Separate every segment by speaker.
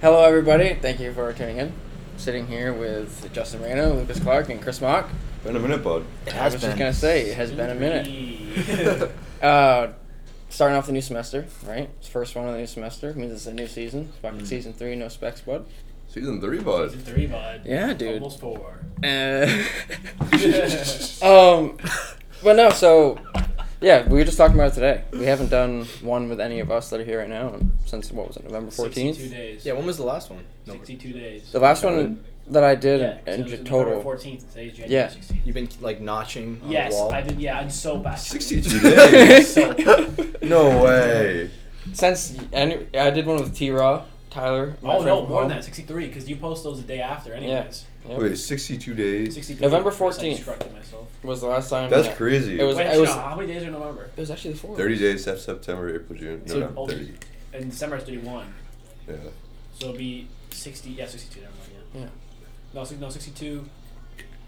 Speaker 1: Hello, everybody. Thank you for tuning in. Sitting here with Justin Reno, Lucas Clark, and Chris Mock.
Speaker 2: Been a minute, bud.
Speaker 3: It
Speaker 1: I was just gonna say it has been a minute.
Speaker 3: minute.
Speaker 1: Uh, starting off the new semester, right? It's first one of the new semester means it's a new season. It's
Speaker 2: Mm.
Speaker 1: fucking season three, no specs, bud.
Speaker 2: Season three, bud.
Speaker 3: Season three, bud.
Speaker 1: Yeah, dude.
Speaker 3: Almost four.
Speaker 1: Uh,
Speaker 3: That's
Speaker 1: um, but no. So yeah, we were just talking about it today. We haven't done one with any of us that are here right now since what was it, November
Speaker 3: Sixty-two
Speaker 1: fourteenth.
Speaker 3: days.
Speaker 4: Yeah, when was the last one?
Speaker 3: Sixty-two days.
Speaker 1: The last one that I did
Speaker 3: yeah,
Speaker 1: in,
Speaker 3: so it was
Speaker 1: in
Speaker 3: November
Speaker 1: total.
Speaker 3: 14th. Today's January
Speaker 1: Yeah.
Speaker 3: 16th.
Speaker 4: You've been like notching on
Speaker 3: Yes,
Speaker 4: the wall.
Speaker 3: I did. Yeah, I'm so bad.
Speaker 2: 62
Speaker 1: days.
Speaker 3: so bad.
Speaker 2: No way.
Speaker 1: Since any, I did one with T Raw, Tyler. my
Speaker 3: Oh
Speaker 1: friend
Speaker 3: no,
Speaker 1: from
Speaker 3: more
Speaker 1: home.
Speaker 3: than that. Sixty-three, because you post those the day after, anyways.
Speaker 1: Yep.
Speaker 2: Wait, 62 days?
Speaker 3: Sixty-three.
Speaker 1: November
Speaker 3: Chris, I
Speaker 1: 14th.
Speaker 3: Instructed myself.
Speaker 1: was the last time.
Speaker 2: That's
Speaker 1: that-
Speaker 2: crazy.
Speaker 1: It was.
Speaker 3: Wait,
Speaker 1: it
Speaker 3: actually,
Speaker 1: was.
Speaker 3: no, how many days are November?
Speaker 1: It was actually the fourth.
Speaker 2: 30 days, Sep- September, April, June. No,
Speaker 1: So-
Speaker 2: not 30.
Speaker 3: And December is thirty-one,
Speaker 2: Yeah.
Speaker 3: so it'll be sixty. Yeah, sixty-two. Never mind. Yeah.
Speaker 1: Yeah.
Speaker 3: No, si- no, sixty-two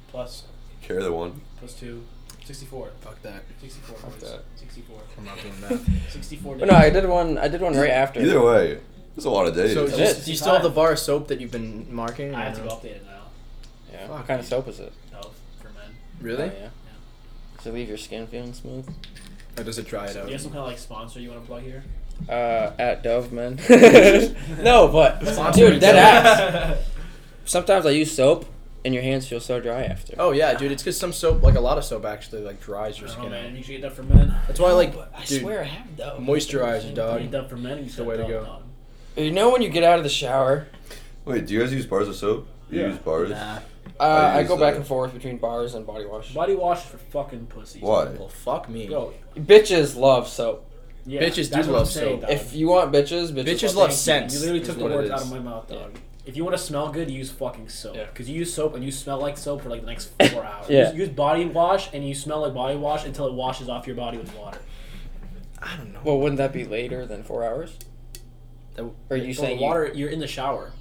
Speaker 3: plus
Speaker 2: Care the one.
Speaker 3: plus two, sixty-four.
Speaker 4: Fuck that.
Speaker 3: 64
Speaker 1: Fuck
Speaker 3: boys.
Speaker 1: that.
Speaker 3: 64.
Speaker 4: I'm not doing that.
Speaker 3: 64
Speaker 1: But no, I did one. I did one right after.
Speaker 2: Either way, that's a lot of days.
Speaker 4: so,
Speaker 1: It
Speaker 4: do
Speaker 1: is.
Speaker 4: you, do you still have the bar of soap that you've been marking?
Speaker 3: I have to
Speaker 4: or
Speaker 3: go
Speaker 4: no?
Speaker 3: update it now.
Speaker 1: Yeah.
Speaker 4: Fuck,
Speaker 1: what kind of
Speaker 4: dude.
Speaker 1: soap is it?
Speaker 3: No, for men.
Speaker 4: Really?
Speaker 1: Oh, yeah. So leave your skin feeling smooth.
Speaker 4: Or does it dry it
Speaker 3: So,
Speaker 4: out?
Speaker 3: do you have some kind of like sponsor you want to plug here?
Speaker 1: Uh, at Dove men. no, but
Speaker 4: Sponsor
Speaker 1: dude,
Speaker 4: me,
Speaker 1: dead ass.
Speaker 3: ass.
Speaker 1: Sometimes I use soap, and your hands feel so dry after.
Speaker 4: Oh yeah, dude. It's because some soap, like a lot of soap, actually like dries
Speaker 3: I
Speaker 4: your
Speaker 3: don't
Speaker 4: skin.
Speaker 3: know, man.
Speaker 4: out.
Speaker 3: You should get that for men.
Speaker 4: That's why, like,
Speaker 1: I
Speaker 4: dude,
Speaker 1: swear I have though.
Speaker 4: moisturizer,
Speaker 3: You
Speaker 4: dog.
Speaker 3: need that for men. You said
Speaker 4: way to
Speaker 3: dog,
Speaker 4: go.
Speaker 3: dog.
Speaker 1: You know when you get out of the shower,
Speaker 2: Wait, do you guys use bars of soap? You
Speaker 3: Yeah.
Speaker 2: use bars?
Speaker 4: Nah.
Speaker 1: uh, I,
Speaker 2: use
Speaker 1: go back
Speaker 2: that.
Speaker 1: and forth between bars and body wash.
Speaker 3: Body wash for fucking pussies.
Speaker 2: Why?
Speaker 4: Well, fuck me.
Speaker 3: Yo,
Speaker 1: Bitches love soap.
Speaker 3: yeah, that's
Speaker 4: Bitches do
Speaker 3: what I'm
Speaker 4: love
Speaker 3: saying,
Speaker 4: soap.
Speaker 3: dog.
Speaker 1: If you want bitches, bitches,
Speaker 4: Bitches
Speaker 3: Thank
Speaker 4: love
Speaker 3: you.
Speaker 4: scents
Speaker 3: You literally
Speaker 4: is
Speaker 3: took the
Speaker 4: what it
Speaker 3: words
Speaker 4: is.
Speaker 3: out of my mouth, dog. If you want to smell good, use fucking soap.
Speaker 1: Yeah.
Speaker 3: Because you use soap and you smell like soap for like the next four hours.
Speaker 1: Yeah.
Speaker 3: Use, use body wash and you smell like body wash until it washes off your body with water.
Speaker 4: I don't know.
Speaker 1: Well, wouldn't that be later than four hours?
Speaker 4: That-
Speaker 1: Or you
Speaker 3: So the
Speaker 1: saying you-
Speaker 3: water, you're in the shower.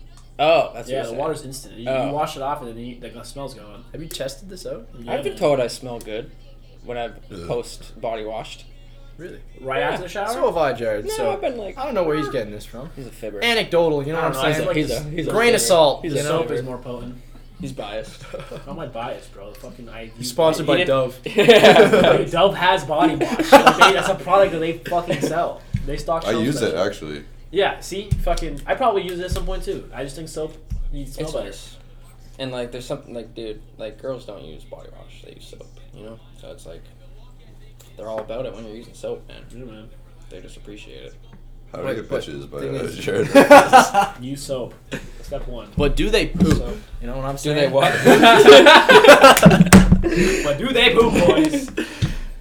Speaker 1: Oh, that's
Speaker 3: yeah,
Speaker 1: What
Speaker 3: the
Speaker 1: you're
Speaker 3: water's instant. You, you
Speaker 1: Oh.
Speaker 3: wash it off and then you, like, the smell's going.
Speaker 4: Have you tested this out?
Speaker 1: saying. I've been told I smell good when I
Speaker 2: Ugh.
Speaker 1: post body washed.
Speaker 4: Really?
Speaker 3: Right
Speaker 1: Yeah.
Speaker 3: after the shower?
Speaker 4: So have I, Jared.
Speaker 1: No,
Speaker 4: so
Speaker 1: I've been like
Speaker 4: I don't know where he's getting this from.
Speaker 1: he's a fibber.
Speaker 4: Anecdotal, you know
Speaker 3: I
Speaker 4: what
Speaker 3: don't know,
Speaker 4: I'm
Speaker 3: I
Speaker 4: saying?
Speaker 3: like
Speaker 1: he's
Speaker 3: this
Speaker 1: a he's a
Speaker 4: Grain of
Speaker 1: fibber.
Speaker 4: salt,
Speaker 1: He's
Speaker 3: the
Speaker 1: a
Speaker 4: you know?
Speaker 3: soap
Speaker 1: soap.
Speaker 3: is more potent.
Speaker 1: He's biased.
Speaker 3: Not my bias, bro. Fucking I. you-
Speaker 4: Sponsored by
Speaker 1: didn't-
Speaker 4: Dove.
Speaker 1: Yeah.
Speaker 3: Dude, Dove has body wash. Like, they- that's a product that they fucking sell. They stock.
Speaker 2: I
Speaker 3: shelves
Speaker 2: use
Speaker 3: of that
Speaker 2: it,
Speaker 3: shit.
Speaker 2: actually.
Speaker 3: Yeah, see, fucking, I probably use it at some point too. I just think soap needs to
Speaker 1: It's
Speaker 3: smell better.
Speaker 1: nice. And like, there's something like, dude, like girls don't use body wash; they use soap. You know, so it's like they're all about it when you're using soap, man.
Speaker 3: Yeah, man.
Speaker 1: They just appreciate it.
Speaker 2: How do
Speaker 4: Wait,
Speaker 2: you get
Speaker 4: but
Speaker 2: bitches by
Speaker 4: thing
Speaker 2: uh,
Speaker 4: is-
Speaker 2: Jared?
Speaker 3: Use soap. Step one.
Speaker 4: But do they poop?
Speaker 1: So-
Speaker 4: you know what I'm
Speaker 1: Do
Speaker 4: saying?
Speaker 1: they what?
Speaker 3: But do they poop, boys?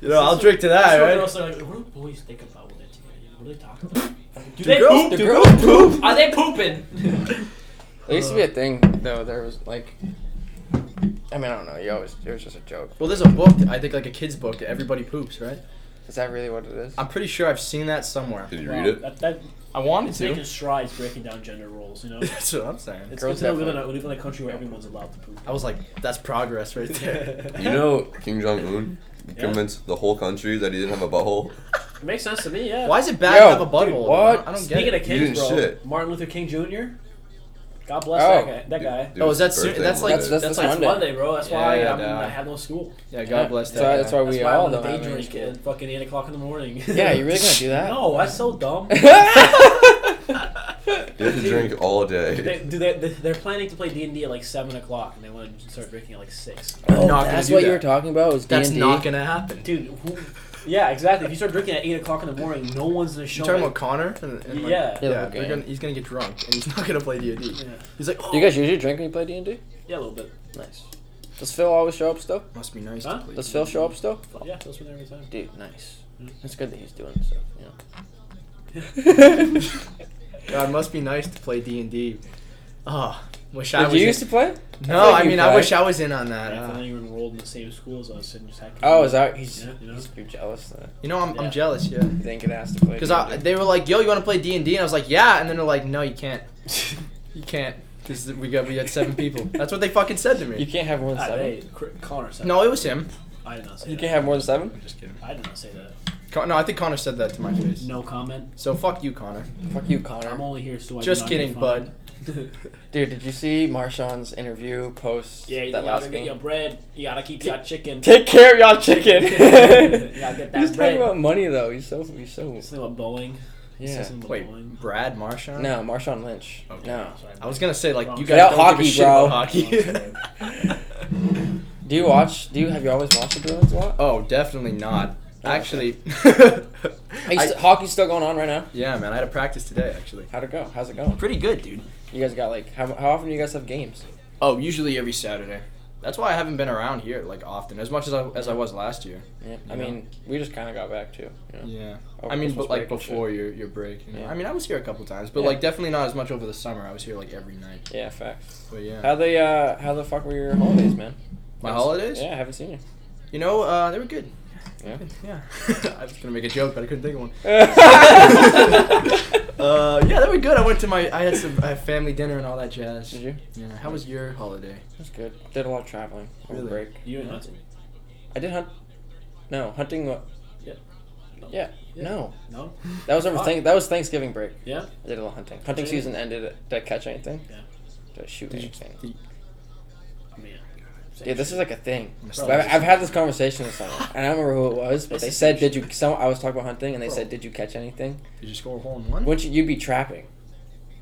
Speaker 4: You know, I'll drink to that,
Speaker 3: So
Speaker 4: right?
Speaker 3: girls are like, what do boys think about when they're together? What are they talking about? Do,
Speaker 4: Do
Speaker 3: they
Speaker 4: girls-
Speaker 3: poop?
Speaker 1: The
Speaker 4: do
Speaker 1: girl-
Speaker 4: girls poop?
Speaker 3: Are they pooping?
Speaker 1: There used to
Speaker 4: Uh.
Speaker 1: be a thing though. There was like, I mean, I don't know. You always it was just a joke.
Speaker 4: Well, there's a book. I think like a kid's book. Everybody poops, right?
Speaker 1: Is that really what it is?
Speaker 4: I'm pretty sure I've seen that somewhere.
Speaker 2: Did you
Speaker 3: Wow,
Speaker 2: read it?
Speaker 3: That, that,
Speaker 4: I wanted
Speaker 3: it's making
Speaker 4: to.
Speaker 3: strides breaking down gender roles, you know? It's
Speaker 4: That's what I'm saying.
Speaker 3: good
Speaker 1: Girls
Speaker 3: to know we
Speaker 1: have
Speaker 3: live, in
Speaker 1: fun.
Speaker 3: a, we live in a country where everyone's allowed to poop.
Speaker 4: I was like, that's progress right there.
Speaker 2: You know, Kim Jong Un
Speaker 3: Yeah.
Speaker 2: convinced the whole country that he didn't have a butthole.
Speaker 3: It makes sense to me, yeah.
Speaker 4: Why is it bad
Speaker 1: Yo,
Speaker 4: to have a
Speaker 1: dude,
Speaker 4: butthole? I
Speaker 1: what?
Speaker 4: don't- I don't get
Speaker 3: Speaking
Speaker 4: it.
Speaker 3: of
Speaker 2: You
Speaker 3: kings,
Speaker 2: didn't
Speaker 3: bro,
Speaker 2: shit.
Speaker 3: Martin Luther King Jr. God bless
Speaker 1: Oh.
Speaker 3: that guy. That guy.
Speaker 2: Dude,
Speaker 4: Oh, is that
Speaker 2: his
Speaker 4: ser-
Speaker 2: birthday was
Speaker 4: that's like
Speaker 2: it.
Speaker 1: That's-
Speaker 4: that's,
Speaker 1: that's
Speaker 4: like
Speaker 1: Monday.
Speaker 3: Monday, bro. That's why
Speaker 4: Yeah,
Speaker 3: I'm,
Speaker 4: nah.
Speaker 3: I had no school.
Speaker 4: yeah. God bless
Speaker 1: That's why,
Speaker 4: that.
Speaker 1: that's why
Speaker 4: guy.
Speaker 1: we
Speaker 3: That's why
Speaker 1: all
Speaker 3: I'm
Speaker 1: don't
Speaker 3: day
Speaker 1: have any
Speaker 3: drink
Speaker 1: school.
Speaker 3: at fucking eight o'clock in the morning.
Speaker 1: Yeah, you really gonna do that?
Speaker 3: No, that's so dumb.
Speaker 2: You have to drink all
Speaker 3: they,
Speaker 2: day.
Speaker 3: do they, they- they're planning to play D and D at like seven o'clock, and they want to start drinking at like six.
Speaker 4: I'm
Speaker 1: Oh,
Speaker 4: not gonna
Speaker 1: that's
Speaker 4: do
Speaker 1: what
Speaker 4: that.
Speaker 1: you were talking about. Was
Speaker 4: That's
Speaker 1: D&D?
Speaker 4: not gonna happen.
Speaker 3: Dude, who? Yeah, exactly. If you start drinking at eight o'clock in the morning, no one's gonna show.
Speaker 4: You talking
Speaker 3: up.
Speaker 4: about Connor? And, and like,
Speaker 3: Yeah.
Speaker 1: Yeah, the
Speaker 4: yeah.
Speaker 1: whole
Speaker 4: they're
Speaker 1: gang.
Speaker 4: gonna, he's gonna get drunk and he's not gonna play D and D.
Speaker 3: yeah.
Speaker 4: He's like, oh,
Speaker 1: Do you guys usually drink when you play D and D?
Speaker 3: yeah, a little bit.
Speaker 1: Nice. Does Phil always show up still?
Speaker 4: must be nice
Speaker 3: Huh?
Speaker 4: to play.
Speaker 1: Does
Speaker 4: D&D."
Speaker 1: Phil show up still?
Speaker 3: Yeah, those were every time.
Speaker 1: Dude, nice.
Speaker 3: Mm.
Speaker 4: Mm-hmm.
Speaker 1: It's good that he's doing stuff. You know.
Speaker 4: God, must be nice to play D and D. Oh, wish I
Speaker 1: Did
Speaker 4: was.
Speaker 1: you
Speaker 4: in-
Speaker 1: used to play?
Speaker 4: no, I
Speaker 1: you
Speaker 4: mean, I
Speaker 1: played.
Speaker 4: wish I was in on that.
Speaker 3: Yeah,
Speaker 4: uh,
Speaker 3: and then you were enrolled in the same school as us, and just had.
Speaker 1: Oh, is that he's?
Speaker 3: Yeah, you know.
Speaker 1: You're jealous that
Speaker 4: you know, I'm,
Speaker 3: Yeah.
Speaker 4: I'm jealous. Yeah.
Speaker 1: you think it has to play.
Speaker 4: Because I,
Speaker 1: D&D.
Speaker 4: they were like, "Yo, you want to play D and D?" And I was like, "Yeah," and then they're like, "No, you can't. You can't. Because we got we had seven people. That's what they fucking said to
Speaker 1: you
Speaker 4: me.
Speaker 1: can't have more than
Speaker 3: Ah,
Speaker 1: seven.
Speaker 3: hey, Cr- Connor said.
Speaker 4: No, it was him.
Speaker 3: I did not say
Speaker 1: You
Speaker 3: that.
Speaker 1: can't have more than seven.
Speaker 4: I'm just kidding.
Speaker 3: I did not say that.
Speaker 4: Con- no, I think Connor said that to my face.
Speaker 3: No comment.
Speaker 4: So fuck you, Connor.
Speaker 1: Fuck you,
Speaker 3: I'm
Speaker 1: Connor.
Speaker 3: only here so I. do
Speaker 4: Just
Speaker 3: not get
Speaker 4: kidding,
Speaker 3: fined.
Speaker 4: bud.
Speaker 1: Dude, did you see Marshawn's interview post
Speaker 3: yeah, you
Speaker 1: that
Speaker 3: gotta
Speaker 1: last
Speaker 3: get
Speaker 1: game?
Speaker 3: your bread. You gotta keep your chicken.
Speaker 1: Take care of y'all chicken.
Speaker 3: You gotta get that
Speaker 1: he's
Speaker 3: bread.
Speaker 1: talking about money though. He's so he's so
Speaker 3: Something about Boeing.
Speaker 1: yeah.
Speaker 3: Something about
Speaker 4: Wait,
Speaker 3: Boeing.
Speaker 4: Brad Marchand?
Speaker 1: No, Marshawn Lynch.
Speaker 2: Okay.
Speaker 1: No.
Speaker 3: Sorry,
Speaker 4: I was gonna say like
Speaker 3: Wrong.
Speaker 4: you
Speaker 1: Without
Speaker 4: guys don't
Speaker 1: hockey,
Speaker 4: give a shit
Speaker 1: bro.
Speaker 4: about hockey.
Speaker 1: Do you watch? Do you have you always watched the Bruins a lot?
Speaker 4: oh, definitely not. Actually,
Speaker 1: Are you
Speaker 4: I-
Speaker 1: st- hockey's still going on right now.
Speaker 4: yeah, man, I had a practice today actually.
Speaker 1: How'd it go? How's it going?
Speaker 4: Pretty good, dude.
Speaker 1: You guys got like how, how often do you guys have games?
Speaker 4: Oh, usually every Saturday. That's why I haven't been around here like often as much as I as I was last year.
Speaker 1: Yeah.
Speaker 4: Yeah.
Speaker 1: I mean, we just kind of got back too. You know?
Speaker 4: Yeah.
Speaker 1: Over
Speaker 4: I mean,
Speaker 1: Christmas
Speaker 4: but like
Speaker 1: break and shit.
Speaker 4: before your your break. You know?
Speaker 1: Yeah.
Speaker 4: I mean, I was here a couple times, but
Speaker 1: Yeah.
Speaker 4: like definitely not as much over the summer. I was here like every night.
Speaker 1: Yeah, facts.
Speaker 4: But yeah.
Speaker 1: How the uh how the fuck were your holidays, man?
Speaker 4: My holidays?
Speaker 1: Yeah, I haven't seen you.
Speaker 4: You know, uh, they were good.
Speaker 1: Yeah.
Speaker 4: Yeah. I was gonna make a joke, but I couldn't think of one.
Speaker 1: uh,
Speaker 4: Uh, yeah, they were good. I went to my, I had some I had family dinner and all that jazz.
Speaker 1: Did you?
Speaker 4: Yeah. How was your holiday?
Speaker 1: That's good. Did a lot of traveling over
Speaker 4: Really?
Speaker 1: break.
Speaker 3: You and Hudson.
Speaker 1: I did hunt. No, hunting. wa-
Speaker 3: Yeah. No.
Speaker 1: Yeah.
Speaker 3: Yeah.
Speaker 1: No,
Speaker 3: No.
Speaker 1: that was over
Speaker 3: Fuck.
Speaker 1: thing. That was Thanksgiving break.
Speaker 3: Yeah.
Speaker 1: I did a little hunting. Hunting
Speaker 3: Did you?
Speaker 1: season ended. Did I catch anything?
Speaker 3: Yeah.
Speaker 1: Did I shoot
Speaker 4: Did you-
Speaker 1: anything?
Speaker 4: did you-
Speaker 3: I mean,
Speaker 1: Dude, this is like a thing.
Speaker 4: Must
Speaker 1: I've,
Speaker 4: have-
Speaker 1: I've had this conversation with someone, and I don't remember who it was, but
Speaker 3: This
Speaker 1: they
Speaker 3: is
Speaker 1: said,
Speaker 3: huge.
Speaker 1: "Did you?" Some I was talking about hunting, and they
Speaker 3: Bro.
Speaker 1: said, "Did you catch anything?"
Speaker 4: Did you score a hole in one?
Speaker 1: Wouldn't you? You'd be trapping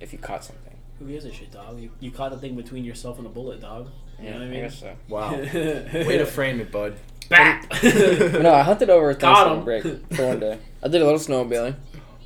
Speaker 1: if you caught something.
Speaker 3: who gives a shit, dog? You, you caught the thing between yourself and a bullet, dog. You
Speaker 1: Yeah,
Speaker 3: know what I
Speaker 1: I
Speaker 3: mean?
Speaker 1: guess so.
Speaker 4: Wow. Way
Speaker 3: Way
Speaker 4: to frame it, bud.
Speaker 3: Bap.
Speaker 1: But no, I hunted over Thanksgiving
Speaker 3: Got
Speaker 1: break
Speaker 3: 'em.
Speaker 1: for one day. I did a little snowmobiling.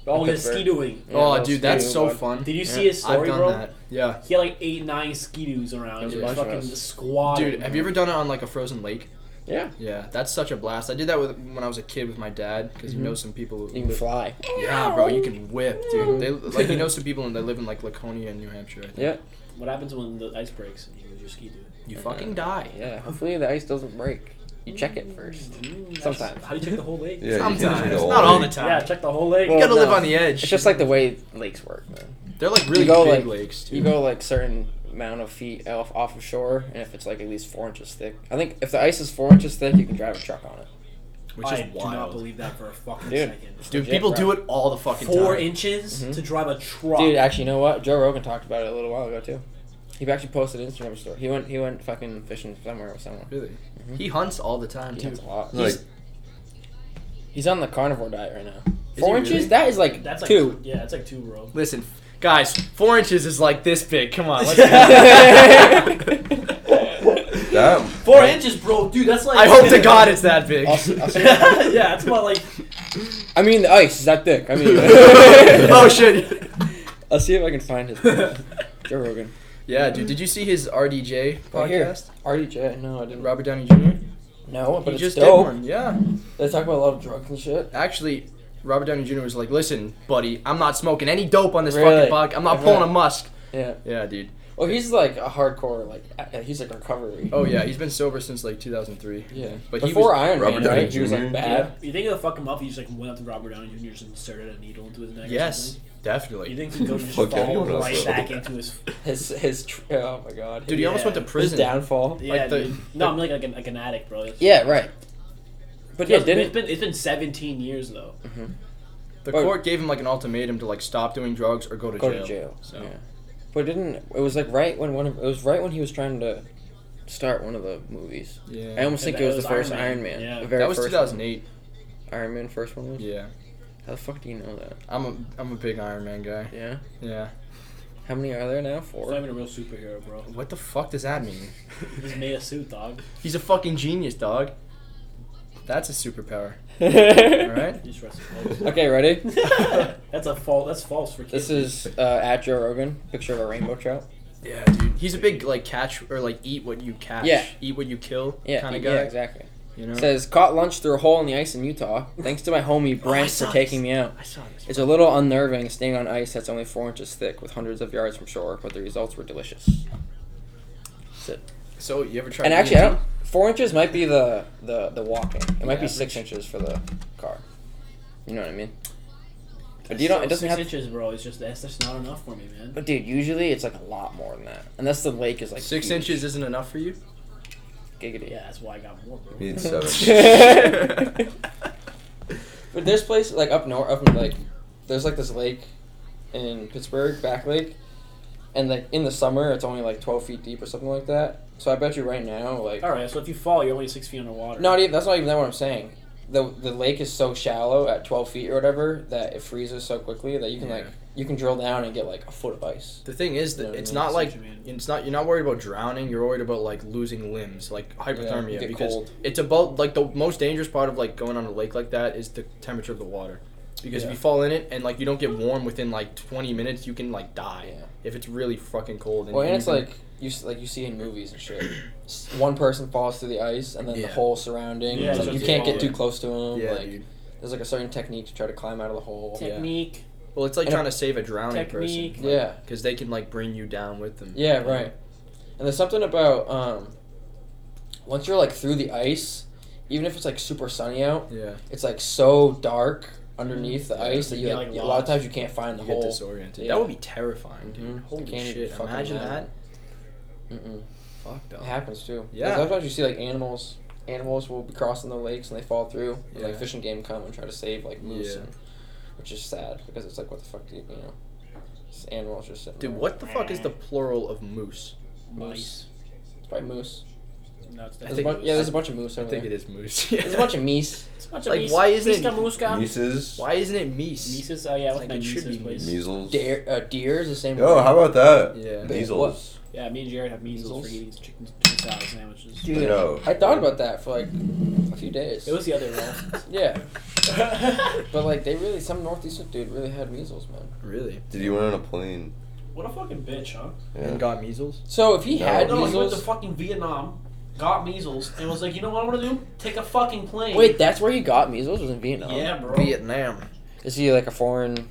Speaker 3: Oh,
Speaker 1: I
Speaker 3: the
Speaker 1: prefer-
Speaker 3: skidooing.
Speaker 1: Yeah,
Speaker 4: oh,
Speaker 1: little
Speaker 4: dude, that's
Speaker 1: skiing,
Speaker 4: so
Speaker 1: bud.
Speaker 4: fun.
Speaker 3: Did you
Speaker 1: Yeah.
Speaker 3: see his
Speaker 4: I've
Speaker 3: story,
Speaker 4: done
Speaker 3: bro?
Speaker 4: that. Yeah.
Speaker 3: He had like eight, nine skidoos around,
Speaker 1: There's
Speaker 3: just
Speaker 1: a bunch of
Speaker 3: fucking
Speaker 1: us.
Speaker 3: squad.
Speaker 4: Oh, Dude, have you ever done it on like a frozen lake?
Speaker 1: Yeah,
Speaker 4: Yeah, that's such a blast. I did that with when I was a kid with my dad because
Speaker 1: Mhm.
Speaker 4: Mm-hmm. you Mm-hmm. know some people. who
Speaker 1: you can
Speaker 4: live-
Speaker 1: fly.
Speaker 4: yeah, bro, you can whip, dude. They like you know some people and they live in like Laconia, New Hampshire. I think.
Speaker 1: Yeah,
Speaker 3: What happens when the ice breaks and you lose your ski
Speaker 4: You fucking die.
Speaker 1: yeah. Hopefully the ice doesn't break. You check it first. Sometimes.
Speaker 3: Mm-hmm. How do you check the whole lake?
Speaker 2: Yeah, you can't
Speaker 4: Sometimes,
Speaker 2: do the
Speaker 4: not all the
Speaker 2: lake.
Speaker 4: time.
Speaker 3: Yeah, check the whole lake.
Speaker 4: You gotta
Speaker 1: Well,
Speaker 4: live
Speaker 1: no.
Speaker 4: on the edge.
Speaker 1: It's just like the way lakes work. Man.
Speaker 4: they're like really
Speaker 1: go,
Speaker 4: big
Speaker 1: like-
Speaker 4: lakes too.
Speaker 1: You go like certain amount of feet off off of shore, and if it's like at least four inches thick, I think if the ice is four inches thick, you can drive a truck on it.
Speaker 4: which
Speaker 3: I
Speaker 4: is
Speaker 3: do not
Speaker 4: wild.
Speaker 3: believe that for a fucking
Speaker 1: Dude.
Speaker 3: second.
Speaker 4: Dude,
Speaker 1: legit,
Speaker 4: people
Speaker 1: bro.
Speaker 4: do it all the fucking
Speaker 3: Four
Speaker 4: time.
Speaker 3: inches
Speaker 1: Mhm.
Speaker 3: to drive a truck.
Speaker 1: Dude, actually, you know what? Joe Rogan talked about it a little while ago too. He actually posted an Instagram story. He went he went fucking fishing somewhere with someone.
Speaker 4: Really? Mm-hmm. He hunts all the time
Speaker 1: He
Speaker 4: too.
Speaker 1: hunts a lot.
Speaker 2: Like,
Speaker 1: He's, he's on the carnivore diet right now.
Speaker 4: he
Speaker 1: Four
Speaker 4: really?
Speaker 1: inches? That is like
Speaker 3: that's like
Speaker 1: two.
Speaker 3: Yeah, that's like two, bro.
Speaker 4: Listen, guys, four inches is like this big. Come on, let's.
Speaker 2: that
Speaker 3: Four inches, bro, dude. That's like.
Speaker 4: I hope to God it's that big.
Speaker 1: I'll see- I'll see.
Speaker 3: yeah, that's about like.
Speaker 1: I mean, the ice is that thick. I mean,
Speaker 4: oh shit.
Speaker 1: I'll see if I can find his Joe Rogan.
Speaker 4: Yeah, dude. Did you see his RDJ
Speaker 1: Right here.
Speaker 4: podcast?
Speaker 1: RDJ? No, I didn't.
Speaker 4: Robert Downey Jr.
Speaker 1: No, but
Speaker 4: he
Speaker 1: it's
Speaker 4: just
Speaker 1: dope.
Speaker 4: did one. Yeah.
Speaker 1: They talk about a lot of drugs and shit.
Speaker 4: Actually, Robert Downey Jr. was like, "Listen, buddy, I'm not smoking any dope on this
Speaker 1: Really?
Speaker 4: fucking podcast. I'm not
Speaker 1: Uh-huh.
Speaker 4: pulling a musk."
Speaker 1: Yeah.
Speaker 4: Yeah, dude.
Speaker 1: Well, he's like a hardcore, like a- he's like recovery.
Speaker 4: Oh yeah, he's been sober since like 2003.
Speaker 1: yeah. But
Speaker 4: But he
Speaker 1: before
Speaker 4: was-
Speaker 1: Iron
Speaker 2: Robert
Speaker 1: Man,
Speaker 2: Downey
Speaker 1: right? He was like
Speaker 2: Jr.
Speaker 1: bad.
Speaker 3: You think of the fucking mafia just like went up to Robert Downey Jr. 's and inserted a needle into his neck? or
Speaker 4: Yes,
Speaker 3: something?
Speaker 4: definitely.
Speaker 3: You think he'd go just
Speaker 2: Fuck yeah,
Speaker 3: fall
Speaker 2: anyone else
Speaker 3: right
Speaker 2: would.
Speaker 3: back into his
Speaker 1: His his tr- oh my god.
Speaker 4: Dude, he almost
Speaker 3: Yeah.
Speaker 4: went to
Speaker 1: his
Speaker 4: prison.
Speaker 1: downfall.
Speaker 3: Yeah,
Speaker 4: Like the-
Speaker 3: dude. no, I'm like like an, like an addict, bro. It's-
Speaker 1: Yeah, right. But yeah,
Speaker 3: it's been- it's
Speaker 1: didn't
Speaker 3: been it's been 17 years though.
Speaker 4: The
Speaker 1: Or-
Speaker 4: court gave him like an ultimatum to like stop doing drugs or go to
Speaker 1: go
Speaker 4: jail.
Speaker 1: to jail.
Speaker 4: So.
Speaker 1: Yeah. But didn't it was like right when one of it was right when he was trying to start one of the movies.
Speaker 4: Yeah.
Speaker 1: I almost
Speaker 3: Yeah,
Speaker 1: think
Speaker 3: that
Speaker 1: it was the
Speaker 3: was
Speaker 1: first
Speaker 3: Iron
Speaker 1: Iron
Speaker 3: Man.
Speaker 1: Man.
Speaker 3: Yeah.
Speaker 1: The very
Speaker 4: that was
Speaker 1: first
Speaker 4: 2008.
Speaker 1: one. Iron Man first one was.
Speaker 4: Yeah.
Speaker 1: How the fuck do you know that?
Speaker 4: I'm a I'm a big Iron Man guy.
Speaker 1: Yeah.
Speaker 4: Yeah.
Speaker 1: How many are there now?
Speaker 3: He's not
Speaker 1: Four.
Speaker 3: even a real superhero, bro.
Speaker 4: What the fuck does that mean?
Speaker 3: He just made a suit, dog.
Speaker 4: He's a fucking genius, dog. That's a superpower. All
Speaker 1: Alright.
Speaker 4: right.
Speaker 3: He just rests his clothes.
Speaker 1: Okay, ready?
Speaker 3: that's a false. That's false for kids.
Speaker 1: This is uh, at Joe Rogan. Picture of a rainbow trout.
Speaker 4: Yeah, dude. He's a big like catch or like eat what you catch.
Speaker 1: Yeah.
Speaker 4: Eat what you kill
Speaker 1: Yeah,
Speaker 4: kind of guy.
Speaker 1: yeah, exactly.
Speaker 4: You know.
Speaker 1: Says caught lunch through a hole in the ice in Utah. Thanks to my homie
Speaker 4: Oh, I
Speaker 1: Brent
Speaker 4: saw
Speaker 1: for
Speaker 4: this.
Speaker 1: taking me out.
Speaker 4: I saw this.
Speaker 1: It's a little unnerving staying on ice that's only four inches thick with hundreds of yards from shore, but the results were delicious. That's it.
Speaker 4: So you ever tried?
Speaker 1: And actually, I
Speaker 4: DMT?
Speaker 1: don't, four inches might be the the, the walking. It might be
Speaker 4: average.
Speaker 1: six inches for the car. You know what I mean? But
Speaker 3: That's
Speaker 1: you don't.
Speaker 3: still
Speaker 1: It doesn't
Speaker 3: six
Speaker 1: have.
Speaker 3: inches, bro. It's just that's just not enough for me, man.
Speaker 1: But dude, usually it's like a lot more than that. Unless the lake is like
Speaker 4: six
Speaker 1: huge.
Speaker 4: inches isn't enough for you.
Speaker 1: Giggity.
Speaker 3: Yeah, that's why I got more, bro.
Speaker 2: needs seven.
Speaker 1: But there's places like up north, up in, like there's like this lake in Pittsburgh, Back Lake, and like in the summer it's only like twelve feet deep or something like that. So I bet you right now, like
Speaker 3: All right, so if you fall, you're only six feet underwater.
Speaker 1: not even that's not even what I'm saying. The the lake is so shallow at twelve feet or whatever that it freezes so quickly that you can like
Speaker 4: Yeah.
Speaker 1: you can drill down and get like a foot of ice.
Speaker 4: The thing is
Speaker 1: You know
Speaker 4: that
Speaker 1: what I
Speaker 4: it's
Speaker 1: mean?
Speaker 4: not
Speaker 3: See what
Speaker 4: like
Speaker 3: you mean.
Speaker 4: it's not you're not worried about drowning. You're worried about like losing limbs, like hypothermia,
Speaker 1: get
Speaker 4: because
Speaker 1: cold.
Speaker 4: it's about like the most dangerous part of like going on a lake like that is the temperature of the water. Because
Speaker 1: Yeah.
Speaker 4: if you fall in it and like you don't get warm within like 20 minutes, you can like die
Speaker 1: Yeah.
Speaker 4: if it's really fucking cold.
Speaker 1: Well, and
Speaker 4: you
Speaker 1: it's
Speaker 4: can-
Speaker 1: like you s- like you see in movies and shit. S- One person falls through the ice and then
Speaker 4: Yeah.
Speaker 1: the whole surrounding.
Speaker 3: Yeah,
Speaker 1: it's like,
Speaker 3: so
Speaker 1: you
Speaker 3: it's
Speaker 1: can't
Speaker 3: all-
Speaker 1: get too close to him.
Speaker 4: yeah,
Speaker 1: like
Speaker 4: dude.
Speaker 1: there's like a certain technique to try to climb out of the hole.
Speaker 4: Tech-
Speaker 3: Technique.
Speaker 4: Well, it's like
Speaker 1: and a-
Speaker 4: trying to save a drowning
Speaker 3: Technique.
Speaker 4: person.
Speaker 1: Yeah.
Speaker 4: because they can like bring you down with them.
Speaker 1: Yeah, right. And there's something about um, once you're like through the ice, even if it's like super sunny out,
Speaker 4: Yeah,
Speaker 1: it's like so dark underneath the
Speaker 4: Yeah,
Speaker 1: ice that
Speaker 3: you
Speaker 1: you
Speaker 3: get,
Speaker 1: like,
Speaker 3: like,
Speaker 1: a lot of
Speaker 3: lost.
Speaker 1: times you can't find the
Speaker 4: you get
Speaker 1: hole.
Speaker 4: disoriented.
Speaker 1: Yeah.
Speaker 4: That would be terrifying, dude.
Speaker 1: Mhm.
Speaker 4: Holy
Speaker 1: Can't even
Speaker 4: shit!
Speaker 1: fucking
Speaker 4: Imagine that.
Speaker 1: imagine. Mm-mm.
Speaker 4: Fuck
Speaker 1: It
Speaker 4: dog.
Speaker 1: happens too.
Speaker 4: Yeah.
Speaker 1: Sometimes you see like animals. Animals will be crossing the lakes and they fall through. And, like
Speaker 4: Yeah.
Speaker 1: fishing game come and try to save like moose,
Speaker 4: Yeah.
Speaker 1: and, which is sad because it's like what the fuck do you you know? This animals just sitting.
Speaker 4: Dude,
Speaker 1: there.
Speaker 4: what the fuck is the plural of moose?
Speaker 1: Moose.
Speaker 3: Mice.
Speaker 1: It's probably moose.
Speaker 3: No, it's
Speaker 1: There's a
Speaker 4: think
Speaker 1: bunch,
Speaker 4: moose.
Speaker 1: yeah, there's a bunch of moose
Speaker 4: I
Speaker 1: over
Speaker 4: think
Speaker 1: there.
Speaker 4: it is moose. Yeah.
Speaker 1: There's a bunch of meese.
Speaker 3: It's a bunch of
Speaker 4: Like,
Speaker 3: mice.
Speaker 4: why is it-
Speaker 3: Miska Muska.
Speaker 2: Nieces.
Speaker 4: Why isn't it meese?
Speaker 3: Mises. Oh yeah, with
Speaker 4: Like,
Speaker 3: my
Speaker 4: it should
Speaker 3: nieces,
Speaker 4: be
Speaker 3: please.
Speaker 2: Measles.
Speaker 1: Deer, uh, deer is the same.
Speaker 2: Yo,
Speaker 1: way.
Speaker 2: how about that?
Speaker 4: Yeah.
Speaker 1: Wait,
Speaker 2: Measles.
Speaker 3: Yeah, me and Jared have measles,
Speaker 1: Measles?
Speaker 3: for eating chicken, chicken salad sandwiches.
Speaker 1: Dude,
Speaker 2: Yo.
Speaker 1: I thought about that for like a few days.
Speaker 3: It was the other
Speaker 1: yeah,
Speaker 3: roll.
Speaker 1: but like they really some northeastern dude really had measles, man.
Speaker 4: Really?
Speaker 2: Did you went on a plane?
Speaker 3: what a fucking bitch, huh?
Speaker 2: Yeah.
Speaker 4: And got measles?
Speaker 1: So if he
Speaker 2: No.
Speaker 1: had
Speaker 3: No, he went to
Speaker 1: measles,
Speaker 3: fucking Vietnam, got measles, and was like, you know what I'm gonna do? Take a fucking plane.
Speaker 1: wait, that's where he got measles was in Vietnam.
Speaker 3: Yeah, bro.
Speaker 4: Vietnam.
Speaker 1: Is he like a foreign?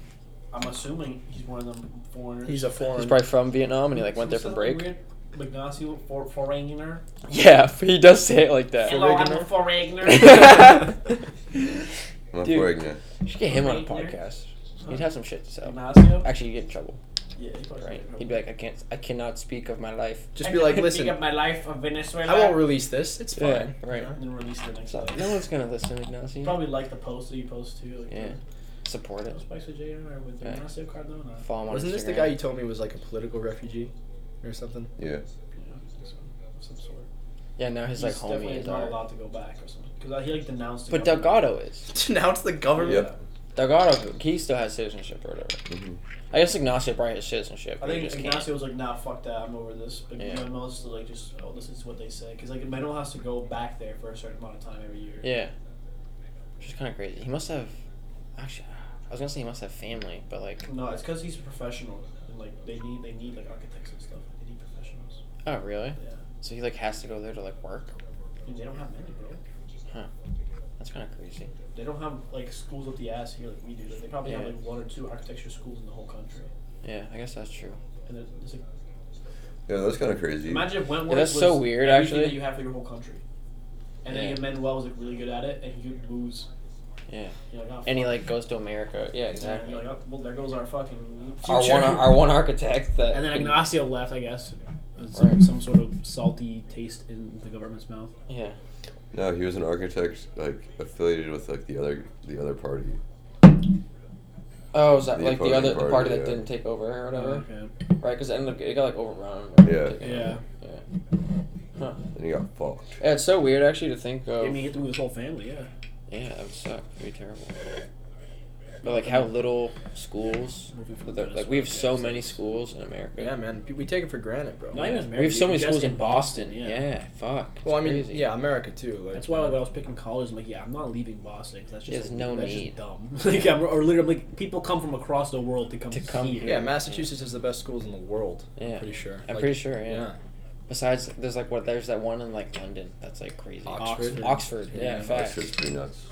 Speaker 3: I'm assuming he's one of them foreigners.
Speaker 4: He's a foreign.
Speaker 1: He's probably from Vietnam and he like went there for
Speaker 3: Something
Speaker 1: break.
Speaker 3: Weird. Ignacio, for, foreigner.
Speaker 1: Yeah, he does say it like that.
Speaker 3: Hello, I'm a foreigner.
Speaker 2: I'm
Speaker 1: Dude.
Speaker 2: pregnant.
Speaker 1: should get him on a
Speaker 3: Foreigner.
Speaker 1: podcast. He'd have some shit to say.
Speaker 3: Ignacio?
Speaker 1: Actually, you get in trouble,
Speaker 3: Yeah, he probably-
Speaker 1: right? He'd be like, I can't, I cannot speak of my life.
Speaker 4: Just
Speaker 3: I
Speaker 4: be like,
Speaker 3: couldn't speak
Speaker 4: listen,
Speaker 3: of my life of Venezuela.
Speaker 4: I won't release this. It's
Speaker 1: Yeah,
Speaker 4: fine.
Speaker 1: right.
Speaker 4: You know?
Speaker 3: And then release the next
Speaker 1: So,
Speaker 3: day.
Speaker 1: no one's gonna listen, Ignacio.
Speaker 3: Probably like the post that you post too. Like,
Speaker 1: Yeah. Support
Speaker 3: That
Speaker 1: it.
Speaker 3: was Spice with JR or with
Speaker 1: Yeah.
Speaker 3: Ignacio Cardona.
Speaker 1: Follow him on
Speaker 4: Wasn't this the
Speaker 1: Instagram.
Speaker 4: guy you told me was like a political refugee or something?
Speaker 2: Yeah.
Speaker 3: You know, some- some sort.
Speaker 1: Yeah, now his like
Speaker 3: He's definitely
Speaker 1: homie is
Speaker 3: not
Speaker 1: our-
Speaker 3: allowed to go back or something. Because he like denounced. the
Speaker 1: But
Speaker 3: government.
Speaker 1: Delgado is.
Speaker 4: Denounce the government?
Speaker 2: Yep.
Speaker 1: Delgado, he still has citizenship or whatever.
Speaker 2: Mhm.
Speaker 1: I guess Ignacio probably has citizenship.
Speaker 3: I
Speaker 1: but he
Speaker 3: think
Speaker 1: just
Speaker 3: Ignacio
Speaker 1: can't.
Speaker 3: was like, "Nah, fuck that, I'm over this." But
Speaker 1: Yeah.
Speaker 3: yeah. most like, just oh, this is what they say. Because like, Manuel has to go back there for a certain amount of time every year.
Speaker 1: Yeah. Which is kind of crazy. He must have. Actually, I was gonna say he must have family, but like,
Speaker 3: No, it's because he's a professional, and like they need they need like architects and stuff. They need professionals.
Speaker 1: oh really?
Speaker 3: Yeah,
Speaker 1: So he like has to go there to like work.
Speaker 3: Dude, they don't have many, bro.
Speaker 1: That's kind of crazy.
Speaker 3: They don't have like schools up the ass here like we do. Like, they probably have
Speaker 1: Yeah.
Speaker 3: like one or two architecture schools in the whole country.
Speaker 1: Yeah, I guess that's true.
Speaker 3: And there's, there's like,
Speaker 2: Yeah, that's kind of crazy.
Speaker 3: imagine if Wentworth.
Speaker 1: that's
Speaker 3: was
Speaker 1: so weird,
Speaker 3: everything
Speaker 1: actually.
Speaker 3: that you have for your whole country, and
Speaker 1: Yeah.
Speaker 3: then Manuel was like really good at it, and he could lose.
Speaker 1: Yeah.
Speaker 3: You're like, oh,
Speaker 1: And he
Speaker 3: fuck.
Speaker 1: like goes to America. Yeah, exactly.
Speaker 3: You're like, oh, well, there goes our fucking.
Speaker 1: Our
Speaker 3: future.
Speaker 1: one, our one architect that.
Speaker 3: And then
Speaker 1: can-
Speaker 3: Ignacio left, I guess. with Some,
Speaker 1: Right.
Speaker 3: some sort of salty taste in the government's mouth.
Speaker 1: Yeah.
Speaker 2: No, he was an architect, like affiliated with like the other the other party.
Speaker 1: Oh, is that
Speaker 2: The
Speaker 1: like the
Speaker 2: opposing
Speaker 1: other the
Speaker 2: party,
Speaker 1: party that
Speaker 2: yeah.
Speaker 1: didn't take over or whatever?
Speaker 3: uh,
Speaker 1: Right, because it ended up it got like overrun.
Speaker 2: Yeah.
Speaker 3: Oh, Yeah.
Speaker 1: Yeah.
Speaker 2: And he got fucked.
Speaker 1: Yeah, It's so weird actually to think of.
Speaker 3: I mean, you get to move his whole family, yeah.
Speaker 1: Yeah, that would suck. It'd be terrible. But like how little schools,
Speaker 3: Moving
Speaker 1: like
Speaker 3: from
Speaker 1: like,
Speaker 3: Venezuela
Speaker 1: we have
Speaker 3: to
Speaker 1: so
Speaker 3: United
Speaker 1: many
Speaker 3: States.
Speaker 1: schools in America.
Speaker 4: Yeah, man. We take it for granted, bro.
Speaker 3: Not even America.
Speaker 1: we have so many
Speaker 3: just
Speaker 1: schools in Boston.
Speaker 3: yeah.
Speaker 1: Yeah. fuck. It's
Speaker 4: Well, I mean,
Speaker 1: crazy.
Speaker 4: yeah, America too. Like,
Speaker 3: That's why like, when I was picking college, I'm like, yeah, I'm not leaving Boston. 'cause that's just
Speaker 1: There's
Speaker 3: like,
Speaker 1: no
Speaker 3: that's
Speaker 1: need.
Speaker 3: Just dumb. like, I'm, or literally, like, people come from across the world to come
Speaker 1: To come
Speaker 3: here.
Speaker 4: Yeah, Massachusetts has the best schools in the world.
Speaker 1: Yeah.
Speaker 4: I'm pretty sure.
Speaker 1: I'm
Speaker 4: Like,
Speaker 1: pretty sure. Yeah.
Speaker 4: Yeah.
Speaker 1: Besides, there's like what there's that one in like London that's like crazy.
Speaker 4: Oxford.
Speaker 1: Oxford. Yeah.
Speaker 4: Yeah,
Speaker 1: fact.
Speaker 2: That shit's pretty nuts.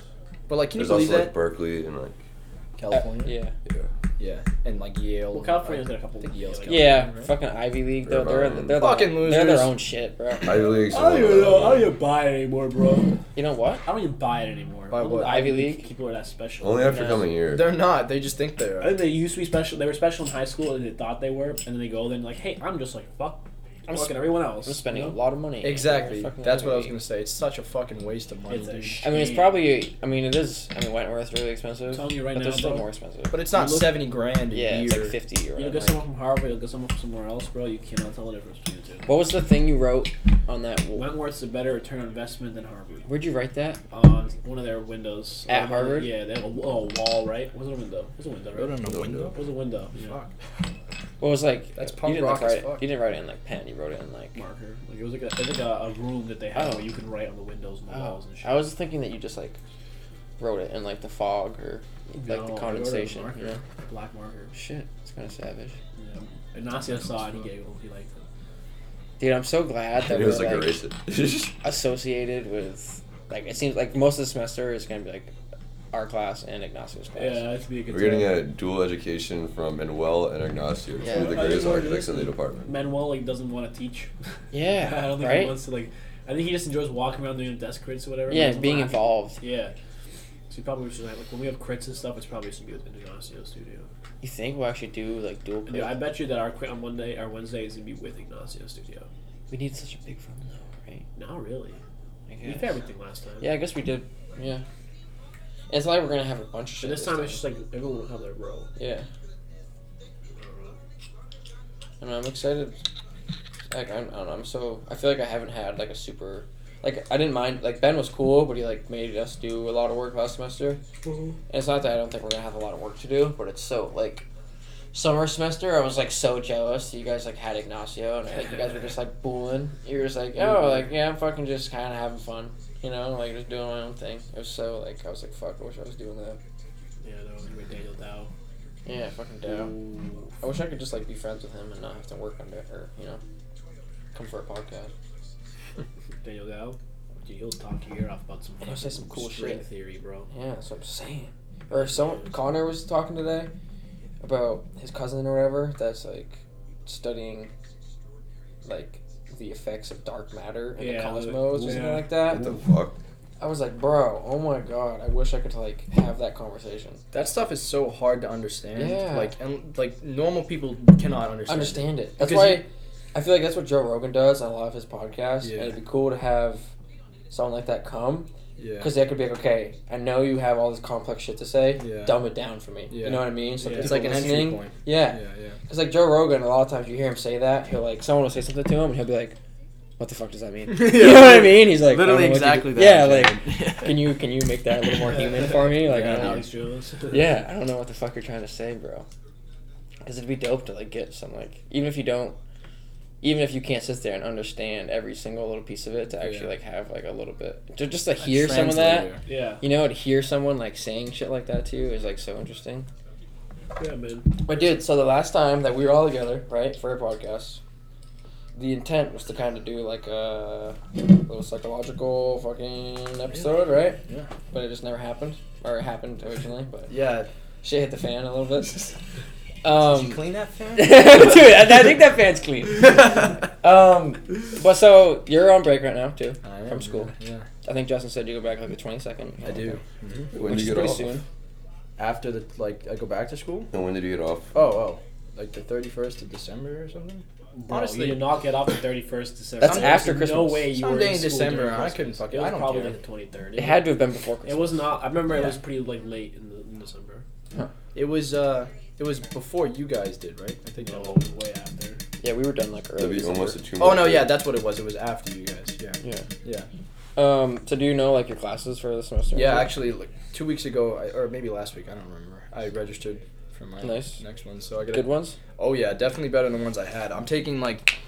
Speaker 4: But like, can you
Speaker 2: There's
Speaker 4: believe
Speaker 2: also
Speaker 4: that?
Speaker 2: like Berkeley and like
Speaker 4: California.
Speaker 1: Uh, Yeah.
Speaker 2: yeah.
Speaker 4: Yeah, and like Yale.
Speaker 3: Well, California's got a
Speaker 4: I
Speaker 3: couple.
Speaker 4: think Yale's
Speaker 3: like,
Speaker 4: California,
Speaker 1: Yeah.
Speaker 4: right?
Speaker 1: Fucking Ivy League though.
Speaker 2: They're
Speaker 1: They're
Speaker 2: about-
Speaker 1: they're
Speaker 4: Fucking
Speaker 1: their, They're
Speaker 4: losers.
Speaker 1: their own shit, bro.
Speaker 2: Ivy League's
Speaker 3: I don't even
Speaker 2: another
Speaker 3: know. I
Speaker 2: one.
Speaker 3: don't even buy it anymore, bro.
Speaker 1: You know what?
Speaker 3: I don't even buy it anymore.
Speaker 4: Buy
Speaker 3: I don't
Speaker 4: what?
Speaker 3: think
Speaker 1: Ivy League?
Speaker 3: People are that special.
Speaker 2: Only after
Speaker 1: No.
Speaker 2: coming here.
Speaker 4: They're uh, not. They just think they
Speaker 3: I
Speaker 4: are.
Speaker 3: think they used to be special. They were special in high school, and they thought they were, and then they go, then like, hey, I'm just like fuck
Speaker 1: I'm
Speaker 3: fucking
Speaker 1: sp-
Speaker 3: everyone else.
Speaker 1: I'm spending a
Speaker 3: you know?
Speaker 1: lot of money.
Speaker 4: Exactly.
Speaker 1: Fucking
Speaker 4: That's what I was
Speaker 1: every-
Speaker 4: gonna say. It's such a fucking waste of money,
Speaker 3: It's a
Speaker 4: dude.
Speaker 3: sh-
Speaker 1: I mean, it's probably. I mean, it is. I mean, Wentworth's really expensive.
Speaker 3: I'm telling you right
Speaker 1: but
Speaker 3: now,
Speaker 1: they're still
Speaker 3: bro.
Speaker 1: more expensive.
Speaker 4: but it's not
Speaker 3: You look-
Speaker 4: seventy grand a
Speaker 1: yeah,
Speaker 4: year.
Speaker 1: it's like fifty or
Speaker 3: You
Speaker 1: whatever.
Speaker 3: will get someone from Harvard, you'll get someone from somewhere else, bro. You cannot tell the difference between the two.
Speaker 1: What was the thing you wrote on that? w-
Speaker 3: Wentworth's a better return on investment than Harvard.
Speaker 1: Where'd you write that?
Speaker 3: On one of their windows.
Speaker 1: At
Speaker 3: Uh,
Speaker 1: Harvard?
Speaker 3: Yeah, they have a, w- oh, a wall, right? What's a window? What's a window,
Speaker 4: Wrote
Speaker 3: right?
Speaker 4: on a
Speaker 2: No
Speaker 4: window.
Speaker 3: What's a window? Yeah.
Speaker 4: Fuck.
Speaker 1: What was like?
Speaker 4: That's
Speaker 1: you
Speaker 4: punk
Speaker 1: didn't, like,
Speaker 4: rock as
Speaker 1: write it-
Speaker 4: fuck.
Speaker 1: You didn't write it in like pen. You wrote it in like.
Speaker 3: Marker. Like it was like a, it was like a, a room that they had
Speaker 1: Oh.
Speaker 3: where you could write on the windows and the
Speaker 1: Oh,
Speaker 3: walls and shit.
Speaker 1: I was thinking that you just like wrote it in like the fog or like
Speaker 3: No, I wrote it
Speaker 1: the
Speaker 3: with
Speaker 1: condensation.
Speaker 3: marker.
Speaker 1: You know?
Speaker 3: Black marker.
Speaker 1: Shit, it's kind of savage.
Speaker 3: Yeah. Ignacio saw it. He giggled. He liked it.
Speaker 1: Dude, I'm so glad that
Speaker 2: It was
Speaker 1: we're
Speaker 2: like,
Speaker 1: like,
Speaker 2: erase it.
Speaker 1: associated with like it seems like most of the semester is gonna be like our class and Ignacio's class.
Speaker 3: Yeah, that's be a good.
Speaker 2: We're getting
Speaker 3: time.
Speaker 2: a dual education from Manuel and Ignacio,
Speaker 1: Yeah.
Speaker 2: two of the greatest architects in the department.
Speaker 3: Manuel like doesn't want to teach.
Speaker 1: Yeah,
Speaker 3: I don't think
Speaker 1: right?
Speaker 3: he wants to like. I think he just enjoys walking around doing desk crits or whatever. He
Speaker 1: Yeah,
Speaker 3: doesn't
Speaker 1: being
Speaker 3: wanna-
Speaker 1: involved.
Speaker 3: Yeah. So he probably should like when we have crits and stuff, it's probably should be with Ignacio Studio.
Speaker 1: You think we'll actually do like dual?
Speaker 3: Dude, I
Speaker 1: credit?
Speaker 3: bet you that our crit on Monday, our Wednesday is gonna be with Ignacio Studio.
Speaker 1: we need such a big room though, right?
Speaker 3: Not really.
Speaker 1: I
Speaker 3: We
Speaker 1: guess.
Speaker 3: did everything last time.
Speaker 1: Yeah, I guess we did. Yeah. It's like we're gonna have a bunch of shit.
Speaker 3: But this time it's just like everyone will have their role.
Speaker 1: yeah. Mm-hmm. And I'm excited. Like I'm, I don't know. I'm so. I feel like I haven't had like a super. Like I didn't mind. Like Ben was cool, but he like made us do a lot of work last semester. And it's not that I don't think we're gonna have a lot of work to do, but it's so like summer semester. I was like so jealous. that You guys like had Ignacio, and like, you guys were just like booling. You're just like, oh, like yeah, I'm fucking just kind of having fun, you know, like just doing my own thing. It was so like I was like, fuck, I wish I was doing that.
Speaker 3: Yeah, that was with Daniel Dow.
Speaker 1: Yeah, fucking down.
Speaker 3: Ooh.
Speaker 1: I wish I could just like be friends with him and not have to work under her, you know, come for a podcast.
Speaker 3: Daniel Dow. Dude, he'll talk your ear off about some.
Speaker 1: He'll say some
Speaker 3: fucking
Speaker 1: cool
Speaker 3: string
Speaker 1: shit.
Speaker 3: theory, bro.
Speaker 1: Yeah, that's what I'm saying. Or someone Connor was talking today about his cousin or whatever that's like studying like the effects of dark matter in the
Speaker 3: Yeah, like-
Speaker 1: cosmos or something
Speaker 3: yeah.
Speaker 1: like
Speaker 2: What the
Speaker 1: that.
Speaker 2: fuck?
Speaker 1: I was like, bro, oh my god, I wish I could like have that conversation.
Speaker 4: That stuff is so hard to understand.
Speaker 1: Yeah.
Speaker 4: Like and like normal people cannot understand.
Speaker 1: Understand it. That's
Speaker 4: Because
Speaker 1: why
Speaker 4: you-
Speaker 1: I feel like that's what Joe Rogan does on a lot of his podcasts.
Speaker 4: Yeah.
Speaker 1: And it'd be cool to have someone like that come
Speaker 4: Yeah.
Speaker 1: because they could be like, okay, I know you have all this complex shit to say.
Speaker 4: Yeah.
Speaker 1: Dumb it down for me.
Speaker 4: Yeah.
Speaker 1: You know what I mean? So
Speaker 3: Yeah.
Speaker 1: people
Speaker 4: It's like an entry
Speaker 1: listening-
Speaker 4: point.
Speaker 1: Yeah.
Speaker 4: Yeah, yeah.
Speaker 1: Because like Joe Rogan, a lot of times you hear him say that, he'll like someone will say something to him, and he'll be like, "What the fuck does that mean?" You know what I mean? He's like, I
Speaker 4: literally
Speaker 1: don't know what you
Speaker 4: exactly
Speaker 1: do-
Speaker 4: that.
Speaker 1: Yeah, like, can you can you make that a little more human for me? Like, I don't know.
Speaker 3: Alex Jones.
Speaker 1: Yeah, I don't know what the fuck you're trying to say, bro. Because it'd be dope to like get some like, even if you don't, even if you can't sit there and understand every single little piece of it, to actually
Speaker 4: Yeah.
Speaker 1: like have like a little bit, to just to hear some of that.
Speaker 3: Yeah.
Speaker 1: You know, to hear someone like saying shit like that to you is like so interesting.
Speaker 3: Yeah, man.
Speaker 1: But dude, so the last time that we were all together, right, for a podcast, the intent was to kind of do like a little psychological fucking episode, right?
Speaker 4: Yeah.
Speaker 1: But it just never happened, or it happened originally, but
Speaker 4: Yeah.
Speaker 1: shit hit the fan a little bit.
Speaker 4: Did you
Speaker 1: Um,
Speaker 4: clean that fan?
Speaker 1: dude, I, I think that fan's clean. Um, but so you're on break right now too,
Speaker 4: I am,
Speaker 1: from school. Oh,
Speaker 4: Yeah. yeah.
Speaker 1: I think Justin said you go back like the 22nd.
Speaker 4: I do. Mm-hmm.
Speaker 2: When
Speaker 1: Which
Speaker 2: did
Speaker 1: is
Speaker 2: you get
Speaker 1: pretty
Speaker 2: off?
Speaker 1: soon.
Speaker 4: After the like, I go back to school.
Speaker 2: And when did you get off?
Speaker 4: Oh, oh, like the thirty first of December or something.
Speaker 3: Bro,
Speaker 4: Honestly-
Speaker 3: Honestly, you did not get off the thirty first December.
Speaker 1: That's
Speaker 3: There's
Speaker 1: after
Speaker 3: No
Speaker 1: Christmas.
Speaker 3: way you were
Speaker 4: Someday
Speaker 3: in
Speaker 4: in
Speaker 3: school
Speaker 4: December,
Speaker 3: during
Speaker 4: I
Speaker 3: Christmas.
Speaker 4: couldn't fucking-
Speaker 3: It was
Speaker 4: I don't
Speaker 3: probably
Speaker 4: care.
Speaker 3: like the twenty third.
Speaker 1: It had to have been before Christmas.
Speaker 3: It was not. I remember it
Speaker 4: Yeah.
Speaker 3: was pretty like late in, the, in December.
Speaker 4: It was uh, it was before you guys did, right? I think.
Speaker 3: No, way after.
Speaker 1: Yeah, we were done like early.
Speaker 2: That'd be
Speaker 1: December.
Speaker 2: almost a two.
Speaker 4: Oh no, yeah, that's what it was. It was after you guys. Yeah.
Speaker 1: Yeah.
Speaker 4: Yeah.
Speaker 1: Um, so do you know like your classes for the semester?
Speaker 4: Yeah. Actually, like two weeks ago, I, or maybe last week, I don't remember. I registered for my
Speaker 1: Nice.
Speaker 4: next one, so I got
Speaker 1: good ones.
Speaker 4: Oh yeah, definitely better than the ones I had. I'm taking like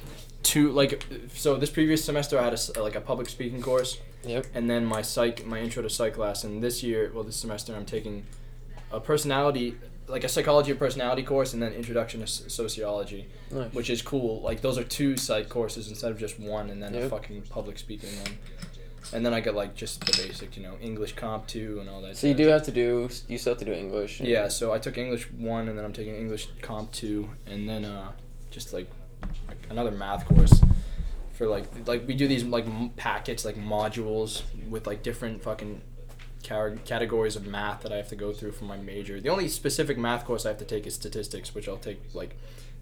Speaker 4: two like so this previous semester I had a, s- like a public speaking course
Speaker 1: Yep.
Speaker 4: and then my psych my intro to psych class and this year well this semester I'm taking a personality like a psychology and personality course and then introduction to s- sociology
Speaker 1: Nice.
Speaker 4: which is cool like those are two psych courses instead of just one and then a
Speaker 1: Yep.
Speaker 4: fucking public speaking one and then I get like just the basic you know English comp 2 and all that
Speaker 1: So you
Speaker 4: jazz.
Speaker 1: do have to do. You still have to do English. and-
Speaker 4: Yeah, so I took English one, and then I'm taking English comp two, and then uh, just like, like another math course for like like we do these like m- packets like modules with like different fucking car- categories of math that I have to go through for my major. The only specific math course I have to take is statistics, which I'll take like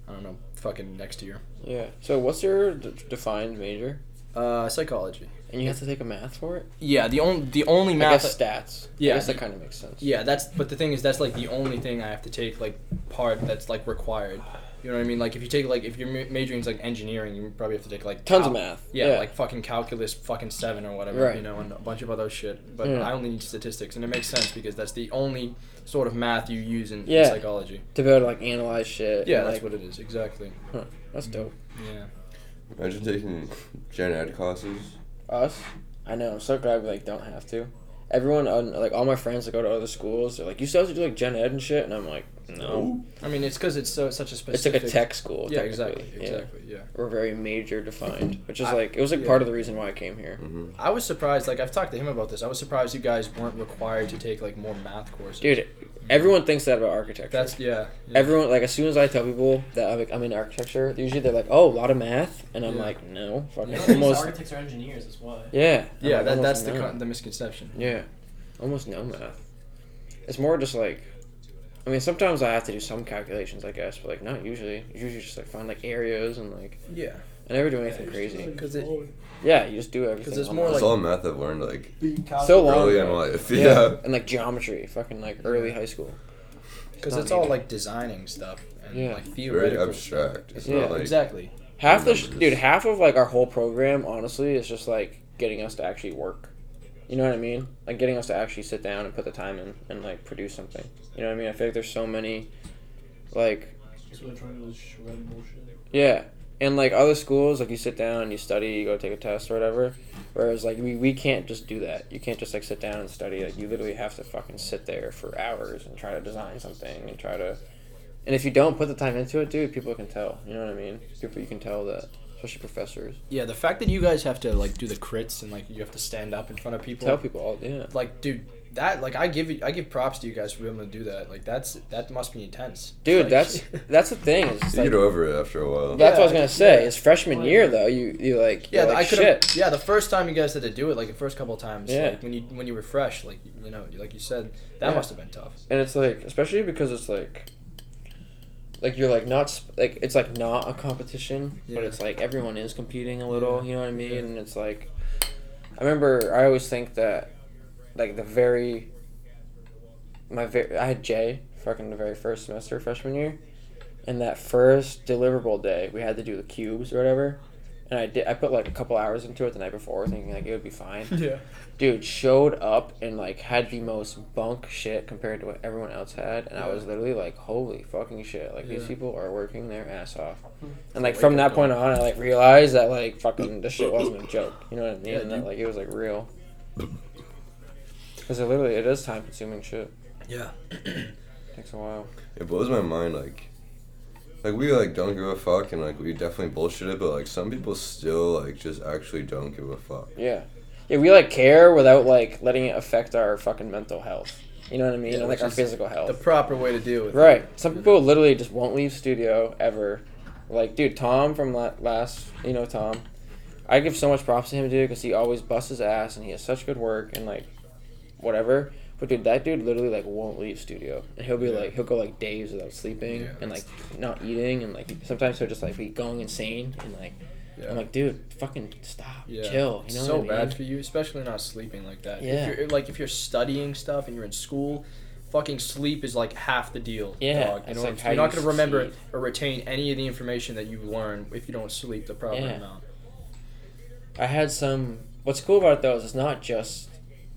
Speaker 4: I don't know, fucking next year.
Speaker 1: Yeah. So what's your d- defined major?
Speaker 4: Uh, psychology.
Speaker 1: And you have to take a math for it.
Speaker 4: Yeah, the only the only math.
Speaker 1: I guess stats.
Speaker 4: Yeah.
Speaker 1: I guess that kind of makes sense.
Speaker 4: Yeah, that's but the thing is that's like the only thing I have to take like part that's like required. You know what I mean? Like if you take like if you're ma- majoring in like engineering, you probably have to take like
Speaker 1: Tons
Speaker 4: cal-
Speaker 1: of math.
Speaker 4: Yeah, like fucking calculus, fucking seven or whatever,
Speaker 1: Right. Mm.
Speaker 4: you know, and a bunch of other shit. But
Speaker 1: Yeah.
Speaker 4: I only need statistics, and it makes sense because that's the only sort of math you use in, in
Speaker 1: Yeah.
Speaker 4: psychology.
Speaker 1: to be able to like analyze shit.
Speaker 4: Yeah,
Speaker 1: and,
Speaker 4: that's
Speaker 1: like,
Speaker 4: what Mm-hmm. it is exactly.
Speaker 1: That's dope.
Speaker 4: Yeah,
Speaker 2: Imagine taking gen ed classes.
Speaker 1: Us, I know. I'm so glad we like don't have to. Everyone, on like all my friends that go to other schools, they're like, "You still have to do like gen ed and shit," and I'm like, "No,
Speaker 4: I mean it's because it's so such a
Speaker 1: it's
Speaker 4: specific.
Speaker 1: like a tech school."
Speaker 4: Yeah,
Speaker 1: technically.
Speaker 4: exactly,
Speaker 1: Yeah.
Speaker 4: exactly. Yeah.
Speaker 1: We're very major defined, which is
Speaker 4: I-
Speaker 1: like it was like
Speaker 4: yeah.
Speaker 1: part of the reason why I came here.
Speaker 2: Mm-hmm.
Speaker 4: I was surprised. Like I've talked to him about this. I was surprised you guys weren't required to take like more math courses.
Speaker 1: Dude, everyone thinks that about architecture.
Speaker 4: that's yeah. yeah.
Speaker 1: everyone like as soon as I tell people that I'm, like, I'm in architecture, usually they're like, "Oh, a lot of math," and I'm
Speaker 4: Yeah.
Speaker 1: like, "No, fucking
Speaker 3: Yeah,
Speaker 1: almost."
Speaker 3: architects are engineers. That's why.
Speaker 1: Yeah. I'm
Speaker 4: Yeah,
Speaker 1: like,
Speaker 4: that,
Speaker 1: almost
Speaker 4: that's the
Speaker 1: none.
Speaker 4: con- the misconception.
Speaker 1: Yeah, almost no math. It's more just like, I mean, sometimes I have to do some calculations, I guess, but like not usually. Usually just like find like areas and like
Speaker 4: Yeah,
Speaker 1: I never do anything crazy.
Speaker 4: Because it-
Speaker 3: oh,
Speaker 1: Yeah, you just do everything.
Speaker 4: it's
Speaker 1: on
Speaker 4: more
Speaker 1: the-
Speaker 2: That's
Speaker 4: like-
Speaker 2: all math I've learned like
Speaker 1: so long.
Speaker 2: early in
Speaker 1: ago.
Speaker 2: life.
Speaker 1: Oh, Yeah.
Speaker 2: Yeah.
Speaker 1: and like geometry, fucking like early high school.
Speaker 4: because
Speaker 1: not
Speaker 4: it's all
Speaker 1: needed.
Speaker 4: like designing stuff and
Speaker 1: Yeah.
Speaker 4: like
Speaker 2: Very
Speaker 4: theoretical.
Speaker 2: abstract. It's
Speaker 1: Yeah,
Speaker 2: not like
Speaker 4: exactly.
Speaker 1: Half the sh-
Speaker 2: Numbers.
Speaker 1: dude, half of like our whole program, honestly, is just like getting us to actually work. You know what I mean? Like getting us to actually sit down and put the time in and like produce something. You know what I mean? I feel like there's so many, like
Speaker 3: That's what I'm trying to do is shred bullshit.
Speaker 1: Yeah. And like other schools, like you sit down, you study, you go take a test or whatever. Whereas like we, we can't just do that. You can't just like sit down and study. Like you literally have to fucking sit there for hours and try to design something and try to. And if you don't put the time into it, dude, people can tell. You know what I mean? People you can tell that, especially professors,
Speaker 4: Yeah, the fact that you guys have to like do the crits and like you have to stand up in front of people.
Speaker 1: tell people all. Yeah.
Speaker 4: Like, dude, that like I give you, I give props to you guys for being able to do that. Like, that's that must be intense.
Speaker 1: Dude,
Speaker 4: Like-
Speaker 1: that's that's the thing. It's just,
Speaker 2: you
Speaker 1: like,
Speaker 2: get over it after a while.
Speaker 1: that's what I was
Speaker 4: Yeah,
Speaker 1: gonna say.
Speaker 4: yeah.
Speaker 1: It's freshman year though. You you like
Speaker 4: Yeah,
Speaker 1: yeah. Like,
Speaker 4: I could
Speaker 1: shit.
Speaker 4: have. Yeah, the first time you guys had to do it, like the first couple of times,
Speaker 1: Yeah.
Speaker 4: like when you when you were fresh, like you know, like you said, that
Speaker 1: Yeah.
Speaker 4: must have been tough.
Speaker 1: and it's like especially because it's like like you're like not sp- like it's like not a competition but
Speaker 4: Yeah.
Speaker 1: it's like everyone is competing a little
Speaker 4: Yeah.
Speaker 1: you know what i mean
Speaker 4: Yeah.
Speaker 1: and it's like i remember i always think that like the very my very i had jay fucking the very first semester freshman year and that first deliverable day we had to do the cubes or whatever and i did i put like a couple hours into it the night before thinking like it would be fine
Speaker 4: Yeah.
Speaker 1: dude showed up and like had the most bunk shit compared to what everyone else had and i
Speaker 4: Yeah.
Speaker 1: was literally like holy fucking shit like these
Speaker 4: Yeah. Hmm.
Speaker 1: people are working their ass off and like
Speaker 4: Wake
Speaker 1: from
Speaker 4: up
Speaker 1: that
Speaker 4: call.
Speaker 1: point on i like realized that like fucking this shit wasn't a joke you know what i mean
Speaker 4: Yeah,
Speaker 1: and that
Speaker 4: dude.
Speaker 1: like it was like real because it literally it is time consuming shit
Speaker 4: Yeah.
Speaker 1: takes a while
Speaker 2: It blows my mind like like we like don't give a fuck and like we definitely bullshit it, but like some people still like just actually don't give a fuck.
Speaker 1: yeah yeah we like care without like letting it affect our fucking mental health you know what i mean
Speaker 4: Yeah,
Speaker 1: and like
Speaker 4: which
Speaker 1: our
Speaker 4: is
Speaker 1: physical health
Speaker 4: The proper way to deal with it.
Speaker 1: Right. Some people literally just won't leave studio ever. Like, dude, Tom from la- last, you know, Tom. I give so much props to him, dude, because he always busts his ass and he has such good work and like, whatever. But dude, that dude literally like won't leave studio, and he'll be
Speaker 4: Yeah.
Speaker 1: like, he'll go like days without sleeping
Speaker 4: Yeah,
Speaker 1: and like not eating, and like sometimes he'll just like be going insane and like,
Speaker 4: Yeah.
Speaker 1: I'm like, dude, fucking stop,
Speaker 4: Yeah.
Speaker 1: chill. You
Speaker 4: It's
Speaker 1: know
Speaker 4: so
Speaker 1: what I mean?
Speaker 4: bad for you, especially not sleeping like that.
Speaker 1: Yeah.
Speaker 4: If you're like if you're studying stuff and you're in school, fucking sleep is like half the deal.
Speaker 1: Yeah, it's
Speaker 4: Dog. You know what
Speaker 1: like
Speaker 4: I'm-
Speaker 1: how
Speaker 4: you're not
Speaker 1: you
Speaker 4: gonna remember
Speaker 1: sleep.
Speaker 4: or retain any of the information that you learn if you don't sleep the proper
Speaker 1: Yeah.
Speaker 4: amount.
Speaker 1: I had some. What's cool about it though is it's not just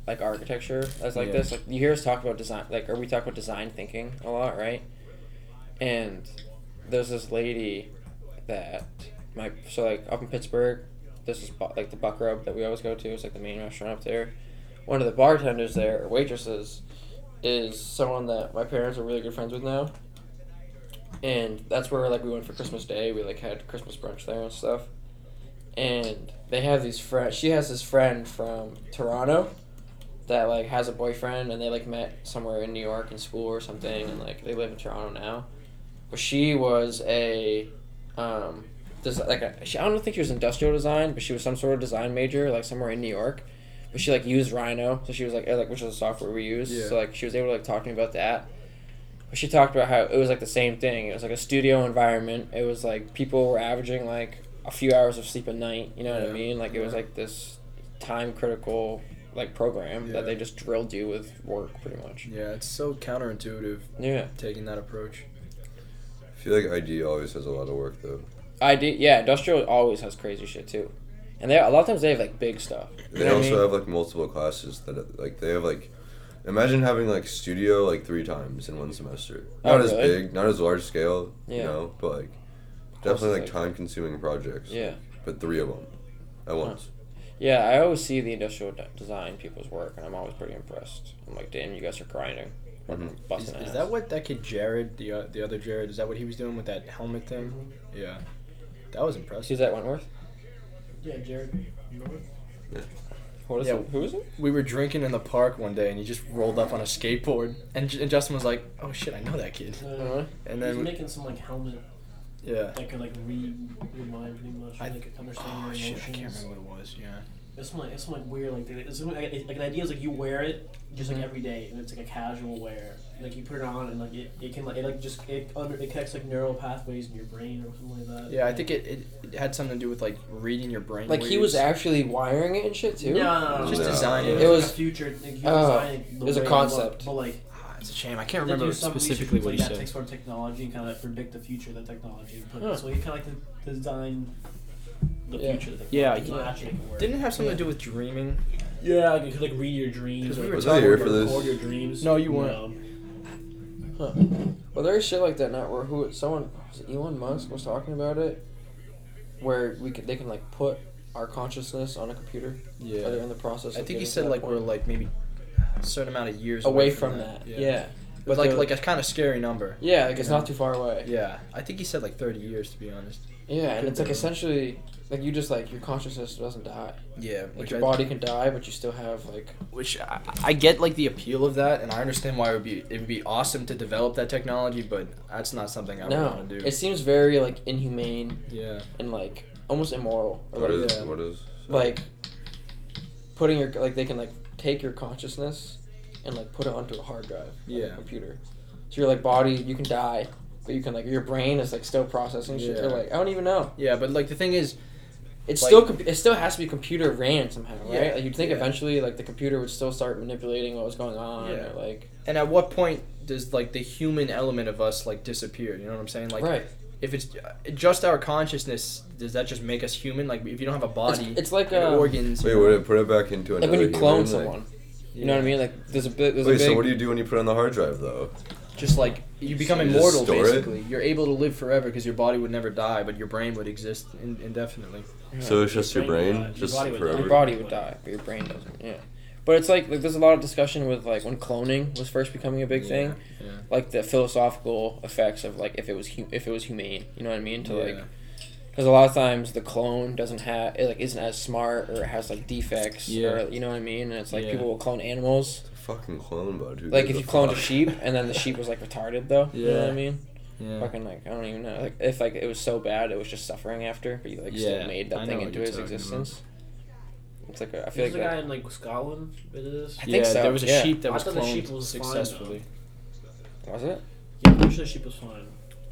Speaker 1: like architecture that's like
Speaker 4: Yeah.
Speaker 1: this. Like you hear us talk about design, like or we talk about design thinking a lot, right? And there's this lady that my so like up in Pittsburgh, this is bu- like the Buck Rub that we always go to. It's like the main restaurant up there. One of the bartenders there or waitresses is someone that my parents are really good friends with now. And that's where like we went for Christmas Day. We like had Christmas brunch there and stuff and they have these friends. She has this friend from Toronto that like has a boyfriend, and they like met somewhere in New York in school or something, and like they live in Toronto now. But she was a, um, this like a, she, I don't think she was industrial design, but she was some sort of design major, like somewhere in New York. But she like used Rhino, so she was like eh, like which is the software we use.
Speaker 4: Yeah.
Speaker 1: So like she was able to like talk to me about that. she talked about how it was like the same thing. It was like a studio environment. It was like people were averaging like a few hours of sleep a night. You know what I
Speaker 4: Yeah.
Speaker 1: mean? Like it was
Speaker 4: Yeah.
Speaker 1: like this time critical like program
Speaker 4: Yeah.
Speaker 1: that they just drilled you with work pretty much.
Speaker 4: Yeah, it's so counterintuitive
Speaker 1: Yeah,
Speaker 4: taking that approach.
Speaker 2: I feel like ID always has a lot of work though.
Speaker 1: I do. Yeah, industrial always has crazy shit too, and they a lot of times they have like big stuff. You
Speaker 2: They
Speaker 1: know what I
Speaker 2: also
Speaker 1: mean?
Speaker 2: have like multiple classes that like they have like imagine having like studio like three times in one semester.
Speaker 1: Oh,
Speaker 2: Not as
Speaker 1: really?
Speaker 2: big, not as large scale,
Speaker 1: Yeah.
Speaker 2: you know, but like
Speaker 1: course
Speaker 2: definitely like
Speaker 1: it's
Speaker 2: time consuming projects.
Speaker 1: Yeah.
Speaker 2: But three of them at once.
Speaker 1: Yeah, I always see the industrial de- design people's work, and I'm always pretty impressed. I'm like, damn, you guys are grinding, working,
Speaker 2: Mm-hmm.
Speaker 4: Is,
Speaker 1: busting
Speaker 4: is
Speaker 1: ass.
Speaker 4: that what that kid Jared, the uh, the other Jared, is that what he was doing with that helmet thing? Yeah, that was impressive.
Speaker 1: She's at Wentworth.
Speaker 3: Yeah, Jared. North.
Speaker 1: What is
Speaker 4: Yeah.
Speaker 1: it? Who is it?
Speaker 4: We were drinking in the park one day, and he just rolled up on a skateboard, and, J- and Justin was like, "Oh shit, I know that kid."
Speaker 3: No, no, no.
Speaker 1: Uh,
Speaker 4: And
Speaker 3: He's
Speaker 4: then
Speaker 3: making some like helmet
Speaker 1: Oh,
Speaker 4: yeah,
Speaker 3: that could like re- rewind pretty much, or,
Speaker 4: I-
Speaker 3: like understand
Speaker 4: oh
Speaker 3: your
Speaker 4: shit, I
Speaker 3: emotions.
Speaker 4: can't remember what it was. Yeah,
Speaker 3: It's some like it's some like weird like thing. It's some, like, it- like an idea is like you wear it just like
Speaker 4: Mm-hmm.
Speaker 1: Mhm.
Speaker 3: every day, and it's like a casual wear. Like you put it on and like it, it can like it like just it under it connects like neural pathways in your brain or something like that.
Speaker 4: yeah, I think it, it, it had something to do with like reading your brain.
Speaker 1: like he was
Speaker 4: waves.
Speaker 1: actually wiring it and shit too.
Speaker 3: No, no, no,
Speaker 2: Just
Speaker 3: no.
Speaker 4: design it.
Speaker 3: It
Speaker 4: It
Speaker 3: was,
Speaker 1: was-
Speaker 3: like a future. Like, you
Speaker 1: Oh,
Speaker 3: design
Speaker 1: it
Speaker 3: the
Speaker 1: was a
Speaker 3: way you
Speaker 1: concept.
Speaker 3: want, But like
Speaker 4: Ah, it's a shame. I can't
Speaker 3: They
Speaker 4: remember
Speaker 3: do some research
Speaker 4: specifically
Speaker 3: with,
Speaker 4: what he
Speaker 3: like that
Speaker 4: said.
Speaker 3: takes from technology and kind of like predict the future of the technology. and put-
Speaker 1: Huh.
Speaker 3: So you kind of like to design the
Speaker 1: Yeah.
Speaker 3: future. Of the technology.
Speaker 4: Yeah,
Speaker 3: It's
Speaker 4: yeah.
Speaker 3: not actually gonna work.
Speaker 4: Didn't it have something to do with dreaming?
Speaker 3: yeah, like, you could like read your dreams.
Speaker 4: 'Cause we
Speaker 3: or
Speaker 4: were
Speaker 2: Was I here
Speaker 3: record
Speaker 2: for this?
Speaker 3: your dreams.
Speaker 4: No, you weren't.
Speaker 1: Huh. Well, there's shit like that now where who someone was it Elon Musk was talking about it, where we could they can like put our consciousness on a computer.
Speaker 4: Yeah.
Speaker 1: Or they're in the process.
Speaker 4: I
Speaker 1: of
Speaker 4: think he
Speaker 1: getting to
Speaker 4: said
Speaker 1: that
Speaker 4: like
Speaker 1: point.
Speaker 4: we're like maybe a certain amount of years
Speaker 1: away from that. Yeah. Yeah,
Speaker 4: But like
Speaker 1: The-
Speaker 4: like a kind of scary number.
Speaker 1: like it's not too far away.
Speaker 4: Yeah, I think he said like 30 years to be honest.
Speaker 1: Yeah, and
Speaker 4: Could
Speaker 1: it's like
Speaker 4: be.
Speaker 1: essentially like you just like your consciousness doesn't die.
Speaker 4: Yeah,
Speaker 1: Like
Speaker 4: which
Speaker 1: your
Speaker 4: I,
Speaker 1: body can die, but you still have like
Speaker 4: which I, I get like the appeal of that, and I understand why it would be it would be awesome to develop that technology, but that's not something I would
Speaker 1: no.
Speaker 4: want to do.
Speaker 1: It seems very like inhumane
Speaker 4: yeah,
Speaker 1: and like almost immoral. Or,
Speaker 2: What
Speaker 1: like,
Speaker 2: is
Speaker 4: Yeah.
Speaker 2: what is
Speaker 1: like putting your like they can like take your consciousness and like put it onto a hard drive like a
Speaker 4: Yeah.
Speaker 1: computer so your like body you can die but you can like your brain is like still processing shit
Speaker 4: Yeah.
Speaker 1: you're like i don't even know
Speaker 4: yeah, but like the thing is,
Speaker 1: it's
Speaker 4: Like-
Speaker 1: still comp- it still has to be computer ran somehow right
Speaker 4: Yeah,
Speaker 1: like you'd think
Speaker 4: yeah.
Speaker 1: eventually like the computer would still start manipulating what was going on
Speaker 4: Yeah.
Speaker 1: or like
Speaker 4: and at what point does like the human element of us like disappear? You know what I'm saying? Like
Speaker 1: right
Speaker 4: if it's uh, just our consciousness, does that just make us human? Like if you don't have a body,
Speaker 1: it's, it's like
Speaker 4: and
Speaker 1: uh,
Speaker 4: organs.
Speaker 2: Wait,
Speaker 4: you know?
Speaker 2: would it put it back into
Speaker 1: like
Speaker 2: another
Speaker 1: when you clone
Speaker 2: human? Like-
Speaker 1: someone you know what i mean like there's a bit there's
Speaker 2: Wait,
Speaker 1: a big
Speaker 2: so what do you do when you put it on the hard drive though?
Speaker 4: just like you become
Speaker 2: you just
Speaker 4: immortal
Speaker 2: store it?
Speaker 4: basically you're able to live forever because your body would never die but your brain would exist in, indefinitely
Speaker 1: Yeah.
Speaker 2: So it's just your
Speaker 3: Brain,
Speaker 2: brain,
Speaker 3: uh, your
Speaker 2: just
Speaker 3: body would die.
Speaker 2: forever.
Speaker 1: Your body would die, but your brain doesn't. Yeah. But it's like, like there's a lot of discussion with like when cloning was first becoming a big thing,
Speaker 4: yeah
Speaker 1: like the philosophical effects of like if it was hu- if it was humane, you know what I mean? To like
Speaker 4: Yeah.
Speaker 1: because a lot of times the clone doesn't have it like isn't as smart or it has like defects
Speaker 4: Yeah.
Speaker 1: or you know what I mean? And it's like
Speaker 4: Yeah.
Speaker 1: people will clone animals.
Speaker 2: Fucking clone, bud. Who
Speaker 1: Like
Speaker 2: gives
Speaker 1: if you
Speaker 2: a
Speaker 1: cloned a
Speaker 2: fuck?
Speaker 1: sheep and then the sheep was like retarded though, you know what I
Speaker 4: Yeah.
Speaker 1: mean?
Speaker 4: yeah
Speaker 1: Fucking like I don't even know. Like if like it was so bad it was just suffering after, but you like still
Speaker 4: Yeah,
Speaker 1: made
Speaker 4: I
Speaker 1: that
Speaker 4: know
Speaker 1: thing
Speaker 4: what
Speaker 1: into
Speaker 4: you're
Speaker 1: his
Speaker 4: talking about.
Speaker 1: existence. It's like a, I feel
Speaker 3: There's
Speaker 1: like
Speaker 3: a
Speaker 1: that,
Speaker 3: guy in like Scotland. It is.
Speaker 1: I
Speaker 4: yeah,
Speaker 1: think so,
Speaker 4: there was a
Speaker 1: yeah.
Speaker 4: sheep
Speaker 3: I
Speaker 4: that was
Speaker 3: thought the
Speaker 4: cloned
Speaker 3: sheep was fine,
Speaker 4: successfully
Speaker 1: was it?
Speaker 3: Yeah, I'm sure the sheep was fine.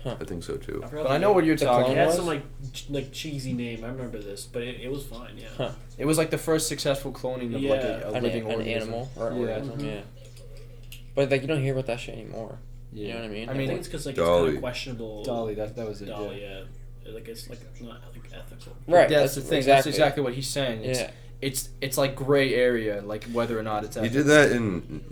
Speaker 2: I think so too.
Speaker 3: I forgot
Speaker 4: but
Speaker 3: the
Speaker 4: i know
Speaker 3: name.
Speaker 4: what you're
Speaker 1: The
Speaker 4: talking
Speaker 1: clone
Speaker 3: It had
Speaker 1: was?
Speaker 4: about
Speaker 3: some like ch- like cheesy name. I remember this, but it, it was fine. Yeah.
Speaker 1: Huh.
Speaker 4: it was like the first successful cloning of like
Speaker 3: Yeah.
Speaker 4: a, a
Speaker 1: an,
Speaker 4: living
Speaker 1: an
Speaker 4: organism.
Speaker 1: animal or an
Speaker 4: Yeah. Mm-hmm.
Speaker 1: organism,
Speaker 3: Mhm.
Speaker 1: yeah. But like you don't hear about that shit anymore. You know what I mean?
Speaker 4: I
Speaker 3: I
Speaker 4: mean-
Speaker 3: think it's because like it's kind
Speaker 2: Dolly.
Speaker 3: of questionable.
Speaker 4: dolly that, that was it
Speaker 3: Dolly.
Speaker 4: yeah.
Speaker 3: Yeah. Like it's like not like ethical.
Speaker 1: right?
Speaker 4: that's, the thing that's exactly what he's saying it's,
Speaker 1: Yeah,
Speaker 4: it's it's like gray area like whether or not it's
Speaker 2: He
Speaker 4: ethical.
Speaker 2: did that in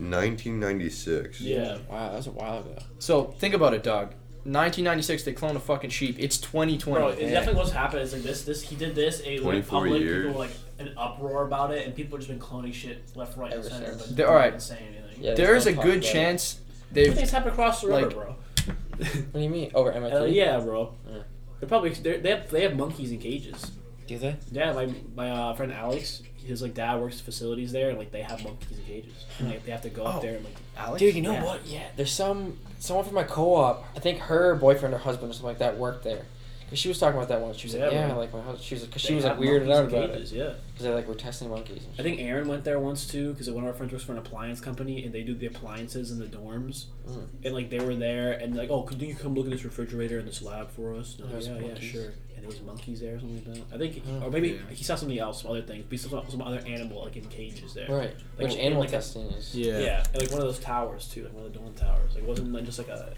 Speaker 2: 1996.
Speaker 3: Yeah.
Speaker 1: wow, that was a while ago.
Speaker 4: so think about it dog 1996 they cloned a fucking sheep it's 2020
Speaker 3: Bro, it
Speaker 1: Yeah.
Speaker 3: definitely what's happened is like this. This he did this. It was like
Speaker 2: 24
Speaker 3: public.
Speaker 2: years.
Speaker 3: People were like an uproar about it, and people just been cloning shit left, right, and
Speaker 1: Ever
Speaker 3: center.
Speaker 1: since.
Speaker 3: But
Speaker 4: They're-
Speaker 3: no one
Speaker 4: alright.
Speaker 3: can say anything.
Speaker 1: Yeah.
Speaker 4: there is a
Speaker 1: Don't talk
Speaker 4: good
Speaker 1: about it.
Speaker 4: chance
Speaker 3: Two
Speaker 4: they've
Speaker 3: things happen across the river,
Speaker 4: Like-
Speaker 3: bro.
Speaker 1: What do you mean over MIT?
Speaker 3: Hell yeah, bro.
Speaker 1: Yeah.
Speaker 3: They're probably they're, they have they have monkeys in cages.
Speaker 1: Do they?
Speaker 3: Yeah, my my uh, friend Alex, his like dad works facilities there, and like they have monkeys in cages. And, like, they have to go
Speaker 4: Oh.
Speaker 3: up there and like.
Speaker 4: Alex?
Speaker 1: Dude, you know
Speaker 3: Yeah.
Speaker 1: what? Yeah, there's some someone from my co-op. I think her boyfriend or husband or something like that worked there, Cause she was talking about that once. She was like,
Speaker 3: Yeah,
Speaker 1: yeah,
Speaker 3: man.
Speaker 1: like my husband. She was because
Speaker 3: They
Speaker 1: she was like
Speaker 3: have
Speaker 1: weirded
Speaker 3: monkeys
Speaker 1: out
Speaker 3: in
Speaker 1: about it
Speaker 3: cages, Yeah.
Speaker 1: because they like were testing monkeys. And
Speaker 3: I think Aaron went there once too because one of our friends works for an appliance company and they do the appliances in the dorms.
Speaker 1: Mm.
Speaker 3: And like they were there and like, oh, could you come look at this refrigerator in this lab for us? And I'm like,
Speaker 1: There's
Speaker 3: yeah, yeah,
Speaker 1: monkeys.
Speaker 3: sure. And there was monkeys there or something like that. I think,
Speaker 1: Oh,
Speaker 3: or maybe
Speaker 4: yeah.
Speaker 3: he saw something else, some other things. He saw some other animal like in cages there.
Speaker 1: right,
Speaker 3: Like,
Speaker 1: which
Speaker 3: in,
Speaker 1: animal
Speaker 3: like, a-
Speaker 1: testing is?
Speaker 4: Yeah.
Speaker 3: Yeah. and, like one of those towers too, like one of the dorm towers. Like it wasn't like, just like a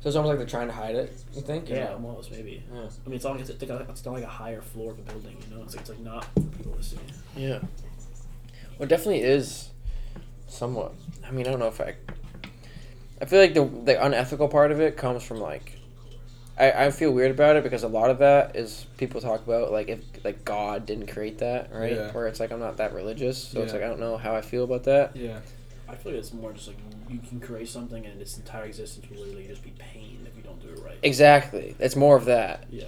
Speaker 1: So it's almost like they're trying to hide it. You think? or
Speaker 3: yeah,
Speaker 1: no?
Speaker 3: almost maybe.
Speaker 1: Yeah.
Speaker 3: I mean, it's not like it's, like, it's not like a higher floor of a building, you know. It's like, it's like not for people to see.
Speaker 1: Yeah. Well, it definitely is somewhat. I mean, I don't know if I. I feel like the the unethical part of it comes from like. I, I feel weird about it because a lot of that is people talk about like if like God didn't create that right
Speaker 4: Yeah.
Speaker 1: where it's like I'm not that religious so it's
Speaker 4: Yeah.
Speaker 1: like I don't know how I feel about that
Speaker 4: Yeah.
Speaker 3: I feel like it's more just like you can create something and its entire existence will literally just be pain if you don't do it right.
Speaker 1: exactly it's more of that
Speaker 3: yeah.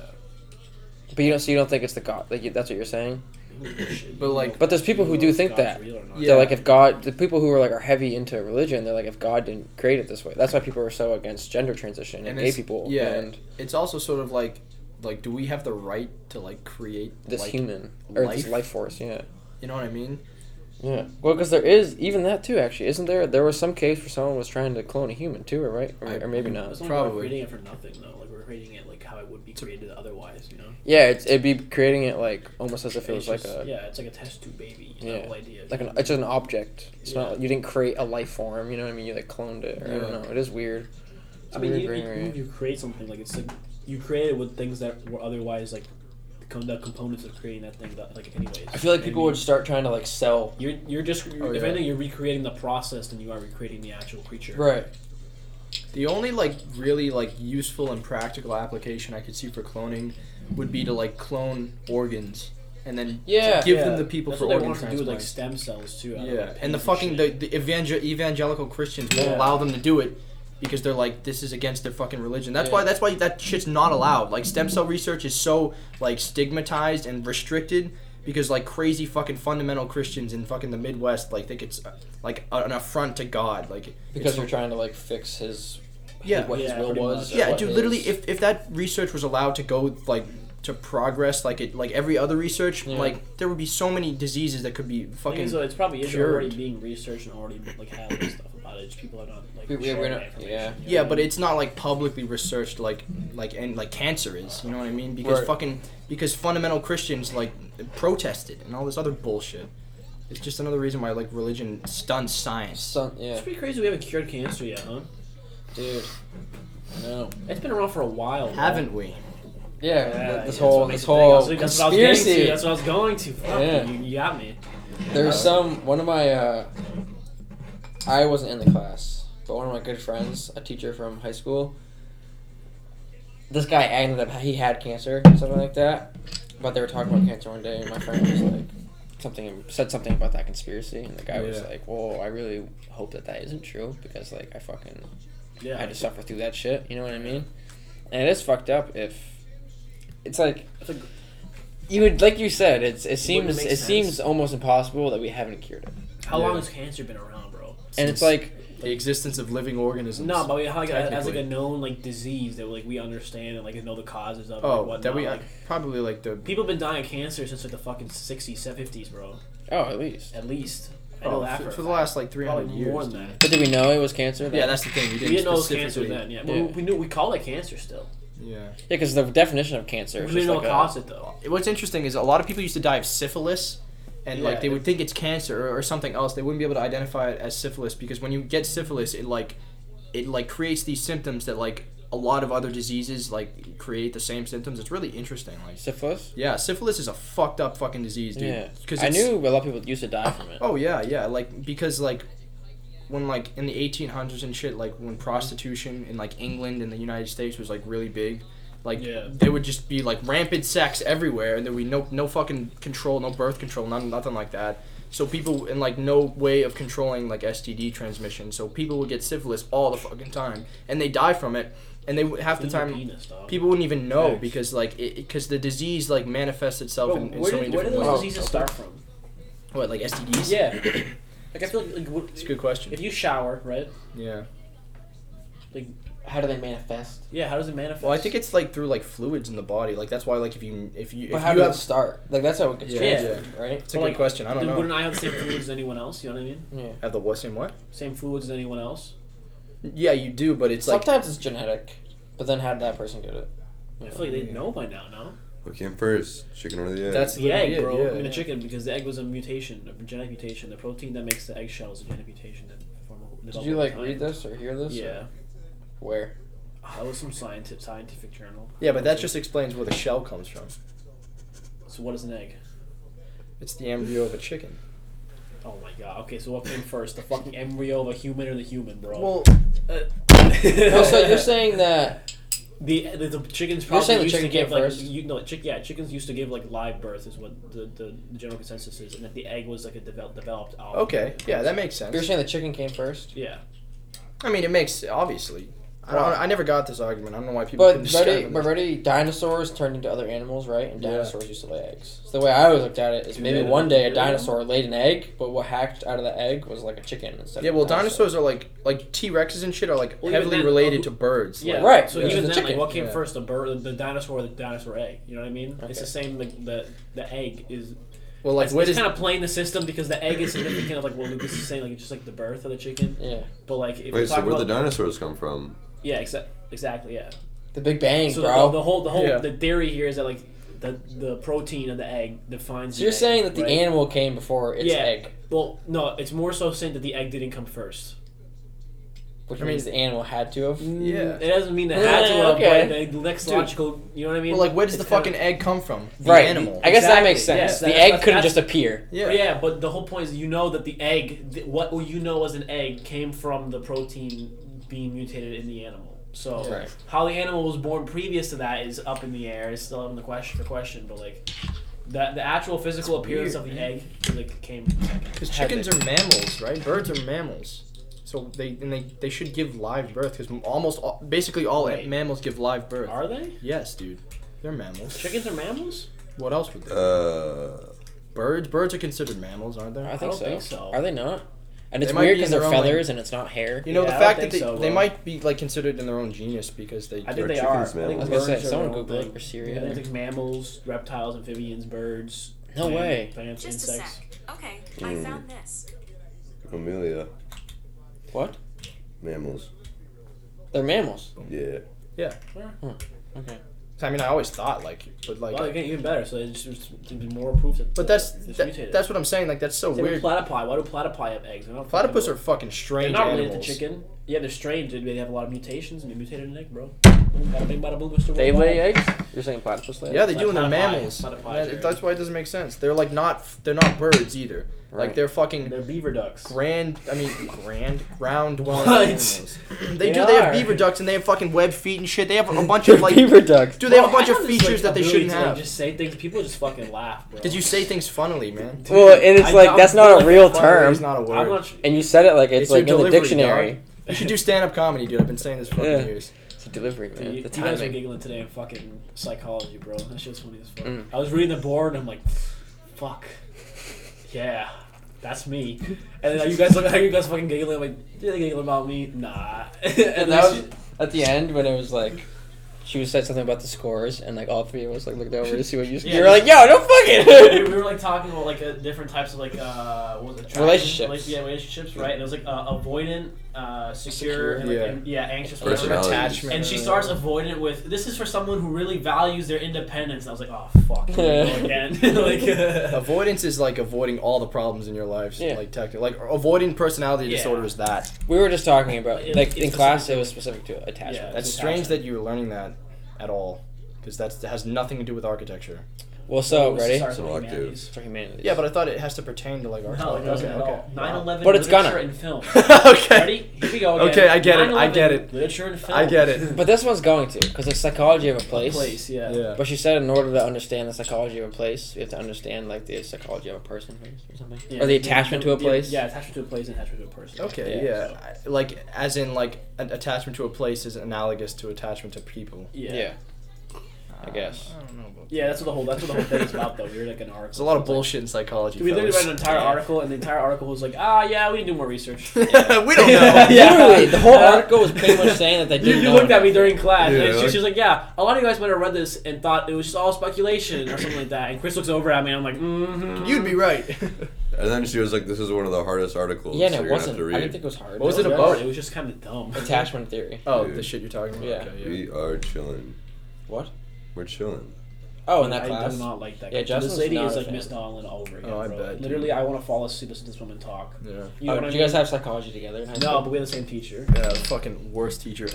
Speaker 1: but you don't so you don't think it's the God like you, that's what you're saying
Speaker 4: But, like-
Speaker 1: But there's people who do think that.
Speaker 4: Yeah.
Speaker 1: they're like if God the people who are like are heavy into religion they're like if God didn't create it this way that's why people are so against gender transition and, gay
Speaker 4: it's-
Speaker 1: people
Speaker 4: Yeah.
Speaker 1: and
Speaker 4: it's also sort of like, like, do we have the right to like create
Speaker 1: this
Speaker 4: like,
Speaker 1: human or this
Speaker 4: life?
Speaker 1: life force. Yeah,
Speaker 4: You know what I mean?
Speaker 1: yeah. Well, because there is even that too. Actually, isn't there? There was some case where someone was trying to clone a human too, or right, or,
Speaker 4: I-
Speaker 1: or maybe
Speaker 3: As
Speaker 1: not.
Speaker 3: long as we're
Speaker 4: Probably.
Speaker 3: creating it for nothing though. Like we're creating it like how it would be created otherwise, you know.
Speaker 1: Yeah, it's, it'd be creating it like almost as if it was
Speaker 3: It's
Speaker 1: like a
Speaker 3: just- yeah, it's like a test tube baby. It's
Speaker 1: Yeah.
Speaker 3: the whole idea.
Speaker 1: like an it's just an object. It's
Speaker 3: Yeah.
Speaker 1: not you didn't create a life form. You know what I mean? You like cloned it. Or, I
Speaker 4: Yeah.
Speaker 1: don't know. It is weird. It's
Speaker 3: I mean,
Speaker 1: weird,
Speaker 3: you,
Speaker 1: weird,
Speaker 3: you-
Speaker 1: weird.
Speaker 3: you create something like it's like you create it with things that were otherwise like become the components of creating that thing. That like anyways.
Speaker 1: I feel like
Speaker 3: And
Speaker 1: people
Speaker 3: you-
Speaker 1: would start trying to like sell.
Speaker 3: You're you're just you're,
Speaker 4: Oh,
Speaker 3: if
Speaker 4: yeah.
Speaker 3: anything you're recreating the process than you are recreating the actual creature.
Speaker 1: Right.
Speaker 4: The only like really like useful and practical application I could see for cloning would be to like clone organs and then
Speaker 1: Yeah.
Speaker 4: give them the people
Speaker 3: That's
Speaker 4: for
Speaker 3: what they
Speaker 4: organ
Speaker 3: want to do with like
Speaker 4: transplants.
Speaker 3: stem cells too. out of,
Speaker 4: yeah,
Speaker 3: like,
Speaker 4: and the
Speaker 3: pigs
Speaker 4: fucking the,
Speaker 3: shit.
Speaker 4: the evangel- evangelical Christians won't
Speaker 1: Yeah.
Speaker 4: allow them to do it because they're like this is against their fucking religion. That's
Speaker 1: Yeah.
Speaker 4: why that's why that shit's not allowed. Like stem cell research is so like stigmatized and restricted because like crazy fucking fundamental Christians in fucking the Midwest like think it's uh, like a- an affront to God. Like
Speaker 1: Because
Speaker 4: it's-
Speaker 1: they're trying to like fix his.
Speaker 4: Yeah.
Speaker 1: What
Speaker 3: Yeah,
Speaker 1: his will
Speaker 3: pretty
Speaker 1: was.
Speaker 3: much.
Speaker 1: or
Speaker 4: Yeah,
Speaker 1: what
Speaker 4: dude. Literally,
Speaker 1: his-
Speaker 4: if, if that research was allowed to go like to progress, like it, like every other research,
Speaker 1: Yeah.
Speaker 4: like there would be so many diseases that could be
Speaker 3: Thing is,
Speaker 4: fucking.
Speaker 3: though, it's probably is
Speaker 4: cured.
Speaker 3: already being researched and already like having stuff about it. Just people are not like
Speaker 1: We- we-
Speaker 3: sharing
Speaker 1: we're
Speaker 3: that
Speaker 1: not-
Speaker 3: information,
Speaker 1: yeah.
Speaker 3: you know
Speaker 4: Yeah,
Speaker 3: what I
Speaker 4: but
Speaker 3: mean?
Speaker 4: it's not like publicly researched, like like and like cancer is. You know what I mean? Because
Speaker 1: Right.
Speaker 4: fucking because fundamental Christians like protested and all this other bullshit. It's just another reason why like religion stunts science.
Speaker 1: Son, yeah,
Speaker 3: it's pretty crazy. We haven't cured cancer yet, huh?
Speaker 1: dude. No.
Speaker 3: It's been around for a while. bro.
Speaker 4: Haven't we?
Speaker 1: Yeah,
Speaker 3: Yeah,
Speaker 1: this
Speaker 3: yeah,
Speaker 1: whole
Speaker 3: that's
Speaker 1: this
Speaker 3: what makes
Speaker 1: whole
Speaker 3: it big. That's what I was- that's
Speaker 1: conspiracy.
Speaker 3: What I was going to. That's what I was going
Speaker 1: Yeah.
Speaker 3: to. Fuck, you, you got me.
Speaker 1: There's some one of my uh, I wasn't in the class, but one of my good friends, a teacher from high school, this guy ended up he had cancer, something like that. But they were talking about cancer one day, and my friend was like something said something about that conspiracy, and the guy was
Speaker 4: Yeah.
Speaker 1: like, "Whoa, I really hope that that isn't true because like I fucking
Speaker 3: Yeah.
Speaker 1: I had to suffer through that shit." You know what I mean? And it is fucked up if it's like
Speaker 3: It's like-
Speaker 1: you would like you said it's it
Speaker 3: wouldn't
Speaker 1: seems
Speaker 3: make
Speaker 1: it
Speaker 3: sense.
Speaker 1: seems almost impossible that we haven't cured it.
Speaker 3: how
Speaker 4: Yeah.
Speaker 3: long has cancer been around, bro?
Speaker 1: and it's like
Speaker 4: the existence of living organisms.
Speaker 3: No, but we, how, like, as like
Speaker 4: Technically.
Speaker 3: a known like disease that like we understand and like know the causes of.
Speaker 4: oh,
Speaker 3: and whatnot.
Speaker 4: that we
Speaker 3: like,
Speaker 4: probably like the
Speaker 3: people have been dying of cancer since like the fucking 60s, 70s, bro.
Speaker 1: oh at least
Speaker 3: At least. I know
Speaker 4: oh,
Speaker 3: that
Speaker 4: for,
Speaker 3: for,
Speaker 4: for the last like three hundred
Speaker 3: probably
Speaker 4: years.
Speaker 3: more than
Speaker 4: dude.
Speaker 3: that.
Speaker 1: but did we know it was cancer
Speaker 4: Yeah, that's the thing. We
Speaker 3: We
Speaker 4: didn't,
Speaker 3: didn't know it was cancer
Speaker 4: specifically.
Speaker 3: then, yeah.
Speaker 1: Yeah.
Speaker 3: But we knew we called it cancer still.
Speaker 4: Yeah.
Speaker 1: yeah because the definition of cancer
Speaker 3: We
Speaker 1: is
Speaker 3: didn't
Speaker 1: just
Speaker 3: know
Speaker 1: like
Speaker 3: what
Speaker 1: a-
Speaker 3: caused it though.
Speaker 4: What's interesting is a lot of people used to die of syphilis, and like
Speaker 3: Yeah,
Speaker 4: they would
Speaker 3: it-
Speaker 4: think it's cancer or, or something else. They wouldn't be able to identify it as syphilis because when you get syphilis, it like it like creates these symptoms that like a lot of other diseases like create the same symptoms. It's really interesting. Like
Speaker 1: syphilis.
Speaker 4: yeah, syphilis is a fucked up fucking disease, dude.
Speaker 1: Yeah,
Speaker 4: Cause
Speaker 1: I
Speaker 4: it's-
Speaker 1: knew a lot of people used to die from it.
Speaker 4: Oh yeah, yeah. Like because like when like in the 1800s and shit, like when prostitution in like England and the United States was like really big, like
Speaker 3: Yeah.
Speaker 4: there would just be like rampant sex everywhere, and there would be no no fucking control, no birth control, none nothing like that. So people and like no way of controlling like STD transmission. So people would get syphilis all the fucking time, and they die from it, and they would- half the
Speaker 3: It's in your
Speaker 4: time.
Speaker 3: penis, dog.
Speaker 4: People wouldn't even know
Speaker 3: Facts.
Speaker 4: because like because the disease like manifests itself
Speaker 3: Bro,
Speaker 4: in, in
Speaker 3: where,
Speaker 4: so
Speaker 3: did,
Speaker 4: many
Speaker 3: where did
Speaker 4: different
Speaker 3: those
Speaker 4: ways.
Speaker 1: ways.
Speaker 3: diseases start from?
Speaker 4: What like STDs?
Speaker 3: Yeah. like I feel like, like what-
Speaker 4: it's a good question.
Speaker 3: if you shower, right?
Speaker 4: Yeah.
Speaker 3: Like
Speaker 1: how do they manifest?
Speaker 3: Yeah, how does it manifest?
Speaker 4: Well, I think it's like through like fluids in the body. Like that's why like if you if you
Speaker 1: But
Speaker 4: if
Speaker 1: how
Speaker 4: you
Speaker 1: do it
Speaker 4: have
Speaker 1: start? Like that's how it gets
Speaker 4: Yeah.
Speaker 1: transferred, right?
Speaker 4: it's a
Speaker 3: But,
Speaker 4: good
Speaker 3: like,
Speaker 4: question. I don't
Speaker 3: Then Wouldn't
Speaker 4: know.
Speaker 3: I have the same fluids as anyone else? You know what I mean?
Speaker 1: Yeah.
Speaker 4: Have the what same what?
Speaker 3: Same fluids as anyone else.
Speaker 4: Yeah, you do, but it's like
Speaker 1: Sometimes it's genetic, but then how did that person get it?
Speaker 3: I feel like they'd know by now, no?
Speaker 2: What came first, chicken or the egg?
Speaker 4: that's
Speaker 3: The egg,
Speaker 4: literally it,
Speaker 3: bro.
Speaker 4: yeah.
Speaker 3: I mean, the chicken, because the egg was a mutation, a genetic mutation. The protein that makes the eggshell is a genetic mutation. That form over-
Speaker 1: Did
Speaker 3: develop
Speaker 1: you
Speaker 3: over
Speaker 1: like
Speaker 3: time.
Speaker 1: read this or hear this? or
Speaker 3: Yeah.
Speaker 1: Where?
Speaker 3: That was some scientific, scientific journal.
Speaker 4: Yeah, but that just explains where the shell comes from.
Speaker 3: So, what is an egg?
Speaker 4: It's the embryo of a chicken.
Speaker 3: Oh my god. Okay, so what came first? The fucking embryo of a human or the human, bro?
Speaker 4: Well,
Speaker 1: No, Oh, so you're saying that
Speaker 3: The, the, the chickens
Speaker 1: You're
Speaker 3: probably
Speaker 1: saying the
Speaker 3: used
Speaker 1: chicken
Speaker 3: to give
Speaker 1: came
Speaker 3: like
Speaker 1: first?
Speaker 3: you no chick yeah chickens used to give like live birth is what the, the, the general consensus is and that the egg was like a develop, developed out of
Speaker 4: okay,
Speaker 3: the
Speaker 4: yeah, that
Speaker 3: protein.
Speaker 4: makes
Speaker 1: you're
Speaker 4: sense.
Speaker 1: saying the chicken came first.
Speaker 3: yeah
Speaker 4: I mean, it makes obviously. I don't. I never got this argument. I don't know why people. couldn't
Speaker 1: But
Speaker 4: describe
Speaker 1: already,
Speaker 4: it.
Speaker 1: but already dinosaurs turned into other animals, right? And
Speaker 4: Yeah.
Speaker 1: dinosaurs used to lay eggs. So the way I always looked at it is
Speaker 3: Do
Speaker 1: maybe
Speaker 3: they?
Speaker 1: one day a
Speaker 3: Do they?
Speaker 1: dinosaur laid an egg, but what hacked out of the egg was like a chicken instead.
Speaker 4: Yeah,
Speaker 1: of a
Speaker 4: well,
Speaker 1: dinosaur.
Speaker 4: dinosaurs are like like T Rexes and shit are like
Speaker 3: Well, even
Speaker 4: heavily
Speaker 3: then,
Speaker 4: related
Speaker 3: uh,
Speaker 4: to birds.
Speaker 3: yeah
Speaker 4: like-
Speaker 1: Right,
Speaker 3: so
Speaker 1: yeah.
Speaker 3: even
Speaker 1: The
Speaker 3: then like
Speaker 1: chicken,
Speaker 3: what came
Speaker 4: yeah.
Speaker 3: first the bird the dinosaur or the dinosaur egg you know what I mean
Speaker 1: Okay.
Speaker 3: it's the same like the the egg is
Speaker 4: well, like
Speaker 3: it's,
Speaker 4: what is
Speaker 3: kind of playing the system because the egg is significant of like what Lucas is saying like it's just like the birth of the chicken
Speaker 1: Yeah,
Speaker 3: but like if we are
Speaker 2: Wait, so
Speaker 3: talking
Speaker 2: where
Speaker 3: about
Speaker 2: the dinosaurs come from?
Speaker 3: yeah exa- exactly yeah
Speaker 1: the Big Bang,
Speaker 3: so the,
Speaker 1: bro.
Speaker 3: the, whole the whole
Speaker 4: Yeah.
Speaker 3: the theory here is that like the the protein of the egg defines
Speaker 1: so
Speaker 3: the
Speaker 1: you're
Speaker 3: egg,
Speaker 1: saying that the
Speaker 3: right?
Speaker 1: animal came before its
Speaker 3: Yeah.
Speaker 1: egg,
Speaker 3: Well, no, it's more so saying that the egg didn't come first.
Speaker 1: which
Speaker 4: I mean-
Speaker 1: means the animal had to have.
Speaker 4: Yeah. Uh,
Speaker 3: It doesn't mean that had
Speaker 1: Yeah,
Speaker 3: to, have,
Speaker 1: okay.
Speaker 3: but the next
Speaker 1: Dude.
Speaker 3: logical, you know what I mean?
Speaker 4: well, like where does
Speaker 3: It's
Speaker 4: the
Speaker 3: kinda-
Speaker 4: fucking egg come from? The
Speaker 1: Right.
Speaker 4: animal.
Speaker 1: I guess that makes
Speaker 3: Exactly,
Speaker 1: sense. the
Speaker 3: yeah. That's-
Speaker 1: egg
Speaker 3: that's-
Speaker 1: couldn't
Speaker 3: that's-
Speaker 1: just appear.
Speaker 4: yeah.
Speaker 3: Yeah, but the whole point is you know that the egg, th- what you know as an egg, came from the protein being mutated in the animal. So
Speaker 1: Right.
Speaker 3: how the animal was born previous to that is up in the air. It's still in the question for question, but like the the actual physical
Speaker 4: It's
Speaker 3: appearance
Speaker 4: weird,
Speaker 3: of the
Speaker 4: man.
Speaker 3: egg like came.
Speaker 4: Because chickens are mammals, right? Birds are mammals, so they and they they should give live birth because almost all, basically all
Speaker 3: Wait.
Speaker 4: mammals give live birth.
Speaker 3: Are they?
Speaker 4: yes, dude, they're mammals.
Speaker 3: Chickens are mammals?
Speaker 4: What else would they?
Speaker 2: Uh,
Speaker 4: birds. Birds are considered mammals, aren't they?
Speaker 1: I think,
Speaker 3: don't
Speaker 1: so.
Speaker 3: think so.
Speaker 1: Are they not? And it's
Speaker 4: They might
Speaker 1: weird
Speaker 4: be
Speaker 1: because
Speaker 4: in
Speaker 1: they're
Speaker 4: their own, like-
Speaker 1: feathers and it's not hair.
Speaker 4: You know
Speaker 3: Yeah,
Speaker 4: the
Speaker 3: I don't
Speaker 4: fact that
Speaker 3: think
Speaker 4: they,
Speaker 3: so,
Speaker 4: they
Speaker 3: bro.
Speaker 4: might be like considered in their own genus because they
Speaker 3: I think
Speaker 2: Are
Speaker 3: they are.
Speaker 2: chickens
Speaker 3: I think
Speaker 2: mammals?
Speaker 1: I was gonna
Speaker 3: birds
Speaker 1: say
Speaker 3: are
Speaker 1: someone
Speaker 3: mammals.
Speaker 1: Google it for
Speaker 3: Yeah,
Speaker 1: Syria.
Speaker 3: there's like mammals, reptiles, amphibians, birds.
Speaker 1: No
Speaker 3: plant-
Speaker 1: way.
Speaker 3: Plants,
Speaker 5: Just a
Speaker 3: insects.
Speaker 5: sec. Okay,
Speaker 2: Mm.
Speaker 5: I found this.
Speaker 2: Amelia.
Speaker 1: What?
Speaker 2: Mammals.
Speaker 1: They're mammals.
Speaker 2: Yeah.
Speaker 1: Okay.
Speaker 4: I mean, I always thought like, but like,
Speaker 3: Well, oh, again, even better. So it's just it's even more proof that.
Speaker 4: but that's
Speaker 3: it's
Speaker 4: that,
Speaker 3: mutated.
Speaker 4: that's what I'm saying. Like that's so
Speaker 3: Same with
Speaker 4: weird.
Speaker 3: platypi. Why do platypi have eggs? They're not fucking-
Speaker 4: Platypus are fucking
Speaker 3: They're
Speaker 4: strange
Speaker 3: not
Speaker 4: animals.
Speaker 3: related to chicken. Yeah, they're strange. dude. They have a lot of mutations, and they mutated an egg, bro. Boom, Bada bing, bada boom, Mr.
Speaker 1: They
Speaker 3: Worldwide.
Speaker 1: lay eggs. You're saying platypus lay eggs?
Speaker 4: Yeah, they
Speaker 3: Like
Speaker 4: do, and they're
Speaker 3: platypi-
Speaker 4: mammals.
Speaker 3: platypi,
Speaker 4: That-
Speaker 3: sure.
Speaker 4: that's why it doesn't make sense. They're like not they're not birds either. Like
Speaker 1: Right.
Speaker 4: they're fucking
Speaker 3: They're beaver ducks.
Speaker 4: grand. I mean, grand ground dwelling
Speaker 3: What?
Speaker 4: animals. They,
Speaker 3: They
Speaker 4: do. They
Speaker 3: are.
Speaker 4: have beaver ducks, and they have fucking web feet and shit. They have a bunch of like.
Speaker 1: beaver ducks.
Speaker 4: Dude, they have a
Speaker 3: Bro,
Speaker 4: bunch
Speaker 3: I
Speaker 4: of
Speaker 3: have this,
Speaker 4: features
Speaker 3: like,
Speaker 4: that they
Speaker 3: ability
Speaker 4: shouldn't
Speaker 3: to, like,
Speaker 4: have.
Speaker 3: just say things. People just fucking laugh, bro.
Speaker 4: Did you say things funnily, man?
Speaker 1: Well, and it's
Speaker 3: I-
Speaker 1: like
Speaker 3: I'm
Speaker 1: that's not a
Speaker 3: full of
Speaker 1: real
Speaker 3: fucking
Speaker 1: term,
Speaker 4: It's not a
Speaker 3: I'm
Speaker 4: word.
Speaker 3: not. Sure.
Speaker 1: and you said it like it's,
Speaker 4: It's your
Speaker 1: like in the
Speaker 4: delivery,
Speaker 1: dictionary.
Speaker 4: dog. you should do stand-up comedy, dude. I've been saying this for fucking
Speaker 1: Yeah.
Speaker 4: years.
Speaker 1: It's a delivery, man.
Speaker 3: Dude, you,
Speaker 1: the
Speaker 3: you guys were
Speaker 1: timing.
Speaker 3: giggling today in fucking psychology, bro. That shit's funny as fuck.
Speaker 1: Mm.
Speaker 3: I was reading the board and I'm like, fuck. Yeah, that's me. And then you guys look at you guys fucking giggling. I'm like, did they giggle about me? Nah.
Speaker 1: And
Speaker 3: and
Speaker 1: that
Speaker 3: that
Speaker 1: was at the end when it was like. She was said something about the scores, and like all three of us like looked over to see what you.
Speaker 3: Yeah.
Speaker 1: you were like, "Yo, don't
Speaker 3: we,
Speaker 1: fuck
Speaker 3: we were like talking about like uh, different types of like uh what was it attraction?
Speaker 1: Relationships.
Speaker 3: Like, yeah, relationships, right? And it was like uh, avoidant, uh, secure, and, like,
Speaker 4: Yeah.
Speaker 3: And, yeah, anxious,
Speaker 4: Or
Speaker 3: whatever.
Speaker 2: Personality.
Speaker 4: Attachment.
Speaker 3: And she starts avoiding it with, "This is for someone who really values their independence." And I was like, "Oh fuck, here we go again." like,
Speaker 1: Oh,
Speaker 3: uh,
Speaker 4: Avoidance is like avoiding all the problems in your life.
Speaker 1: Yeah.
Speaker 4: Like technically, like avoiding personality
Speaker 3: Yeah.
Speaker 4: disorder is that.
Speaker 1: it." We were just talking about
Speaker 3: It-
Speaker 1: like
Speaker 3: it's
Speaker 1: in class,
Speaker 3: specific
Speaker 1: it
Speaker 3: to-
Speaker 1: was specific to attachment.
Speaker 3: Yeah.
Speaker 4: That's strange that you were learning that at all, because that has nothing to do with architecture.
Speaker 1: Well, so
Speaker 3: it was the
Speaker 1: ready
Speaker 3: stars of
Speaker 2: Selective.
Speaker 3: humanities.
Speaker 1: for humanities.
Speaker 4: Yeah, but I thought it has to pertain to like
Speaker 3: No,
Speaker 4: architecture.
Speaker 3: it doesn't at all. 9/11
Speaker 1: But it's
Speaker 3: literature
Speaker 1: gonna.
Speaker 3: and film.
Speaker 4: okay.
Speaker 3: Ready? Here we go again.
Speaker 4: Okay, I get it, I
Speaker 3: 9/11
Speaker 4: get it.
Speaker 3: Literature and film.
Speaker 4: I get it.
Speaker 1: But this one's going to because the psychology of a
Speaker 3: Place,
Speaker 1: place.
Speaker 3: yeah.
Speaker 4: Yeah.
Speaker 1: But she said in order to understand the psychology of a place, you have to understand like the psychology of a person or something,
Speaker 3: Yeah,
Speaker 1: or the attachment to a place.
Speaker 3: Yeah, attachment to a place and attachment to a person.
Speaker 4: Okay.
Speaker 1: Yeah.
Speaker 4: Yeah. I- Like as in like an attachment to a place is analogous to attachment to people. Uh,
Speaker 3: Yeah.
Speaker 1: Yeah. I guess.
Speaker 4: I don't know about
Speaker 3: Yeah, that's what the whole that's what the whole thing is about though. We were like an article.
Speaker 4: There's a lot of bullshit in psychology.
Speaker 3: we literally
Speaker 4: fellas.
Speaker 3: read an entire
Speaker 1: Yeah.
Speaker 3: article, and the entire article was like, ah, yeah, we need to do more research. You,
Speaker 4: we don't know.
Speaker 3: Yeah.
Speaker 1: Literally, the whole
Speaker 3: Uh,
Speaker 1: article was pretty much saying that they didn't.
Speaker 3: you
Speaker 1: know
Speaker 3: looked at me
Speaker 1: anything.
Speaker 3: during class,
Speaker 2: Yeah,
Speaker 3: and she,
Speaker 2: like-
Speaker 3: she was like, yeah, a lot of you guys might have read this and thought it was just all speculation or something like that. And Chris looks over at me, and I'm like, mm-hmm.
Speaker 4: You'd be right.
Speaker 2: And then she was like, "This is one of the hardest articles
Speaker 1: Yeah, and
Speaker 2: you're
Speaker 1: it
Speaker 2: gonna have
Speaker 1: wasn't.
Speaker 2: to
Speaker 1: I
Speaker 2: read."
Speaker 1: didn't think it was hard.
Speaker 4: What was it
Speaker 1: Yeah.
Speaker 4: about?
Speaker 3: It was just kind of dumb.
Speaker 1: Attachment theory.
Speaker 4: oh,
Speaker 2: Dude.
Speaker 4: the shit you're talking about.
Speaker 1: Yeah.
Speaker 4: Okay, yeah.
Speaker 2: we are chilling.
Speaker 1: What?
Speaker 2: We're chilling.
Speaker 1: Oh, in that
Speaker 3: I
Speaker 1: class.
Speaker 3: do not like that.
Speaker 1: Yeah,
Speaker 3: Yeah,
Speaker 1: Justin's
Speaker 3: this lady
Speaker 1: not
Speaker 3: is
Speaker 1: a
Speaker 3: like
Speaker 1: fan.
Speaker 3: Miss Dolan all over again.
Speaker 4: Oh, I
Speaker 3: bro.
Speaker 4: bet, dude.
Speaker 3: Literally, I want to fall asleep listening to this woman talk.
Speaker 4: Yeah.
Speaker 3: You know
Speaker 1: Oh,
Speaker 3: what I
Speaker 1: did
Speaker 3: mean?
Speaker 1: you guys have psychology together? in high
Speaker 3: no,
Speaker 1: school?
Speaker 3: but we had the same teacher.
Speaker 4: Yeah, the fucking worst teacher.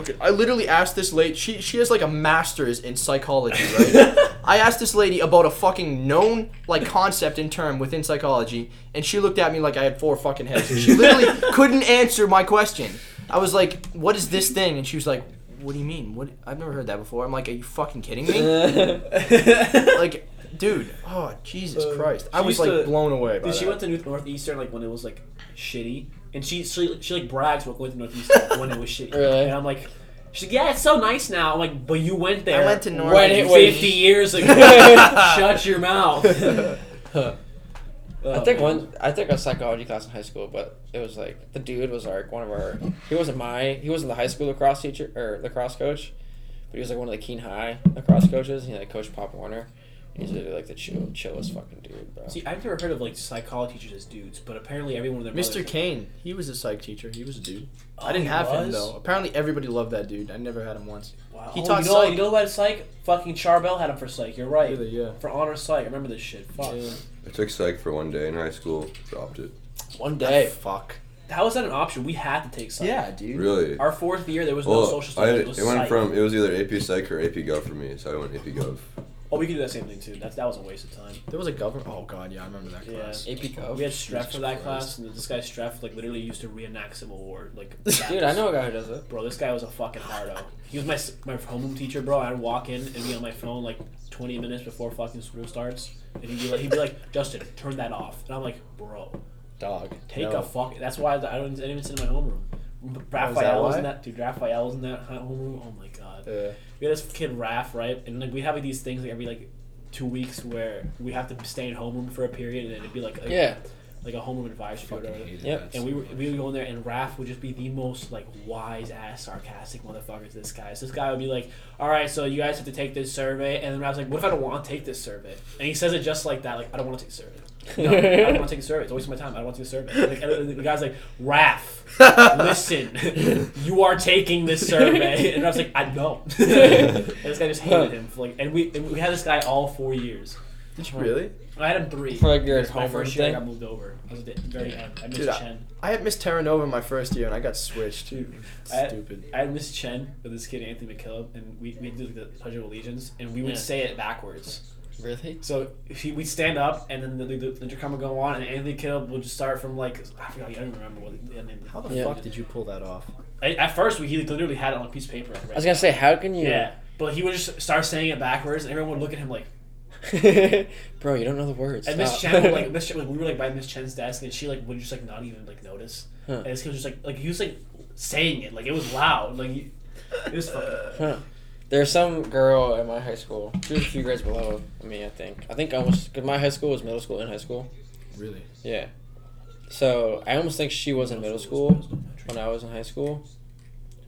Speaker 4: Okay, I literally asked this lady. She she has like a master's in psychology, right? I asked this lady about a fucking known like concept and term within psychology, and she looked at me like I had four fucking heads. She literally couldn't answer my question. I was like, "What is this thing?" And she was like, "What do you mean? What? I've never heard that before." I'm like, "Are you fucking kidding me?" like, dude, oh Jesus
Speaker 3: Uh,
Speaker 4: Christ! I
Speaker 3: she
Speaker 4: was
Speaker 3: used
Speaker 4: like
Speaker 3: to-
Speaker 4: blown away by
Speaker 3: Dude, she
Speaker 4: that.
Speaker 3: went to North- Northeastern like when it was like shitty, and she she, she like brags about going to Northeastern when it was shitty.
Speaker 1: Really?
Speaker 3: And I'm like, she's like, yeah, it's so nice now. I'm like, but you went there.
Speaker 4: I went to North.
Speaker 1: When it was-
Speaker 3: fifty years ago. Shut your mouth.
Speaker 1: Huh.
Speaker 3: Oh,
Speaker 1: I think
Speaker 3: man.
Speaker 1: one. I took a psychology class in high school, but it was like the dude was like one of our. He wasn't my. He wasn't the high school lacrosse teacher or lacrosse coach, but he was like one of the Keen High lacrosse coaches. And he like coached Pop Warner. And he's literally like the chill, chillest fucking dude, bro.
Speaker 3: See, I've never heard of like psychology teachers as dudes, but apparently everyone of their
Speaker 4: Mr.
Speaker 3: brothers-
Speaker 4: Kane, he was a psych teacher. He was a dude.
Speaker 3: Oh,
Speaker 4: I didn't
Speaker 3: he
Speaker 4: have him
Speaker 3: was?
Speaker 4: though. Apparently everybody loved that dude. I never had him once.
Speaker 3: Wow.
Speaker 4: He
Speaker 3: He
Speaker 4: taught
Speaker 3: you know,
Speaker 4: psych.
Speaker 3: You know about psych? Fucking Charbel had him for psych. You're right.
Speaker 4: Really, yeah.
Speaker 3: For honor psych. I remember this shit. Fuck.
Speaker 4: Yeah.
Speaker 2: I took psych for one day in high school. Dropped it.
Speaker 1: One day,
Speaker 4: Ah, Fuck.
Speaker 3: How is that an option? We had to take psych.
Speaker 4: dude.
Speaker 2: Really.
Speaker 3: Our fourth year, there was no
Speaker 2: well,
Speaker 3: social
Speaker 2: Oh, I
Speaker 3: studies.
Speaker 2: had,
Speaker 3: It was
Speaker 2: it went
Speaker 3: psych.
Speaker 2: from it was either AP Psych or AP Gov for me, so I went AP Gov.
Speaker 3: Oh, we could do that same thing too. That's that was a waste of time.
Speaker 4: There was a government. Oh god, yeah, I remember that
Speaker 3: Yeah.
Speaker 4: class.
Speaker 1: AP
Speaker 3: We had
Speaker 1: coach.
Speaker 3: Streff for
Speaker 4: Jesus
Speaker 3: that
Speaker 4: Christ.
Speaker 3: class, and this guy Streff like literally used to reenact Civil War. Like,
Speaker 1: Dude, I know a guy who does it.
Speaker 3: Bro, this guy was a fucking hardo. He was my s- my homeroom teacher, bro. I'd walk in and be on my phone like 20 minutes before fucking school starts, and he'd be like, he'd be like, Justin, turn that off, and I'm like, bro,
Speaker 4: Dog.
Speaker 3: take
Speaker 4: No. Oh,
Speaker 3: a fuck. That's why I don't, I didn't even sit in my homeroom.
Speaker 4: that
Speaker 3: Raphael was in
Speaker 4: why?
Speaker 3: that dude. Raphael was in that hi- homeroom. Oh my god.
Speaker 4: Yeah.
Speaker 3: We had this kid Raph, right? And like we have like, these things like every like two weeks where we have to stay in homeroom for a period, and it'd be like a,
Speaker 1: Yeah.
Speaker 3: like a homeroom advisory board or whatever.
Speaker 1: Yep.
Speaker 3: And we were, we would go in there, and Raph would just be the most like wise ass, sarcastic motherfucker to this guy. So this guy would be like, "All right, so you guys have to take this survey," and then Raph's like, "What if I don't want to take this survey?" And he says it just like that, like, "I don't want to take the survey. No, I don't want to take the survey. It's a waste of my time. I don't want to take the survey." Like, and the- the guy's like, "Raph." Listen, you are taking this survey, and I was like, I know. and this guy just hated him, for like, and we and we had this guy all four years.
Speaker 4: Did you really?
Speaker 3: I had him three.
Speaker 1: For, like, your
Speaker 3: Because my
Speaker 1: homeroom
Speaker 3: first year, I
Speaker 1: thing?
Speaker 3: got moved over. I was at the very end. I missed
Speaker 4: Dude, I-
Speaker 3: Chen.
Speaker 4: I had Miss Terranova my first year and I got switched. Dude,
Speaker 3: I-
Speaker 4: stupid.
Speaker 3: I had Miss Chen with this kid Anthony McKillop, and we we did the Pledge of Allegiance, and we would
Speaker 1: Yeah.
Speaker 3: say it backwards.
Speaker 1: Really?
Speaker 3: So he, we'd stand up, and then the, the, the intercom would go on, and Anthony McKillop would just start from like I forgot, I don't even remember what the name.
Speaker 4: How the
Speaker 1: Yeah.
Speaker 4: fuck did you pull that off?
Speaker 3: I, at first, we, he literally had it on a piece of paper.
Speaker 1: I was gonna say, how can you?
Speaker 3: yeah, but he would just start saying it backwards, and everyone would look at him like.
Speaker 1: bro, you don't know the words.
Speaker 3: And Miss
Speaker 1: Stop.
Speaker 3: Chen, would, like Miss Chen, like, we were like by Miss Chen's desk, and she like would just like not even like notice.
Speaker 1: Huh.
Speaker 3: And this kid was just like like he was like saying it like it was loud, like he- it was fucking.
Speaker 1: Huh. There's some girl at my high school. She was a few grades below me, I think. I think almost because my high school was middle school and high school.
Speaker 4: Really?
Speaker 1: Yeah. So I almost think she was in middle school when I was in high school,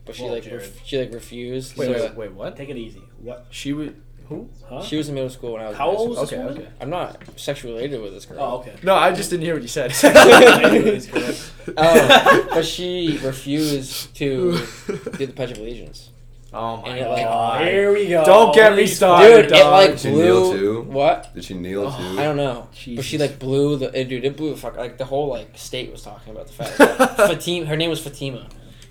Speaker 1: but she
Speaker 3: Well,
Speaker 1: like
Speaker 3: Jared.
Speaker 1: ref- she like refused.
Speaker 4: Wait,
Speaker 1: so
Speaker 4: wait,
Speaker 1: that-
Speaker 4: wait, what?
Speaker 3: Take it easy. What?
Speaker 4: She would. Who?
Speaker 3: Huh?
Speaker 1: She was in middle school when I was. in
Speaker 3: How
Speaker 1: high
Speaker 3: old was
Speaker 1: school.
Speaker 3: this
Speaker 4: Okay,
Speaker 3: woman?
Speaker 4: okay.
Speaker 1: I'm not sexually related with this girl.
Speaker 3: Oh, okay.
Speaker 4: No, I just didn't hear what you said.
Speaker 1: Anyways,
Speaker 4: oh,
Speaker 1: Oh, but she refused to do the Pledge of Allegiance.
Speaker 4: Oh my
Speaker 1: And it,
Speaker 4: god.
Speaker 1: like,
Speaker 3: Oh, here we go.
Speaker 4: Don't get me
Speaker 3: Holy fuck.
Speaker 4: started.
Speaker 1: Dude, it like
Speaker 2: Did you kneel
Speaker 1: blew.
Speaker 2: too?
Speaker 1: What?
Speaker 2: Did she kneel
Speaker 4: Oh,
Speaker 2: too?
Speaker 1: I don't know. But she
Speaker 4: Jesus.
Speaker 1: like blew the eh, dude. It blew the fuck like the whole like state was talking about the fact that Fatima. Her name was Fatima.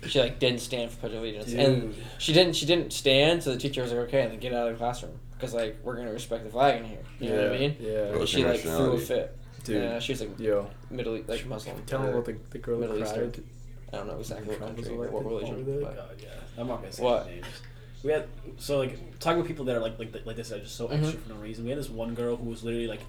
Speaker 1: She like didn't stand for Pledge of Allegiance, and
Speaker 3: Dude.
Speaker 1: she didn't. She didn't stand. So the teacher was like, "Okay, then get out of the classroom because like we're gonna respect the flag in here." You
Speaker 4: yeah.
Speaker 1: know what I mean?
Speaker 4: Yeah.
Speaker 2: What
Speaker 1: And
Speaker 2: was
Speaker 1: she
Speaker 2: her
Speaker 1: like threw a
Speaker 2: nationality?
Speaker 1: fit.
Speaker 4: Dude.
Speaker 1: Yeah, she was like
Speaker 4: Yo.
Speaker 1: Middle E- like Muslim.
Speaker 4: Tell me about the, the girl
Speaker 1: Middle
Speaker 4: that
Speaker 1: Eastern.
Speaker 4: cried.
Speaker 1: I don't know exactly
Speaker 4: Trump
Speaker 1: what
Speaker 4: was
Speaker 1: country or
Speaker 4: elected
Speaker 1: what
Speaker 4: over
Speaker 1: religion.
Speaker 4: there.
Speaker 1: but-
Speaker 3: God, Oh, yeah. I'm not gonna say
Speaker 1: What?
Speaker 3: names. We had so like talking about people that are like like like this that are just so
Speaker 4: Mm-hmm.
Speaker 3: extra for no reason. We had this one girl who was literally like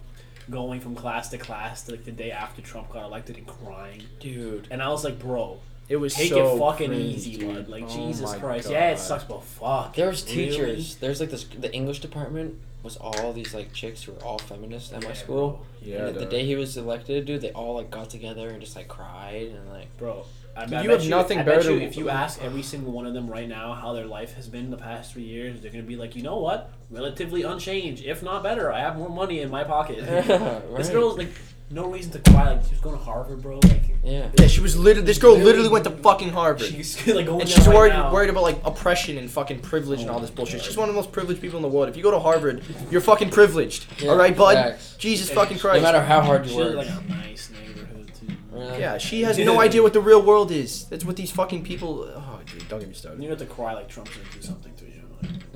Speaker 3: going from class to class like the day after Trump got elected and crying.
Speaker 1: Dude,
Speaker 3: And I was like, bro,
Speaker 4: It was
Speaker 3: Take
Speaker 4: so
Speaker 3: it fucking
Speaker 4: cringe,
Speaker 3: easy,
Speaker 4: dude.
Speaker 3: bud. Like
Speaker 4: Oh
Speaker 3: Jesus
Speaker 4: my
Speaker 3: Christ. Yeah, it
Speaker 4: God.
Speaker 3: sucks, but fuck.
Speaker 1: There was
Speaker 3: really?
Speaker 1: teachers. There's like this. The English department was all these like chicks who were all feminists at my
Speaker 3: Yeah,
Speaker 1: school.
Speaker 4: Yeah,
Speaker 1: and the
Speaker 4: dude.
Speaker 1: day he was elected, dude, they all like got together and just like cried and like.
Speaker 3: Bro, I,
Speaker 4: Dude,
Speaker 3: I
Speaker 4: you
Speaker 3: bet
Speaker 4: have nothing
Speaker 3: I bet
Speaker 4: better
Speaker 3: you
Speaker 4: to-
Speaker 3: if you ask every single one of them right now how their life has been the past three years, they're gonna be like, you know what? Relatively unchanged, if not better. I have more money in my pocket. This
Speaker 1: Right.
Speaker 3: girl's like, no reason to cry. Like she was going to Harvard, bro. Like
Speaker 1: Yeah.
Speaker 4: Yeah, she was literally. This girl
Speaker 3: Really?
Speaker 4: literally went to fucking Harvard.
Speaker 3: she's like going.
Speaker 4: and
Speaker 3: there
Speaker 4: she's
Speaker 3: right
Speaker 4: worried
Speaker 3: now. Oh,
Speaker 4: worried about like oppression and fucking privilege and all this bullshit. She's one of the most privileged people in the world. If you go to Harvard, you're fucking privileged.
Speaker 1: Yeah,
Speaker 4: all right, bud.
Speaker 1: facts.
Speaker 4: Jesus
Speaker 3: Yeah,
Speaker 4: fucking
Speaker 3: no
Speaker 1: No
Speaker 4: Christ.
Speaker 1: matter how hard
Speaker 3: She
Speaker 1: you
Speaker 3: was
Speaker 1: work.
Speaker 3: like a nice neighborhood too.
Speaker 1: really.
Speaker 4: yeah, she has
Speaker 3: Yeah.
Speaker 4: no idea what the real world is. That's what these fucking people. Oh, dude, don't get me started.
Speaker 3: You don't have to cry like Trump's gonna do something to you.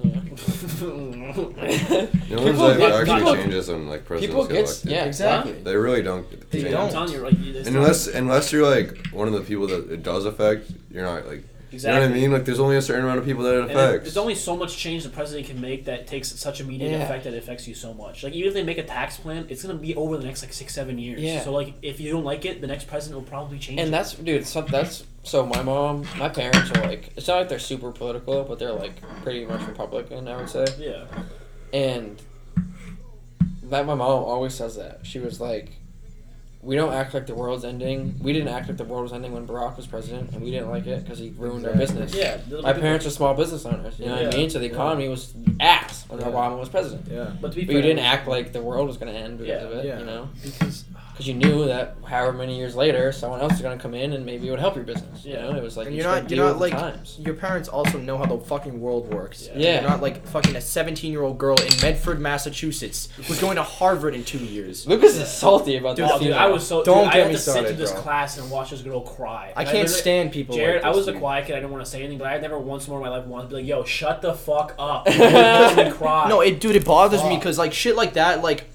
Speaker 1: Yeah.
Speaker 3: Like,
Speaker 2: No one's
Speaker 1: People
Speaker 2: like
Speaker 1: get-
Speaker 2: actually
Speaker 1: people-
Speaker 2: changes on like presidents
Speaker 1: People
Speaker 2: get
Speaker 1: get
Speaker 2: elected.
Speaker 1: yeah exactly.
Speaker 2: They really don't. Get
Speaker 4: They
Speaker 2: change.
Speaker 4: don't.
Speaker 3: I'm telling you, like, you- there's not-
Speaker 2: Unless unless you're like one of the people that it does affect, you're not like
Speaker 3: exactly.
Speaker 2: you know what I mean. Like there's only a certain amount of people that it
Speaker 3: And there-
Speaker 2: affects.
Speaker 3: there's only so much change the president can make that takes such immediate
Speaker 1: Yeah.
Speaker 3: effect that it affects you so much. Like even if they make a tax plan, it's gonna be over the next like six, seven years.
Speaker 1: Yeah.
Speaker 3: So like if you don't like it, the next president will probably change. it.
Speaker 1: And that's dude. So that's so my mom, my parents are like. It's not like they're super political, but they're like pretty much Republican. I would say.
Speaker 3: yeah.
Speaker 1: And that my mom always says that. She was like, "We don't act like the world's ending. We didn't act like the world was ending when Barack was president, and we didn't like it because he ruined our
Speaker 4: Exactly.
Speaker 1: business."
Speaker 3: Yeah.
Speaker 1: My parents are small business owners. You know what I
Speaker 3: Yeah.
Speaker 1: mean? So the economy was ass when
Speaker 4: Yeah.
Speaker 1: Obama was president.
Speaker 4: Yeah,
Speaker 3: But to be
Speaker 1: But you didn't act like the world was going to end because
Speaker 3: Yeah.
Speaker 1: of it.
Speaker 4: Yeah.
Speaker 1: You know,
Speaker 4: because
Speaker 1: because you knew that however many years later, someone else is going to come in and maybe it would help your business.
Speaker 3: Yeah.
Speaker 1: You know, it was like
Speaker 4: And
Speaker 1: you
Speaker 4: you're
Speaker 1: just
Speaker 4: not-
Speaker 1: gotta
Speaker 4: you're
Speaker 1: deal
Speaker 4: not,
Speaker 1: with the
Speaker 4: like-
Speaker 1: times.
Speaker 4: your parents also know how the fucking world works.
Speaker 3: Yeah.
Speaker 1: Yeah.
Speaker 4: You're not like fucking a 17 year old girl in Medford, Massachusetts, who's going to Harvard in two years.
Speaker 1: Lucas is salty about
Speaker 3: Dude,
Speaker 1: this.
Speaker 3: oh, dude,
Speaker 1: female.
Speaker 3: I was so.
Speaker 4: Don't
Speaker 3: dude,
Speaker 4: get
Speaker 3: I had
Speaker 4: me
Speaker 3: to sit
Speaker 4: started,
Speaker 3: through this
Speaker 4: bro.
Speaker 3: class and watch this girl cry.
Speaker 4: I
Speaker 3: And
Speaker 4: can't
Speaker 3: literally-
Speaker 4: stand people.
Speaker 3: Jared,
Speaker 4: like
Speaker 3: I
Speaker 4: this,
Speaker 3: was the
Speaker 4: dude.
Speaker 3: quiet kid. I didn't want to say anything, but I never once more in my life wanted to be like, "Yo, shut the fuck up." It literally cry.
Speaker 4: No, it dude, it bothers me
Speaker 3: Fuck.
Speaker 4: because like shit like that, like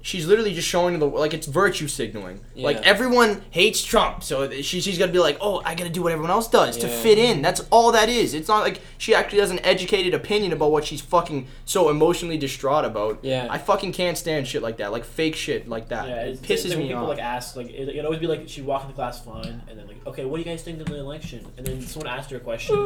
Speaker 4: she's literally just showing the like it's virtue signaling. Like
Speaker 1: Yeah.
Speaker 4: everyone hates Trump, so she, she's gonna be like, oh, I gotta do what everyone else does to
Speaker 1: Yeah.
Speaker 4: fit in. That's all that is. It's not like she actually has an educated opinion about what she's fucking so emotionally distraught about.
Speaker 1: Yeah.
Speaker 4: I fucking can't stand shit like that, like fake shit like that.
Speaker 3: Yeah,
Speaker 4: it
Speaker 3: it's-
Speaker 4: pisses
Speaker 3: like, when
Speaker 4: me
Speaker 3: people,
Speaker 4: off.
Speaker 3: Like ask, like it, it'd always be like she'd walk in the class fine, and then like, okay, what do you guys think of the election? And then someone asked her a question,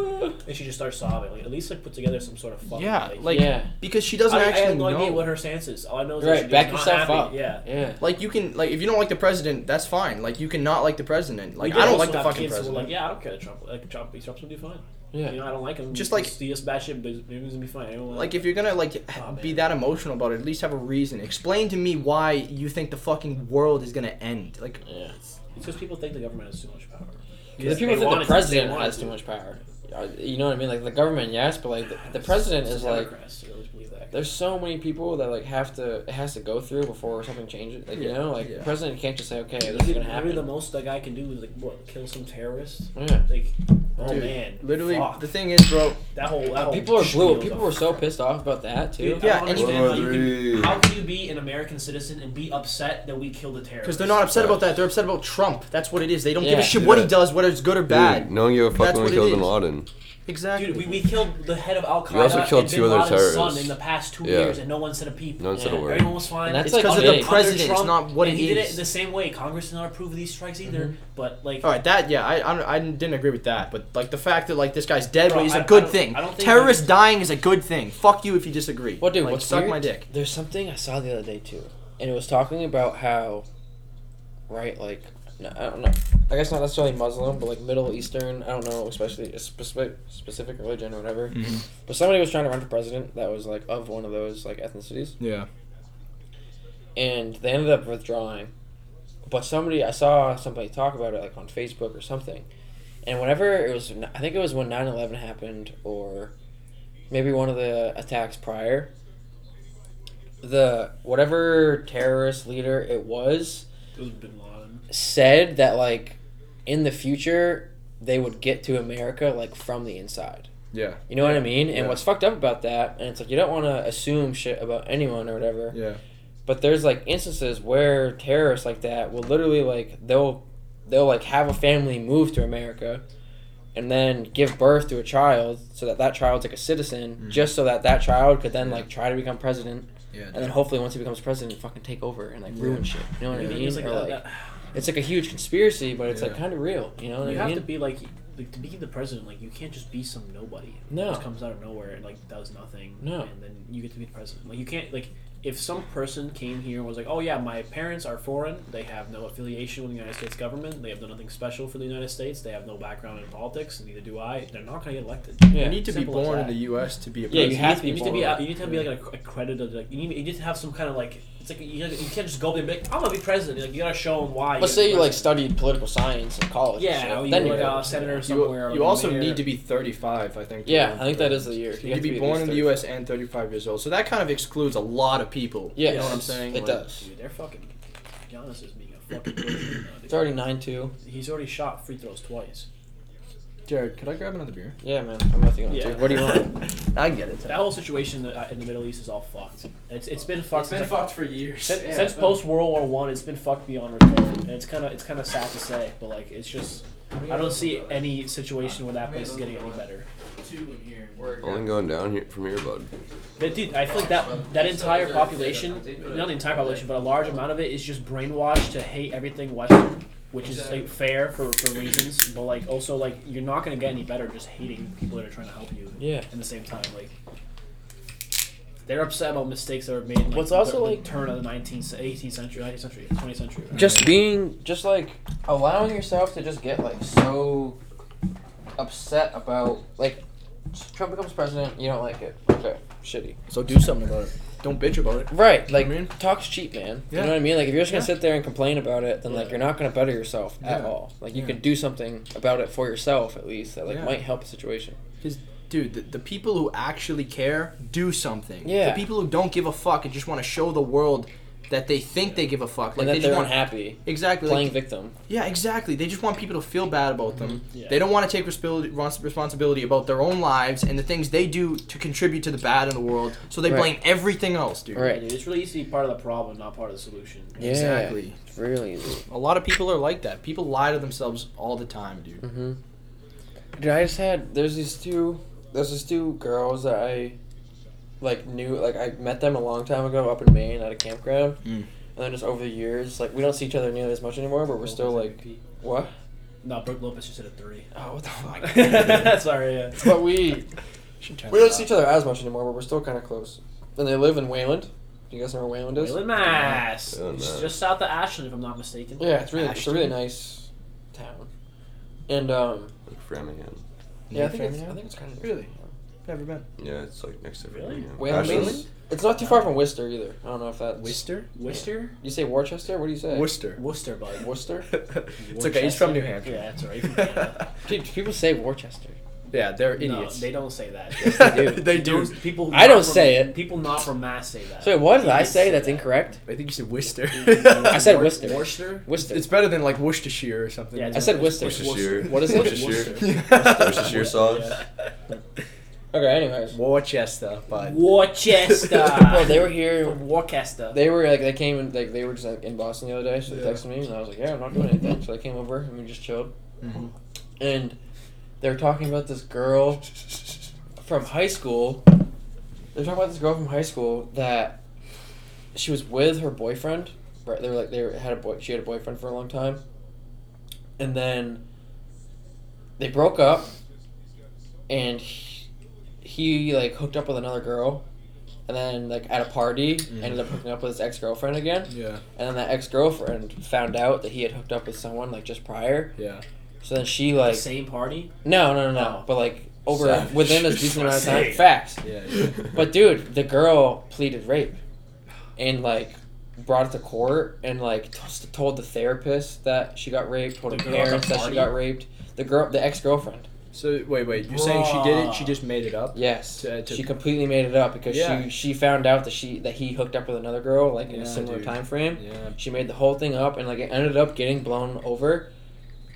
Speaker 3: and she just starts sobbing. Like at least like put together some sort of fucking
Speaker 4: yeah,
Speaker 3: like,
Speaker 4: like
Speaker 1: yeah.
Speaker 4: because she doesn't
Speaker 3: I, I
Speaker 4: actually
Speaker 3: have no
Speaker 4: know.
Speaker 3: idea what her stance is. All I know is that
Speaker 1: Right,
Speaker 3: she's
Speaker 1: back
Speaker 3: not
Speaker 1: yourself
Speaker 3: happy.
Speaker 1: up.
Speaker 3: Yeah.
Speaker 1: Yeah.
Speaker 4: like you can like if you don't like the president, that's fine. Like you can not like the president.
Speaker 3: We
Speaker 4: Like
Speaker 3: did
Speaker 4: I don't
Speaker 3: also
Speaker 4: like the
Speaker 3: have
Speaker 4: fucking
Speaker 3: kids who were
Speaker 4: president.
Speaker 3: Like, yeah, I don't care that Trump. Like Trump, Trump's gonna do fine. You
Speaker 1: Yeah.
Speaker 3: know, I don't like him.
Speaker 4: Just like-
Speaker 3: see us bash it, but maybe he's gonna be fine. I don't
Speaker 4: Like if you're gonna like
Speaker 3: Aw,
Speaker 4: be
Speaker 3: Oh, man.
Speaker 4: that emotional about it, at least have a reason. Explain to me why you think the fucking world is gonna end. Like
Speaker 1: Yeah.
Speaker 3: it's because people think the government has too much power.
Speaker 1: The
Speaker 3: They
Speaker 1: people think
Speaker 3: wanted
Speaker 1: the
Speaker 3: to- they
Speaker 1: president
Speaker 3: wanted
Speaker 1: has
Speaker 3: to.
Speaker 1: too much power. Uh, You know what I mean? Like the government, yes, but like the, the president
Speaker 3: It's
Speaker 1: is like.
Speaker 3: Democrats, so they always believe that.
Speaker 1: There's so many people that like have to it has to go through before something changes. Like you know, like
Speaker 4: Yeah.
Speaker 1: the president can't just say, okay, this is
Speaker 3: Maybe
Speaker 1: gonna happen.
Speaker 3: the most that guy can do is like what kill some terrorists.
Speaker 1: yeah.
Speaker 3: Like, oh
Speaker 4: Dude,
Speaker 3: man,
Speaker 4: literally,
Speaker 3: fuck.
Speaker 4: the thing is, bro.
Speaker 3: that whole, that
Speaker 1: Uh,
Speaker 3: whole
Speaker 1: people are blue.
Speaker 3: spiel
Speaker 1: People
Speaker 3: though.
Speaker 1: were so pissed off about that too.
Speaker 3: Dude,
Speaker 4: Yeah,
Speaker 3: I don't
Speaker 4: and-
Speaker 3: understand how, you
Speaker 2: World
Speaker 3: can, how can you be an American citizen and be upset that we killed a terrorist?
Speaker 4: Because they're not upset about that. They're upset about Trump. That's what it is. They don't give
Speaker 1: Yeah.
Speaker 4: a shit what he
Speaker 2: Yeah.
Speaker 4: does, whether it's good or bad.
Speaker 2: Dude, no one gave a fuck
Speaker 4: That's
Speaker 2: when we
Speaker 4: what it
Speaker 2: killed Bin
Speaker 4: is.
Speaker 2: Laden.
Speaker 4: Exactly.
Speaker 3: Dude, we, we killed the head of Al Qaeda.
Speaker 2: We also killed
Speaker 3: and
Speaker 2: two
Speaker 3: Bin
Speaker 2: other
Speaker 3: Laden's Son
Speaker 2: terrorists.
Speaker 3: in the past two
Speaker 2: Yeah.
Speaker 3: years, and no one said a peep.
Speaker 2: No one said a
Speaker 1: Yeah.
Speaker 2: word.
Speaker 3: Everyone was fine.
Speaker 1: And that's
Speaker 4: it's
Speaker 1: like
Speaker 4: because of
Speaker 1: under-
Speaker 4: the
Speaker 1: under
Speaker 4: president. It's not what
Speaker 3: and
Speaker 4: it
Speaker 3: he did
Speaker 4: is.
Speaker 3: it the same way. Congress did not approve of these strikes either. But like,
Speaker 4: All right, that yeah, I, I don't- I didn't agree with that, but like the fact that like this guy's dead
Speaker 3: Bro,
Speaker 4: is
Speaker 3: I-
Speaker 4: a
Speaker 3: I
Speaker 4: good
Speaker 3: don't-
Speaker 4: thing.
Speaker 3: I don't think
Speaker 4: Terrorists dying is a good thing. Fuck you if you disagree.
Speaker 1: Well, dude,
Speaker 4: Like,
Speaker 1: what's
Speaker 4: suck
Speaker 1: weird-
Speaker 4: my dick.
Speaker 1: There's something I saw the other day too, and it was talking about how, right, like, no, I don't know. I guess not necessarily Muslim, but like Middle Eastern. I don't know, especially a specific specific religion or whatever.
Speaker 4: Mm-hmm.
Speaker 1: But somebody was trying to run for president that was like of one of those like ethnicities,
Speaker 4: Yeah.
Speaker 1: and they ended up withdrawing. But somebody I saw somebody talk about it like on Facebook or something, and whenever it was, I think it was when 9-11 happened or maybe one of the attacks prior. The whatever terrorist leader it was
Speaker 3: it was Bin Laden.
Speaker 1: said that like in the future they would get to America like from the inside.
Speaker 4: Yeah.
Speaker 1: You know what I mean? And
Speaker 4: Yeah.
Speaker 1: what's fucked up about that, and it's like you don't want to assume shit about anyone or whatever.
Speaker 4: Yeah.
Speaker 1: But there's like instances where terrorists like that will literally like they'll they'll like have a family move to America and then give birth Mm-hmm. to a child so that that child's like a citizen just so that that child could then like try to become president
Speaker 4: Yeah.
Speaker 1: and then hopefully once he becomes president, fucking take over and like
Speaker 4: Yeah.
Speaker 1: ruin shit. You know what
Speaker 3: Yeah,
Speaker 1: I mean?
Speaker 3: it's like,
Speaker 1: Or,
Speaker 3: uh,
Speaker 1: like,
Speaker 3: uh,
Speaker 1: it's like a huge conspiracy, but it's like
Speaker 4: Yeah.
Speaker 1: kind of real. You know what
Speaker 3: you
Speaker 1: I
Speaker 3: have
Speaker 1: mean?
Speaker 3: to be like, like to be the president. Like you can't just be some nobody.
Speaker 1: No.
Speaker 3: that just comes out of nowhere and like does nothing.
Speaker 1: No.
Speaker 3: and then you get to be the president. Like you can't like if some person came here and was like, oh yeah, my parents are foreign. They have no affiliation with the United States government. They have done nothing special for the United States. They have no background in politics. Neither do I. They're not going to get elected.
Speaker 1: yeah.
Speaker 4: You need to be
Speaker 3: Simple as
Speaker 4: born
Speaker 3: that.
Speaker 4: in the U.S. to be a
Speaker 1: Yeah,
Speaker 4: president.
Speaker 1: you have to
Speaker 3: You
Speaker 1: be
Speaker 3: need to be
Speaker 1: born.
Speaker 3: out. You need to be like a accredited. Like you need. You need to have some kind of like. It's like you, you can't just go there and be like, I'm gonna be president. Like you gotta show them why.
Speaker 1: But say you like
Speaker 3: president.
Speaker 1: studied political science in college. and
Speaker 3: Yeah,
Speaker 1: shit,
Speaker 3: you uh,
Speaker 1: then
Speaker 3: were
Speaker 1: you're
Speaker 3: like
Speaker 1: good.
Speaker 3: a senator
Speaker 4: You-
Speaker 3: somewhere.
Speaker 4: You,
Speaker 3: or
Speaker 4: also
Speaker 3: mayor.
Speaker 4: need to be 35, I think. to
Speaker 1: Yeah,
Speaker 4: run
Speaker 1: I think
Speaker 4: for-
Speaker 1: that is the year.
Speaker 4: You,
Speaker 1: have
Speaker 4: could
Speaker 1: to
Speaker 4: be
Speaker 1: at
Speaker 4: born
Speaker 1: least
Speaker 4: in the U.S. and 35 years old, so that kind of excludes a lot of people.
Speaker 1: Yes,
Speaker 4: You know what I'm saying?
Speaker 1: it
Speaker 4: Like,
Speaker 1: does.
Speaker 3: Dude, they're fucking. Giannis is being a fucking. billionaire now, dude.
Speaker 1: It's already nine two.
Speaker 3: He's already shot free throws twice.
Speaker 4: Jared, could I grab another beer?
Speaker 1: Yeah, man. I'm not thinking.
Speaker 3: Yeah.
Speaker 1: Yeah. What do you want? I get it.
Speaker 3: That whole situation in the, in the Middle East is all fucked. It's it's been fucked. since, like,
Speaker 4: for years.
Speaker 3: Since, since post World War One, it's been fucked beyond repair, and it's kind of it's kind of sad to say, but like it's just I don't see any situation where that place is getting any better.
Speaker 2: Only going down here from here, bud.
Speaker 3: But dude, I feel like that that entire population, not the entire population, but a large amount of it is just brainwashed to hate everything Western, which is like fair for, for reasons, but like also like you're not gonna get any better just hating people that are trying to help you.
Speaker 1: Yeah.
Speaker 3: At the same time, like they're upset about mistakes that were made. Like,
Speaker 1: What's also,
Speaker 3: the, the
Speaker 1: like-
Speaker 3: turn of the 19th, ce- 18th century, 19th century, 20th century.
Speaker 1: Just being, just like allowing yourself to just get like so upset about like Trump becomes president, you don't like it. Okay, shitty.
Speaker 4: So do something about it. Don't bitch about it.
Speaker 1: Right, like
Speaker 4: I mean-
Speaker 1: talk's cheap, man.
Speaker 4: Yeah.
Speaker 1: You know what I mean? Like if you're just gonna
Speaker 4: Yeah.
Speaker 1: sit there and complain about it, then like
Speaker 3: Yeah.
Speaker 1: you're not gonna better yourself at
Speaker 4: Yeah.
Speaker 1: all. Like you
Speaker 4: Yeah.
Speaker 1: can do something about it for yourself at least that like
Speaker 4: Yeah.
Speaker 1: might help the situation.
Speaker 4: Dude, the, the people who actually care do something.
Speaker 1: Yeah.
Speaker 4: The people who don't give a fuck and just want to show the world that they think they give a fuck. Like
Speaker 1: and that
Speaker 4: they
Speaker 1: they're
Speaker 4: just want
Speaker 1: unhappy,
Speaker 4: exactly like,
Speaker 1: playing victim.
Speaker 4: Yeah, exactly. They just want people to feel bad about them.
Speaker 3: Yeah.
Speaker 4: They don't want to take responsibility, responsibility about their own lives and the things they do to contribute to the bad in the world. So they
Speaker 1: Right.
Speaker 4: blame everything else, dude.
Speaker 1: Right.
Speaker 3: Yeah, dude, it's really easy to be part of the problem, not part of the solution.
Speaker 1: Yeah.
Speaker 4: Exactly.
Speaker 1: Really easy.
Speaker 4: A lot of people are like that. People lie to themselves all the time, dude.
Speaker 1: Mm-hmm. Dude, I just had there's these two there's these two girls that I like knew like I met them a long time ago up in Maine at a campground.
Speaker 4: Mm.
Speaker 1: And then just over the years, like we don't see each other nearly as much anymore, but we're still like what?
Speaker 3: No, Brooke Lopez just hit a three.
Speaker 1: Oh what the fuck?
Speaker 3: Sorry, yeah.
Speaker 1: but we
Speaker 4: Should turn
Speaker 1: we don't
Speaker 4: that
Speaker 1: see each
Speaker 4: off.
Speaker 1: other as much anymore, but we're still kinda close. And they live in Wayland. Do you guys know where Wayland is?
Speaker 3: Wayland, Mass.
Speaker 4: Oh,
Speaker 2: Wayland,
Speaker 3: It's
Speaker 2: Mass.
Speaker 3: just south of Ashland, if I'm not mistaken.
Speaker 1: Yeah, it's really it's a really
Speaker 4: Ashton?
Speaker 1: nice town. And um
Speaker 2: Like Framingham.
Speaker 1: yeah, I think it's, I
Speaker 4: Framingham?
Speaker 1: think it's kind of
Speaker 4: Really? Never been.
Speaker 2: Yeah, it's like next to
Speaker 3: Really?
Speaker 2: Framingham.
Speaker 1: Wayland,
Speaker 2: Ashland's-
Speaker 1: Wayland? It's not too far from Worcester either. I don't know if that's
Speaker 4: Worcester?
Speaker 3: Worcester?
Speaker 1: You say Worcester? What do you say?
Speaker 4: Worcester.
Speaker 3: Worcester, bud.
Speaker 1: Worcester?
Speaker 4: it's okay. He's from New Hampshire.
Speaker 3: Yeah, that's all right. He's from Canada.
Speaker 1: Dude, people say Worcester.
Speaker 4: Yeah, they're
Speaker 3: no,
Speaker 4: idiots.
Speaker 3: they don't say that.
Speaker 4: they do.
Speaker 3: They don't- People who
Speaker 1: I
Speaker 3: not
Speaker 1: don't
Speaker 3: from-
Speaker 1: say it.
Speaker 3: People not from Mass say that.
Speaker 1: So what did I
Speaker 3: Idiots
Speaker 1: say? That's
Speaker 3: that.
Speaker 1: incorrect.
Speaker 4: I think you said Worcester.
Speaker 1: I said
Speaker 3: Wor-
Speaker 1: Worcester.
Speaker 3: Worcester?
Speaker 1: Worcester.
Speaker 4: It's better than like Worcestershire or something.
Speaker 3: Yeah,
Speaker 1: I said Worcester.
Speaker 2: Worcestershire.
Speaker 1: What is it?
Speaker 2: Worcestershire. Worcestershire sauce.
Speaker 1: okay. Anyways,
Speaker 4: Worcester, but
Speaker 3: Worcester.
Speaker 1: well, they were here.
Speaker 3: from Worcester.
Speaker 1: They were like they came and like they were just like in Boston the other day. So they
Speaker 4: Yeah.
Speaker 1: texted me and I was like, yeah, I'm not doing anything. So I came over and we just chilled.
Speaker 2: Mm-hmm.
Speaker 4: Mhm.
Speaker 1: And they were talking about this girl from high school. They're talking about this girl from high school that she was with her boyfriend. Right, they were like they were, had a boy. She had a boyfriend for a long time, and then they broke up, and he, he like hooked up with another girl, and then like at a party ended up hooking up with his ex girlfriend again,
Speaker 4: yeah,
Speaker 1: and then that ex girlfriend found out that he had hooked up with someone like just prior.
Speaker 4: yeah.
Speaker 1: So then she
Speaker 3: the
Speaker 1: like
Speaker 3: same party.
Speaker 1: no no no no,
Speaker 3: Oh.
Speaker 1: but like over
Speaker 4: Savage.
Speaker 1: within a decent amount of
Speaker 3: Say
Speaker 1: time
Speaker 3: it.
Speaker 1: facts.
Speaker 4: Yeah,
Speaker 1: But dude, the girl pleaded rape, and like brought it to court, and like t- told the therapist that she got raped, told
Speaker 3: The
Speaker 1: her
Speaker 3: girl at the
Speaker 1: parents that she
Speaker 3: party?
Speaker 1: got raped. The girl, the ex girlfriend,
Speaker 4: So wait, wait. You're saying she did it? She just made it up?
Speaker 1: yes,
Speaker 4: To- to-
Speaker 1: she completely made it up because
Speaker 4: Yeah.
Speaker 1: she she found out that she that he hooked up with another girl like in
Speaker 4: Yeah,
Speaker 1: a similar
Speaker 4: dude.
Speaker 1: time frame.
Speaker 4: Yeah.
Speaker 1: She made the whole thing up, and like it ended up getting blown over,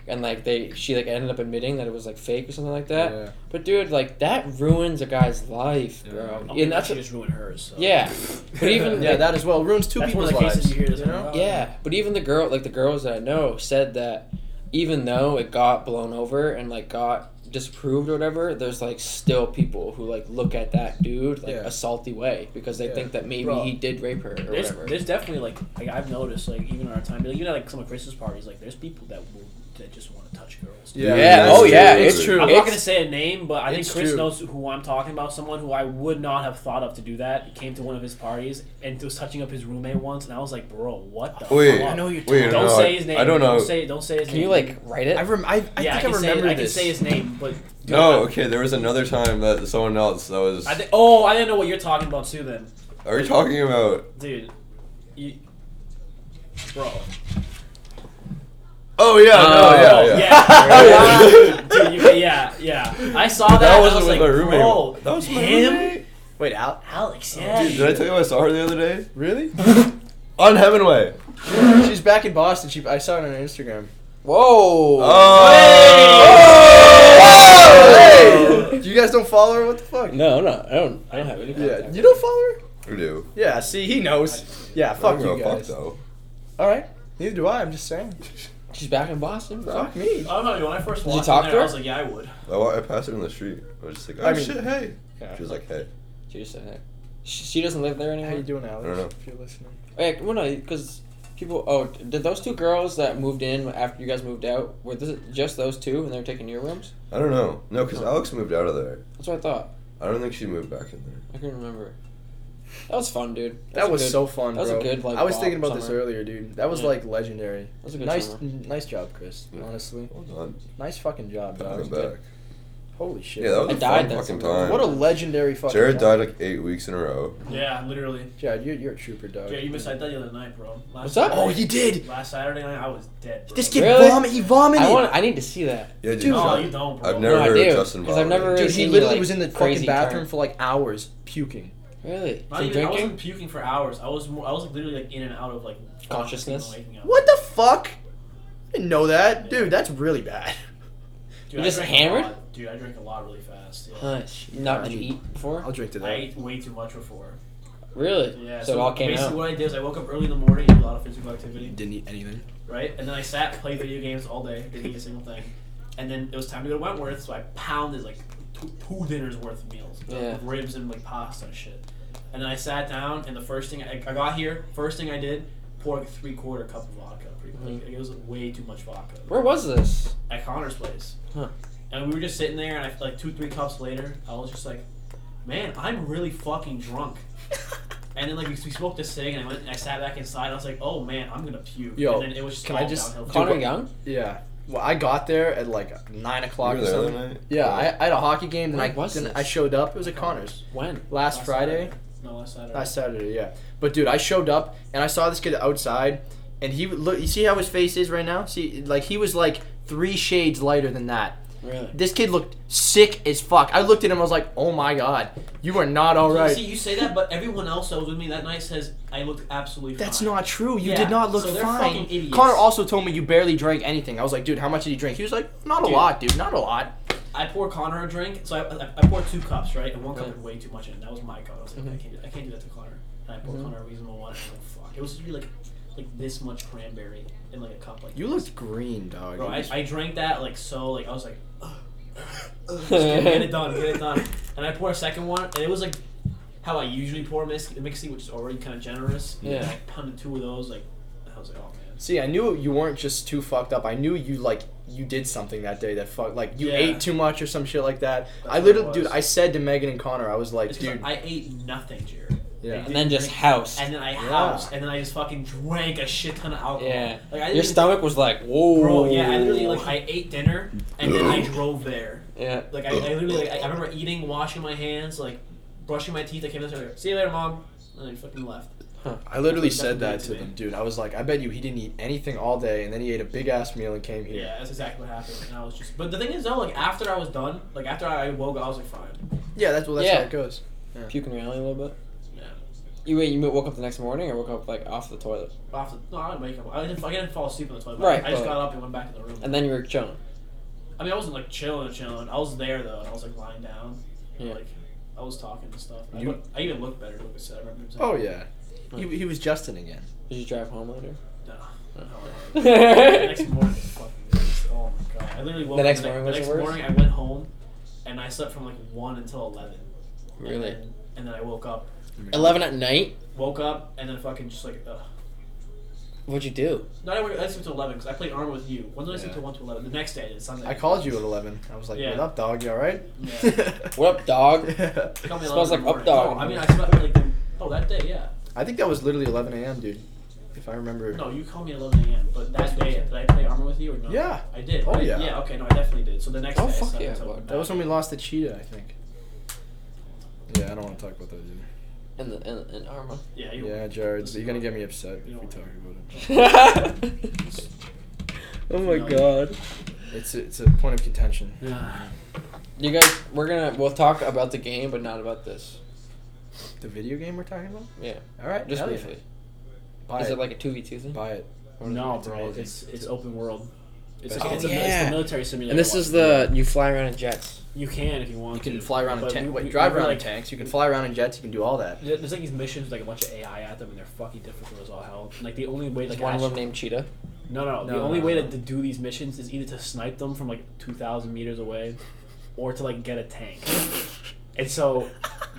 Speaker 1: and like they she like ended up admitting that it was like fake or something like that.
Speaker 4: yeah.
Speaker 1: But dude, like that ruins a guy's life,
Speaker 4: Yeah.
Speaker 1: bro.
Speaker 3: Oh,
Speaker 1: and that's
Speaker 3: she
Speaker 1: a,
Speaker 3: just ruined hers. So.
Speaker 1: yeah, but even
Speaker 4: yeah,
Speaker 1: like,
Speaker 4: that as well ruins two
Speaker 3: That's one
Speaker 4: people's
Speaker 3: of the cases
Speaker 4: lives.
Speaker 3: you hear this
Speaker 4: you know?
Speaker 3: one.
Speaker 1: Yeah, but even the girl, like the girls that I know, said that even though it got blown over and like got disapproved or whatever, there's like still people who like look at that dude like
Speaker 4: Yeah.
Speaker 1: a salty way because they
Speaker 4: Yeah.
Speaker 1: think that maybe
Speaker 3: Bro.
Speaker 1: he did rape her or
Speaker 3: There's,
Speaker 1: whatever.
Speaker 3: there's definitely like like I've noticed like even in our time like, even at like some of Chris's parties like there's people that will that just want to touch girls.
Speaker 1: Yeah, oh, yeah,
Speaker 4: it's
Speaker 1: it's-
Speaker 4: true.
Speaker 3: I'm
Speaker 1: It's-
Speaker 3: not gonna say a name, but I think
Speaker 4: it's
Speaker 3: Chris
Speaker 4: true.
Speaker 3: knows who I'm talking about. Someone who I would not have thought of to do that came to one of his parties and was touching up his roommate once, and I was like, "Bro, what the
Speaker 2: Wait,
Speaker 3: fuck?"
Speaker 4: I know you're
Speaker 2: wait,
Speaker 4: talking-
Speaker 3: don't
Speaker 2: no,
Speaker 3: say his name.
Speaker 2: I don't know.
Speaker 3: Don't say. Don't say his
Speaker 1: Can
Speaker 3: name.
Speaker 1: you like write it?
Speaker 4: I, rem- I, I
Speaker 3: yeah,
Speaker 4: think
Speaker 3: can
Speaker 4: I,
Speaker 3: say-
Speaker 4: remember
Speaker 3: I can
Speaker 4: this.
Speaker 3: say his name, but dude,
Speaker 2: no,
Speaker 3: I,
Speaker 2: okay. There was another time that someone else that was.
Speaker 3: I think. Oh, I didn't know what you're talking about too. Then,
Speaker 2: are we talking about?
Speaker 3: dude, you, bro.
Speaker 2: Oh yeah,
Speaker 1: Oh,
Speaker 2: no, yeah, yeah.
Speaker 3: yeah. Dude, you, yeah, yeah. I saw that.
Speaker 2: That
Speaker 3: and I
Speaker 2: wasn't
Speaker 3: was
Speaker 2: with
Speaker 3: like,
Speaker 2: my roommate.
Speaker 3: Bro,
Speaker 2: that was my
Speaker 3: him?
Speaker 2: roommate.
Speaker 4: Wait, Al-
Speaker 3: Alex, yeah.
Speaker 2: Dude, did I tell you I saw her the other day
Speaker 4: really?
Speaker 2: on Hemingway?
Speaker 4: She's back in Boston. She, I saw it on her Instagram.
Speaker 1: Whoa!
Speaker 2: Oh.
Speaker 1: Hey!
Speaker 2: Oh.
Speaker 4: Hey! You guys don't follow her? What the fuck?
Speaker 1: No, no, I don't. I don't have any.
Speaker 4: Yeah,
Speaker 1: contact.
Speaker 4: you don't follow her?
Speaker 2: We do.
Speaker 4: Yeah, see, he knows. Yeah, fuck
Speaker 2: I don't
Speaker 4: you
Speaker 2: give a
Speaker 4: guys.
Speaker 2: Fuck though.
Speaker 4: All right. Neither do I. I'm just saying.
Speaker 1: She's back in Boston, bro.
Speaker 4: Fuck me.
Speaker 2: Oh,
Speaker 3: I don't know. When I first
Speaker 1: Did you
Speaker 3: walked
Speaker 1: talk
Speaker 3: in
Speaker 1: to
Speaker 3: there, I
Speaker 1: her?
Speaker 3: was like, yeah, I would.
Speaker 2: I, wa- I passed her in the street. I was just like, oh
Speaker 4: I mean-
Speaker 2: shit, hey.
Speaker 4: Yeah.
Speaker 2: She was like, hey.
Speaker 1: She just said that. She, she doesn't live there anymore.
Speaker 4: How you doing, Alex?
Speaker 2: I don't know.
Speaker 4: If you're listening.
Speaker 1: Wait, well, no, because people. Oh, did those two girls that moved in after you guys moved out were this just those two, and they're taking your rooms?
Speaker 2: I don't know. No, because Alex moved out of there.
Speaker 1: That's what I thought.
Speaker 2: I don't think she moved back in there.
Speaker 1: I couldn't remember. That was fun, dude.
Speaker 4: That
Speaker 1: a
Speaker 4: was
Speaker 1: good-
Speaker 4: so fun,
Speaker 1: that was a
Speaker 4: bro.
Speaker 1: good, like,
Speaker 4: I was
Speaker 1: bop
Speaker 4: thinking about this
Speaker 1: summer.
Speaker 4: earlier, dude. That was
Speaker 1: Yeah.
Speaker 4: like legendary.
Speaker 1: That was a good
Speaker 4: Nice,
Speaker 1: summer.
Speaker 4: n- nice job, Chris.
Speaker 2: Yeah.
Speaker 4: Honestly,
Speaker 2: Hold on.
Speaker 4: nice fucking job,
Speaker 2: Pat him
Speaker 4: dog.
Speaker 2: back.
Speaker 4: Holy shit.
Speaker 2: Yeah, that was
Speaker 1: I
Speaker 2: a
Speaker 1: died
Speaker 2: fun
Speaker 1: that
Speaker 2: fucking
Speaker 1: summer.
Speaker 2: time.
Speaker 4: what a legendary fucking.
Speaker 2: Jared
Speaker 4: job.
Speaker 2: died like eight weeks in a row.
Speaker 3: Yeah, literally.
Speaker 4: Jared, you're, you're a trooper, dog.
Speaker 3: Yeah, you missed that the other night, bro. Last
Speaker 1: What's up?
Speaker 4: Oh, you did.
Speaker 3: Last Saturday night, I was dead. Bro.
Speaker 4: This kid
Speaker 1: Really?
Speaker 4: vomit. He vomited.
Speaker 1: I want. I need to see that.
Speaker 2: Yeah, dude.
Speaker 4: Dude.
Speaker 3: No,
Speaker 2: Sean-
Speaker 3: you don't, bro.
Speaker 2: I've never
Speaker 1: No, I
Speaker 2: heard
Speaker 1: do,
Speaker 2: of Justin
Speaker 1: 'cause I've
Speaker 2: vomiting.
Speaker 1: never-
Speaker 4: Dude, he
Speaker 1: Seemed
Speaker 4: literally
Speaker 1: like
Speaker 4: was in the
Speaker 1: crazy
Speaker 4: fucking bathroom
Speaker 1: turn.
Speaker 4: for like hours, puking.
Speaker 1: Really?
Speaker 3: Not
Speaker 1: From
Speaker 3: even, I
Speaker 1: drinking?
Speaker 3: wasn't puking for hours. I was more, I was like, literally like in and out of like
Speaker 1: Consciousness?
Speaker 3: waking up.
Speaker 4: What the fuck? I didn't know that, dude. That's really bad.
Speaker 3: Dude,
Speaker 1: You
Speaker 3: I
Speaker 1: just
Speaker 3: drank a
Speaker 1: hammered?
Speaker 3: lot. Dude, I drank a lot really fast. Yeah.
Speaker 1: Hush. Not did you
Speaker 4: Imagine.
Speaker 1: eat before?
Speaker 4: I'll drink to
Speaker 3: I
Speaker 4: that.
Speaker 3: ate way too much before.
Speaker 1: Really?
Speaker 3: Yeah.
Speaker 1: So, it all came
Speaker 3: basically,
Speaker 1: out.
Speaker 3: what I did is I woke up early in the morning, did a lot of physical activity,
Speaker 4: Didn't eat anything.
Speaker 3: right? And then I sat, played video games all day, didn't eat a single thing. And then it was time to go to Wentworth, so I pounded like two, two dinners worth of meals, like,
Speaker 1: Yeah.
Speaker 3: with ribs and like pasta and shit. And then I sat down, and the first thing I, I got here, first thing I did, poured like a three quarter cup of vodka. Pretty, like, it was way too much vodka
Speaker 1: Where was this?
Speaker 3: at Connor's place.
Speaker 1: Huh.
Speaker 3: And we were just sitting there, and I, like two, three cups later, I was just like, "Man, I'm really fucking drunk." and then like we, we smoked this thing, and I went, and I sat back inside, and I was like, "Oh man, I'm gonna puke."
Speaker 4: Yo,
Speaker 3: and then it was just
Speaker 4: can
Speaker 3: all
Speaker 4: I just-
Speaker 3: downhill.
Speaker 1: Connor
Speaker 4: what-
Speaker 1: Young?
Speaker 4: Yeah. Well, I got there at like nine o'clock
Speaker 2: You
Speaker 4: or
Speaker 2: were there
Speaker 4: something.
Speaker 2: that night?
Speaker 4: Yeah, I, I had a hockey game, and
Speaker 1: Where
Speaker 4: I
Speaker 1: was
Speaker 4: then
Speaker 1: this?
Speaker 4: I showed up. It was at Connors
Speaker 1: When?
Speaker 4: last, Friday,
Speaker 3: Saturday. No, last Saturday.
Speaker 4: last Saturday. Yeah, but dude, I showed up and I saw this kid outside, and he would look. You see how his face is right now? See, like he was like three shades lighter than that.
Speaker 1: Really?
Speaker 4: This kid looked sick as fuck. I looked at him. I was like, oh my god, you are not all
Speaker 3: You
Speaker 4: right.
Speaker 3: See, you say that, but everyone else that was with me that night says I looked absolutely.
Speaker 4: That's
Speaker 3: fine.
Speaker 4: not true. You
Speaker 3: Yeah,
Speaker 4: did not look
Speaker 3: so they're
Speaker 4: fine.
Speaker 3: fucking idiots.
Speaker 4: Connor also told me you barely drank anything. I was like, dude, how much did you drink? He was like, not a
Speaker 1: Dude.
Speaker 4: lot, dude, not a lot.
Speaker 3: I pour Connor a drink, so I, I, I poured two cups, right? And one cup
Speaker 1: Yeah. Mm-hmm.
Speaker 3: had way too much in it. That was my cup. I was like, I, can't, do- I can't do that to Connor. And I poured Connor a reasonable one. And I was like, fuck. It was just like, like this much cranberry in like a cup. Like,
Speaker 4: You looked green, dog.
Speaker 3: bro,
Speaker 4: You
Speaker 3: I,
Speaker 4: just-
Speaker 3: I drank that like so. Like I was like, just get, get it done, get it done. And I pour a second one, and it was like how I usually pour mix, mixie, which is already kind of generous.
Speaker 1: Yeah.
Speaker 3: And I pounded two of those. Like, and I was like, oh man.
Speaker 4: See, I knew you weren't just too fucked up. I knew you like you did something that day that fuck like you
Speaker 3: Yeah.
Speaker 4: ate too much or some shit like that.
Speaker 3: That's
Speaker 4: I
Speaker 3: what
Speaker 4: literally,
Speaker 3: it
Speaker 4: dude,
Speaker 3: was.
Speaker 4: I said to Megan and Connor, I was like,
Speaker 3: It's 'cause
Speaker 4: dude,
Speaker 3: I ate nothing, Jared.
Speaker 4: Yeah.
Speaker 3: I
Speaker 4: And
Speaker 1: And
Speaker 3: didn't
Speaker 1: then just
Speaker 3: drink
Speaker 1: house.
Speaker 3: and then I housed, and then I just fucking drank a shit ton of alcohol.
Speaker 1: Yeah.
Speaker 3: Like I didn't
Speaker 1: Your
Speaker 3: even-
Speaker 1: stomach was like, whoa.
Speaker 3: Bro, yeah, I literally like I ate dinner and then I drove there.
Speaker 1: Yeah.
Speaker 3: Like I, I literally like I I remember eating, washing my hands, like brushing my teeth. I came in there, see you later, mom, and I fucking left.
Speaker 4: I literally
Speaker 3: That's
Speaker 4: said that
Speaker 3: definitely
Speaker 4: to
Speaker 3: me.
Speaker 4: them, dude. I was like, I bet you he didn't eat anything all day, and then he ate a big ass meal and came here.
Speaker 3: Yeah, that's exactly what happened. And I was just, but the thing is though, like after I was done, like after I woke up, I was like fine.
Speaker 4: Yeah, that's well, that's how
Speaker 1: Yeah.
Speaker 4: it goes.
Speaker 1: Puking reality a little bit.
Speaker 3: Yeah.
Speaker 1: You wait, you woke up the next morning or woke up like off the toilet?
Speaker 3: But after, no, I didn't wake up. I didn't, I didn't fall asleep in the toilet.
Speaker 1: Right,
Speaker 3: I just
Speaker 1: but-
Speaker 3: got up and went back to the room.
Speaker 1: And then you were chilling.
Speaker 3: I mean, I wasn't like chilling, chilling. I was there though. I was like lying down,
Speaker 1: Yeah.
Speaker 3: like I was talking and stuff. I,
Speaker 4: You-
Speaker 3: look- I even looked better. Like I said, I remember.
Speaker 4: Oh yeah, he, he was Justin again.
Speaker 1: Did you drive home later?
Speaker 3: No. no, I- the next morning, fucking. Oh my god. I literally woke
Speaker 1: The
Speaker 3: up
Speaker 1: next
Speaker 3: the,
Speaker 1: morning
Speaker 3: the
Speaker 1: was
Speaker 3: next
Speaker 1: the worst?
Speaker 3: morning. I went home, and I slept from like one until eleven.
Speaker 1: Really?
Speaker 3: And then, and then I woke up,
Speaker 1: Eleven at night.
Speaker 3: woke up, and then fucking just like ugh.
Speaker 1: What'd you do?
Speaker 3: No, I, went, I slept till eleven because I played Armor with you. When did I sleep
Speaker 4: Yeah.
Speaker 3: till one to eleven? The next day, it's Sunday.
Speaker 4: I called you at eleven. I was like,
Speaker 3: Yeah.
Speaker 4: "What up, dog? You all right?"
Speaker 1: What up, dog?
Speaker 3: You called me at
Speaker 1: Smells like
Speaker 3: 11 in the
Speaker 1: Up
Speaker 3: morning.
Speaker 1: Dog.
Speaker 3: No, I mean I slept like the, oh that day yeah.
Speaker 4: I think that was literally eleven a.m., dude. If I remember.
Speaker 3: No, you called me at eleven a.m. But that day did I play Armor with you or no?
Speaker 4: Yeah.
Speaker 3: I did.
Speaker 4: Oh,
Speaker 3: I-
Speaker 4: yeah.
Speaker 3: Yeah. Okay. No, I definitely did. So the next
Speaker 1: Oh,
Speaker 3: day. I
Speaker 1: fuck
Speaker 3: slept
Speaker 1: yeah,
Speaker 3: until-
Speaker 1: bud.
Speaker 4: That was when we lost the cheetah, I think. Yeah, I don't want to talk about that either.
Speaker 1: In the in, in armor.
Speaker 3: Yeah. You,
Speaker 4: Yeah, Jared, you're gonna get me upset if we
Speaker 3: You don't-
Speaker 4: talk about it.
Speaker 1: oh
Speaker 3: my
Speaker 1: god.
Speaker 4: It's a, it's a point of contention.
Speaker 3: Yeah.
Speaker 1: You guys, we're gonna we'll talk about the game, but not about this.
Speaker 4: The video game we're talking about.
Speaker 1: Yeah,
Speaker 4: All right,
Speaker 1: just
Speaker 4: hell yeah.
Speaker 1: briefly.
Speaker 4: Buy
Speaker 1: Is
Speaker 4: it.
Speaker 1: it like a two v two thing?
Speaker 4: buy it?
Speaker 1: Or is
Speaker 3: No,
Speaker 1: it-
Speaker 4: It's
Speaker 3: bro.
Speaker 4: amazing.
Speaker 3: It's it's open world. It's
Speaker 4: Best
Speaker 3: like
Speaker 4: game.
Speaker 3: it's, a,
Speaker 1: Oh,
Speaker 3: mi- it's
Speaker 1: yeah.
Speaker 3: a military simulator.
Speaker 1: And this
Speaker 3: one.
Speaker 1: is the you fly around in jets.
Speaker 3: you can if you
Speaker 4: You
Speaker 3: want.
Speaker 4: can
Speaker 3: to.
Speaker 4: fly around in
Speaker 3: But we-
Speaker 4: tanks.
Speaker 3: we-
Speaker 4: Wait, drive
Speaker 3: we were,
Speaker 4: around in
Speaker 3: like,
Speaker 4: tanks. You can fly around in jets. You can do all that.
Speaker 3: There- There's like these missions with like a bunch of AI at them and they're fucking difficult as all hell. Like the only way like
Speaker 1: There's one of
Speaker 3: actually-
Speaker 1: them named Cheetah.
Speaker 3: no, no no the
Speaker 4: No,
Speaker 3: only
Speaker 4: no,
Speaker 3: way
Speaker 4: no.
Speaker 3: To, to do these missions is either to snipe them from like two thousand meters away, or to like get a tank. and so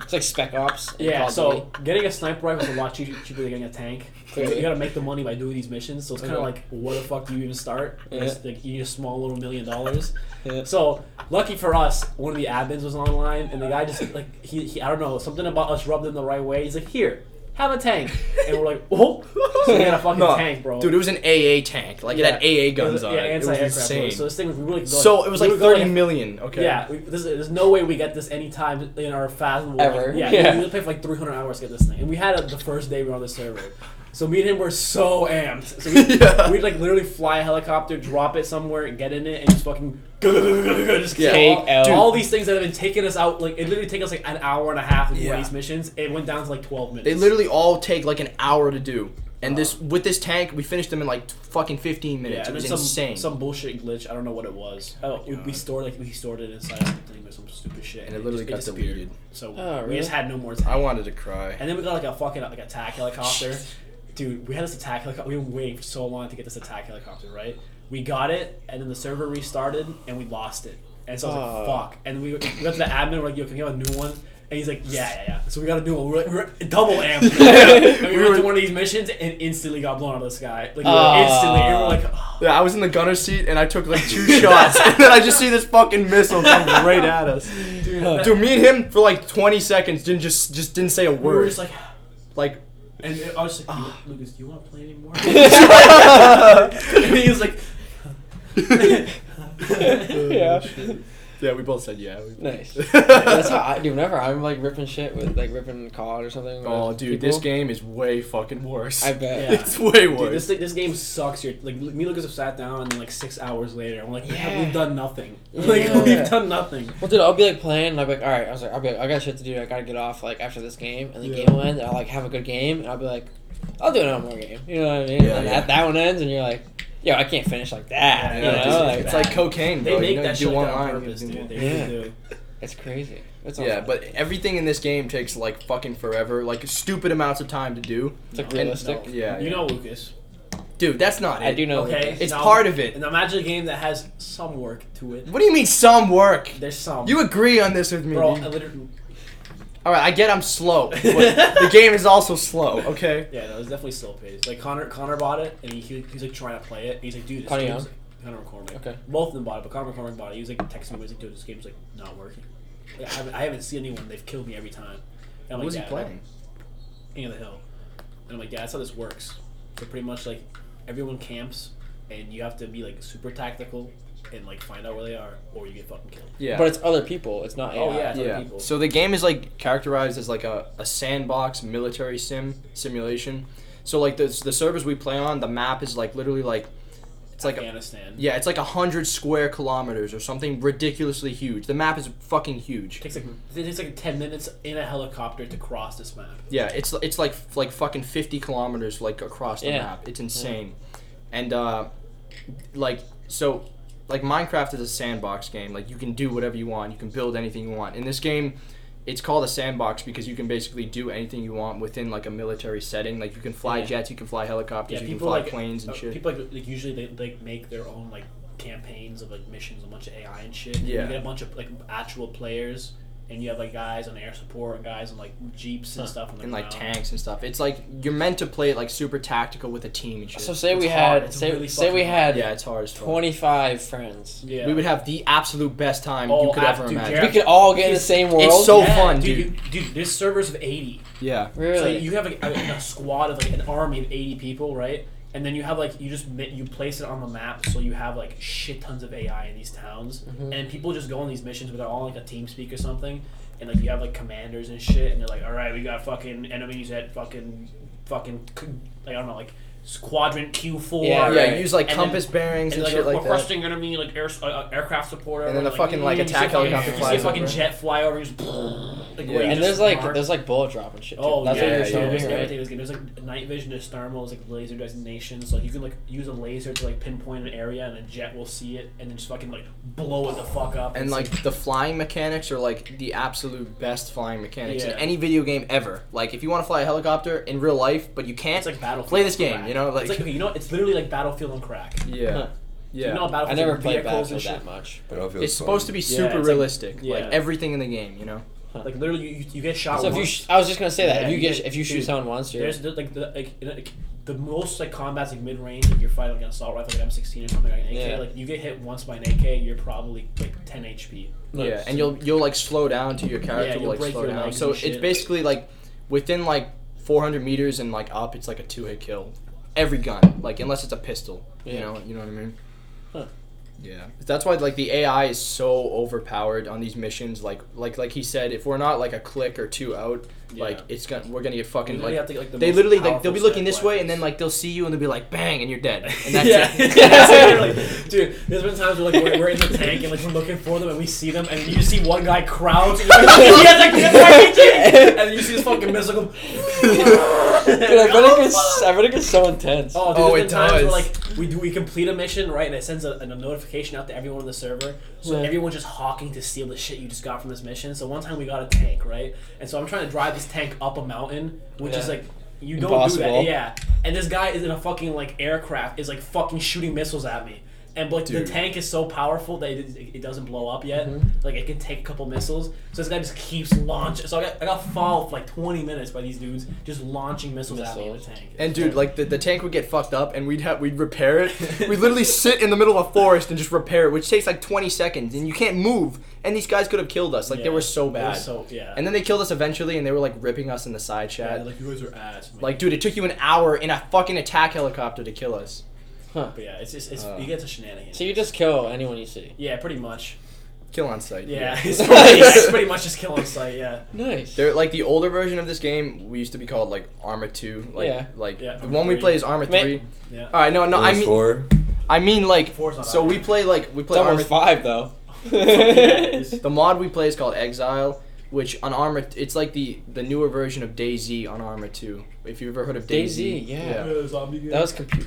Speaker 1: It's like Spec Ops. in
Speaker 3: yeah,
Speaker 1: Call of
Speaker 3: so
Speaker 1: Duty.
Speaker 3: getting a sniper rifle is a lot cheaper, cheaper than getting a tank. So you gotta make the money by doing these missions. So it's kind of
Speaker 1: Okay.
Speaker 3: like where the fuck do you even start? And it's, like, you need a small little million dollars.
Speaker 1: Yeah.
Speaker 3: So lucky for us, one of the admins was online, and the guy just like he, he I don't know something about us rubbed him the right way. He's like, "Here, have a tank," and we're like, "Oh, so we got a fucking
Speaker 4: No,
Speaker 3: tank, bro."
Speaker 4: Dude, it was an AA tank. Like
Speaker 3: Yeah.
Speaker 4: it had
Speaker 3: It
Speaker 4: AA
Speaker 3: was-
Speaker 4: guns on
Speaker 3: yeah,
Speaker 4: it. It was
Speaker 3: anti-aircraft
Speaker 4: insane.
Speaker 3: loads. So this thing was we were like,
Speaker 4: So it was
Speaker 3: we
Speaker 4: like
Speaker 3: were going
Speaker 4: thirty million. Okay.
Speaker 3: Yeah, we, this, there's no way we get this anytime in our fathomable.
Speaker 1: Ever.
Speaker 3: Yeah,
Speaker 1: Yeah.
Speaker 3: we would pay for like 300 hours to get this thing. And we had it the first day we were on the server. So me and him were so amped. So we,
Speaker 4: Yeah.
Speaker 3: We'd like literally fly a helicopter, drop it somewhere, and get in it, and just fucking go, go, go, go, go, go, just
Speaker 4: Yeah.
Speaker 3: kill all-
Speaker 1: Take out.
Speaker 3: all, these things that have been taking us out. Like it literally take us like an hour and a half to do one
Speaker 4: Yeah.
Speaker 3: of these missions. It went down to like 12 minutes.
Speaker 4: They literally all take like an hour to do. And this with this tank, we finished them in like fucking fifteen
Speaker 3: Yeah,
Speaker 4: minutes.
Speaker 3: and
Speaker 4: it
Speaker 3: then
Speaker 4: was
Speaker 3: some
Speaker 4: insane.
Speaker 3: some bullshit glitch. I don't know what it was. Oh, we, we stored like we stored it inside something or some stupid shit,
Speaker 4: and it literally
Speaker 3: just-
Speaker 4: got
Speaker 3: disappeared.
Speaker 4: deleted.
Speaker 3: So
Speaker 1: Oh,
Speaker 3: we
Speaker 1: really?
Speaker 3: just had no more
Speaker 4: I
Speaker 3: time.
Speaker 4: wanted to cry.
Speaker 3: And then we got like a fucking like attack helicopter. Dude, we had this attack helicopter. We've been waiting for so long to get this attack helicopter, right? We got it, and then the server restarted, and we lost it. And so I was
Speaker 1: Oh.
Speaker 3: like, fuck. And we, we got to the admin, we're like, yo, can we have a new one? And he's like, yeah, yeah, yeah. So we got a new one. We're, like, we're double amped. and we went to one of these missions and instantly got blown out of the sky. Like, we were
Speaker 1: Oh.
Speaker 3: instantly. And we're like, oh.
Speaker 4: Yeah, I was in the gunner seat and I took like two shots, and then I just see this fucking missile come right at us.
Speaker 3: Dude,
Speaker 4: Dude, me and him for like twenty seconds didn't just just didn't say a
Speaker 3: we were
Speaker 4: word.
Speaker 3: just like, Ah.
Speaker 4: Like,
Speaker 3: and I was just like, Lucas, do you want to play anymore? and he was like,
Speaker 1: yeah.
Speaker 4: yeah, we both said yeah. We-
Speaker 1: Nice. That's how I do. Whenever I'm like ripping shit with like ripping COD or something.
Speaker 4: oh,
Speaker 1: with
Speaker 4: dude,
Speaker 1: people,
Speaker 4: this game is way fucking worse.
Speaker 1: I bet.
Speaker 3: Yeah.
Speaker 4: it's way worse.
Speaker 3: Dude, this thing, this game sucks. You're like me, and Lucas have sat down, and then like six hours later, I'm like,
Speaker 1: Yeah.
Speaker 3: we've done nothing. Like
Speaker 1: Yeah.
Speaker 3: we've done nothing.
Speaker 1: Well, dude, I'll be like playing, and I'll be like, all right. I was like, I'll be like, I got shit to do. I gotta get off like after this game, and the
Speaker 3: Yeah.
Speaker 1: game will end, and I'll like have a good game, and I'll be like, I'll do another more game. You know what I mean?
Speaker 4: Yeah,
Speaker 1: and
Speaker 4: yeah.
Speaker 1: That, that one ends, and you're like, yo, I can't finish like that.
Speaker 3: Yeah,
Speaker 1: you
Speaker 4: Yeah,
Speaker 1: know,
Speaker 4: just-
Speaker 1: like,
Speaker 4: it's like cocaine,
Speaker 3: They
Speaker 4: bro.
Speaker 3: make
Speaker 4: you know,
Speaker 3: that
Speaker 4: you
Speaker 3: shit
Speaker 4: do one
Speaker 3: on
Speaker 4: line,
Speaker 3: purpose,
Speaker 4: you do
Speaker 3: dude.
Speaker 4: one-
Speaker 3: They
Speaker 1: Yeah.
Speaker 3: really do.
Speaker 1: it's crazy. It's
Speaker 4: Yeah,
Speaker 1: awesome.
Speaker 4: but everything in this game takes like fucking forever, like stupid amounts of time to do.
Speaker 1: it's like
Speaker 3: No,
Speaker 1: realistic.
Speaker 3: no.
Speaker 4: Yeah,
Speaker 3: you
Speaker 4: yeah.
Speaker 3: know, Lucas.
Speaker 4: Dude, that's not
Speaker 1: I
Speaker 4: it.
Speaker 1: do know.
Speaker 3: Okay,
Speaker 4: It's part of it.
Speaker 3: And imagine a game that has some work to it.
Speaker 4: What do you mean some work?
Speaker 3: There's some.
Speaker 4: You agree on this with me?
Speaker 3: bro,
Speaker 4: dude.
Speaker 3: I literally.
Speaker 4: All right, I get I'm slow, but the game is also slow. Okay.
Speaker 3: Yeah, no, it was definitely slow paced. Like Connor, Connor bought it, and he, he was like trying to play it. And he's like, dude, this
Speaker 1: Connor
Speaker 3: game's
Speaker 1: Young?
Speaker 3: Connor McCormick.
Speaker 1: Okay.
Speaker 3: Both of them bought it, but Connor McCormick bought it. He was like texting me, he was like, dude, this game's like not working. Like, I haven't, I haven't seen anyone. They've killed me every time. And I'm
Speaker 4: What was he
Speaker 3: like, "Dad,
Speaker 4: playing?
Speaker 3: King of the Hill. And I'm like, yeah, that's how this works. So pretty much like everyone camps, and you have to be like super tactical and like find out where they are, or you get fucking killed.
Speaker 4: Yeah.
Speaker 1: But it's other people. It's not AI.
Speaker 3: Oh, yeah. other
Speaker 4: yeah.
Speaker 3: people.
Speaker 4: So the game is like characterized as like a, a sandbox military sim simulation. So like the the servers we play on, the map is like literally like it's like a,
Speaker 3: Afghanistan.
Speaker 4: yeah, it's like a hundred square kilometers or something ridiculously huge. The map is fucking huge.
Speaker 3: It takes like it takes like ten minutes in a helicopter to cross this map.
Speaker 4: Yeah, it's it's like like fucking fifty kilometers like across the
Speaker 1: Yeah.
Speaker 4: map. It's insane, and uh, like so, like Minecraft is a sandbox game. Like you can do whatever you want. You can build anything you want. In this game, it's called a sandbox because you can basically do anything you want within like a military setting. Like you can fly
Speaker 1: Yeah.
Speaker 4: jets, you can fly helicopters,
Speaker 3: Yeah,
Speaker 4: you can
Speaker 3: people
Speaker 4: fly
Speaker 3: like
Speaker 4: planes and
Speaker 3: uh,
Speaker 4: shit.
Speaker 3: People like, like usually they like make their own like campaigns of like missions, a bunch of AI and shit.
Speaker 4: Yeah.
Speaker 3: You get a bunch of like actual players, and you have like guys on air support, and guys on like jeeps and
Speaker 4: Huh.
Speaker 3: stuff, on the
Speaker 4: and like
Speaker 3: ground.
Speaker 4: tanks and stuff. It's like you're meant to play it like super tactical with a team and shit.
Speaker 1: So say
Speaker 3: It's
Speaker 1: we
Speaker 3: hard.
Speaker 1: had
Speaker 3: It's
Speaker 1: say,
Speaker 3: really
Speaker 1: say we
Speaker 3: fucking
Speaker 1: had
Speaker 4: yeah, it's hard as fuck.
Speaker 1: twenty five friends.
Speaker 3: Yeah.
Speaker 4: We would have the absolute best time
Speaker 3: Oh,
Speaker 4: you could
Speaker 3: ab-
Speaker 4: ever
Speaker 3: dude,
Speaker 4: imagine.
Speaker 3: Jared-
Speaker 1: We could all get in the same world.
Speaker 4: It's so
Speaker 3: Yeah,
Speaker 4: fun,
Speaker 3: dude. You, dude, there's servers of eighty.
Speaker 4: Yeah,
Speaker 1: really.
Speaker 3: So you have like, a, a squad of like an army of eighty people, right? And then you have like you just ma- you place it on the map, so you have like shit tons of AI in these towns,
Speaker 4: Mm-hmm.
Speaker 1: Mhm.
Speaker 3: and people just go on these missions, but they're all like a team speak or something, and like you have like commanders and shit, and they're like, all right, we got fucking enemies at fucking fucking c- like I don't know like s- quadrant Q four.
Speaker 1: Yeah,
Speaker 4: yeah.
Speaker 1: right.
Speaker 4: you Use like
Speaker 3: And
Speaker 4: compass bearings
Speaker 3: And
Speaker 4: and,
Speaker 3: like,
Speaker 4: shit
Speaker 3: we're
Speaker 4: like that.
Speaker 3: crushing enemy like air, uh, uh, aircraft support,
Speaker 4: And then
Speaker 3: over,
Speaker 4: a fucking, like,
Speaker 3: you see a
Speaker 4: attack
Speaker 3: fucking-
Speaker 4: helicopter
Speaker 3: you
Speaker 1: flies
Speaker 3: see a fucking
Speaker 4: over.
Speaker 3: jet fly over, and just like,
Speaker 4: Yeah.
Speaker 3: where you
Speaker 1: and
Speaker 3: just
Speaker 1: there's like
Speaker 3: mark.
Speaker 1: there's like bullet drop and shit. too.
Speaker 3: Oh,
Speaker 1: that's
Speaker 3: yeah,
Speaker 1: what
Speaker 4: yeah,
Speaker 1: you're
Speaker 3: yeah,
Speaker 1: showing
Speaker 3: there's
Speaker 1: me, right?
Speaker 3: everything. There's, there's like night vision, there's thermals, like laser designations. Like you can like use a laser to like pinpoint an area, and a jet will see it, and then just fucking like blow it the fuck up.
Speaker 4: And
Speaker 3: It's,
Speaker 4: like the flying mechanics are like the absolute best flying mechanics
Speaker 3: Yeah.
Speaker 4: in any video game ever. Like if you want to fly a helicopter in real life, but you can't,
Speaker 3: it's like battlefield.
Speaker 4: play this
Speaker 3: on
Speaker 4: game,
Speaker 3: crack.
Speaker 4: you know,
Speaker 3: it's
Speaker 4: like-
Speaker 3: like okay, you know, it's literally like battlefield on crack.
Speaker 4: yeah,
Speaker 1: Huh.
Speaker 4: yeah.
Speaker 3: You know,
Speaker 1: I
Speaker 3: battlefield.
Speaker 1: never
Speaker 3: with
Speaker 1: played
Speaker 3: vehicles
Speaker 1: Battlefield
Speaker 3: and
Speaker 1: that
Speaker 3: shit.
Speaker 1: much.
Speaker 2: Battlefield
Speaker 4: it's supposed to be
Speaker 3: Yeah,
Speaker 4: super
Speaker 3: it's like-
Speaker 4: realistic, like,
Speaker 3: yeah.
Speaker 4: everything in the game, you know.
Speaker 3: Like literally, you, you get shot.
Speaker 1: So if you,
Speaker 3: once.
Speaker 1: sh- I was just gonna say that
Speaker 3: Yeah,
Speaker 1: if you
Speaker 3: you
Speaker 1: get,
Speaker 3: get-
Speaker 1: if you shoot
Speaker 3: dude,
Speaker 1: someone once, you're
Speaker 3: There's the, like the like, you know, like the most like combats like mid range if you're fighting like an assault rifle like M16 or something like an AK.
Speaker 1: Yeah.
Speaker 3: Like you get hit once by an AK, you're probably like 10 HP.
Speaker 4: Yeah, and you'll you'll like slow down to your
Speaker 3: Yeah,
Speaker 4: character
Speaker 3: you'll
Speaker 4: will like
Speaker 3: break
Speaker 4: slow
Speaker 3: your
Speaker 4: down.
Speaker 3: legs
Speaker 4: So
Speaker 3: and
Speaker 4: it's
Speaker 3: shit.
Speaker 4: basically like within like 400 meters and like up, it's like a two hit kill. Every gun, like unless it's a pistol,
Speaker 1: Yeah.
Speaker 4: you know, you know what I mean.
Speaker 1: Huh.
Speaker 4: Yeah, that's why like the AI is so overpowered on these missions. Like like like he said, if we're not like a click or two out, like
Speaker 3: Yeah.
Speaker 4: it's gonna we're gonna get fucking
Speaker 3: You literally
Speaker 4: like.
Speaker 3: have to get, like, the
Speaker 4: They
Speaker 3: most
Speaker 4: literally like
Speaker 3: powerful
Speaker 4: they'll be looking
Speaker 3: set
Speaker 4: this way
Speaker 3: weapons.
Speaker 4: and then like they'll see you and they'll be like bang and you're dead and that's
Speaker 3: yeah.
Speaker 4: it.
Speaker 3: That's it, like, dude, there's been times where like we're, we're in the tank and like we're looking for them and we see them and you just see one guy crouch and, you're like, he has, like, he has an RPG! and then you see this fucking missile go.
Speaker 1: Dude, I bet it
Speaker 3: Oh,
Speaker 1: gets, I bet it gets so intense.
Speaker 3: Oh, dude,
Speaker 4: Oh,
Speaker 3: there's
Speaker 4: it
Speaker 3: been times where,
Speaker 4: does.
Speaker 3: like we do we complete a mission right, and it sends a, a notification out to everyone on the server. So
Speaker 1: Yeah.
Speaker 3: everyone's just hawking to steal the shit you just got from this mission. So one time we got a tank, right, and so I'm trying to drive this tank up a mountain, which is
Speaker 1: Yeah.
Speaker 3: like you don't do
Speaker 1: Impossible.
Speaker 3: that, yeah. And this guy is in a fucking like aircraft is like fucking shooting missiles at me. And like
Speaker 4: Dude.
Speaker 3: the tank is so powerful that it, it doesn't blow up yet. Like it can take a couple missiles. So this guy just keeps launching. So I got I got followed for like 20 minutes by these dudes just launching missiles, at me in the
Speaker 1: Missiles.
Speaker 3: tank.
Speaker 4: And dude, like the, the tank would get fucked up, and we'd have we'd repair it. we'd literally sit in the middle of a forest and just repair it, which takes like twenty seconds, and you can't move. And these guys could have killed us. Like they
Speaker 3: Yeah.
Speaker 4: were so
Speaker 3: They were
Speaker 4: bad.
Speaker 3: so- yeah.
Speaker 4: And then they killed us eventually, and they were like ripping us in the side chat. like,
Speaker 3: like you guys are ass. Man.
Speaker 4: dude, it took you an hour in a fucking attack helicopter to kill us.
Speaker 3: but yeah, it's just it's
Speaker 4: uh,
Speaker 3: you get to shenanigans.
Speaker 1: So you just kill anyone you see.
Speaker 3: Yeah, pretty much.
Speaker 4: Kill on sight.
Speaker 3: Yeah, it's pretty, yeah, it's pretty much just kill on sight. Yeah,
Speaker 1: Nice.
Speaker 4: They're like the older version of this game. We used to be called like Arma Two. Like,
Speaker 1: Yeah.
Speaker 4: Like
Speaker 3: Yeah,
Speaker 4: the
Speaker 3: Arma
Speaker 4: one we
Speaker 3: three.
Speaker 4: play is Arma
Speaker 1: Ma-
Speaker 4: Three.
Speaker 3: yeah.
Speaker 4: All right. No. No. I mean.
Speaker 2: four.
Speaker 4: I mean like.
Speaker 3: Four's not
Speaker 4: So
Speaker 3: Arma.
Speaker 4: we play like we
Speaker 1: it's
Speaker 4: play Arma
Speaker 1: almost five though.
Speaker 4: The mod we play is called Exile, which on Armor, it's like the the newer version of DayZ on Armor 2. If you've ever heard of
Speaker 1: DayZ,
Speaker 4: DayZ,
Speaker 1: yeah.
Speaker 4: yeah.
Speaker 1: That was compu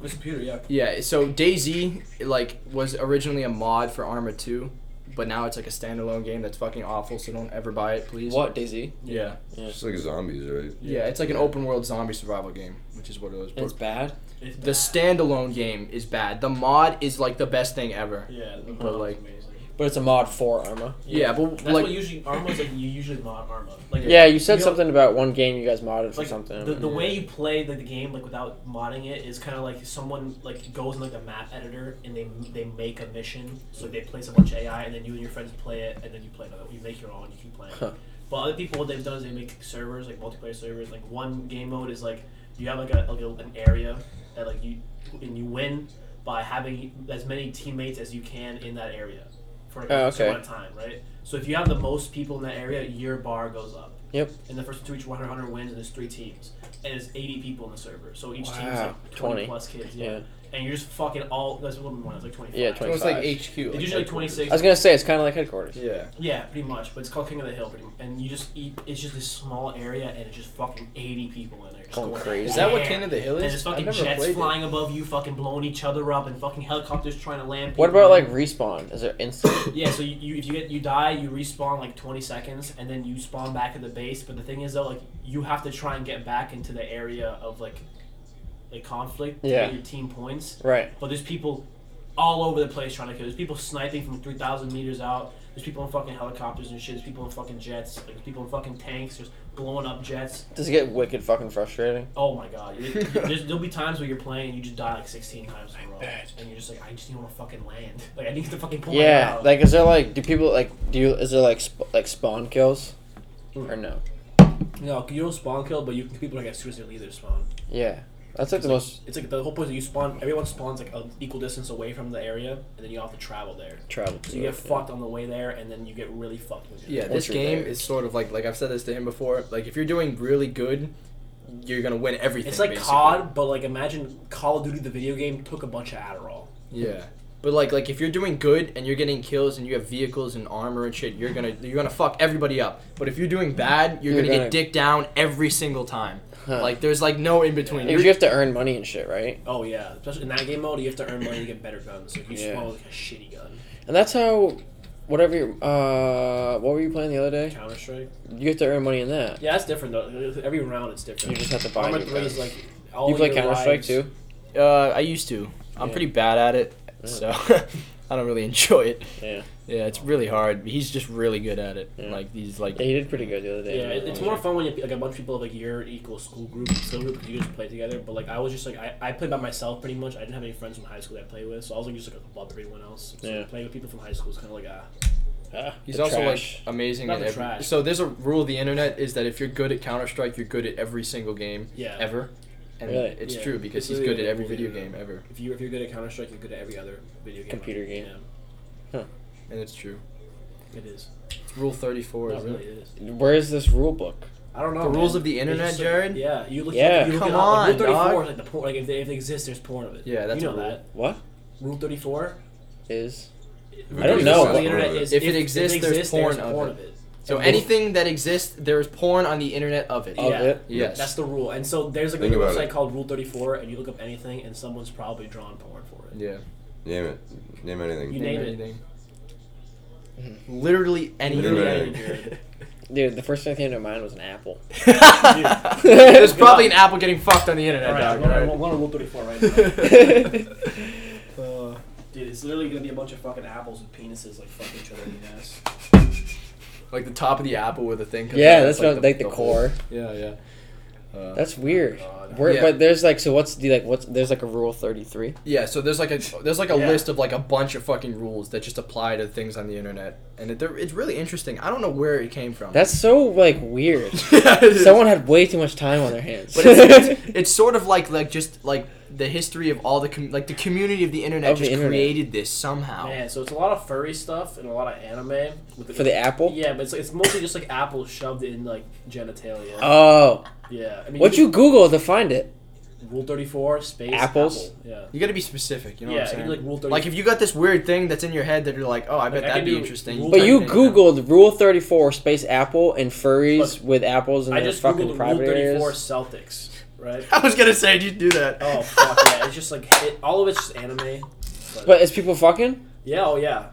Speaker 3: was computer. Yeah.
Speaker 4: Yeah, so DayZ like was originally a mod for Armor 2, but now it's like a standalone game that's fucking awful. So don't ever buy it, please.
Speaker 1: What DayZ?
Speaker 4: Yeah.
Speaker 2: It's like zombies, right?
Speaker 4: Yeah, it's like an open world zombie survival game, which is what it was.
Speaker 1: It's bad.
Speaker 3: It's
Speaker 4: the standalone game is bad. The mod is like the best thing ever.
Speaker 3: yeah, the
Speaker 4: But, like-
Speaker 3: amazing.
Speaker 1: But it's a mod for Arma.
Speaker 4: Yeah, but
Speaker 3: That's
Speaker 4: like
Speaker 3: what usually Arma's like. You usually mod Arma. Like
Speaker 1: Yeah, you said
Speaker 3: know,
Speaker 1: something about one game you guys modded for
Speaker 3: Like
Speaker 1: something.
Speaker 3: the, the way you play the, the game like without modding it is kind of like someone like goes in like the map editor and they they make a mission so they place a bunch of AI and then you and your friends play it and then you play another you make your own you keep playing.
Speaker 1: Huh.
Speaker 3: But other people what they've done is they make servers like multiplayer servers like one game mode is like you have like a like a, an area that like you and you win by having as many teammates as you can in that area for
Speaker 1: Oh,
Speaker 3: a
Speaker 1: okay.
Speaker 3: certain amount of time right. So if you have the most people in that area, your bar goes up
Speaker 1: Yep.
Speaker 3: and the first two each 100 100 wins, and there's three teams, and it's 80 people on the server. So each team's
Speaker 1: Wow.
Speaker 3: like 20,
Speaker 1: 20.
Speaker 3: plus kids, yeah.
Speaker 1: Yeah.
Speaker 3: And you're just fucking all. That's a little bit more. It's like 25.
Speaker 1: Yeah,
Speaker 4: so
Speaker 1: 20.
Speaker 4: it's like
Speaker 1: 25.
Speaker 4: HQ.
Speaker 3: It's usually like 26.
Speaker 1: I was gonna say it's kind of like headquarters.
Speaker 4: Yeah.
Speaker 3: Yeah, pretty much. But it's called King of the Hill, pretty much. and you just eat. It's just this small area, and it's just fucking 80 people in there. Just
Speaker 1: Going
Speaker 3: going
Speaker 1: crazy.
Speaker 4: Is that what
Speaker 3: ham.
Speaker 4: King of the Hill
Speaker 3: And
Speaker 4: is?
Speaker 3: there's fucking
Speaker 4: I've never
Speaker 3: jets
Speaker 4: played it.
Speaker 3: flying above you, fucking blowing each other up, and fucking helicopters trying to land.
Speaker 1: What
Speaker 3: people.
Speaker 1: about like respawn? Is it instant?
Speaker 3: Yeah, so you, you if you get you die, you respawn like twenty seconds, and then you spawn back at the base. But the thing is though, like you have to try and get back into the area of like, like conflict. to
Speaker 1: Yeah.
Speaker 3: get your team points.
Speaker 1: right.
Speaker 3: But there's people all over the place trying to kill. There's people sniping from 3,000 meters out. There's people in fucking helicopters and shit. There's people in fucking jets. Like, there's people in fucking tanks just blowing up jets.
Speaker 1: Does it get wicked fucking frustrating?
Speaker 3: Oh my god. You- you- there's, there'll be times where you're playing and you just die like 16 times in a row. And you're just like, I just need to fucking land. Like, I need to fucking pull
Speaker 1: Yeah,
Speaker 3: Oh my head out.
Speaker 1: like is there like do people like do you, is there like sp- like spawn kills,
Speaker 3: Hmm.
Speaker 1: or no?
Speaker 3: no, you don't spawn kill, but you people don't get suicide either spawn.
Speaker 1: Yeah, that's like the most
Speaker 3: It's like the whole point is you spawn, everyone spawns like an equal distance away from the area, and then you have to travel there.
Speaker 1: travel.
Speaker 3: So you get fucked on the way there, and then you get really fucked with it.
Speaker 4: Yeah,
Speaker 1: Once
Speaker 4: this
Speaker 1: you're
Speaker 4: game
Speaker 1: there.
Speaker 4: is sort of like like I've said this to him before. Like if you're doing really good, you're gonna win everything.
Speaker 3: It's like
Speaker 4: basically.
Speaker 3: COD, but like imagine Call of Duty, the video game, took a bunch of Adderall.
Speaker 4: Yeah. But like like if you're doing good and you're getting kills and you have vehicles and armor and shit, you're gonna you're gonna fuck everybody up. But if you're doing bad, you're,
Speaker 1: You're
Speaker 4: gonna,
Speaker 1: gonna-
Speaker 4: get dick down every single time.
Speaker 1: Huh.
Speaker 4: Like there's like no in between.
Speaker 1: You have to earn money and shit, right?
Speaker 3: Oh yeah, especially in that game mode, you have to earn money to get better guns. So if you
Speaker 1: Yeah.
Speaker 3: spawn like a shitty gun,
Speaker 1: And that's how, whatever. Your, uh, what were you playing the other day?
Speaker 3: Counter Strike.
Speaker 1: You have to earn money in that.
Speaker 3: Yeah, that's different though. Every round it's different.
Speaker 1: You just have to buy
Speaker 3: Arma
Speaker 1: new
Speaker 3: 3 is,
Speaker 1: guns.
Speaker 3: like all
Speaker 1: you play
Speaker 3: your
Speaker 1: Counter Strike
Speaker 3: lives-
Speaker 1: too?
Speaker 4: Uh, I used to. I'm
Speaker 1: Yeah.
Speaker 4: pretty bad at it, so I don't really enjoy it.
Speaker 1: Yeah.
Speaker 4: Yeah, it's really hard. He's just really good at it.
Speaker 1: Yeah.
Speaker 4: Like these like
Speaker 1: Yeah, you did pretty good the other day.
Speaker 3: Yeah, it- it's more fun when you like a bunch of people of like your equal school group, school group, 'cause you just play together. But like I was just like I, I played by myself pretty much. I didn't have any friends from high school that I played with, so I was like just like above everyone else. So
Speaker 1: Yeah.
Speaker 3: playing with people from high school is kind of like ah.
Speaker 1: Ah,
Speaker 4: He's
Speaker 1: the
Speaker 4: also
Speaker 1: trash.
Speaker 4: like amazing
Speaker 3: Not
Speaker 4: at
Speaker 3: the
Speaker 4: every.
Speaker 3: trash.
Speaker 4: So there's a rule of the internet is that if you're good at Counter Strike, you're good at every single game
Speaker 3: Yeah.
Speaker 4: ever. And
Speaker 1: Really?
Speaker 4: it's
Speaker 3: Yeah.
Speaker 4: true because
Speaker 3: It's
Speaker 4: he's
Speaker 3: really
Speaker 4: good at every
Speaker 3: cool,
Speaker 4: video
Speaker 3: yeah.
Speaker 4: game ever,
Speaker 3: If you if you're good at Counter Strike, you're good at every other video game.
Speaker 1: Computer game.
Speaker 4: and it's true.
Speaker 3: Yeah, it is.
Speaker 4: It's rule 34.
Speaker 3: Not
Speaker 4: isn't
Speaker 3: really.
Speaker 4: it?
Speaker 3: It is.
Speaker 1: Where is this rule book?
Speaker 3: I don't know.
Speaker 4: The rules
Speaker 3: man.
Speaker 4: of the
Speaker 3: It's
Speaker 4: internet,
Speaker 3: just, like,
Speaker 4: Jared?
Speaker 3: Yeah, you look.
Speaker 1: Yeah.
Speaker 3: you look
Speaker 4: Come
Speaker 3: it up. Like,
Speaker 4: on,
Speaker 3: Rule thirty four
Speaker 4: dog.
Speaker 3: is like the porn. Like if they, if it exists, there's porn of it.
Speaker 4: Yeah, that's
Speaker 3: you know
Speaker 4: a rule.
Speaker 3: that.
Speaker 1: What
Speaker 3: Rule thirty four.
Speaker 1: is?
Speaker 4: I don't know,
Speaker 3: The
Speaker 4: but-
Speaker 3: internet is,
Speaker 4: If it exists, there's porn of it. So
Speaker 3: And
Speaker 4: anything that exists, there is porn on the internet of it.
Speaker 1: Of
Speaker 3: Yeah.
Speaker 1: it?
Speaker 4: Yes.
Speaker 3: That's the rule. And so there's like
Speaker 2: Think
Speaker 3: a
Speaker 2: about
Speaker 3: website
Speaker 2: it.
Speaker 3: called Rule 34, and you look up anything, and someone's probably drawn porn for it.
Speaker 4: yeah.
Speaker 2: Name it. Name anything.
Speaker 3: You name it.
Speaker 1: Mm-hmm.
Speaker 4: Literally anything.
Speaker 2: Literally
Speaker 3: anything.
Speaker 1: Dude, the first thing that came to mind was an apple.
Speaker 4: There's probably an apple getting fucked on the internet,
Speaker 3: All right,
Speaker 4: dog.
Speaker 3: I'm on-
Speaker 4: alright?
Speaker 3: I'm on Rule 34 right now.
Speaker 4: Uh,
Speaker 3: Dude, it's literally gonna be a bunch of fucking apples with penises like fucking each other in the ass.
Speaker 4: like the top of the apple with a thing. comes
Speaker 1: yeah,
Speaker 4: out,
Speaker 1: that's
Speaker 4: it's
Speaker 1: what like the,
Speaker 4: whole-
Speaker 1: core.
Speaker 4: Yeah, yeah. Uh,
Speaker 1: That's weird.
Speaker 3: God.
Speaker 1: Where,
Speaker 4: Yeah.
Speaker 1: But there's like so what's the like what's there's like a rule thirty three.
Speaker 4: Yeah, so there's like a there's like a
Speaker 3: Yeah.
Speaker 4: list of like a bunch of fucking rules that just apply to things on the internet, and it, they're- it's really interesting. I don't know where it came from.
Speaker 1: That's so like weird.
Speaker 4: Yeah, it is.
Speaker 1: Someone had way too much time on their hands.
Speaker 4: But it's, it's, it's sort of like like just like the history of all the com- like the community of the internet
Speaker 1: Of the
Speaker 4: just
Speaker 1: internet.
Speaker 4: created this somehow.
Speaker 3: Man, so it's a lot of furry stuff and a lot of anime. With
Speaker 1: For the apple?
Speaker 3: Yeah, but it's, it's mostly just like apples shoved in like genitalia.
Speaker 1: oh,
Speaker 3: yeah. I mean,
Speaker 1: what you Google to find it?
Speaker 3: Rule 34, space.
Speaker 1: Apples?
Speaker 3: Apple. Yeah.
Speaker 4: You got to be specific. You know
Speaker 3: yeah,
Speaker 4: what I'm
Speaker 3: it'd
Speaker 4: saying?
Speaker 3: be, like Rule 34.
Speaker 4: Like if you got this weird thing that's in your head that you're like, oh, I bet
Speaker 3: I
Speaker 4: that'd
Speaker 3: can
Speaker 4: be
Speaker 3: do
Speaker 4: interesting.
Speaker 3: rule-
Speaker 1: But you
Speaker 4: type it in.
Speaker 1: Googled rule thirty four space apple and furries with apples in
Speaker 3: I
Speaker 1: their
Speaker 3: just
Speaker 1: fucking
Speaker 3: googled Rule
Speaker 1: private
Speaker 3: 34
Speaker 1: areas.
Speaker 3: Celtics, right?
Speaker 4: I was gonna say, did you do that?
Speaker 3: Oh fuck yeah! It's just like it, all of it's just anime.
Speaker 1: But it's people fucking.
Speaker 3: Yeah, oh yeah.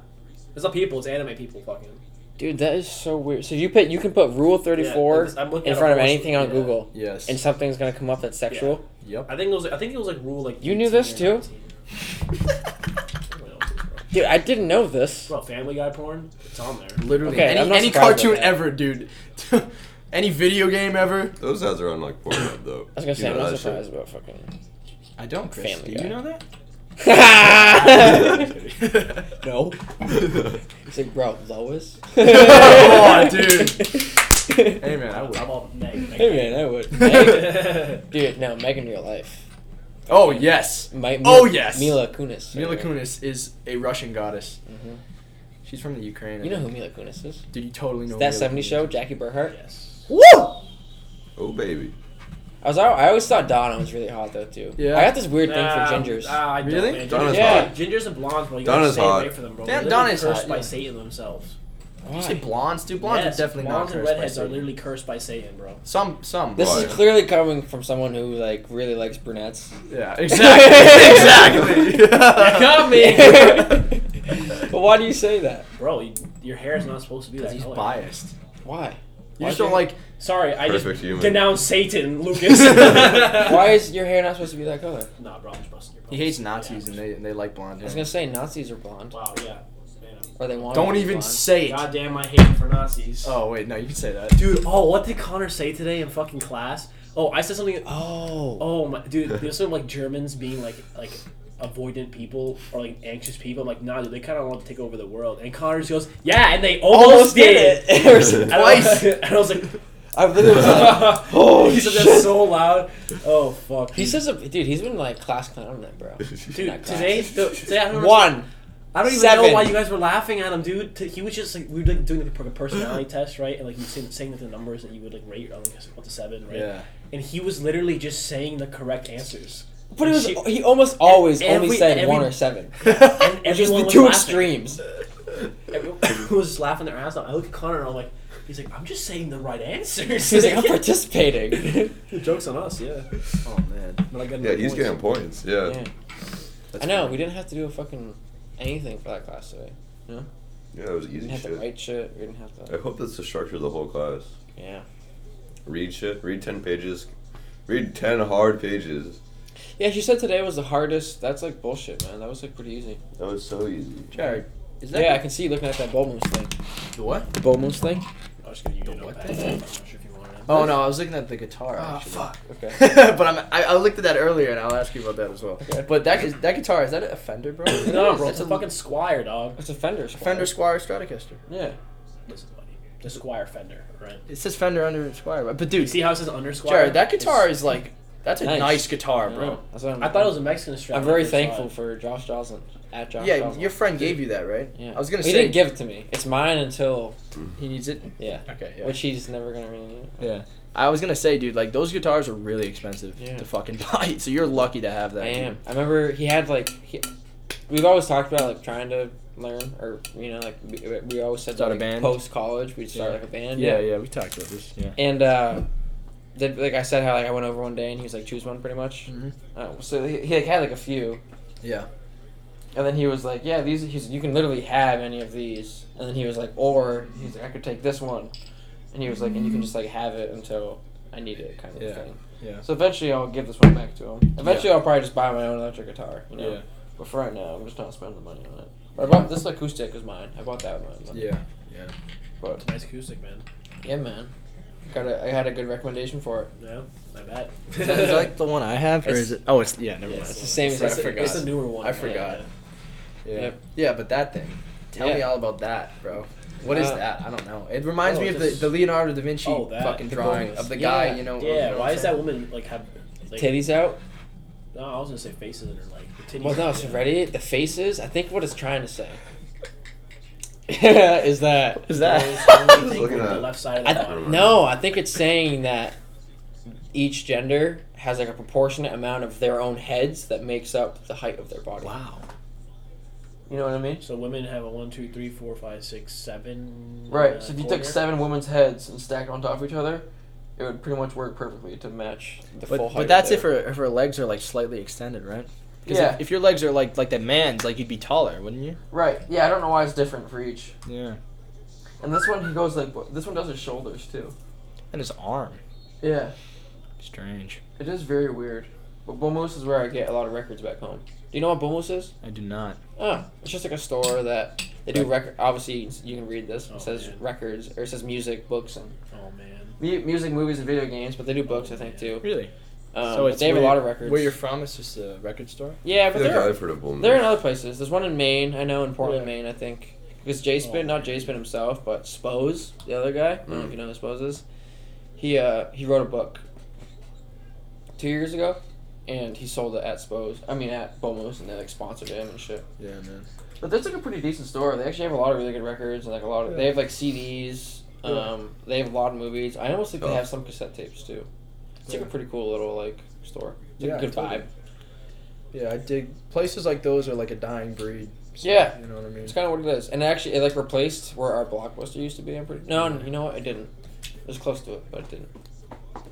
Speaker 3: It's not people. It's anime people fucking.
Speaker 1: Dude, that is so weird. So you put you can put rule thirty
Speaker 3: Yeah,
Speaker 1: four
Speaker 3: it's- I'm looking
Speaker 1: in
Speaker 3: at a
Speaker 1: front of
Speaker 3: whole-
Speaker 1: anything on
Speaker 3: yeah.
Speaker 1: Google,
Speaker 4: Yes.
Speaker 1: and something's gonna come up that's sexual.
Speaker 4: yep.
Speaker 3: I think it was. I think it was like rule like.
Speaker 1: You knew
Speaker 3: 18
Speaker 1: this
Speaker 3: or
Speaker 1: too?
Speaker 3: 19. I don't know, bro.
Speaker 1: Dude, I didn't know this.
Speaker 3: Bro, Family Guy porn. It's on there.
Speaker 4: Literally,
Speaker 1: Okay, I'm
Speaker 4: any,
Speaker 1: not
Speaker 4: any
Speaker 1: surprised by
Speaker 4: cartoon
Speaker 1: that.
Speaker 4: ever, dude. any video game ever.
Speaker 2: Those ads are on like Pornhub though.
Speaker 1: I was gonna
Speaker 2: You
Speaker 1: say I'm
Speaker 2: know
Speaker 1: not
Speaker 2: that shit?
Speaker 1: surprised about fucking.
Speaker 4: I don't, Chris.
Speaker 1: Family
Speaker 4: Do
Speaker 1: Guy.
Speaker 4: you know that?
Speaker 1: no, it's like bro, Lois.
Speaker 4: oh, dude. Hey, man, I
Speaker 3: I'm
Speaker 4: would.
Speaker 3: all Meg.
Speaker 1: Hey
Speaker 3: Meg.
Speaker 1: man, I would. Meg- Dude, no, Megan Real Life.
Speaker 4: Oh, yes.
Speaker 1: My, Mi-
Speaker 4: Oh, yes.
Speaker 1: Mila Kunis.
Speaker 4: Mila Kunis is a Russian goddess. She's from the Ukraine. I
Speaker 1: Mm-hmm. You know
Speaker 4: think.
Speaker 1: who Mila Kunis is?
Speaker 4: Dude, you totally know
Speaker 1: That
Speaker 4: Mila
Speaker 1: 70
Speaker 4: Kunis.
Speaker 1: show, Jackie Burhart.
Speaker 3: yes.
Speaker 1: Woo!
Speaker 2: Oh baby.
Speaker 1: I was al- I always thought Donna was really hot though too.
Speaker 4: Yeah.
Speaker 1: I got this weird thing
Speaker 3: Nah,
Speaker 1: for gingers.
Speaker 3: Nah, I don't,
Speaker 4: Really?
Speaker 3: man.
Speaker 2: Donna's
Speaker 1: Yeah.
Speaker 3: hot. Gingers and blondes, bro. You
Speaker 2: Donna's
Speaker 3: gotta stay away
Speaker 2: hot.
Speaker 3: from them, bro.
Speaker 4: Damn,
Speaker 3: They're
Speaker 4: Donna
Speaker 3: literally
Speaker 4: is
Speaker 3: cursed
Speaker 4: hot,
Speaker 3: by
Speaker 4: yeah.
Speaker 3: Satan themselves.
Speaker 1: Why?
Speaker 4: Did you say blondes, dude? Blondes
Speaker 3: yes,
Speaker 4: are definitely
Speaker 3: blondes
Speaker 4: not
Speaker 3: and
Speaker 4: cursed by
Speaker 3: redheads are
Speaker 4: Satan.
Speaker 3: literally cursed by Satan, bro.
Speaker 4: Some, some.
Speaker 1: this
Speaker 2: Why?
Speaker 1: is clearly coming from someone who like really likes brunettes.
Speaker 4: yeah, exactly. exactly.
Speaker 1: Got me. but why do you say that?
Speaker 3: Bro, you, your hair is not supposed to be that
Speaker 4: He's
Speaker 3: color.
Speaker 4: biased.
Speaker 1: Why?
Speaker 4: You just don't like.
Speaker 3: Sorry, I
Speaker 2: Perfect
Speaker 3: just
Speaker 2: human.
Speaker 3: denounced Satan, Lucas.
Speaker 1: Why is your hair not supposed to be that color?
Speaker 3: Nah, bro, I'm just busting your
Speaker 4: He
Speaker 3: balls.
Speaker 4: hates Nazis and they and they like blonde
Speaker 1: I was
Speaker 4: hair.
Speaker 1: gonna say Nazis are blonde,
Speaker 3: Wow, yeah. Man, I'm-
Speaker 1: or they want. to
Speaker 4: Don't
Speaker 1: be
Speaker 4: even
Speaker 1: blonde.
Speaker 4: say it.
Speaker 3: God damn, I hate him for Nazis.
Speaker 4: Oh wait, no, you can say that.
Speaker 3: Dude, oh, what did Connor say today in fucking class? Oh, I said something.
Speaker 1: Oh.
Speaker 3: Oh my, dude, there's some like Germans being like like avoidant people or like anxious people. I'm like, nah, dude, they kind of want to take over the world. And Connor just goes, yeah, and they almost, did it. And I was-
Speaker 1: Twice.
Speaker 3: and I was like,
Speaker 1: I literally was like,
Speaker 3: oh, he said that
Speaker 1: shit.
Speaker 3: so loud. Oh fuck.
Speaker 1: he says, dude, he's been like class clown that bro.
Speaker 3: Dude, today, the, today I don't, remember-
Speaker 1: One.
Speaker 3: I don't even know
Speaker 1: seven.
Speaker 3: why you guys were laughing at him, dude. T- He was just like we were like doing like a personality test, right? And like you saying, saying like, the numbers that you would like rate on like one to seven, right?
Speaker 4: Yeah.
Speaker 3: And he was literally just saying the correct answers.
Speaker 1: But it was
Speaker 3: Shit.
Speaker 1: he almost always only
Speaker 3: every-
Speaker 1: said
Speaker 3: every-
Speaker 1: one or seven.
Speaker 3: And
Speaker 1: It's just
Speaker 3: everyone
Speaker 1: the
Speaker 3: was
Speaker 1: two
Speaker 3: laughing.
Speaker 1: extremes.
Speaker 3: Everyone was just laughing their ass off. I look at Connor and I'm like, he's like, I'm just saying the right answers.
Speaker 1: He's like, I'm participating.
Speaker 3: the joke's on us, yeah.
Speaker 4: Oh man.
Speaker 3: But I got
Speaker 2: Yeah,
Speaker 3: no
Speaker 2: he's
Speaker 3: points.
Speaker 2: getting points. Yeah.
Speaker 1: Yeah.
Speaker 2: Yeah,
Speaker 1: I know we didn't have to do a fucking anything for that class today.
Speaker 2: that was
Speaker 1: We
Speaker 2: easy
Speaker 1: didn't have to
Speaker 2: shit.
Speaker 1: write shit. We didn't have
Speaker 2: I
Speaker 1: to.
Speaker 2: hope that's the structure of the whole class.
Speaker 1: Yeah.
Speaker 2: Read shit. Read ten pages. Read ten hard pages.
Speaker 1: Yeah, she said today was the hardest. That's like bullshit, man. That was like pretty easy.
Speaker 2: That was so easy.
Speaker 4: Jared, is that
Speaker 1: Yeah, I can see you looking at that bull moose thing.
Speaker 4: the what?
Speaker 1: The bull moose thing.
Speaker 3: I was just gonna use your
Speaker 4: The what?
Speaker 3: notepad. I'm not sure if you wanted it.
Speaker 4: Oh no, I was looking at the guitar.
Speaker 3: Ah,
Speaker 4: actually.
Speaker 3: fuck.
Speaker 1: Okay.
Speaker 4: but I'm, I, I looked at that earlier, and I'll ask you about that as well.
Speaker 1: Okay.
Speaker 4: But that is- that guitar is that a Fender, bro?
Speaker 3: No, bro, it's
Speaker 4: That's
Speaker 3: a fucking Squire, dog.
Speaker 1: It's a Fender. Squire.
Speaker 4: Fender Squire Stratocaster.
Speaker 1: Yeah.
Speaker 3: This is funny. The Squire Fender, right?
Speaker 4: It says Fender under Squire, but but
Speaker 3: You
Speaker 4: dude,
Speaker 3: see how it says under Squire?
Speaker 4: Jared, that guitar
Speaker 3: It's-
Speaker 4: is like that's a
Speaker 1: Nice.
Speaker 4: nice, guitar,
Speaker 1: Yeah,
Speaker 4: bro.
Speaker 1: That's what I'm,
Speaker 3: I thought it was a Mexican strap.
Speaker 1: I'm very thankful for Josh Joslin at Josh.
Speaker 4: Yeah,
Speaker 1: Joslin.
Speaker 4: your friend gave you that, right?
Speaker 1: Yeah.
Speaker 4: I was gonna
Speaker 1: he
Speaker 4: say
Speaker 1: didn't give it to me. It's mine until
Speaker 4: he needs it.
Speaker 1: yeah,
Speaker 4: Okay, yeah.
Speaker 1: which he's never gonna really need.
Speaker 4: yeah. I was gonna say, dude, like those guitars are really expensive
Speaker 1: Yeah.
Speaker 4: to fucking buy. So you're lucky to have that.
Speaker 1: I
Speaker 4: dude.
Speaker 1: am. I remember he had like he, we've always talked about like trying to learn or you know like we, we always said
Speaker 4: Start a
Speaker 1: like,
Speaker 4: band.
Speaker 1: post college we'd start
Speaker 4: Yeah.
Speaker 1: like a band.
Speaker 4: Yeah, yeah, we talked about this. Yeah.
Speaker 1: And uh, the, like I said, how like I went over one day and he was like choose one pretty much.
Speaker 4: Mhm.
Speaker 1: Uh, so he, he like had like a few.
Speaker 4: Yeah.
Speaker 1: And then he was like, "Yeah, these he's, you can literally have any of these." And then he was like, "Or he's like, I could take this one," and he was like, "And you can just like have it until I need it," kind of
Speaker 4: Yeah.
Speaker 1: thing.
Speaker 4: Yeah.
Speaker 1: So eventually, I'll give this one back to him. Eventually, I'll probably just buy my own electric guitar. You know,
Speaker 4: Yeah.
Speaker 1: but for right now, I'm just not spending the money on it. But I bought this acoustic was mine. I bought that one.
Speaker 4: Yeah.
Speaker 1: But
Speaker 3: Nice acoustic, man.
Speaker 1: yeah, man, got a, I had a good recommendation for it.
Speaker 3: Yeah, I bet.
Speaker 4: Is that like the one I have, or
Speaker 1: It's-
Speaker 4: is it? Oh, it's yeah. Never
Speaker 1: Yeah,
Speaker 4: mind.
Speaker 1: it's the same as
Speaker 4: I
Speaker 1: I
Speaker 3: It's the-
Speaker 1: forgot.
Speaker 3: It's the newer one.
Speaker 4: I forgot.
Speaker 3: Yeah.
Speaker 4: Yeah.
Speaker 1: Yep.
Speaker 4: Yeah, but that thing. Tell me
Speaker 1: Yeah.
Speaker 4: all about that, bro. What is
Speaker 1: Uh,
Speaker 4: that? I don't know. It reminds
Speaker 3: oh,
Speaker 4: me of the,
Speaker 3: this-
Speaker 4: the Leonardo da Vinci
Speaker 3: Oh, that.
Speaker 4: fucking
Speaker 3: The
Speaker 4: drawing
Speaker 1: bonus.
Speaker 4: of the
Speaker 1: Yeah.
Speaker 4: guy, you know.
Speaker 3: Yeah,
Speaker 4: you know
Speaker 3: why
Speaker 4: what
Speaker 3: does
Speaker 4: I'm
Speaker 3: that woman like have like,
Speaker 1: Titties out.
Speaker 3: No, I was gonna say faces in her like the titties.
Speaker 1: Well, no,
Speaker 3: are-
Speaker 1: so ready. The faces. I think what it's trying to say is that
Speaker 4: saying? Is
Speaker 3: I
Speaker 4: that?
Speaker 3: only think
Speaker 2: Looking
Speaker 3: with
Speaker 2: at-
Speaker 3: the left side of
Speaker 1: I
Speaker 3: the
Speaker 1: th-
Speaker 3: body.
Speaker 1: no. I think it's saying that each gender has like a proportionate amount of their own heads that makes up the height of their body.
Speaker 4: wow.
Speaker 1: You know what I mean?
Speaker 3: So women have a one, two, three, four, five, six, seven. uh,
Speaker 1: Right. So if you took
Speaker 3: quarter.
Speaker 1: seven women's heads and stacked on top of each other, it would pretty much work perfectly to match the full
Speaker 4: But,
Speaker 1: height.
Speaker 4: but
Speaker 1: of
Speaker 4: that's if
Speaker 1: their-
Speaker 4: her if her legs are like slightly extended, right? 'Cause
Speaker 1: Yeah.
Speaker 4: If, if your legs are like like that man's, like you'd be taller, wouldn't you?
Speaker 1: Right. Yeah. I don't know why it's different for each.
Speaker 4: Yeah.
Speaker 1: And this one he goes like this one does his shoulders too.
Speaker 4: And his arm.
Speaker 1: Yeah.
Speaker 4: Strange.
Speaker 1: It is very weird. But Bomos is where I get a lot of records back home. Do you know what Bomos is?
Speaker 4: I do not.
Speaker 1: Oh, it's just like a store that they do record. Obviously, you can read this. It
Speaker 3: Oh,
Speaker 1: says
Speaker 3: man.
Speaker 1: records or it says music, books, and
Speaker 3: Oh man.
Speaker 1: mu- music, movies, and video games. But they do books, I think, too.
Speaker 4: Really.
Speaker 1: Um, so they have a
Speaker 4: where-
Speaker 1: lot of records.
Speaker 4: Where you're from? It's just a record store.
Speaker 1: yeah,
Speaker 2: I
Speaker 1: but
Speaker 2: feel like
Speaker 1: they're
Speaker 2: I've heard of Bullman.
Speaker 1: they're in other places. There's one in Maine. I know in Portland,
Speaker 3: Yeah.
Speaker 1: Maine. I think because J Spin,
Speaker 3: Oh.
Speaker 1: not J Spin himself, but Spose, the other guy. I don't know
Speaker 2: Mm.
Speaker 1: if you know who Spose is. He uh he wrote a book two years ago, and he sold it at Spose. I mean at Bomos, and they like sponsored him and shit.
Speaker 4: Yeah, man.
Speaker 1: But that's like a pretty decent store. They actually have a lot of really good records and like a lot of they have like CDs. Um, they have a lot of movies. I almost think they
Speaker 2: Oh.
Speaker 1: have some cassette tapes too. It's like a pretty cool little like store. It's like
Speaker 4: Yeah,
Speaker 1: a good
Speaker 4: totally.
Speaker 1: vibe.
Speaker 4: Yeah, I dig. Places like those are like a dying breed.
Speaker 1: Yeah.
Speaker 4: You know what I mean?
Speaker 1: It's kind of what it is. And actually, it like replaced where our blockbuster used to be. I'm pretty. No, no, you know what? It didn't. It was close to it, but it didn't.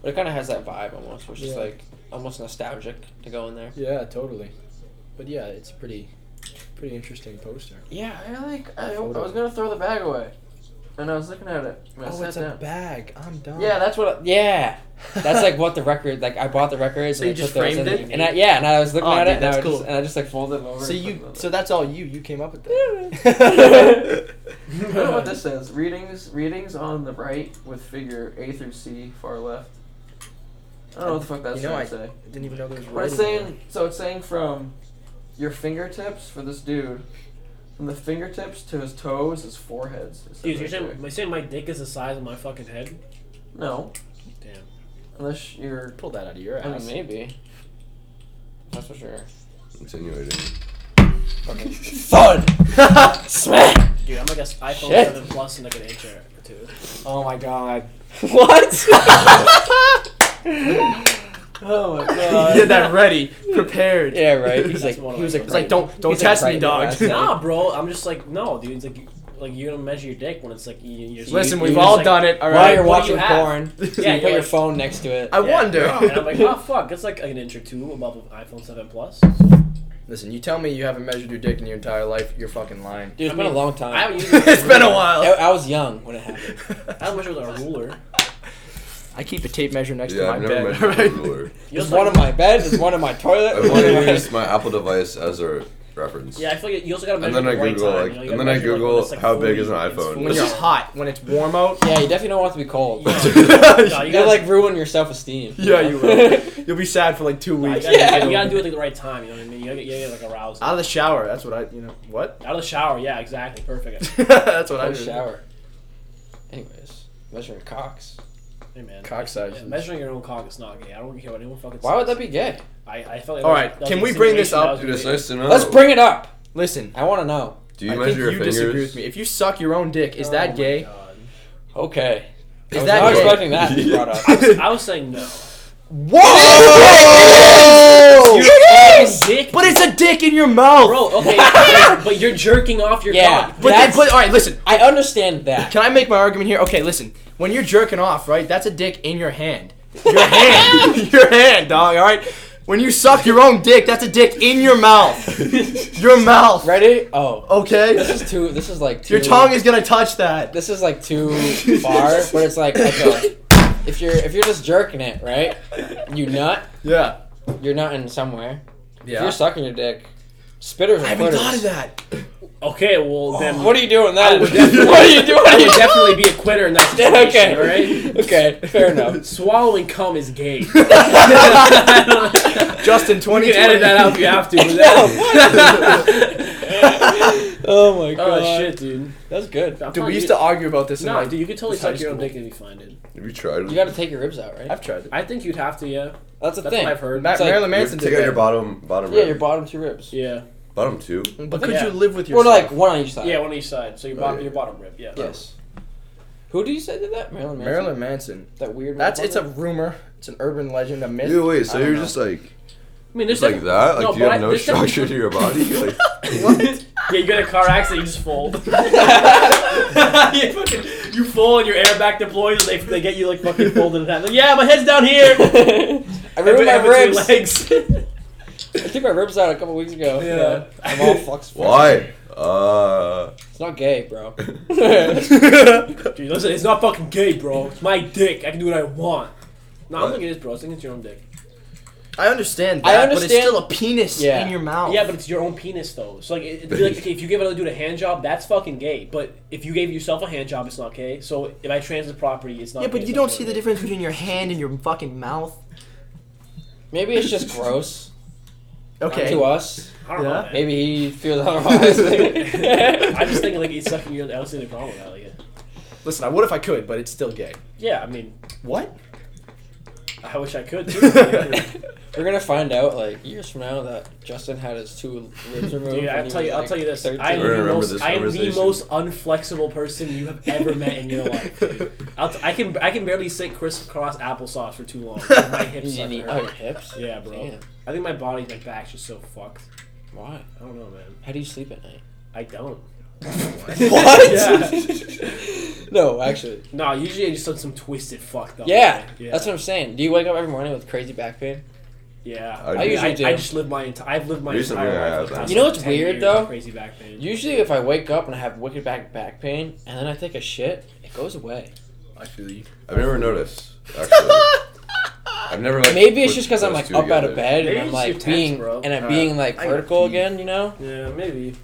Speaker 1: But it kind of has that vibe almost, which is
Speaker 4: Yeah.
Speaker 1: like almost nostalgic to go in there.
Speaker 4: Yeah, totally. But yeah, it's pretty, pretty interesting poster.
Speaker 1: Yeah, I like. I, I
Speaker 4: Photo.
Speaker 1: was gonna throw the bag away. And I was looking at it. when I
Speaker 4: Oh,
Speaker 1: sat
Speaker 4: it's a
Speaker 1: down.
Speaker 4: bag. I'm done.
Speaker 1: Yeah, that's what. I, yeah, that's like what the record. Like I bought the records.
Speaker 4: So
Speaker 1: and
Speaker 4: you
Speaker 1: I
Speaker 4: just
Speaker 1: put those
Speaker 4: framed
Speaker 1: in,
Speaker 4: it?
Speaker 1: And I, yeah, and I was looking
Speaker 4: Oh,
Speaker 1: at
Speaker 4: dude,
Speaker 1: it. And I,
Speaker 4: that's
Speaker 1: would
Speaker 4: cool.
Speaker 1: just, and I just like folded them over.
Speaker 4: So
Speaker 1: and put
Speaker 4: you.
Speaker 1: them in.
Speaker 4: So that's all you. You came up with
Speaker 1: I
Speaker 4: that.
Speaker 1: I don't know what this says. Readings, readings on the right with figure A through C, far left. I don't know what the fuck that's
Speaker 4: You know,
Speaker 1: trying
Speaker 4: I-
Speaker 1: to say.
Speaker 4: didn't even know there was.
Speaker 1: But it's
Speaker 4: writing on
Speaker 1: saying so. It's saying from your fingertips for this dude, from the fingertips to his toes, his foreheads. It says
Speaker 3: Dude, you're
Speaker 1: right
Speaker 3: saying, you're saying my dick is the size of my fucking head?
Speaker 1: there. no,
Speaker 3: Damn.
Speaker 1: unless you're.
Speaker 4: it. Pull that out of your
Speaker 1: I
Speaker 4: ass.
Speaker 1: mean, maybe. That's for sure.
Speaker 2: Insinuating.
Speaker 1: Fucking thud, smack.
Speaker 3: Dude, I'm like an iPhone
Speaker 1: Shit.
Speaker 3: 7 Plus in like an inch or two.
Speaker 1: Oh my god. What? oh my god.
Speaker 4: Get that ready, prepared.
Speaker 1: Yeah, right. He's
Speaker 3: That's
Speaker 1: like, he
Speaker 3: one of
Speaker 1: was
Speaker 3: my
Speaker 1: like,
Speaker 4: It's like don't don't
Speaker 1: He's
Speaker 4: test
Speaker 1: like
Speaker 4: me,
Speaker 1: right
Speaker 4: dog.
Speaker 1: in the ass.
Speaker 3: Nah, bro. I'm just like, no, dude. It's like, like you're gonna measure your dick when it's like you, you're.
Speaker 4: Listen,
Speaker 1: You-
Speaker 4: we've
Speaker 1: you
Speaker 4: all
Speaker 3: just, like,
Speaker 4: done it. All
Speaker 1: While
Speaker 4: right.
Speaker 1: you're
Speaker 3: what do
Speaker 1: watching
Speaker 3: you have?
Speaker 1: porn,
Speaker 3: Yeah,
Speaker 1: you put
Speaker 3: you're
Speaker 1: your
Speaker 3: like-
Speaker 1: phone next to it.
Speaker 4: I
Speaker 3: Yeah. And I'm
Speaker 4: wonder.
Speaker 3: like, oh fuck, it's like an inch or two above an iPhone 7 Plus.
Speaker 4: Listen, you tell me you haven't measured your dick in your entire life, you're fucking lying.
Speaker 1: Dude, it's
Speaker 3: I
Speaker 1: been a
Speaker 3: mean,
Speaker 1: long time.
Speaker 3: I don't use it.
Speaker 4: it's been a while.
Speaker 1: I, I was young when it happened.
Speaker 3: I wish it was a ruler.
Speaker 4: I keep a tape measure next
Speaker 2: Yeah,
Speaker 4: to
Speaker 2: I've
Speaker 4: my
Speaker 2: never
Speaker 4: bed.
Speaker 2: mentioned
Speaker 4: right?
Speaker 2: the ruler.
Speaker 3: You
Speaker 1: There's
Speaker 3: also-
Speaker 1: one in my bed. There's one in my toilet.
Speaker 2: I've only used my Apple device as a reference.
Speaker 3: Yeah, I feel like you also gotta measure
Speaker 2: And then I
Speaker 3: the right
Speaker 2: Google
Speaker 3: time,
Speaker 2: like,
Speaker 3: you know,
Speaker 2: and
Speaker 3: you gotta
Speaker 2: then I
Speaker 3: measure, like,
Speaker 2: Google
Speaker 3: when it's, like,
Speaker 2: how big
Speaker 3: fully-
Speaker 2: is an
Speaker 3: it's
Speaker 2: iPhone?
Speaker 4: When you're hot, when it's warm out.
Speaker 1: yeah, you definitely don't want to be cold.
Speaker 3: Yeah. No, you
Speaker 1: You'll
Speaker 3: gotta,
Speaker 1: like ruin your self esteem.
Speaker 4: Yeah, you will. You'll be sad for like two
Speaker 3: nah, you
Speaker 4: weeks.
Speaker 3: gotta,
Speaker 1: Yeah.
Speaker 3: you gotta do it at the right time. You know what I mean? You gotta, you gotta get like aroused.
Speaker 4: Out of the shower. That's what I. You know what?
Speaker 3: Out of the shower, yeah, exactly, perfect.
Speaker 4: that's what I
Speaker 1: I
Speaker 4: do.
Speaker 1: shower. Anyways, measuring cocks.
Speaker 3: Hey man,
Speaker 4: Cock size.
Speaker 3: Yeah, measuring your own cock is not gay. I don't care what anyone fucking.
Speaker 1: Why would
Speaker 3: says.
Speaker 1: that be gay?
Speaker 3: I, I felt like
Speaker 4: All
Speaker 3: that
Speaker 4: right,
Speaker 3: that
Speaker 4: can
Speaker 3: an
Speaker 4: we bring this
Speaker 3: insinuation
Speaker 4: up?
Speaker 3: that
Speaker 2: Dude,
Speaker 3: was
Speaker 2: it's
Speaker 3: gay.
Speaker 2: nice to
Speaker 4: Oh.
Speaker 2: know.
Speaker 1: Let's bring it up.
Speaker 4: Listen,
Speaker 1: I want to know.
Speaker 2: Do you
Speaker 4: I think
Speaker 2: measure your
Speaker 4: you
Speaker 2: fingers?
Speaker 4: disagree with me. If you suck your own dick, is
Speaker 3: Oh
Speaker 4: that
Speaker 3: my
Speaker 4: gay?
Speaker 3: God.
Speaker 1: Okay. I
Speaker 4: Is
Speaker 1: was
Speaker 4: that
Speaker 1: not
Speaker 4: gay?
Speaker 1: expecting that to be brought up.
Speaker 3: I was saying no.
Speaker 4: Whoa!
Speaker 1: It is!
Speaker 3: Dick,
Speaker 4: But it's a dick in your mouth,
Speaker 3: bro. Okay, okay, but you're jerking off your
Speaker 1: Yeah.
Speaker 3: cock.
Speaker 4: But,
Speaker 1: That's-
Speaker 4: then, but all right, listen.
Speaker 1: I understand that.
Speaker 4: Can I make my argument here? Okay, listen. When you're jerking off, right? That's a dick in your hand. Your hand. your hand, dog. All right. When you suck your own dick, that's a dick in your mouth. your mouth.
Speaker 1: Ready? Oh.
Speaker 4: Okay.
Speaker 1: This is too. This is like too.
Speaker 4: Your tongue is gonna touch that.
Speaker 1: This is like too far, but it's like okay. If you're if you're just jerking it, right? You nut.
Speaker 4: Yeah.
Speaker 1: You're nutting somewhere. If
Speaker 4: Yeah.
Speaker 1: you're sucking your dick, spitters.
Speaker 4: I haven't thought of that.
Speaker 3: Okay, well then.
Speaker 1: What are you doing then?
Speaker 3: would
Speaker 1: What
Speaker 3: definitely-
Speaker 1: are you doing?
Speaker 3: I would definitely be a quitter in that situation.
Speaker 1: okay.
Speaker 3: All right.
Speaker 1: Okay. Fair enough.
Speaker 3: Swallowing cum is gay.
Speaker 4: Justin, twenty.
Speaker 3: You can edit that out if you have to. but that-
Speaker 1: Oh my god.
Speaker 3: oh shit, dude.
Speaker 1: That's good.
Speaker 3: I'm
Speaker 4: Dude,
Speaker 3: telling
Speaker 4: we used
Speaker 3: you-
Speaker 4: to argue about this. in
Speaker 3: No,
Speaker 4: like,
Speaker 3: dude, you could totally
Speaker 4: high
Speaker 3: suck your own
Speaker 4: school.
Speaker 3: dick if you find it.
Speaker 2: Have you tried it?
Speaker 1: You got to take your ribs out, right?
Speaker 4: I've tried it.
Speaker 3: I think you'd have to, yeah.
Speaker 1: That's the
Speaker 3: That's
Speaker 1: thing.
Speaker 3: what I've heard.
Speaker 4: Ma-
Speaker 1: It's like-
Speaker 4: Marilyn
Speaker 2: You have
Speaker 4: Manson
Speaker 2: to
Speaker 4: did
Speaker 2: take out
Speaker 4: that.
Speaker 2: your bottom, bottom
Speaker 1: Yeah,
Speaker 2: rib.
Speaker 1: your bottom two ribs.
Speaker 3: Yeah.
Speaker 2: bottom two.
Speaker 4: But could
Speaker 3: Yeah.
Speaker 4: you live with
Speaker 1: Or
Speaker 4: yourself?
Speaker 1: like one on each side.
Speaker 3: Yeah, one on each side. So your bottom,
Speaker 2: Right.
Speaker 3: your bottom rib. Yeah.
Speaker 1: Yes. Who did you say did that? Marilyn. Manson?
Speaker 4: Marilyn Manson.
Speaker 1: That weird.
Speaker 4: That's it's a
Speaker 1: motherfucker?
Speaker 4: rumor. It's an urban legend, a myth.
Speaker 2: Dude, wait. So
Speaker 4: I don't
Speaker 2: you're
Speaker 4: know.
Speaker 2: just like
Speaker 3: I mean,
Speaker 2: just
Speaker 3: there's
Speaker 2: like
Speaker 3: defi-
Speaker 2: that? Like
Speaker 3: No,
Speaker 2: do you
Speaker 3: but
Speaker 2: have
Speaker 3: I-
Speaker 2: no
Speaker 3: there's definitely-
Speaker 2: structure to your body? Like,
Speaker 3: Yeah, you get a car accident, you just fold. you fucking, you fold, and your airbag deploys. They, they get you like fucking folded in half. Like, yeah, my head's down here.
Speaker 1: I remember
Speaker 3: And
Speaker 1: my
Speaker 3: between
Speaker 1: ribs.
Speaker 3: Legs.
Speaker 1: I took my ribs out a couple weeks ago.
Speaker 3: Yeah.
Speaker 1: I'm all flux.
Speaker 2: why? Uh.
Speaker 1: It's not gay, bro.
Speaker 3: Dude, listen, it's not fucking gay, bro. It's my dick. I can do what I want. No, I'm
Speaker 2: What?
Speaker 3: looking at this, bro. I think it's your own dick.
Speaker 4: I understand that,
Speaker 1: I
Speaker 4: but it's
Speaker 1: understand-
Speaker 4: still a penis
Speaker 1: Yeah.
Speaker 4: in your mouth.
Speaker 3: Yeah, but it's your own penis, though. So, like, it, it'd be like, okay, if you give another dude a hand job, that's fucking gay. But if you gave yourself a hand job, it's not gay. So, if I transit property, it's not
Speaker 4: yeah,
Speaker 3: gay,
Speaker 4: but you
Speaker 3: it's
Speaker 4: don't
Speaker 3: not
Speaker 4: see the
Speaker 3: gay.
Speaker 4: difference between your hand and your fucking mouth.
Speaker 1: Maybe it's just gross.
Speaker 4: Okay.
Speaker 1: To us,
Speaker 3: I don't
Speaker 4: Yeah.
Speaker 3: know. Man.
Speaker 1: maybe he feels otherwise.
Speaker 3: I just think, like, it's sucking your. I don't see the problem with that. Like,
Speaker 4: Listen, I would if I could, but it's still gay.
Speaker 3: yeah, I mean,
Speaker 4: What?
Speaker 3: I wish I could, too. Dude,
Speaker 1: We're gonna find out like years from now that Justin had his two ribs removed. when
Speaker 3: I'll
Speaker 1: he
Speaker 3: tell
Speaker 1: was,
Speaker 3: you, I'll
Speaker 1: like,
Speaker 3: tell you this.
Speaker 1: 13.
Speaker 3: I am,
Speaker 2: We're gonna
Speaker 3: the
Speaker 2: remember
Speaker 3: most,
Speaker 2: this
Speaker 3: I am the
Speaker 2: conversation.
Speaker 3: most unflexible person you have ever met in your life. I'll t- I can I can barely sit crisscross applesauce for too long. My
Speaker 1: You
Speaker 3: hips are
Speaker 1: didn't eat-
Speaker 3: hurt.
Speaker 1: oh, your hips.
Speaker 3: Yeah, bro.
Speaker 1: Damn.
Speaker 3: I think my body, my back's just so fucked.
Speaker 1: Why?
Speaker 3: I don't know, man.
Speaker 1: How do you sleep at night?
Speaker 3: I don't.
Speaker 1: What?
Speaker 3: Yeah.
Speaker 1: no, actually.
Speaker 3: No, usually I just done some twisted fucked up.
Speaker 1: Yeah,
Speaker 3: way. yeah.
Speaker 1: that's what I'm saying. Do you wake up every morning with crazy back pain?
Speaker 3: Yeah,
Speaker 2: I
Speaker 3: I,
Speaker 2: do.
Speaker 3: usually
Speaker 1: I
Speaker 3: I,
Speaker 1: do.
Speaker 3: just live my entire. I've lived my
Speaker 2: Recently,
Speaker 3: entire
Speaker 2: I
Speaker 3: life.
Speaker 2: have
Speaker 3: with
Speaker 2: that.
Speaker 3: past,
Speaker 1: You know
Speaker 3: like,
Speaker 1: what's
Speaker 3: 10
Speaker 1: weird,
Speaker 3: years of
Speaker 1: though?
Speaker 3: Crazy back pain.
Speaker 1: Usually, if I wake up and I have wicked back back pain, and then I take a shit, it goes away.
Speaker 4: I feel you.
Speaker 2: I've never noticed. Actually, I've never. Like,
Speaker 1: Maybe it's
Speaker 2: put
Speaker 1: just because I'm
Speaker 2: those
Speaker 1: like
Speaker 2: two
Speaker 1: up out of
Speaker 2: together.
Speaker 1: bed
Speaker 3: Maybe
Speaker 1: and I'm
Speaker 3: it's
Speaker 1: like
Speaker 3: your tense,
Speaker 1: being
Speaker 3: bro.
Speaker 1: and I'm
Speaker 4: Uh,
Speaker 1: being like
Speaker 4: I gotta
Speaker 1: vertical
Speaker 4: pee.
Speaker 1: again, you know.
Speaker 3: yeah, maybe.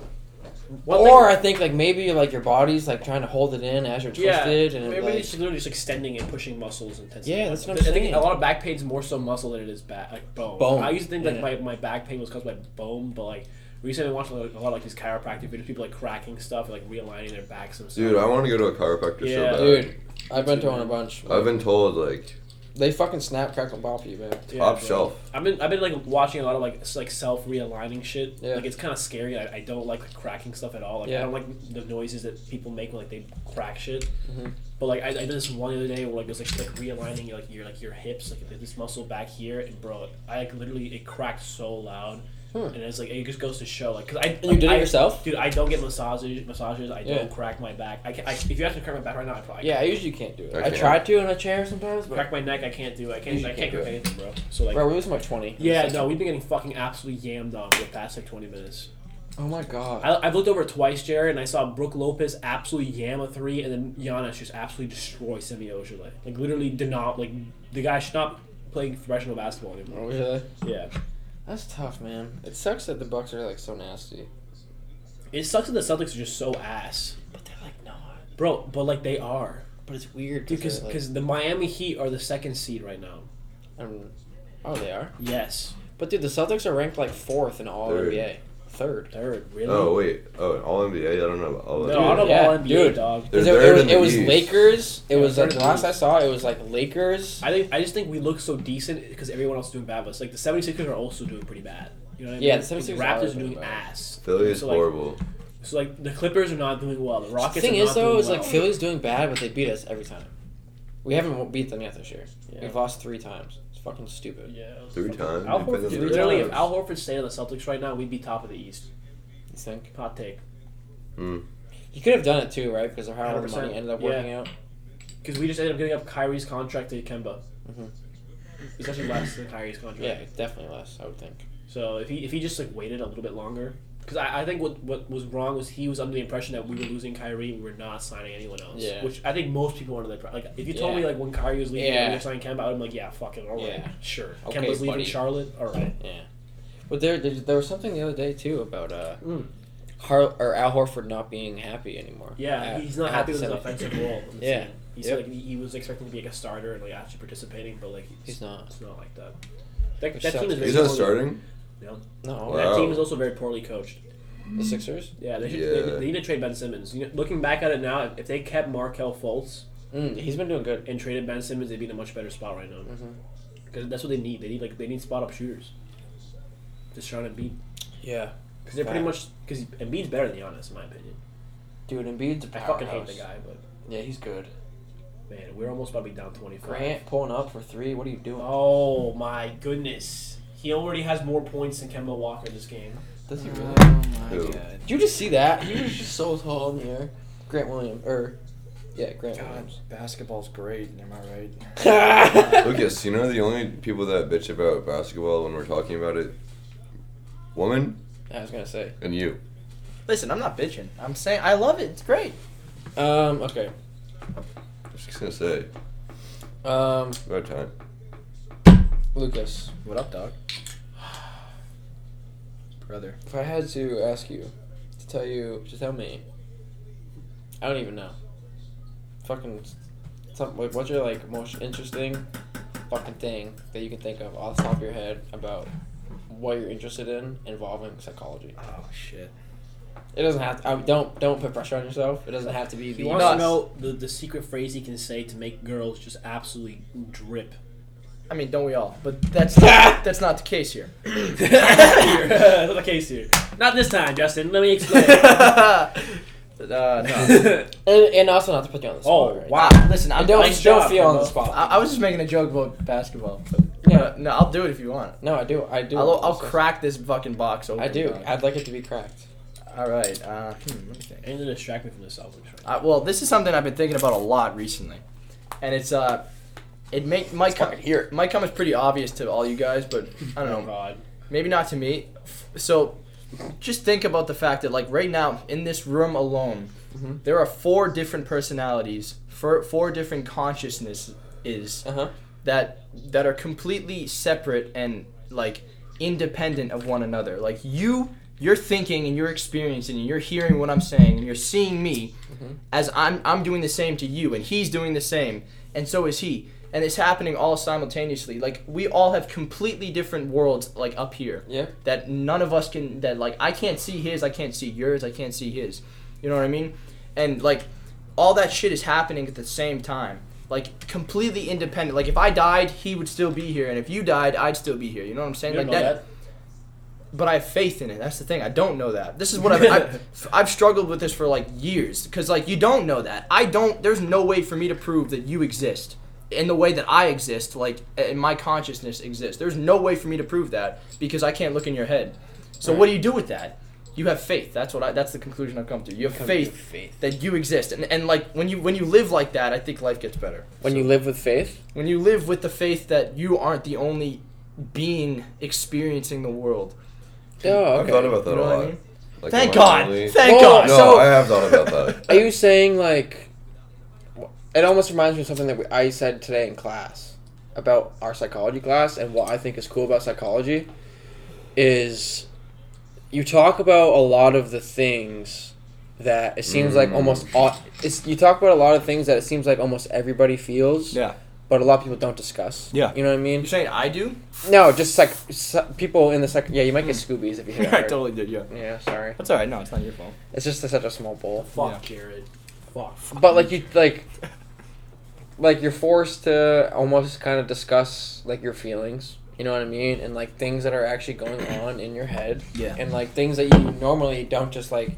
Speaker 1: or I think like maybe like your body's like trying to hold it in as you're
Speaker 3: yeah,
Speaker 1: twisted and it,
Speaker 3: maybe
Speaker 1: like
Speaker 3: it's literally just extending and pushing muscles and tensing.
Speaker 1: Yeah, that's what I'm
Speaker 3: I think
Speaker 1: saying.
Speaker 3: a lot of back pain's more so muscle than it is back like bone.
Speaker 1: Bone,
Speaker 3: I used to think
Speaker 1: yeah.
Speaker 3: like my, my back pain was caused by bone, but like recently I watched like, a lot of like these chiropractic videos, people like cracking stuff, like realigning their backs and stuff.
Speaker 2: Dude, I want to go to a chiropractor so
Speaker 3: Yeah.
Speaker 2: bad.
Speaker 1: dude, I've been to one a bunch.
Speaker 2: I've been told like
Speaker 1: They fucking snap, crackle, bop you, man.
Speaker 3: Yeah,
Speaker 2: top
Speaker 3: bro.
Speaker 2: shelf.
Speaker 3: I've been I've been like watching a lot of like s- like self realigning shit.
Speaker 1: Yeah.
Speaker 3: Like it's kind of scary. I, I don't like cracking stuff at all. Like
Speaker 1: Yeah.
Speaker 3: I don't like the noises that people make when like they crack shit.
Speaker 1: Mhm.
Speaker 3: But like I, I did this one the other day where like it was like, like realigning like your like your hips like this muscle back here and bro I like literally it cracked so loud.
Speaker 1: Hmm.
Speaker 3: And it's like it just goes to show, like, cause I
Speaker 1: And you did it
Speaker 3: I-
Speaker 1: yourself?
Speaker 3: dude. I don't get massages. Massages. I
Speaker 1: Yeah.
Speaker 3: don't crack my back. I, can, I if you ask me to crack my back right now, I probably
Speaker 1: Yeah, I usually can't do it. I
Speaker 2: Okay.
Speaker 1: try to in a chair sometimes,
Speaker 3: can't.
Speaker 1: but
Speaker 3: crack my neck. I can't do. it. I can't.
Speaker 1: You
Speaker 3: I
Speaker 1: can't
Speaker 3: can't
Speaker 1: do
Speaker 3: crack
Speaker 1: it.
Speaker 3: anything, bro. So like,
Speaker 1: bro, we was my twenty.
Speaker 3: yeah, no, we've been getting fucking absolutely yammed on for the past like 20 minutes.
Speaker 1: Oh my god.
Speaker 3: I, I've looked over twice, Jared, and I saw Brooke Lopez absolutely yam a three, and then Giannis just absolutely destroy Semi Ojeley. Like, literally, did not, like, the guy should not play professional basketball anymore.
Speaker 1: Oh, really?
Speaker 3: Yeah.
Speaker 1: That's tough, man. It sucks that the Bucks are like so nasty.
Speaker 3: It sucks that the Celtics are just so ass.
Speaker 1: But they're like not.
Speaker 3: Bro, but, like, they are.
Speaker 1: But it's weird
Speaker 3: Because
Speaker 1: they're, like-
Speaker 3: cause the Miami Heat are the second seed right now.
Speaker 1: um, oh, they are.
Speaker 3: Yes.
Speaker 1: But dude, the Celtics are ranked like fourth in all
Speaker 2: Third.
Speaker 1: NBA. Third.
Speaker 3: Third, really?
Speaker 2: Oh wait, oh all NBA. I don't know about all
Speaker 3: no,
Speaker 2: NBA.
Speaker 3: I don't know
Speaker 1: Yeah,
Speaker 3: all NBA,
Speaker 1: dude.
Speaker 3: dog.
Speaker 2: They're
Speaker 1: Is it, it
Speaker 2: third
Speaker 1: was,
Speaker 2: in the
Speaker 1: it was
Speaker 2: East.
Speaker 1: Lakers. It
Speaker 3: Yeah,
Speaker 1: was
Speaker 3: third
Speaker 1: like the
Speaker 3: in the
Speaker 1: last I
Speaker 3: East.
Speaker 1: saw. It was like Lakers.
Speaker 3: I think I just think we look so decent because everyone else is doing bad. But it's like the 76ers are also doing pretty bad. You know what I mean?
Speaker 1: Yeah, the
Speaker 3: Like,
Speaker 1: 76ers are
Speaker 3: Raptors are
Speaker 1: doing
Speaker 3: doing
Speaker 1: bad.
Speaker 3: ass.
Speaker 2: Philly is
Speaker 3: so, like,
Speaker 2: horrible.
Speaker 3: So like the Clippers are not doing well. The Rockets.
Speaker 1: the thing
Speaker 3: are
Speaker 1: is
Speaker 3: not
Speaker 1: though,
Speaker 3: doing
Speaker 1: is like
Speaker 3: well.
Speaker 1: Philly's doing bad, but they beat us every time. We haven't w- beat them yet this year.
Speaker 3: Yeah.
Speaker 1: We've lost three times. It's fucking stupid.
Speaker 3: Yeah.
Speaker 2: Three times.
Speaker 3: Al
Speaker 2: They've been
Speaker 3: Horford,
Speaker 2: in
Speaker 1: three
Speaker 3: literally, if
Speaker 1: times.
Speaker 3: Al Horford stayed on the Celtics right now, we'd be top of the East.
Speaker 1: You think
Speaker 3: Hot take.
Speaker 2: Hmm.
Speaker 1: he could have done it too, right? Because of how the
Speaker 3: 100%.
Speaker 1: money ended up
Speaker 3: Yeah.
Speaker 1: working out.
Speaker 3: Because we just ended up giving up Kyrie's contract to Kemba.
Speaker 1: Mhm.
Speaker 3: It's actually less than Kyrie's contract.
Speaker 1: Yeah, it's definitely less. I would think.
Speaker 3: So if he if he just like waited a little bit longer, because I, I think what what was wrong was he was under the impression that we were losing Kyrie, we were not signing anyone else.
Speaker 1: Yeah.
Speaker 3: Which I think most people were under the like if you told me
Speaker 1: Yeah.
Speaker 3: like when Kyrie was leaving,
Speaker 1: Yeah.
Speaker 3: we were signing Kemba, I'd be like, yeah, fuck it, all right,
Speaker 1: Yeah.
Speaker 3: sure.
Speaker 1: Okay,
Speaker 3: Kemba's leaving
Speaker 1: buddy.
Speaker 3: Charlotte, all right.
Speaker 1: Yeah, but there, there there was something the other day too about uh,
Speaker 3: Mm.
Speaker 1: Har- or Al Horford not being happy anymore.
Speaker 3: Yeah,
Speaker 1: At-
Speaker 3: he's not
Speaker 1: at
Speaker 3: happy
Speaker 1: the
Speaker 3: with his
Speaker 1: semi-
Speaker 3: offensive role. on the
Speaker 1: Yeah.
Speaker 3: team. He
Speaker 1: Yep.
Speaker 3: said like, he- he was expecting to be like a starter and like actually participating, but like
Speaker 1: He's not.
Speaker 3: It's not like that. That,
Speaker 1: Which
Speaker 3: that team
Speaker 1: sucks.
Speaker 3: is very
Speaker 2: He's not
Speaker 3: poorly-
Speaker 2: starting.
Speaker 3: No.
Speaker 1: No,
Speaker 2: Wow.
Speaker 3: That team is also very poorly coached.
Speaker 1: the Sixers.
Speaker 3: Yeah, they, should, They,
Speaker 2: Yeah.
Speaker 3: they need to trade Ben Simmons. You know, looking back at it now, if they kept Markel Fultz,
Speaker 1: Mm, he's been doing good.
Speaker 3: and traded Ben Simmons, they'd be in a much better spot right now.
Speaker 1: Mhm.
Speaker 3: Because that's what they need. They need like they need spot up shooters. Just trying to beat
Speaker 1: Yeah,
Speaker 3: because they're pretty
Speaker 1: Right.
Speaker 3: much because Embiid's better than Giannis in my opinion.
Speaker 1: dude, Embiid's a
Speaker 3: I
Speaker 1: powerhouse.
Speaker 3: fucking hate the guy, but
Speaker 1: Yeah, he's good.
Speaker 3: man, we're almost about to be down twenty five.
Speaker 1: Grant pulling up for three. What are you doing?
Speaker 3: Oh my goodness, he already has more points than Kemba Walker this game.
Speaker 1: Does he really?
Speaker 4: my
Speaker 2: Who?
Speaker 4: god.
Speaker 1: Did you just see that? He was just so tall in the air. Grant Williams, or yeah, Grant
Speaker 4: God,
Speaker 1: Williams.
Speaker 4: basketball's great. Am I right?
Speaker 2: Lucas, you know the only people that bitch about basketball when we're talking about it, woman
Speaker 1: I was gonna say.
Speaker 2: and you.
Speaker 4: Listen, I'm not bitching. I'm saying I love it. It's great.
Speaker 1: Um. Okay.
Speaker 2: I was just gonna say
Speaker 1: Um.
Speaker 2: about time.
Speaker 1: Lucas,
Speaker 4: What up, dog? Brother.
Speaker 1: if I had to ask you to tell you to tell me, I don't even know. Fucking, some, like, what's your like most interesting fucking thing that you can think of off the top of your head about what you're interested in involving psychology?
Speaker 4: Oh shit.
Speaker 1: It doesn't have to. I, don't don't put pressure on yourself. It doesn't have to be.
Speaker 3: He
Speaker 1: the-
Speaker 3: wants to know the, the secret phrase he can say to make girls just absolutely drip.
Speaker 4: I mean, don't we all? But that's not, that's not the case here.
Speaker 3: Not the case here. Not this time, Justin. Let me explain.
Speaker 4: uh, no. Ah,
Speaker 1: and, and also not to put you on the spot.
Speaker 3: oh
Speaker 1: right?
Speaker 3: wow.
Speaker 4: Listen, I'm
Speaker 1: And don't
Speaker 3: Nice
Speaker 1: don't
Speaker 3: job,
Speaker 1: feel on the
Speaker 3: Kemba.
Speaker 1: spot.
Speaker 4: I, I was just making a joke about basketball.
Speaker 1: Yeah.
Speaker 4: No, no, I'll do it if you want.
Speaker 1: no, I do. I do.
Speaker 4: I'll, I'll crack this fucking box open.
Speaker 1: I do.
Speaker 4: dog.
Speaker 1: I'd like it to be cracked.
Speaker 4: All right. Uh, hmm, let me think.
Speaker 3: And to distract me from the Celtics. Right?
Speaker 4: Uh, well, this is something I've been thinking about a lot recently, and it's uh, it may, might
Speaker 1: I
Speaker 4: come
Speaker 1: can hear it.
Speaker 4: might come as pretty obvious to all you guys, but I
Speaker 3: Oh
Speaker 4: don't know,
Speaker 3: God.
Speaker 4: maybe not to me. F- So, just think about the fact that like right now in this room alone,
Speaker 1: Mhm.
Speaker 4: there are four different personalities, four, four different consciousnesses is
Speaker 1: Uh huh.
Speaker 4: that that are completely separate and like independent of one another. Like you, you're thinking and you're experiencing and you're hearing what I'm saying and you're seeing me as I'm I'm doing the same to you and he's doing the same and so is he. And it's happening all simultaneously. Like we all have completely different worlds like up here
Speaker 1: Yeah.
Speaker 4: that none of us can that like I can't see his, I can't see yours, I can't see his. You know what I mean? And like all that shit is happening at the same time. Like completely independent. Like if I died, he would still be here and if you died, I'd still be here. You know what I'm
Speaker 3: You
Speaker 4: saying?
Speaker 3: don't
Speaker 4: like
Speaker 3: know
Speaker 4: that,
Speaker 3: that.
Speaker 4: but I have faith in it. That's the thing. I don't know that. This is what I've I've, I've struggled with this for like years because like you don't know that. I don't. There's no way for me to prove that you exist in the way that I exist. Like in my consciousness exists. There's no way for me to prove that because I can't look in your head. So what do you do with that? You have faith. That's what I. That's the conclusion I've come to. You have faith,
Speaker 1: faith.
Speaker 4: that you exist, and and like when you when you live like that, I think life gets better.
Speaker 1: When you live with faith.
Speaker 4: When you live with the faith that you aren't the only being experiencing the world.
Speaker 1: Oh, okay.
Speaker 2: I've thought about that
Speaker 4: You know
Speaker 2: a
Speaker 4: what I
Speaker 2: lot.
Speaker 4: mean?
Speaker 2: Like,
Speaker 4: Thank
Speaker 2: am I
Speaker 4: God.
Speaker 2: lonely?
Speaker 4: Thank
Speaker 1: Oh,
Speaker 4: God.
Speaker 2: no,
Speaker 1: So-
Speaker 2: I have thought about that.
Speaker 1: Are you saying like? It almost reminds me of something that we, I said today in class about our psychology class, and what I think is cool about psychology is you talk about a lot of the things that it seems like
Speaker 2: Mm.
Speaker 1: almost all, it's, you talk about a lot of things that it seems like almost everybody feels,
Speaker 4: Yeah.
Speaker 1: but a lot of people don't discuss.
Speaker 4: Yeah.
Speaker 1: you know what I mean.
Speaker 4: You're saying I do?
Speaker 1: No, just like psych- people in the psych. Yeah, you might
Speaker 4: Mm.
Speaker 1: get Scoobies if you hit. hard.
Speaker 4: did, yeah.
Speaker 1: Yeah, sorry.
Speaker 4: That's alright, no, it's not your fault.
Speaker 1: It's just such a small bowl.
Speaker 3: Fuck Jared. Fuck.
Speaker 1: But like you like like you're forced to almost kind of discuss like your feelings, you know what I mean? And like things that are actually going on in your head.
Speaker 4: Yeah.
Speaker 1: And like things that you normally don't just like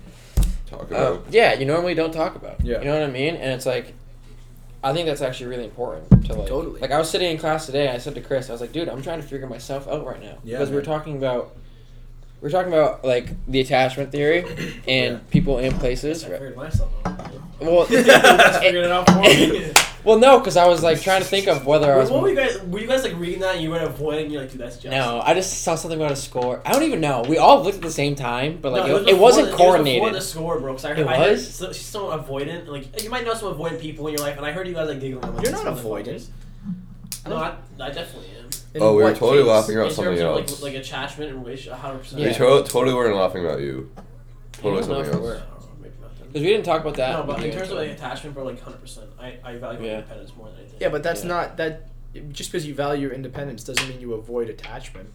Speaker 2: Talk
Speaker 1: uh,
Speaker 2: about.
Speaker 1: yeah, you normally don't talk about.
Speaker 4: Yeah.
Speaker 1: You know what I mean? And it's like I think that's actually really important to like
Speaker 4: Totally.
Speaker 1: like I was sitting in class today and I said to Chris, I was like, dude, I'm trying to figure myself out right now.
Speaker 4: Yeah,
Speaker 1: Because we we're
Speaker 4: man.
Speaker 1: talking about we we're talking about like the attachment theory and
Speaker 4: Yeah.
Speaker 1: people and
Speaker 3: Yes,
Speaker 1: places.
Speaker 3: I
Speaker 1: right?
Speaker 3: figured myself out.
Speaker 1: Well,
Speaker 3: Just figured it out for me.
Speaker 1: Well, no, because I was like trying to think of whether I was.
Speaker 3: what were you guys? Were you guys like reading that and you were avoiding? You're like, dude, that's just.
Speaker 1: No, I just saw something about a score. I don't even know. We all looked at the same time, but
Speaker 3: No,
Speaker 1: like it,
Speaker 3: before
Speaker 1: it wasn't
Speaker 3: the- It was before
Speaker 1: coordinated.
Speaker 3: the score, bro. 'cause I heard,
Speaker 1: It
Speaker 3: I heard
Speaker 1: was?
Speaker 3: so, she's so avoidant. and, Like you might know some avoidant people in your life, and I heard you guys like giggling. I'm Like,
Speaker 4: You're
Speaker 3: "These
Speaker 4: not avoidant.
Speaker 3: motherfuckers." No, I, I definitely am.
Speaker 2: oh, we
Speaker 4: are
Speaker 2: were totally laughing about
Speaker 3: in
Speaker 2: something
Speaker 3: terms of
Speaker 2: else.
Speaker 3: like like attachment and wish, 100. percent
Speaker 2: We
Speaker 1: Yeah.
Speaker 2: to- totally weren't laughing about you.
Speaker 1: I
Speaker 2: Totally
Speaker 1: don't know
Speaker 2: something
Speaker 1: if we
Speaker 2: else.
Speaker 1: were. Because we didn't talk about that.
Speaker 3: No, but in
Speaker 1: beginning
Speaker 3: terms
Speaker 1: of
Speaker 3: of like
Speaker 1: it.
Speaker 3: attachment, bro, like 100. percent I I value my
Speaker 1: Yeah.
Speaker 3: independence more than anything.
Speaker 4: Yeah, but that's
Speaker 1: Yeah.
Speaker 4: not that just because you value your independence doesn't mean you avoid attachment.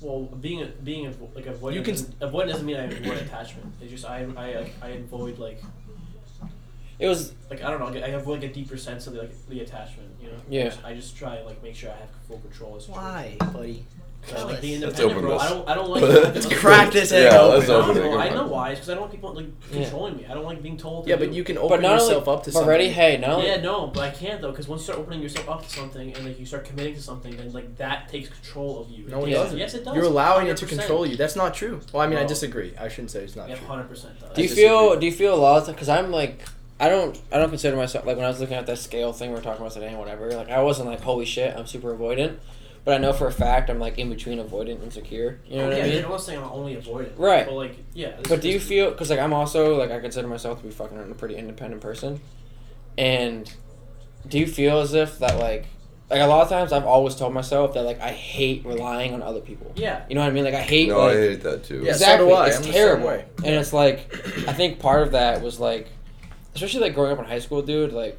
Speaker 3: well, being a, being avo- like avoidant,
Speaker 4: You can-
Speaker 3: doesn't, avoidant doesn't mean I avoid attachment. It's just I I like, I avoid like
Speaker 1: it was
Speaker 3: like I don't know. I have like a deeper sense of the, like the attachment. You know.
Speaker 1: Yeah.
Speaker 3: I just try and like make sure I have full control. As
Speaker 4: buddy?
Speaker 3: I like the
Speaker 2: Let's
Speaker 3: independent
Speaker 2: open
Speaker 3: bro. I
Speaker 2: this.
Speaker 3: don't. I don't like.
Speaker 2: Let's
Speaker 4: crack this
Speaker 2: yeah,
Speaker 4: egg
Speaker 2: Let's
Speaker 3: I, don't
Speaker 2: open it.
Speaker 3: know,
Speaker 2: Go
Speaker 3: I
Speaker 2: for
Speaker 3: know
Speaker 2: it.
Speaker 3: why. It's because I don't want people like
Speaker 1: Yeah.
Speaker 3: controlling me. I don't like being told.
Speaker 4: Yeah,
Speaker 3: to
Speaker 4: but
Speaker 3: do.
Speaker 4: you can
Speaker 1: but
Speaker 4: open
Speaker 1: not
Speaker 4: yourself
Speaker 1: only,
Speaker 4: up to
Speaker 1: but
Speaker 4: something.
Speaker 1: already. Hey, now
Speaker 3: Yeah, no, but I can't though, because once you start opening yourself up to something and like you start committing to something, then like that takes control of you.
Speaker 4: No, it
Speaker 3: takes-
Speaker 4: doesn't.
Speaker 3: Yes, it does.
Speaker 4: You're allowing it to control you. That's not true. Well, I mean, I
Speaker 3: No.
Speaker 4: disagree. I shouldn't say it's not
Speaker 3: Yeah,
Speaker 4: true.
Speaker 3: hundred percent.
Speaker 1: do you
Speaker 4: I
Speaker 1: feel
Speaker 4: disagree.
Speaker 1: do you feel a lot of because I'm like I don't I don't consider myself like when I was looking at that scale thing we were talking about today and whatever like I wasn't like holy shit I'm super avoidant, but I know for a fact I'm like in between avoidant and secure. You know what
Speaker 3: yeah,
Speaker 1: I mean?
Speaker 3: I'm not saying I'm only avoidant.
Speaker 1: Right.
Speaker 3: But like, yeah. this
Speaker 1: But do you
Speaker 3: is-
Speaker 1: feel because like I'm also like I consider myself to be fucking a pretty independent person, and do you feel as if that like like a lot of times I've always told myself that like I hate relying on other people.
Speaker 3: Yeah.
Speaker 1: You know what I mean? Like I hate
Speaker 2: No, I
Speaker 1: like
Speaker 2: hate that too.
Speaker 4: Yeah, so
Speaker 1: exactly.
Speaker 4: do I.
Speaker 1: It's
Speaker 4: I'm the same
Speaker 1: terrible,
Speaker 4: way.
Speaker 1: and it's like I think part of that was like, especially like growing up in high school, dude. Like,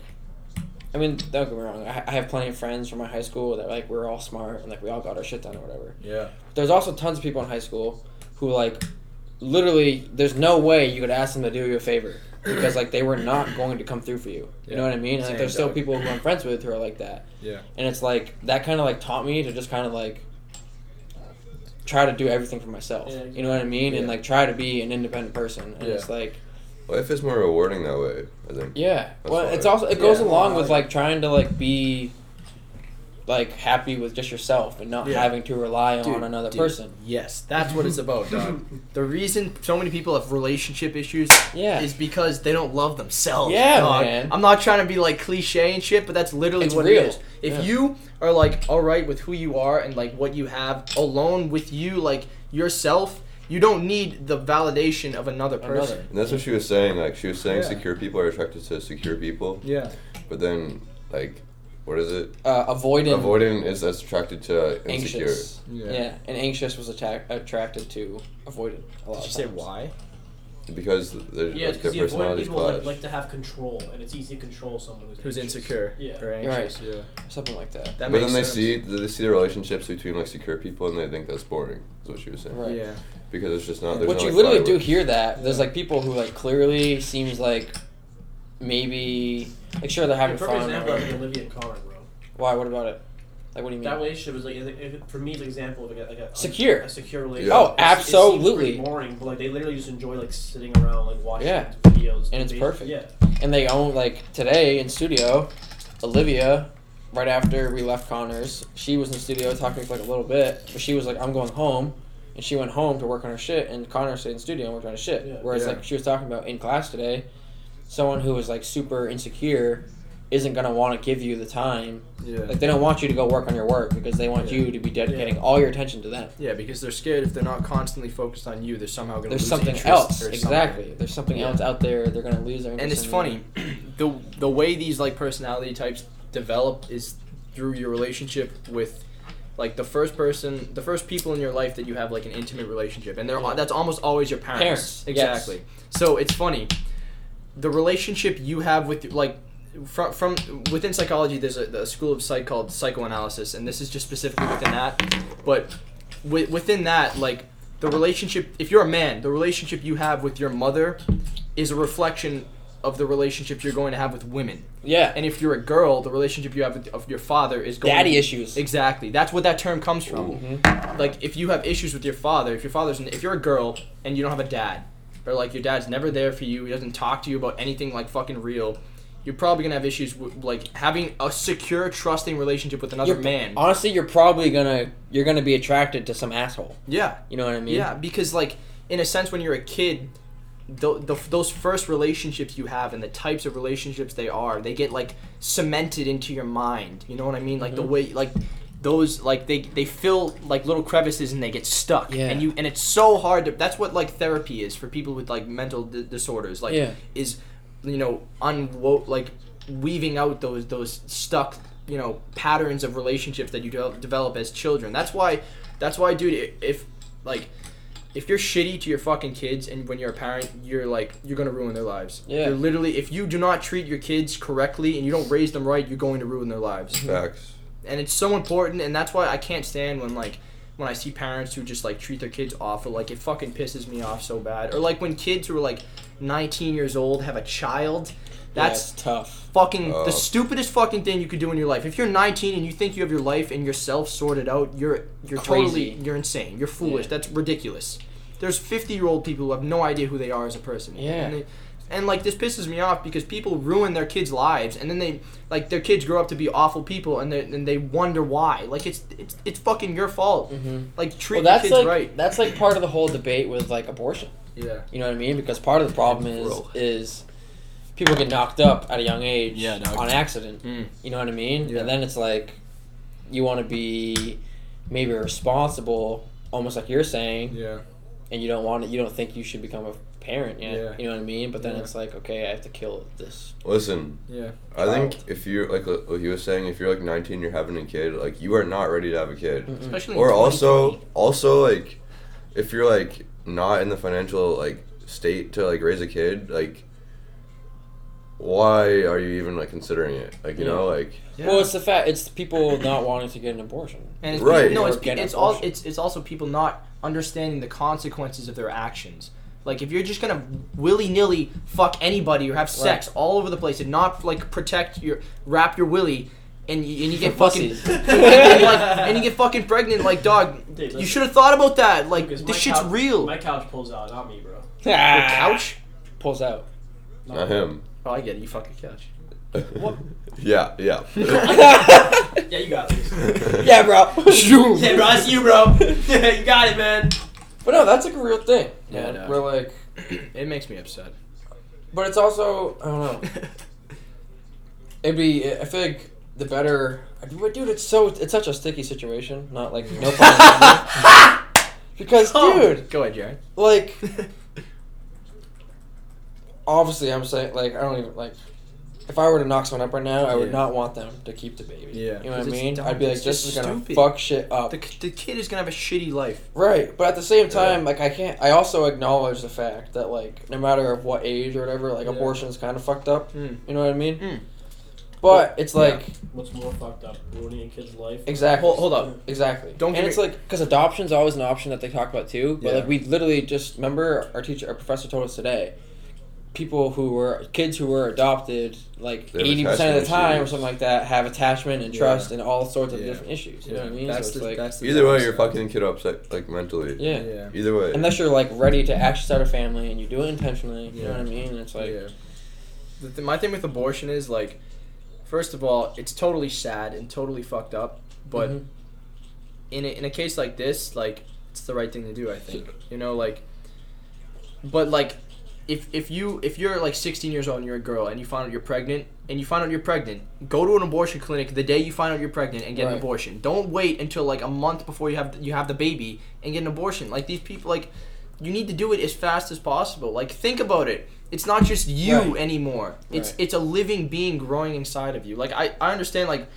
Speaker 1: I mean, don't get me wrong. I, I have plenty of friends from my high school that like we're all smart and like we all got our shit done or whatever
Speaker 4: Yeah.
Speaker 1: there's also tons of people in high school who like literally there's no way you could ask them to do you a favor because like they were not going to come through for you you know
Speaker 4: Yeah.
Speaker 1: what i mean and like,
Speaker 4: Same,
Speaker 1: there's still
Speaker 4: dog.
Speaker 1: people who i'm friends with who are like that
Speaker 4: Yeah.
Speaker 1: and it's like that kind of like taught me to just kind of like try to do everything for myself
Speaker 3: Yeah,
Speaker 1: you know what i mean and
Speaker 4: Yeah.
Speaker 1: like try to be an independent person and it's like
Speaker 2: Life is more rewarding that way. I think.
Speaker 1: yeah
Speaker 2: That's
Speaker 1: well
Speaker 2: all
Speaker 1: it's
Speaker 2: right.
Speaker 1: also it goes
Speaker 4: Yeah.
Speaker 1: along with like trying to like be like happy with just yourself and not
Speaker 4: Yeah.
Speaker 1: having to rely
Speaker 4: Dude,
Speaker 1: on another
Speaker 4: dude.
Speaker 1: person.
Speaker 4: Yes, that's what it's about, dog. The reason so many people have relationship issues
Speaker 1: Yeah.
Speaker 4: is because they don't love themselves.
Speaker 1: Yeah,
Speaker 4: dog.
Speaker 1: man.
Speaker 4: I'm not trying to be like cliche and shit, but that's literally
Speaker 1: It's
Speaker 4: what
Speaker 1: real.
Speaker 4: it is. If
Speaker 1: Yeah.
Speaker 4: you are like all right with who you are and like what you have alone with you, like yourself, you don't need the validation of another person.
Speaker 1: Another.
Speaker 2: And that's what she was saying. Like she was saying,
Speaker 4: Yeah.
Speaker 2: secure people are attracted to secure people,
Speaker 4: Yeah.
Speaker 2: but then like, what is it?
Speaker 1: Uh, avoidant,
Speaker 2: Avoidant is that's attracted to insecure.
Speaker 1: anxious.
Speaker 4: Yeah.
Speaker 1: Yeah. and anxious was attack- attracted to avoidant a lot.
Speaker 4: Did you
Speaker 1: of
Speaker 4: say
Speaker 1: times.
Speaker 4: why?
Speaker 2: Because their,
Speaker 3: Yeah,
Speaker 2: like, their
Speaker 3: because the avoidant
Speaker 2: personalities
Speaker 3: people like,
Speaker 2: clash.
Speaker 3: like to have control, and it's easy to control someone who's,
Speaker 4: Who's
Speaker 3: anxious.
Speaker 4: insecure
Speaker 3: Yeah.
Speaker 4: or anxious? Yeah.
Speaker 1: Something like that.
Speaker 4: That
Speaker 2: but
Speaker 4: makes
Speaker 2: then they
Speaker 4: sense.
Speaker 2: see they see the relationships between like secure people and they think that's boring. Is what she was saying.
Speaker 1: Right.
Speaker 4: Yeah.
Speaker 2: Because it's just not.
Speaker 4: What
Speaker 2: There's
Speaker 1: What
Speaker 2: no,
Speaker 1: you
Speaker 2: like,
Speaker 1: literally do
Speaker 2: fireworks.
Speaker 1: hear that there's
Speaker 4: Yeah.
Speaker 1: like people who like clearly seems like maybe like sure they're having
Speaker 3: Perfect
Speaker 1: fun.
Speaker 3: example, I
Speaker 1: or-
Speaker 3: think Olivia and Connor, bro.
Speaker 1: why? What about it? Like what do you mean?
Speaker 3: That relationship was like, if it- for me, it's an example of like a, like a
Speaker 1: Secure.
Speaker 3: a secure relationship.
Speaker 2: Oh,
Speaker 3: It's- it seems
Speaker 1: absolutely.
Speaker 3: pretty boring, but like they literally just enjoy like sitting around, like watching
Speaker 1: Yeah.
Speaker 3: videos,
Speaker 1: And it's
Speaker 3: They-
Speaker 1: perfect.
Speaker 3: Yeah,
Speaker 1: and they own like today in studio, Olivia, right after we left Connors, she was in studio talking for like a little bit, but she was like, "I'm going home," and she went home to work on her shit, and Connors stayed in studio and worked on his shit.
Speaker 3: Yeah.
Speaker 1: Whereas
Speaker 4: Yeah.
Speaker 1: like she was talking about in class today, someone who is like super insecure isn't gonna want to give you the time.
Speaker 4: Yeah.
Speaker 1: Like they don't want you to go work on your work because they want
Speaker 4: Yeah.
Speaker 1: you to be dedicating all your attention to them.
Speaker 4: Yeah, because they're scared if they're not constantly focused on you, they're somehow going to
Speaker 1: There's
Speaker 4: lose
Speaker 1: something
Speaker 4: interest
Speaker 1: else,
Speaker 4: or
Speaker 1: exactly.
Speaker 4: something.
Speaker 1: There's something
Speaker 4: Yeah.
Speaker 1: else out there. They're gonna lose their.
Speaker 4: And it's
Speaker 1: interest in you.
Speaker 4: funny, the the way these like personality types develop is through your relationship with like the first person, the first people in your life that you have like an intimate relationship, and they're
Speaker 3: Yeah.
Speaker 4: that's almost always your parents.
Speaker 1: Parents,
Speaker 4: exactly. So it's funny, the relationship you have with like. From, from within psychology, there's a, a school of psych called psychoanalysis, and this is just specifically within that. But wi- within that, like the relationship, if you're a man, the relationship you have with your mother is a reflection of the relationship you're going to have with women.
Speaker 1: Yeah.
Speaker 4: And if you're a girl, the relationship you have with of your father is going
Speaker 1: Daddy issues.
Speaker 4: Exactly. That's what that term comes from.
Speaker 1: Mhm.
Speaker 4: Like if you have issues with your father, if your father's if you're a girl and you don't have a dad, or like your dad's never there for you, he doesn't talk to you about anything like fucking real, you're probably gonna have issues with like having a secure, trusting relationship with another
Speaker 1: You're-
Speaker 4: man.
Speaker 1: Honestly, you're probably gonna you're gonna be attracted to some asshole.
Speaker 4: yeah.
Speaker 1: You know what I mean?
Speaker 4: Yeah, because like in a sense, when you're a kid, tho- tho- those first relationships you have and the types of relationships they are, they get like cemented into your mind. You know what I mean? Like the
Speaker 1: Mhm.
Speaker 4: way like those like they they fill like little crevices and they get stuck.
Speaker 1: Yeah.
Speaker 4: And you and it's so hard to. That's what like therapy is for people with like mental d- disorders. Like
Speaker 1: Yeah.
Speaker 4: is you know unwo like weaving out those those stuck you know patterns of relationships that you develop, develop as children. That's why that's why dude i- if like if you're shitty to your fucking kids and when you're a parent, you're like you're gonna ruin their lives.
Speaker 1: Yeah.
Speaker 4: You're literally if you do not treat your kids correctly and you don't raise them right, you're going to ruin their lives.
Speaker 2: Facts.
Speaker 4: And it's so important and that's why I can't stand when like when I see parents who just like treat their kids awful, like it fucking pisses me off so bad. Or like when kids who are like nineteen years old have a child, that's
Speaker 1: That's tough.
Speaker 4: fucking
Speaker 2: Oh.
Speaker 4: the stupidest fucking thing you could do in your life. If you're 19 and you think you have your life and yourself sorted out, you're you're
Speaker 1: Crazy.
Speaker 4: totally you're insane. You're foolish.
Speaker 1: Yeah.
Speaker 4: That's ridiculous. There's 50 year old people who have no idea who they are as a person.
Speaker 1: Yeah.
Speaker 4: And, they- and, like this pisses me off because people ruin their kids' lives and then they like their kids grow up to be awful people and they and they wonder why. Like it's it's it's fucking your fault.
Speaker 1: Mhm.
Speaker 4: Like treat
Speaker 1: Well, that's
Speaker 4: your kids
Speaker 1: like
Speaker 4: right.
Speaker 1: that's like part of the whole debate with like abortion.
Speaker 4: Yeah.
Speaker 1: You know what I mean? Because part of the problem is
Speaker 4: Bro.
Speaker 1: is people get knocked up at a young age
Speaker 4: Yeah, dog. Hmm.
Speaker 1: on accident. You know what I mean?
Speaker 4: Yeah.
Speaker 1: And then it's like you want to be maybe responsible, almost like you're saying,
Speaker 4: Yeah.
Speaker 1: and you don't want it. You don't think you should become a parent yet.
Speaker 4: Yeah.
Speaker 1: You know what I mean? But then
Speaker 4: Yeah.
Speaker 1: it's like, okay, I have to kill this.
Speaker 2: Listen,
Speaker 4: Yeah.
Speaker 2: I think if you're like uh, what he was saying, if you're like 19, you're having a kid, like you are not ready to have a kid.
Speaker 1: Mm-mm.
Speaker 4: Especially
Speaker 2: Or
Speaker 4: in
Speaker 2: also,
Speaker 4: 2020.
Speaker 2: also like, if you're like not in the financial like state to like raise a kid, like, why are you even like considering it? Like you
Speaker 1: Yeah.
Speaker 2: know, like
Speaker 4: Yeah.
Speaker 1: Well, it's the fact it's people not wanting to get an abortion.
Speaker 4: And it's
Speaker 2: Right.
Speaker 4: no,
Speaker 1: Or
Speaker 4: it's,
Speaker 1: get an
Speaker 4: it's all
Speaker 1: abortion.
Speaker 4: it's it's also people not understanding the consequences of their actions. Like if you're just gonna willy nilly fuck anybody or have sex all over the place and not like protect your wrap your willy, and you, and you get fucking
Speaker 1: Pussies.
Speaker 4: and, like, and you get fucking pregnant like dog.
Speaker 3: Dude,
Speaker 4: you
Speaker 3: listen.
Speaker 4: should have thought about that. Like
Speaker 3: Because
Speaker 4: this
Speaker 3: my
Speaker 4: shit's
Speaker 3: couch-
Speaker 4: real.
Speaker 3: My couch pulls out, not me, bro.
Speaker 4: Your couch.
Speaker 1: Ah. pulls out.
Speaker 2: not him.
Speaker 4: Uh-huh. Oh, I get it. You fucking couch.
Speaker 3: What?
Speaker 2: yeah, yeah.
Speaker 3: Yeah, you got this.
Speaker 1: yeah, bro.
Speaker 3: Yeah, bro, I see you, bro. you got it, man.
Speaker 1: But no, that's like a real thing.
Speaker 4: Yeah,
Speaker 1: Man.
Speaker 4: it
Speaker 1: Yeah,
Speaker 4: does.
Speaker 1: we're like,
Speaker 4: It makes me upset.
Speaker 1: but it's also I don't know. It'd be. I feel like the better. I mean, but dude, it's so. It's such a sticky situation. Not like no pun intended. Because
Speaker 3: Oh.
Speaker 1: dude,
Speaker 4: Go ahead, Jared.
Speaker 1: like obviously, I'm saying like I don't even like. If I were to knock someone up right now, I would
Speaker 4: Yeah.
Speaker 1: not want them to keep the baby.
Speaker 4: Yeah.
Speaker 1: you know what I
Speaker 4: 'Cause it's
Speaker 1: mean.
Speaker 4: dumb.
Speaker 1: I'd be like,
Speaker 4: It's
Speaker 1: this is
Speaker 4: just
Speaker 1: gonna
Speaker 4: stupid.
Speaker 1: fuck shit up.
Speaker 4: the, the kid is gonna have a shitty life.
Speaker 1: Right, but at the same time, like I can't. I also acknowledge the fact that like no matter of what age or whatever, like
Speaker 3: Yeah.
Speaker 1: abortion's kind of fucked up.
Speaker 3: Hmm.
Speaker 4: Mm.
Speaker 1: You know what I mean?
Speaker 4: Mm.
Speaker 1: But it's like
Speaker 3: What's more fucked up, ruining a kid's life?
Speaker 1: exactly.
Speaker 4: Hold, hold up.
Speaker 1: Exactly.
Speaker 4: Don't
Speaker 1: and
Speaker 4: give
Speaker 1: it's
Speaker 4: me-
Speaker 1: like because adoption's always an option that they talk about too. But
Speaker 4: Yeah.
Speaker 1: like we literally just remember our teacher, our professor told us today, people who were kids who were adopted, like
Speaker 2: They have
Speaker 1: eighty percent of the
Speaker 2: attachment
Speaker 1: time or
Speaker 2: issues.
Speaker 1: something like that, have attachment and
Speaker 4: Yeah.
Speaker 1: trust and all sorts of
Speaker 4: Yeah.
Speaker 1: different issues. You know what I mean?
Speaker 4: That's
Speaker 1: so
Speaker 4: the,
Speaker 1: it's like
Speaker 4: that's the
Speaker 2: Either way,
Speaker 4: downside.
Speaker 2: you're fucking kid up psych- like mentally.
Speaker 1: yeah.
Speaker 4: Yeah.
Speaker 2: Either way.
Speaker 1: Unless you're like ready to actually start a family and you do it intentionally, you know
Speaker 4: Yeah.
Speaker 1: what I mean? And It's like
Speaker 4: yeah. The th- my thing with abortion is like, first of all, it's totally sad and totally fucked up, but
Speaker 1: Mhm.
Speaker 4: in a, in a case like this, like it's the right thing to do. I think you know, like, but like, if if you if you're like 16 years old and you're a girl and you find out you're pregnant and you find out you're pregnant, go to an abortion clinic the day you find out you're pregnant and get
Speaker 1: Right.
Speaker 4: an abortion. Don't wait until like a month before you have you have the baby and get an abortion. Like these people, like, you need to do it as fast as possible. Like think about it. It's not just you
Speaker 1: Right.
Speaker 4: anymore. It's
Speaker 1: Right.
Speaker 4: it's a living being growing inside of you. Like I, I understand like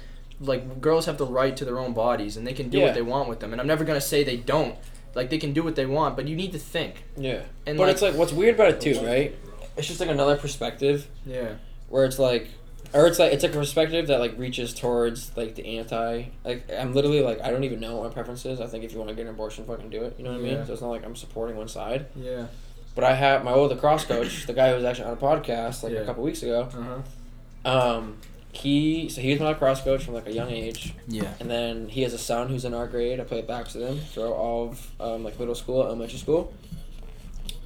Speaker 4: like girls have the right to their own bodies and they can do
Speaker 1: Yeah.
Speaker 4: what they want with them and i'm never going to say they don't like they can do what they want but you need to think
Speaker 1: yeah.
Speaker 4: and
Speaker 1: but
Speaker 4: like,
Speaker 1: it's like what's weird about it too, right? It's just like another perspective
Speaker 4: yeah
Speaker 1: where it's like, or it's like it's like a perspective that like reaches towards like the anti. Like I'm literally like I don't even know what my preference is. I think if you want to get an abortion, fucking do it. You know what I mean?
Speaker 4: Yeah.
Speaker 1: So it's not like I'm supporting one side.
Speaker 4: yeah
Speaker 1: But I have my old lacrosse coach, the guy who was actually on a podcast like a
Speaker 4: Yeah.
Speaker 1: couple weeks ago.
Speaker 4: uh-huh
Speaker 1: Um, he so he was my lacrosse coach from like a young age.
Speaker 4: yeah
Speaker 1: And then he has a son who's in our grade. I played backs with him throughout all of um, like middle school, elementary school.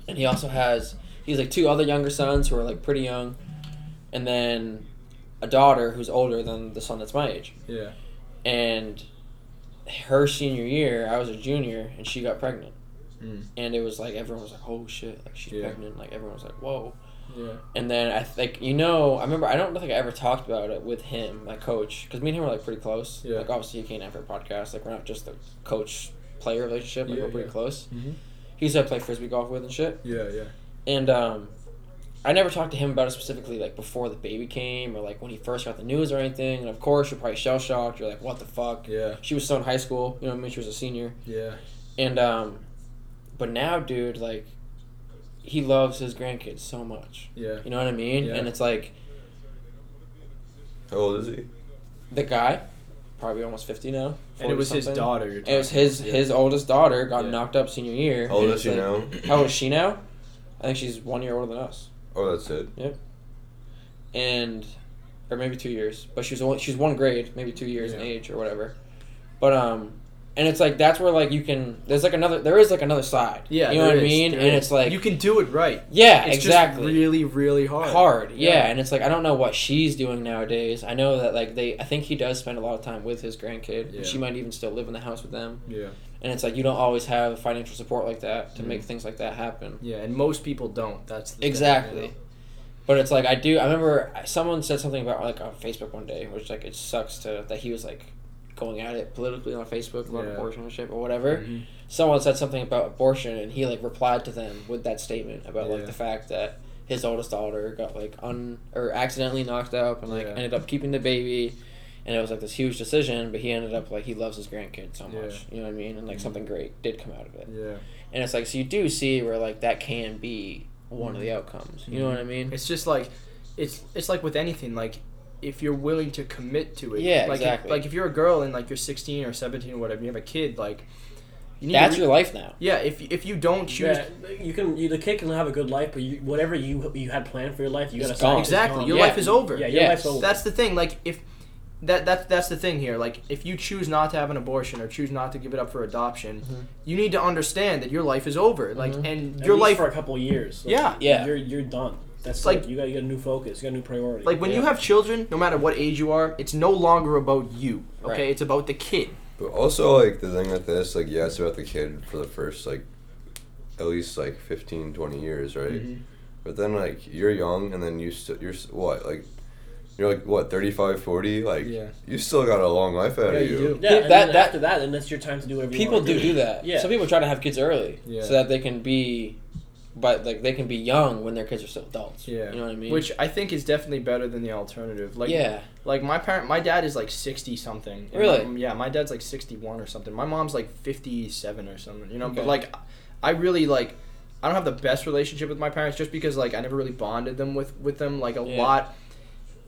Speaker 1: And he also has he's like two other younger sons who are like pretty young, and then a daughter who's older than the son that's my age.
Speaker 4: yeah
Speaker 1: And her senior year, I was a junior, and she got pregnant.
Speaker 4: Mm.
Speaker 1: And it was like everyone was like, "Oh shit!" Like she's
Speaker 4: Yeah.
Speaker 1: pregnant. Like everyone was like, "Whoa!"
Speaker 4: yeah
Speaker 1: And then I think you know I remember I don't think I ever talked about it with him, my coach, because me and him were like pretty close.
Speaker 4: Yeah.
Speaker 1: Like obviously he came after a podcast. Like we're not just the coach player relationship. Like
Speaker 4: Yeah,
Speaker 1: we're pretty
Speaker 4: yeah.
Speaker 1: close.
Speaker 4: Mhm.
Speaker 1: He's who I play frisbee golf with and shit.
Speaker 4: yeah yeah
Speaker 1: And um, I never talked to him about it specifically like before the baby came or like when he first got the news or anything. And of course you're probably shell shocked. You're like, what the fuck?
Speaker 4: yeah
Speaker 1: She was still in high school. You know what I mean? She was a senior.
Speaker 4: yeah
Speaker 1: And um, but now, dude, like, he loves his grandkids so much.
Speaker 4: yeah
Speaker 1: You know what I mean?
Speaker 4: Yeah.
Speaker 1: And it's like
Speaker 2: How old is he?
Speaker 1: the guy, probably almost fifty now.
Speaker 4: and it was his
Speaker 1: 40-something.
Speaker 4: daughter you're
Speaker 1: It was
Speaker 4: talking
Speaker 1: his
Speaker 4: about. Yeah.
Speaker 1: his oldest daughter got
Speaker 4: Yeah.
Speaker 1: knocked up senior year.
Speaker 2: How old
Speaker 1: and
Speaker 2: is
Speaker 1: it's
Speaker 2: he
Speaker 1: like-
Speaker 2: now?
Speaker 1: How old is she now? I think she's one year older than us,
Speaker 2: Oh, that's it.
Speaker 1: and or maybe two years. But she's only she's one grade, maybe two years in
Speaker 4: Yeah.
Speaker 1: age or whatever. But um, and it's like that's where like you can. There's like another. There is like another side.
Speaker 4: yeah
Speaker 1: you know
Speaker 4: there
Speaker 1: what I
Speaker 4: is,
Speaker 1: mean.
Speaker 4: there
Speaker 1: And
Speaker 4: is.
Speaker 1: it's like
Speaker 4: you can do it right
Speaker 1: yeah,
Speaker 4: it's
Speaker 1: exactly.
Speaker 4: just really really hard
Speaker 1: hard yeah.
Speaker 4: Yeah.
Speaker 1: and it's like i don't know what she's doing nowadays i know that like they i think he does spend a lot of time with his grandkid
Speaker 4: Yeah.
Speaker 1: and she might even still live in the house with them
Speaker 4: yeah
Speaker 1: and it's like you don't always have financial support like that to
Speaker 4: Mhm.
Speaker 1: make things like that happen
Speaker 4: yeah and most people don't that's the thing, you
Speaker 1: exactly
Speaker 4: know?
Speaker 1: but it's like i do i remember someone said something about like on facebook one day which like it sucks to that he was like going at it politically on facebook about
Speaker 4: Yeah.
Speaker 1: abortion and shit or whatever
Speaker 4: Mhm.
Speaker 1: someone said something about abortion and he like replied to them with that statement about like
Speaker 4: Yeah.
Speaker 1: the fact that his oldest daughter got like un or accidentally knocked up and like
Speaker 4: Yeah.
Speaker 1: ended up keeping the baby and it was like this huge decision but he ended up like he loves his grandkid so
Speaker 4: Yeah. Mm-hmm.
Speaker 1: much you know what i mean and like something great did come out of it
Speaker 4: yeah
Speaker 1: and it's like so you do see where like that can be one of the outcomes you know what i mean
Speaker 4: It's just like it's it's like with anything like if you're willing to commit to it.
Speaker 1: Yeah,
Speaker 4: like
Speaker 1: exactly.
Speaker 4: If, like if you're a girl and like you're 16 or 17 or whatever, you have a kid like you need
Speaker 1: that's
Speaker 4: to
Speaker 1: your life now
Speaker 4: yeah, if if you don't choose
Speaker 3: Yeah, you can. You, the kid can have a good life, but you, whatever you you had planned for your life, you
Speaker 1: It's
Speaker 3: gotta
Speaker 1: gone.
Speaker 3: sacrifice.
Speaker 4: exactly,
Speaker 3: It's
Speaker 4: your
Speaker 1: Yeah.
Speaker 4: life is over.
Speaker 3: Yeah, your
Speaker 1: Yeah.
Speaker 3: life's over.
Speaker 4: That's the thing. Like if that that that's the thing here. Like if you choose not to have an abortion or choose not to give it up for adoption,
Speaker 1: Mhm.
Speaker 4: you need to understand that your life is over. Like
Speaker 1: Mhm.
Speaker 4: and
Speaker 3: At
Speaker 4: your
Speaker 3: least
Speaker 4: life
Speaker 3: for a couple years.
Speaker 4: Yeah.
Speaker 1: Yeah.
Speaker 3: You're you're done. That's
Speaker 4: It's
Speaker 3: like
Speaker 4: like-
Speaker 3: you got you got a new focus, you got a new priority.
Speaker 4: Like when you
Speaker 1: Yeah.
Speaker 4: have children, no matter what age you are, it's no longer about you. Okay,
Speaker 1: Right.
Speaker 4: it's about the kid.
Speaker 2: But also, like, the thing with this, like, yeah, it's about the kid for the first, like, at least, like, 15, 20 years, right?
Speaker 4: Mm-hmm.
Speaker 2: But then, like, you're young, and then you still, you're, s- what, like, you're, like, what, 35, 40? Like,
Speaker 4: Yeah.
Speaker 2: you still got a long life ahead
Speaker 4: Yeah,
Speaker 2: of you.
Speaker 4: you do.
Speaker 3: yeah, and
Speaker 1: that-
Speaker 3: then
Speaker 1: that-
Speaker 3: after that, then that's your time to do whatever.
Speaker 1: People
Speaker 3: you wanna
Speaker 1: do do that.
Speaker 3: Yeah.
Speaker 1: Some people try to have kids early,
Speaker 4: Yeah.
Speaker 1: so that they can be, but like they can be young when their kids are still adults.
Speaker 4: Yeah.
Speaker 1: you know what I mean.
Speaker 4: Which I think is definitely better than the alternative. Like
Speaker 1: yeah,
Speaker 4: like my parent my dad is like 60 something. And
Speaker 1: Really?
Speaker 4: my- yeah, my dad's like 61 or something. My mom's like 57 or something, you know?
Speaker 1: Okay.
Speaker 4: But like I really like I don't have the best relationship with my parents just because like I never really bonded them with with them like a
Speaker 1: Yeah.
Speaker 4: lot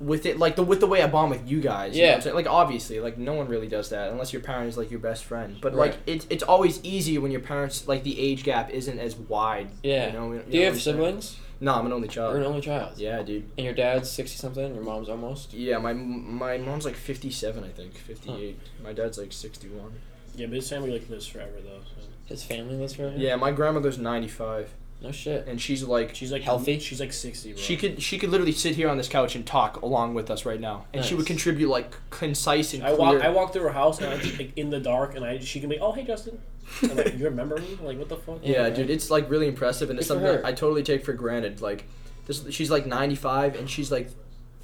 Speaker 4: with it like the with the way I bond with you guys. you know
Speaker 1: Yeah.
Speaker 4: what I'm saying? Like obviously, like no one really does that unless your parent is like your best friend. But
Speaker 1: Right.
Speaker 4: like it's it's always easy when your parents like the age gap isn't as wide.
Speaker 1: yeah.
Speaker 4: You know, you know
Speaker 1: do you
Speaker 4: what
Speaker 1: have
Speaker 4: I'm saying?
Speaker 1: siblings?
Speaker 4: No, I'm an only
Speaker 1: Or an
Speaker 4: child.
Speaker 1: only child?
Speaker 4: Yeah, dude.
Speaker 1: And your dad's sixty something. Your mom's almost.
Speaker 4: Yeah, my my mom's like 57, I think, 58. My dad's like 61.
Speaker 3: Yeah, but his family like lives forever though. So.
Speaker 1: His family lives forever.
Speaker 4: Yeah, my grandmother's 95,
Speaker 1: No shit.
Speaker 4: and she's like
Speaker 3: She's like
Speaker 1: Healthy?
Speaker 3: She's like sixty. Bro.
Speaker 4: she could she could literally sit here on this couch and talk along with us right now, and she would
Speaker 1: Nice.
Speaker 4: contribute like concise and
Speaker 3: I
Speaker 4: clear.
Speaker 3: walk I walk through her house and I just, like in the dark and I she can be oh hey Justin, I'm like you remember me like what the fuck
Speaker 4: yeah,
Speaker 1: Yeah.
Speaker 4: dude, it's like really impressive, and it's
Speaker 1: Good for
Speaker 4: something that
Speaker 1: her.
Speaker 4: I totally take for granted. Like, this she's like 95, and she's like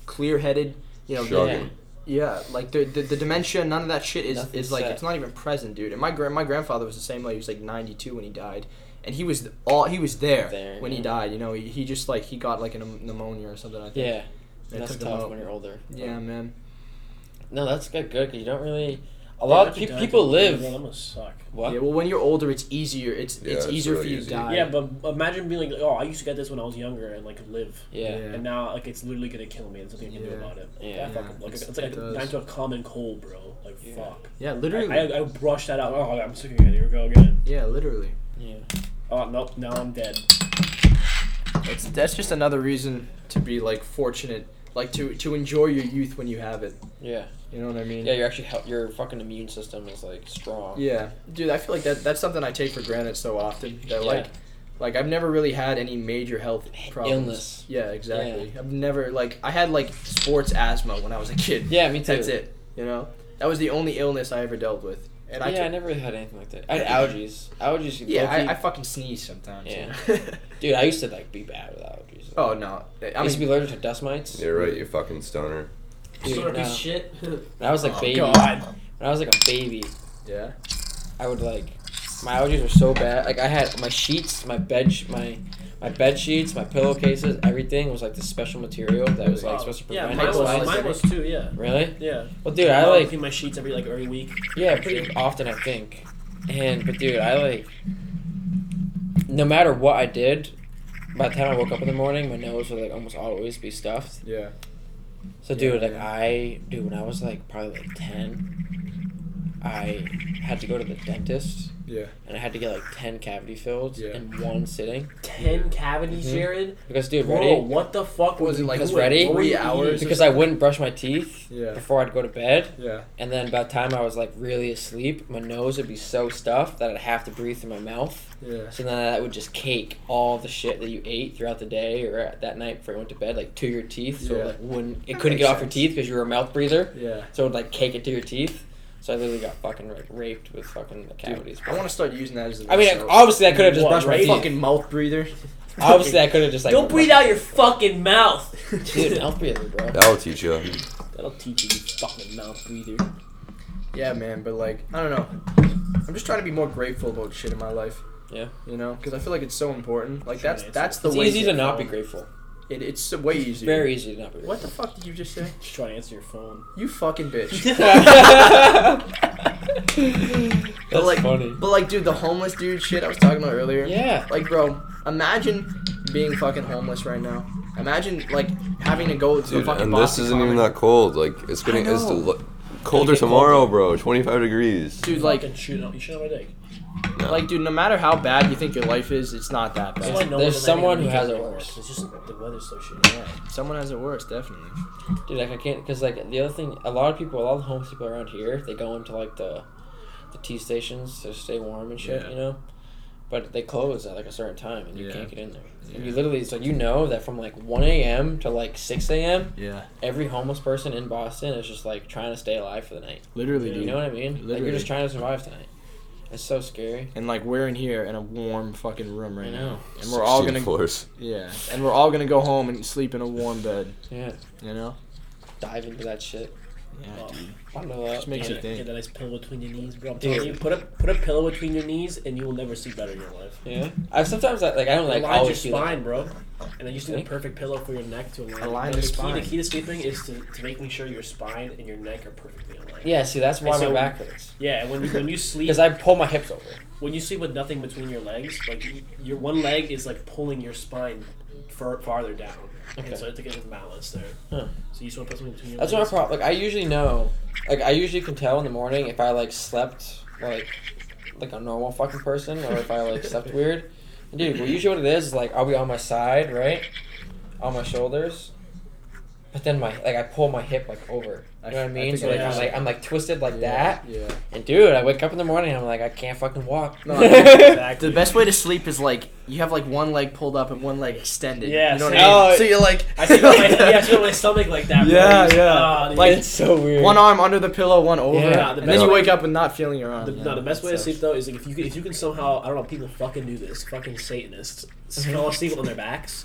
Speaker 4: clear headed. You know,
Speaker 2: Sure.
Speaker 1: Yeah.
Speaker 4: Yeah, like the, the the dementia, none of that shit is
Speaker 1: Nothing's
Speaker 4: is like
Speaker 1: set.
Speaker 4: it's not even present, dude. And my grand my grandfather was the same way. He was like ninety two when he died, and he was all he was there,
Speaker 1: There,
Speaker 4: when he
Speaker 1: yeah.
Speaker 4: died. You know, he, he just like he got like a pneum- pneumonia or something. I think.
Speaker 1: Yeah.
Speaker 4: They
Speaker 1: that's
Speaker 4: took him
Speaker 1: tough
Speaker 4: out.
Speaker 1: when you're older.
Speaker 4: Yeah, man.
Speaker 1: No, that's good. Good because you don't really. A
Speaker 3: Yeah,
Speaker 1: lot of
Speaker 3: if you
Speaker 1: peop
Speaker 3: die,
Speaker 1: people
Speaker 3: don't-
Speaker 1: live.
Speaker 3: I'm gonna suck.
Speaker 1: What?
Speaker 4: Yeah. Well, when you're older, it's easier. It's
Speaker 2: Yeah,
Speaker 4: it's,
Speaker 2: it's
Speaker 4: easier
Speaker 2: really
Speaker 4: for you
Speaker 2: easy.
Speaker 4: to die.
Speaker 3: Yeah, but imagine being like oh I used to get this when I was younger and like live
Speaker 1: Yeah.
Speaker 4: Yeah.
Speaker 3: and now like it's literally gonna kill me and there's nothing I can do
Speaker 4: Yeah.
Speaker 3: about it.
Speaker 1: Yeah.
Speaker 3: That fucking- like,
Speaker 4: It's-
Speaker 3: it's, like
Speaker 4: it
Speaker 3: a
Speaker 4: does.
Speaker 3: nine to a common cold, bro. Like
Speaker 1: Yeah.
Speaker 3: fuck.
Speaker 4: Yeah,
Speaker 3: I,
Speaker 4: literally.
Speaker 3: I, I brushed that out. Oh, I'm sick again. Here we go again.
Speaker 4: yeah, literally.
Speaker 1: Yeah.
Speaker 3: Oh nope, now I'm dead.
Speaker 4: It's that's just another reason to be like fortunate, like to to enjoy your youth when you have it.
Speaker 1: Yeah.
Speaker 4: You know what I mean?
Speaker 1: Yeah. You're actually help. Your fucking immune system is like strong.
Speaker 4: Yeah, dude, I feel like that that's something I take for granted so often. That
Speaker 1: Yeah.
Speaker 4: like, like I've never really had any major health problems.
Speaker 1: Illness.
Speaker 4: Yeah, exactly. I've never like I had like sports asthma when I was a kid.
Speaker 1: Yeah. Me too.
Speaker 4: that's it. You know, that was the only illness I ever dealt with, and I
Speaker 1: yeah, I
Speaker 4: took-
Speaker 1: never really had anything like that. I had allergies. Allergies.
Speaker 4: yeah
Speaker 1: low-key-
Speaker 4: I, I fucking sneeze sometimes. you
Speaker 1: Yeah.
Speaker 4: know?
Speaker 1: dude, I used to like be bad with allergies.
Speaker 4: oh no,
Speaker 1: I
Speaker 4: I
Speaker 1: used to be
Speaker 4: mean,
Speaker 1: allergic to dust mites.
Speaker 2: You're right, you fucking stoner.
Speaker 1: Dude,
Speaker 5: Sort of
Speaker 1: no.
Speaker 5: piece of shit.
Speaker 1: When I was like
Speaker 4: Oh,
Speaker 1: baby,
Speaker 3: God.
Speaker 1: when I was like a baby,
Speaker 4: yeah,
Speaker 1: I would like my allergies were so bad. Like I had my sheets, my bed, sh- my my bed sheets, my pillowcases, everything was like this special material that was like
Speaker 3: Oh,
Speaker 1: supposed to
Speaker 3: yeah,
Speaker 1: prevent
Speaker 3: mine was,
Speaker 1: mites.
Speaker 3: mine was too. Yeah,
Speaker 1: Really?
Speaker 3: yeah.
Speaker 1: Well, dude, I
Speaker 3: I'll
Speaker 1: like
Speaker 3: clean my sheets every like every week.
Speaker 1: Yeah, pretty often I think. And but dude, I like no matter what I did, by the time I woke up in the morning, my nose would like almost always be stuffed.
Speaker 4: yeah.
Speaker 1: So dude, like I dude when I was like probably like ten, I had to go to the dentist.
Speaker 4: Yeah.
Speaker 1: And I had to get like ten cavity filled
Speaker 4: Yeah.
Speaker 1: in one sitting.
Speaker 3: Ten cavities,
Speaker 1: Mhm.
Speaker 3: Jared.
Speaker 1: Because dude,
Speaker 3: Bro,
Speaker 1: ready?
Speaker 3: what the fuck were
Speaker 4: Was it
Speaker 3: you
Speaker 4: like
Speaker 1: Because
Speaker 3: doing?
Speaker 1: ready?
Speaker 3: What were you
Speaker 4: three
Speaker 3: eating?
Speaker 4: hours?
Speaker 1: Because I wouldn't brush my teeth
Speaker 4: Yeah.
Speaker 1: before I'd go to bed.
Speaker 4: Yeah.
Speaker 1: And then by the time I was like really asleep, my nose would be so stuffed that I'd have to breathe through my mouth.
Speaker 4: Yeah.
Speaker 1: So then that would just cake all the shit that you ate throughout the day or at that night before you went to bed, like to your teeth. So
Speaker 4: Yeah.
Speaker 1: it, like wouldn't it
Speaker 4: That
Speaker 1: couldn't
Speaker 4: makes
Speaker 1: get off your
Speaker 4: sense.
Speaker 1: teeth because you were a mouth breather.
Speaker 4: Yeah.
Speaker 1: So it would like cake it to your teeth. So I literally got fucking like raped with fucking the cavities.
Speaker 4: I want to start using that as. a
Speaker 1: I mean,
Speaker 4: soap.
Speaker 1: obviously I could have just
Speaker 3: What,
Speaker 1: brushed my
Speaker 3: right?
Speaker 1: teeth.
Speaker 4: fucking mouth breather.
Speaker 1: obviously I could have just like
Speaker 3: Don't breathe out your fucking mouth.
Speaker 1: Dude, mouth breather, bro.
Speaker 2: That'll teach you.
Speaker 3: That'll teach you, you fucking mouth breather.
Speaker 4: Yeah, man, but like, I don't know. I'm just trying to be more grateful about shit in my life.
Speaker 1: Yeah.
Speaker 4: You know, because I feel like it's so important. Like
Speaker 3: Sure,
Speaker 4: that's
Speaker 3: it's-
Speaker 4: that's the
Speaker 1: It's
Speaker 4: way
Speaker 1: easy to not be
Speaker 4: grateful.
Speaker 1: grateful.
Speaker 4: It, it's way easier.
Speaker 1: Very easy to not be
Speaker 4: What
Speaker 1: grateful.
Speaker 4: the fuck did you just say?
Speaker 3: Just try to answer your phone.
Speaker 4: You fucking bitch.
Speaker 1: That's
Speaker 4: like-
Speaker 1: funny.
Speaker 4: but like, dude, the homeless dude shit I was talking about earlier.
Speaker 1: Yeah.
Speaker 4: Like, bro, imagine being fucking homeless right now. Imagine like having to go to the
Speaker 2: Dude,
Speaker 4: fucking.
Speaker 2: and this
Speaker 4: Boston
Speaker 2: isn't even
Speaker 4: Common.
Speaker 2: that cold. Like, it's gonna, it's
Speaker 1: know.
Speaker 2: lo- colder
Speaker 1: get
Speaker 2: tomorrow, bro. 25 degrees.
Speaker 4: Dude,
Speaker 3: Like,
Speaker 4: like,
Speaker 3: and shoot out, you shoot out my dick.
Speaker 4: like, dude, no matter how bad you think your life is, it's not that
Speaker 3: That's
Speaker 4: bad.
Speaker 3: why no
Speaker 1: there's
Speaker 3: one's
Speaker 1: someone
Speaker 3: letting
Speaker 1: who
Speaker 3: me
Speaker 1: has
Speaker 3: drink
Speaker 1: it
Speaker 3: anymore.
Speaker 1: worse.
Speaker 3: It's just the weather's so shit.
Speaker 4: Yeah, someone has it worse, definitely.
Speaker 1: Dude, like I can't, cause like the other thing, a lot of people, a lot of homeless people around here, they go into like the, the tea stations to stay warm and shit,
Speaker 4: Yeah.
Speaker 1: you know, but they close at like a certain time and you
Speaker 4: Yeah.
Speaker 1: can't get in there. And
Speaker 4: Yeah.
Speaker 1: you literally, so you know that from like 1 a.m. to like 6 a.m.,
Speaker 4: Yeah,
Speaker 1: every homeless person in Boston is just like trying to stay alive for the night.
Speaker 4: literally,
Speaker 3: Yeah.
Speaker 4: dude.
Speaker 1: You know what I mean? Like
Speaker 4: Literally.
Speaker 1: you're just trying to survive tonight. It's so scary.
Speaker 4: and like we're in here in a warm fucking room right
Speaker 1: I
Speaker 4: now,
Speaker 1: know.
Speaker 4: and we're all
Speaker 2: 16
Speaker 4: gonna
Speaker 2: floors.
Speaker 4: yeah, and we're all gonna go home and sleep in a warm bed.
Speaker 1: Yeah.
Speaker 4: You know?
Speaker 1: Dive into that shit.
Speaker 4: Yeah,
Speaker 3: Oh.
Speaker 4: dude.
Speaker 1: Bundle up.
Speaker 4: Just makes
Speaker 3: Get
Speaker 4: you
Speaker 3: a-
Speaker 4: think.
Speaker 3: Get a nice pillow between your knees, bro. I'm
Speaker 1: Dude.
Speaker 3: telling you, put a put a pillow between your knees, and you will never sleep better in your life.
Speaker 1: Yeah. I sometimes I, like I don't like
Speaker 3: align your
Speaker 1: always feel like,
Speaker 3: spine, bro. And then you just need a
Speaker 1: Think?
Speaker 3: perfect pillow for your neck to align.
Speaker 4: Align
Speaker 3: And
Speaker 4: the
Speaker 3: the Key,
Speaker 4: spine.
Speaker 3: the key to sleeping is to, to making sure your spine and your neck are perfectly aligned.
Speaker 1: Yeah, see that's why
Speaker 3: Okay, so-
Speaker 1: my back hurts.
Speaker 3: Yeah, and when when you sleep,
Speaker 1: Because I pull my hips over.
Speaker 3: when you sleep with nothing between your legs, like you- your one leg is like pulling your spine fur, farther down,
Speaker 1: Okay.
Speaker 3: and so it's like a balance there.
Speaker 1: Huh.
Speaker 3: So you just want to put something between your
Speaker 1: That's my
Speaker 3: legs.
Speaker 1: problem. Like I usually know, like I usually can tell in the morning if I like slept like like a normal fucking person or if I like slept weird. Dude, well, usually what it is is like I'll be on my side, right, on my shoulders, but then my like I pull my hip like over. You know what I mean? so like
Speaker 3: I
Speaker 1: I'm
Speaker 3: know.
Speaker 1: like I'm like twisted like that,
Speaker 4: Yeah.
Speaker 1: and dude, I wake up in the morning and I'm like I can't fucking walk.
Speaker 4: No,
Speaker 3: Exactly.
Speaker 4: The best way to sleep is like you have like one leg pulled up and one leg extended.
Speaker 3: Yeah,
Speaker 4: You know what
Speaker 1: same.
Speaker 4: I mean?
Speaker 1: Oh,
Speaker 4: so you're like
Speaker 3: I sleep on my, yeah, I sleep on my stomach like that. bro.
Speaker 4: Yeah,
Speaker 3: Just,
Speaker 4: yeah.
Speaker 3: ah, dude.
Speaker 4: Like-
Speaker 1: it's so weird.
Speaker 4: one arm under the pillow, one over,
Speaker 1: Yeah,
Speaker 3: the
Speaker 4: and
Speaker 3: best
Speaker 4: then you
Speaker 3: way-
Speaker 4: wake up and not feeling your arm.
Speaker 3: The,
Speaker 4: yeah,
Speaker 3: no, the best
Speaker 4: that
Speaker 3: way to
Speaker 4: sucks.
Speaker 3: sleep though is like if you can, if you can somehow I don't know people fucking do this fucking Satanists s-
Speaker 1: Mm-hmm.
Speaker 3: fall asleep on their backs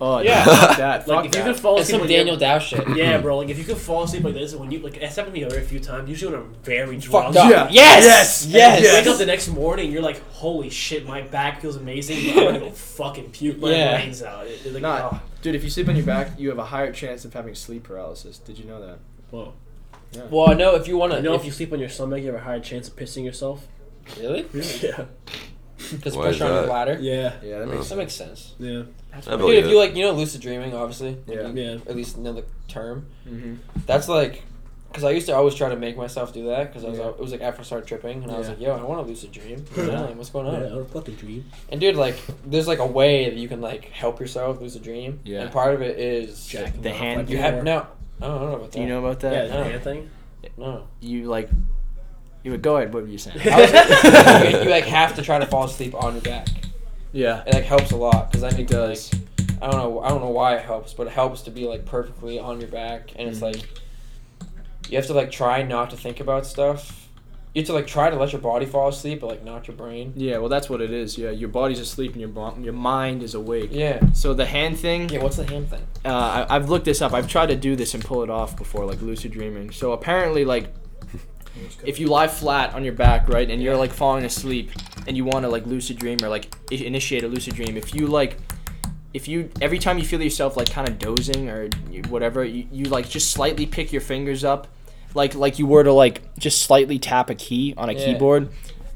Speaker 4: Oh
Speaker 1: Yeah.
Speaker 4: yeah, fuck that.
Speaker 3: like
Speaker 4: fuck
Speaker 3: if
Speaker 4: that.
Speaker 3: you can fall
Speaker 1: It's
Speaker 3: asleep
Speaker 1: some
Speaker 3: on
Speaker 1: Daniel
Speaker 3: your,
Speaker 1: Dow shit.
Speaker 3: yeah bro like if you can fall asleep like this when you like it's happened to me a very few times usually when I'm very drunk
Speaker 1: Fucked up.
Speaker 4: Yeah.
Speaker 1: Yes. Yes.
Speaker 4: Yes.
Speaker 3: and you
Speaker 1: Yes.
Speaker 3: wake up the next morning you're like holy shit my back feels amazing but I'm gonna go fucking puke my
Speaker 1: Yeah.
Speaker 3: brains out It- it- like,
Speaker 4: Not-
Speaker 3: oh.
Speaker 4: Dude, if you sleep on your back, you have a higher chance of having sleep paralysis. Did you know that?
Speaker 1: Well, no, if you wanna,
Speaker 3: you know
Speaker 1: if,
Speaker 3: if you sleep on your stomach you have a higher chance of pissing yourself
Speaker 1: you really,
Speaker 3: yeah
Speaker 1: because
Speaker 2: Why is
Speaker 1: pressure on your
Speaker 2: that?
Speaker 1: bladder.
Speaker 3: yeah
Speaker 4: Yeah, that
Speaker 2: Oh.
Speaker 4: makes
Speaker 1: That makes sense.
Speaker 3: yeah
Speaker 2: I
Speaker 1: Dude,
Speaker 2: believe
Speaker 1: if you
Speaker 2: it.
Speaker 1: like, you know, lucid dreaming, obviously. Like,
Speaker 4: Yeah.
Speaker 1: you-
Speaker 3: Yeah.
Speaker 1: At least another term.
Speaker 4: hmm
Speaker 1: That's like, because I used to always try to make myself do that because I was
Speaker 4: Yeah.
Speaker 1: al- it was like after I started tripping and I was
Speaker 4: Yeah.
Speaker 1: like, yo, I want to lucid dream. You
Speaker 3: Yeah.
Speaker 1: know, like, what's going on?
Speaker 3: or fucking dream
Speaker 1: And dude, like, there's like a way that you can like help yourself lucid dream.
Speaker 4: Yeah.
Speaker 1: And part of it is
Speaker 3: Jacking
Speaker 4: The
Speaker 3: off,
Speaker 4: hand-
Speaker 3: like,
Speaker 1: you
Speaker 3: or-
Speaker 1: have no. I don't, I don't know about that.
Speaker 4: Do you know about
Speaker 3: yeah
Speaker 4: that?
Speaker 3: the hand thing
Speaker 1: No.
Speaker 4: You like, you would go ahead. What were you saying?
Speaker 1: I was, you, you like have to try to fall asleep on your back.
Speaker 4: yeah,
Speaker 1: It like helps a lot because I
Speaker 4: it
Speaker 1: think like
Speaker 4: does.
Speaker 1: I don't know. I don't know why it helps, but it helps to be like perfectly on your back, and it's
Speaker 4: Mhm.
Speaker 1: like you have to like try not to think about stuff. You have to like try to let your body fall asleep, but like not your brain.
Speaker 4: Yeah, well, that's what it is. Yeah, your body's asleep and your bo- your mind is awake.
Speaker 1: Yeah.
Speaker 4: So the hand thing,
Speaker 1: Yeah. What's the hand thing?
Speaker 4: uh, I, I've looked this up. I've tried to do this and pull it off before, like lucid dreaming. So apparently, like if you lie flat on your back, right, and you're like falling asleep, and you want to like lucid dream or like I- initiate a lucid dream, if you like, if you every time you feel yourself like kind of dozing or you- whatever, you, you like just slightly pick your fingers up, like like you were to like just slightly tap a key on a
Speaker 1: Yeah.
Speaker 4: keyboard.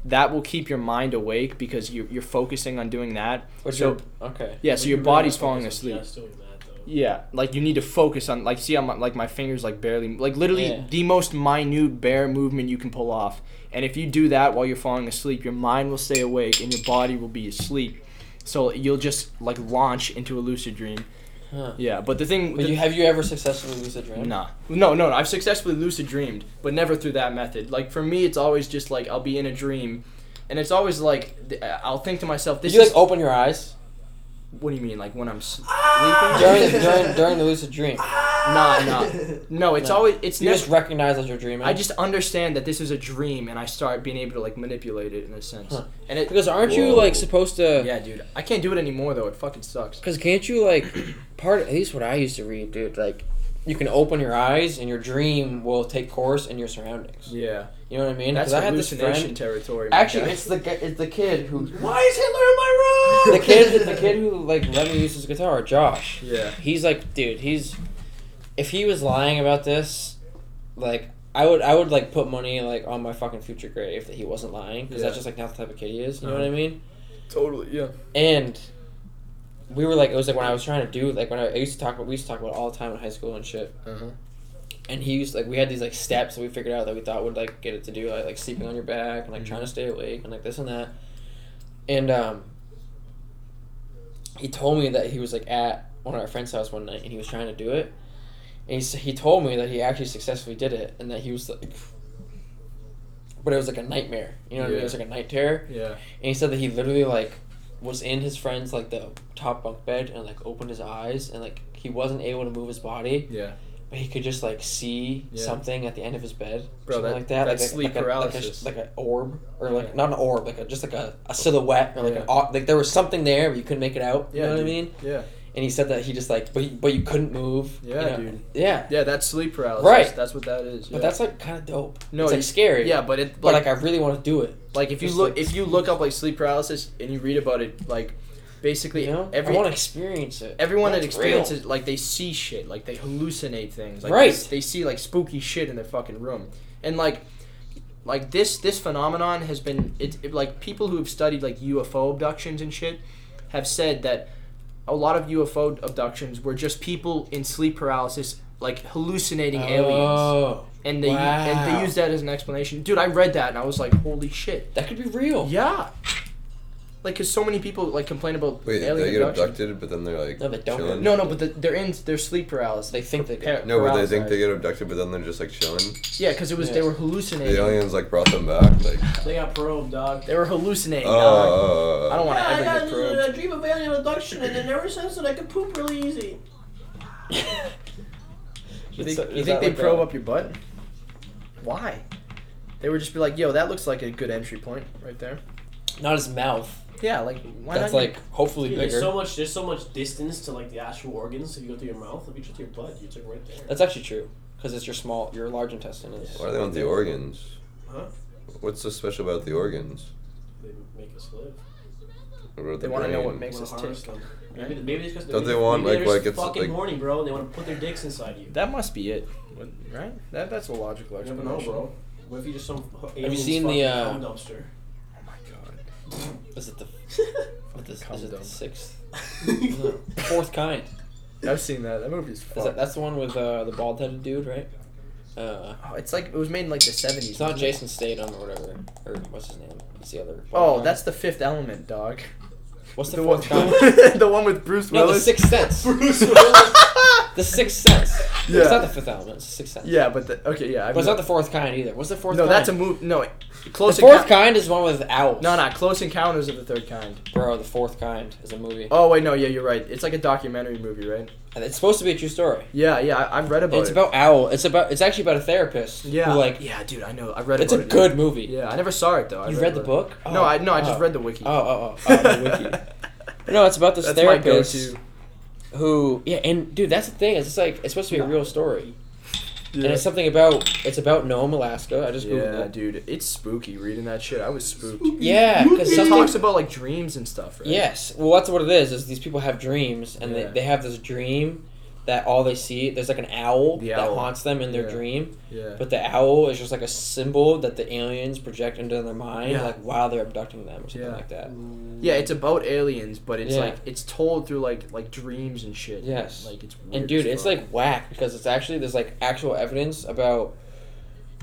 Speaker 4: That will keep your mind awake because you, you're focusing on doing that.
Speaker 1: What's
Speaker 4: So-
Speaker 1: your okay?
Speaker 4: Yeah, so your
Speaker 3: You're really
Speaker 4: body's
Speaker 3: not
Speaker 4: falling
Speaker 3: focused on
Speaker 4: asleep.
Speaker 3: just doing that, though.
Speaker 4: Yeah, like you need to focus on like see I'm like my fingers like barely like literally
Speaker 1: Yeah.
Speaker 4: the most minute bare movement you can pull off. And if you do that while you're falling asleep, your mind will stay awake and your body will be asleep. So you'll just like launch into a lucid dream.
Speaker 1: Huh.
Speaker 4: Yeah, but the thing
Speaker 1: But
Speaker 4: the-
Speaker 1: you have you ever successfully lucid dreamed?
Speaker 4: Nah. No, no, no. I've successfully lucid dreamed, but never through that method. Like for me, it's always just like I'll be in a dream and it's always like th- I'll think to myself
Speaker 1: Did
Speaker 4: this
Speaker 1: you
Speaker 4: is
Speaker 1: like oh. open your eyes
Speaker 4: what do you mean like when I'm sleeping?
Speaker 1: during during during the lucid dream?
Speaker 4: nah, nah. No, it's
Speaker 1: No.
Speaker 4: always it's
Speaker 1: You
Speaker 4: never
Speaker 1: just recognize that you're dreaming.
Speaker 4: I just understand that this is a dream, and I start being able to like manipulate it in a sense.
Speaker 1: Huh.
Speaker 4: And it,
Speaker 1: because aren't you
Speaker 2: Whoa.
Speaker 1: like supposed to?
Speaker 4: yeah, dude, I can't do it anymore though. It fucking sucks.
Speaker 1: Because can't you like part at least what I used to read, dude? Like you can open your eyes and your dream will take course in your surroundings.
Speaker 4: Yeah,
Speaker 1: You know what I mean?
Speaker 4: that's
Speaker 1: 'Cause I had this
Speaker 4: hallucination
Speaker 1: friend.
Speaker 4: territory. my
Speaker 1: Actually,
Speaker 4: guy.
Speaker 1: it's the gu- it's the kid who
Speaker 3: Why is Hitler
Speaker 1: the kid the kid who like let me use his guitar, Josh.
Speaker 4: yeah,
Speaker 1: He's like, dude, he's if he was lying about this, like I would I would like put money like on my fucking future grave that he wasn't lying because
Speaker 4: Yeah.
Speaker 1: that's just like not the type of kid he is. You know
Speaker 4: Uh-huh.
Speaker 1: what I mean?
Speaker 4: totally. Yeah,
Speaker 1: and we were like it was like when I was trying to do like when I, I used to talk about we used to talk about it all the time in high school and shit.
Speaker 4: Uh-huh.
Speaker 1: And he used like we had these like steps that we figured out that we thought would like get it to do like, like sleeping on your back and like
Speaker 4: Mhm.
Speaker 1: trying to stay awake and like this and that. And um, he told me that he was like at one of our friends' house one night and he was trying to do it. And he s- he told me that he actually successfully did it and that he was like but it was like a nightmare. You know, what I mean? it
Speaker 4: Yeah.
Speaker 1: was like a night terror.
Speaker 4: Yeah.
Speaker 1: And he said that he literally like was in his friend's like the top bunk bed and like opened his eyes and like he wasn't able to move his body,
Speaker 4: Yeah.
Speaker 1: but he could just like see
Speaker 4: Yeah.
Speaker 1: something at the end of his bed,
Speaker 4: Bro,
Speaker 1: something
Speaker 4: that-
Speaker 1: like that,
Speaker 4: that's
Speaker 1: like, a-
Speaker 4: sleep
Speaker 1: like a-
Speaker 4: paralysis.
Speaker 1: like a, like an orb or like
Speaker 4: Yeah.
Speaker 1: not an orb, like a, just like a, a silhouette or like
Speaker 4: Yeah.
Speaker 1: an au- like there was something there, but you couldn't make it out. You
Speaker 4: Yeah,
Speaker 1: know what I
Speaker 4: dude.
Speaker 1: mean?
Speaker 4: Yeah.
Speaker 1: And he said that he just like, but you- but you couldn't move. you
Speaker 4: Yeah,
Speaker 1: know?
Speaker 4: dude.
Speaker 1: Yeah.
Speaker 4: Yeah, that's sleep paralysis.
Speaker 1: Right.
Speaker 4: That's what that is. Yeah.
Speaker 1: But that's like kind of dope.
Speaker 4: no,
Speaker 1: it's like
Speaker 4: you-
Speaker 1: scary.
Speaker 4: Yeah, but it
Speaker 1: but
Speaker 4: like
Speaker 1: like I really want to do it.
Speaker 4: Like if you
Speaker 1: Just,
Speaker 4: look
Speaker 1: like-
Speaker 4: if you look up like sleep paralysis and you read about it, like basically
Speaker 1: You know,
Speaker 4: every
Speaker 1: I want to experience it.
Speaker 4: everyone that
Speaker 1: That's real.
Speaker 4: experiences like they see shit, like they hallucinate things, like
Speaker 1: Right.
Speaker 4: They, they see like spooky shit in their fucking room, and like like this this phenomenon has been it, it like people who have studied like UFO abductions and shit have said that a lot of UFO abductions were just people in sleep paralysis like hallucinating aliens
Speaker 1: Oh,
Speaker 4: and they and
Speaker 1: wow.
Speaker 4: they use that as an explanation dude i read that and i was like holy shit
Speaker 1: that could be real.
Speaker 4: yeah. Like, cause so many people like complain about
Speaker 2: Wait,
Speaker 4: alien
Speaker 2: they get
Speaker 4: abduction.
Speaker 2: abducted, but then they're like
Speaker 1: No, they don't.
Speaker 2: chilling?
Speaker 4: No, no, but the, they're in they're sleep paralysis.
Speaker 1: They think they do.
Speaker 4: Par-
Speaker 2: No, but they think
Speaker 4: paralysis.
Speaker 2: they get abducted, but then they're just like chilling.
Speaker 4: Yeah, cause it was they
Speaker 1: Yeah.
Speaker 4: were
Speaker 2: The
Speaker 4: hallucinating.
Speaker 2: aliens like brought them back. Like,
Speaker 3: They got probed, dog.
Speaker 4: They were hallucinating. dog.
Speaker 2: oh,
Speaker 4: I don't want to ever
Speaker 3: I
Speaker 4: get probed.
Speaker 3: got a dream of alien abduction, and in every sense that I could poop really easy.
Speaker 4: You think, you think they probe up your butt? Why? They would just be like, "Yo, that looks like a good entry point right there."
Speaker 1: Not his mouth.
Speaker 4: Yeah, like why
Speaker 1: That's
Speaker 4: not?
Speaker 1: like hopefully
Speaker 3: Dude,
Speaker 1: bigger.
Speaker 3: there's so much. There's so much distance to like the actual organs. If you go through your mouth, if you go through your butt, you're like right there.
Speaker 1: That's actually true because it's your small, your large intestine is.
Speaker 2: Why do they want the organs?
Speaker 3: Huh?
Speaker 2: What's so special about the organs?
Speaker 3: They make us live.
Speaker 2: What about
Speaker 4: They
Speaker 2: the
Speaker 4: wanna know
Speaker 2: brain?
Speaker 4: what makes-
Speaker 3: Wanna
Speaker 4: us
Speaker 3: harness
Speaker 4: tick.
Speaker 3: them. Maybe, maybe it's 'cause-
Speaker 2: Don't
Speaker 3: maybe-
Speaker 2: they want,
Speaker 3: maybe
Speaker 2: like-
Speaker 3: they're
Speaker 2: like
Speaker 3: just
Speaker 2: it's,
Speaker 3: fucking
Speaker 2: like-
Speaker 3: horny, bro? And they want to put their dicks inside you.
Speaker 4: that must be it, right? That that's a logical
Speaker 3: You never
Speaker 4: explanation.
Speaker 3: know, bro. What if you just some
Speaker 1: you seen the, uh,
Speaker 3: dumpster?
Speaker 4: Oh my god.
Speaker 1: Is it the? What is,
Speaker 4: Cum
Speaker 1: is it the
Speaker 4: dump.
Speaker 1: sixth? No, fourth kind.
Speaker 4: I've seen that. That movie's fucked.
Speaker 1: Is that, that's the one with uh, the bald-headed dude, right? Uh,
Speaker 4: Oh, it's like it was made in like the seventies.
Speaker 1: it's not Jason Statham or whatever, or what's his name? It's the other.
Speaker 4: Oh, that's the Fifth Element, dog.
Speaker 1: what's the,
Speaker 4: The one,
Speaker 1: fourth kind?
Speaker 4: the one with Bruce
Speaker 1: No,
Speaker 4: Willis.
Speaker 1: the sixth sense.
Speaker 4: Bruce Willis.
Speaker 1: The sixth sense.
Speaker 4: Yeah.
Speaker 1: It's not the fifth element. It's the sixth sense.
Speaker 4: yeah, but the, okay, yeah. I've
Speaker 1: But it's not the fourth kind either. What's the fourth?
Speaker 4: no,
Speaker 1: kind?
Speaker 4: that's a move. No,
Speaker 1: The
Speaker 4: close.
Speaker 1: fourth
Speaker 4: Encou-
Speaker 1: kind is one with owls.
Speaker 4: No, no, Close Encounters of the Third Kind.
Speaker 1: Bro, the fourth kind is a movie.
Speaker 4: Oh wait, no, yeah, you're right. It's like a documentary movie, right?
Speaker 1: And It's supposed to be a true story.
Speaker 4: Yeah, yeah, I, I've read about
Speaker 1: it's
Speaker 4: it.
Speaker 1: about owl. It's about. It's actually about a therapist. who,
Speaker 4: yeah,
Speaker 1: like
Speaker 4: yeah, dude, I know. I read
Speaker 1: it's a
Speaker 4: about it.
Speaker 1: good movie.
Speaker 4: Yeah, I never saw it though. I
Speaker 1: You read the
Speaker 4: about
Speaker 1: book?
Speaker 4: it. No,
Speaker 1: Oh,
Speaker 4: I no, I just
Speaker 1: oh.
Speaker 4: read the wiki.
Speaker 1: Oh, oh, oh. oh the wiki. No, it's about this
Speaker 4: that's my
Speaker 1: therapist
Speaker 4: go-to.
Speaker 1: who. Yeah, and dude, that's the thing. Is it's like it's supposed to be a real story, and
Speaker 4: Yeah.
Speaker 1: it's something about. It's about Nome, Alaska. I just googled
Speaker 4: Yeah,
Speaker 1: it.
Speaker 4: dude, it's spooky reading that shit. I was spooked.
Speaker 1: Yeah, because
Speaker 4: It
Speaker 1: something
Speaker 4: talks about like dreams and stuff, right?
Speaker 1: Yes. Well, that's what it is. Is these people have dreams, and
Speaker 4: Yeah.
Speaker 1: they, they have this dream that all they see there's like an owl
Speaker 4: The
Speaker 1: that
Speaker 4: owl.
Speaker 1: haunts them in their
Speaker 4: Yeah.
Speaker 1: dream,
Speaker 4: Yeah.
Speaker 1: but the owl is just like a symbol that the aliens project into their mind,
Speaker 4: Yeah.
Speaker 1: like while they're abducting them or something
Speaker 4: Yeah.
Speaker 1: like that.
Speaker 4: Yeah, it's about aliens, but it's
Speaker 1: Yeah.
Speaker 4: like it's told through like like dreams and shit.
Speaker 1: Yes.
Speaker 4: Like it's weird
Speaker 1: And dude,
Speaker 4: as
Speaker 1: it's
Speaker 4: fuck.
Speaker 1: like whack because it's actually there's like actual evidence about.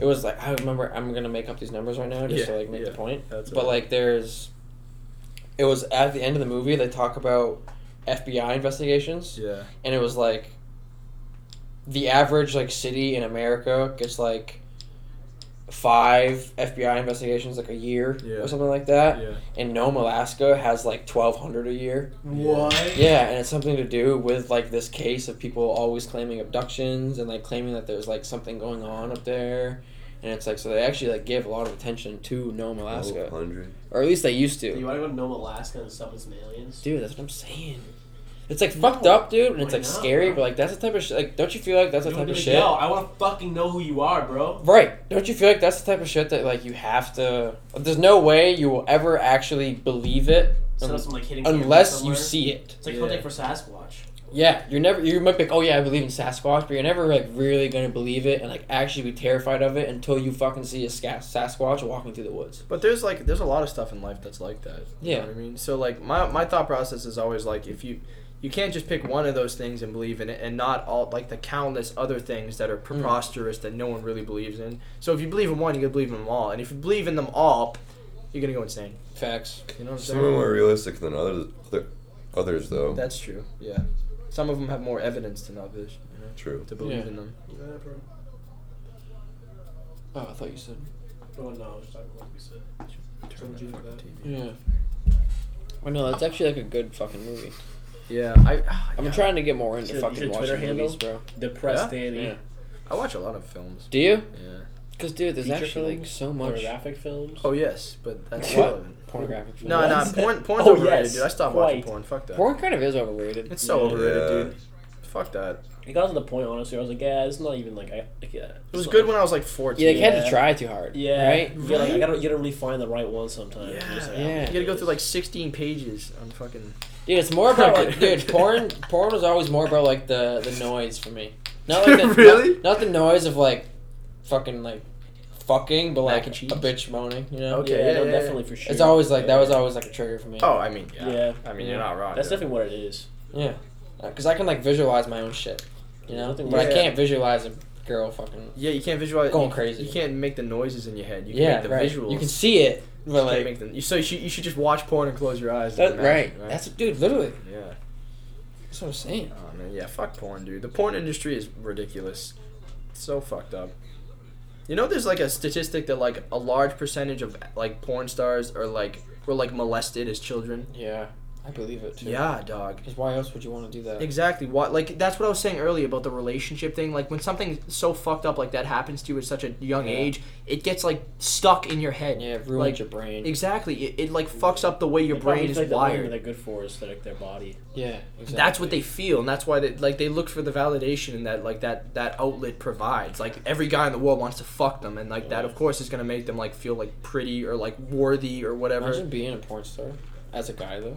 Speaker 1: It was like I remember I'm gonna make up these numbers right now just to
Speaker 4: Yeah,
Speaker 1: like make the
Speaker 4: yeah.
Speaker 1: point.
Speaker 4: That's
Speaker 1: but
Speaker 4: all.
Speaker 1: like there's, it was at the end of the movie they talk about FBI investigations.
Speaker 4: yeah.
Speaker 1: and it was like the average like city in America gets like five FBI investigations like a year
Speaker 4: Yeah.
Speaker 1: or something like that.
Speaker 4: Yeah.
Speaker 1: And Nome, Alaska has like twelve hundred a year.
Speaker 3: What?
Speaker 1: Yeah, and it's something to do with like this case of people always claiming abductions and like claiming that there's like something going on up there. And it's like so they actually like give a lot of attention to Nome,
Speaker 2: Oh,
Speaker 1: Alaska,
Speaker 2: 100.
Speaker 1: or at least they used to.
Speaker 3: You want to go to Nome, Alaska, and summon some aliens?
Speaker 1: Dude, that's what I'm saying. It's like fucked up, dude, and it's
Speaker 3: why
Speaker 1: like
Speaker 3: not,
Speaker 1: scary,
Speaker 3: bro?
Speaker 1: but like that's the type of shit. Like, don't you feel like that's the
Speaker 3: You'll
Speaker 1: type
Speaker 3: be
Speaker 1: of
Speaker 3: like,
Speaker 1: shit?
Speaker 3: Yo, I want to fucking know who you are, bro.
Speaker 1: Right? Don't you feel like that's the type of shit that like you have to? There's no way you will ever actually believe it
Speaker 3: Set up
Speaker 1: un-
Speaker 3: some like hidden camera
Speaker 1: unless you
Speaker 3: somewhere.
Speaker 1: see it.
Speaker 3: It's like
Speaker 4: Yeah.
Speaker 3: hunting for Sasquatch.
Speaker 1: Yeah, you're never. You might be like, oh yeah, I believe in Sasquatch, but you're never like really gonna believe it and like actually be terrified of it until you fucking see a sca- Sasquatch walking through the woods.
Speaker 4: But there's like there's a lot of stuff in life that's like that. You
Speaker 1: Yeah.
Speaker 4: know what I mean, so like my my thought process is always like if you you can't just pick one of those things and believe in it and not all like the countless other things
Speaker 1: Mm.
Speaker 4: that are preposterous that no one really believes in. So if you believe in one, you can believe in them all, and if you believe in them all, you're gonna go insane.
Speaker 1: Facts.
Speaker 4: You know what I'm
Speaker 2: Some
Speaker 4: saying?
Speaker 2: are more realistic than others, other, others though.
Speaker 4: That's true. Yeah. Some of them have more evidence than others. You know,
Speaker 2: True.
Speaker 4: to believe
Speaker 1: Yeah.
Speaker 4: in them.
Speaker 3: Yeah, bro.
Speaker 1: Oh, I thought you said.
Speaker 3: Oh no, I was talking about what we said.
Speaker 4: Turn that
Speaker 3: Something
Speaker 4: fucking
Speaker 3: like that.
Speaker 4: TV.
Speaker 1: Yeah. I know that's actually like a good fucking movie.
Speaker 4: Yeah, I.
Speaker 1: I've
Speaker 4: yeah.
Speaker 1: been trying to get more into
Speaker 3: Your-
Speaker 1: fucking
Speaker 3: your
Speaker 1: watching
Speaker 3: Twitter handle?
Speaker 1: movies, bro.
Speaker 3: Depressed
Speaker 4: Yeah?
Speaker 3: Danny.
Speaker 1: Yeah.
Speaker 4: I watch a lot of films.
Speaker 1: Do you?
Speaker 4: Yeah.
Speaker 1: Because dude, there's
Speaker 3: Feature
Speaker 1: actually like
Speaker 3: films?
Speaker 1: so much
Speaker 3: Pornographic films.
Speaker 4: Oh yes, but that's
Speaker 1: What?
Speaker 4: relevant.
Speaker 1: pornographic.
Speaker 4: No,
Speaker 1: films.
Speaker 4: no,
Speaker 3: What?
Speaker 4: porn, porn's
Speaker 3: Oh,
Speaker 4: overrated,
Speaker 3: yes,
Speaker 4: dude. I stopped watching
Speaker 3: quite.
Speaker 4: porn. Fuck that.
Speaker 1: Porn kind of is overrated.
Speaker 4: It's so
Speaker 3: Yeah.
Speaker 4: overrated,
Speaker 2: Yeah.
Speaker 4: dude. Fuck that.
Speaker 3: It got to the point, honestly, where I was like, yeah, it's not even like I. Like, yeah,
Speaker 4: It was good when I was like 14.
Speaker 1: you like had to
Speaker 3: Yeah.
Speaker 1: try too hard.
Speaker 3: Yeah,
Speaker 1: Right.
Speaker 3: Yeah, like, I
Speaker 4: Right?
Speaker 3: gotta, you gotta really find the right one sometimes.
Speaker 4: Yeah.
Speaker 3: You're just like,
Speaker 1: Yeah.
Speaker 3: oh,
Speaker 4: You gotta go through like 16 pages on fucking.
Speaker 1: Dude, it's more about like, dude, porn. Porn was always more about like the the noise for me. Not like the,
Speaker 4: Really?
Speaker 1: Not, not the noise of like, fucking like, fucking, but
Speaker 4: Mac
Speaker 1: like a
Speaker 4: and cheese?
Speaker 1: bitch moaning. You know.
Speaker 4: Okay.
Speaker 3: yeah,
Speaker 4: yeah,
Speaker 3: no,
Speaker 4: yeah,
Speaker 3: definitely for sure.
Speaker 1: It's always like that was
Speaker 3: Yeah.
Speaker 1: always like a trigger for me.
Speaker 4: Oh, I mean, yeah.
Speaker 3: Yeah,
Speaker 4: I mean, you're not wrong.
Speaker 3: that's
Speaker 4: dude.
Speaker 3: definitely what it is.
Speaker 1: Yeah. Because Uh, I can like visualize my own shit. You know.
Speaker 3: Nothing
Speaker 1: But I
Speaker 4: weird.
Speaker 1: can't visualize a girl fucking
Speaker 4: Yeah, you can't visualize.
Speaker 1: Going
Speaker 4: you,
Speaker 1: crazy.
Speaker 4: You can't make the noises in your head. You can
Speaker 1: yeah,
Speaker 4: make the
Speaker 1: right.
Speaker 4: visuals.
Speaker 1: You can see it,
Speaker 4: You
Speaker 1: but
Speaker 4: can't
Speaker 1: like
Speaker 4: make them- you- so you should, you should just watch porn and close your eyes.
Speaker 1: that,
Speaker 4: and
Speaker 1: right.
Speaker 4: imagine,
Speaker 1: That's dude, literally.
Speaker 4: yeah.
Speaker 1: That's what I'm saying.
Speaker 4: Oh man, yeah. Fuck porn, dude. The porn industry is ridiculous. It's so fucked up. You know, there's like a statistic that like a large percentage of like porn stars are like were like molested as children.
Speaker 1: Yeah, I believe it too.
Speaker 4: Yeah, dog.
Speaker 1: Because why else would you want to do that?
Speaker 4: Exactly. What like that's what I was saying earlier about the relationship thing. Like when something so fucked up like that happens to you at such a young
Speaker 1: Yeah.
Speaker 4: age, it gets like stuck in your head.
Speaker 1: Yeah, it ruins
Speaker 4: Like,
Speaker 1: your brain.
Speaker 4: Exactly. It, it like fucks up the way your
Speaker 3: They probably
Speaker 4: brain
Speaker 3: feel like
Speaker 4: is
Speaker 3: the only thing
Speaker 4: wired.
Speaker 3: They're good for is like their body.
Speaker 1: yeah, exactly.
Speaker 4: That's what they feel, and that's why they like they look for the validation that like that that outlet provides. Like every guy in the world wants to fuck them, and like that of course is gonna make them like feel like pretty or like worthy or whatever.
Speaker 1: Imagine being a porn star as a guy though.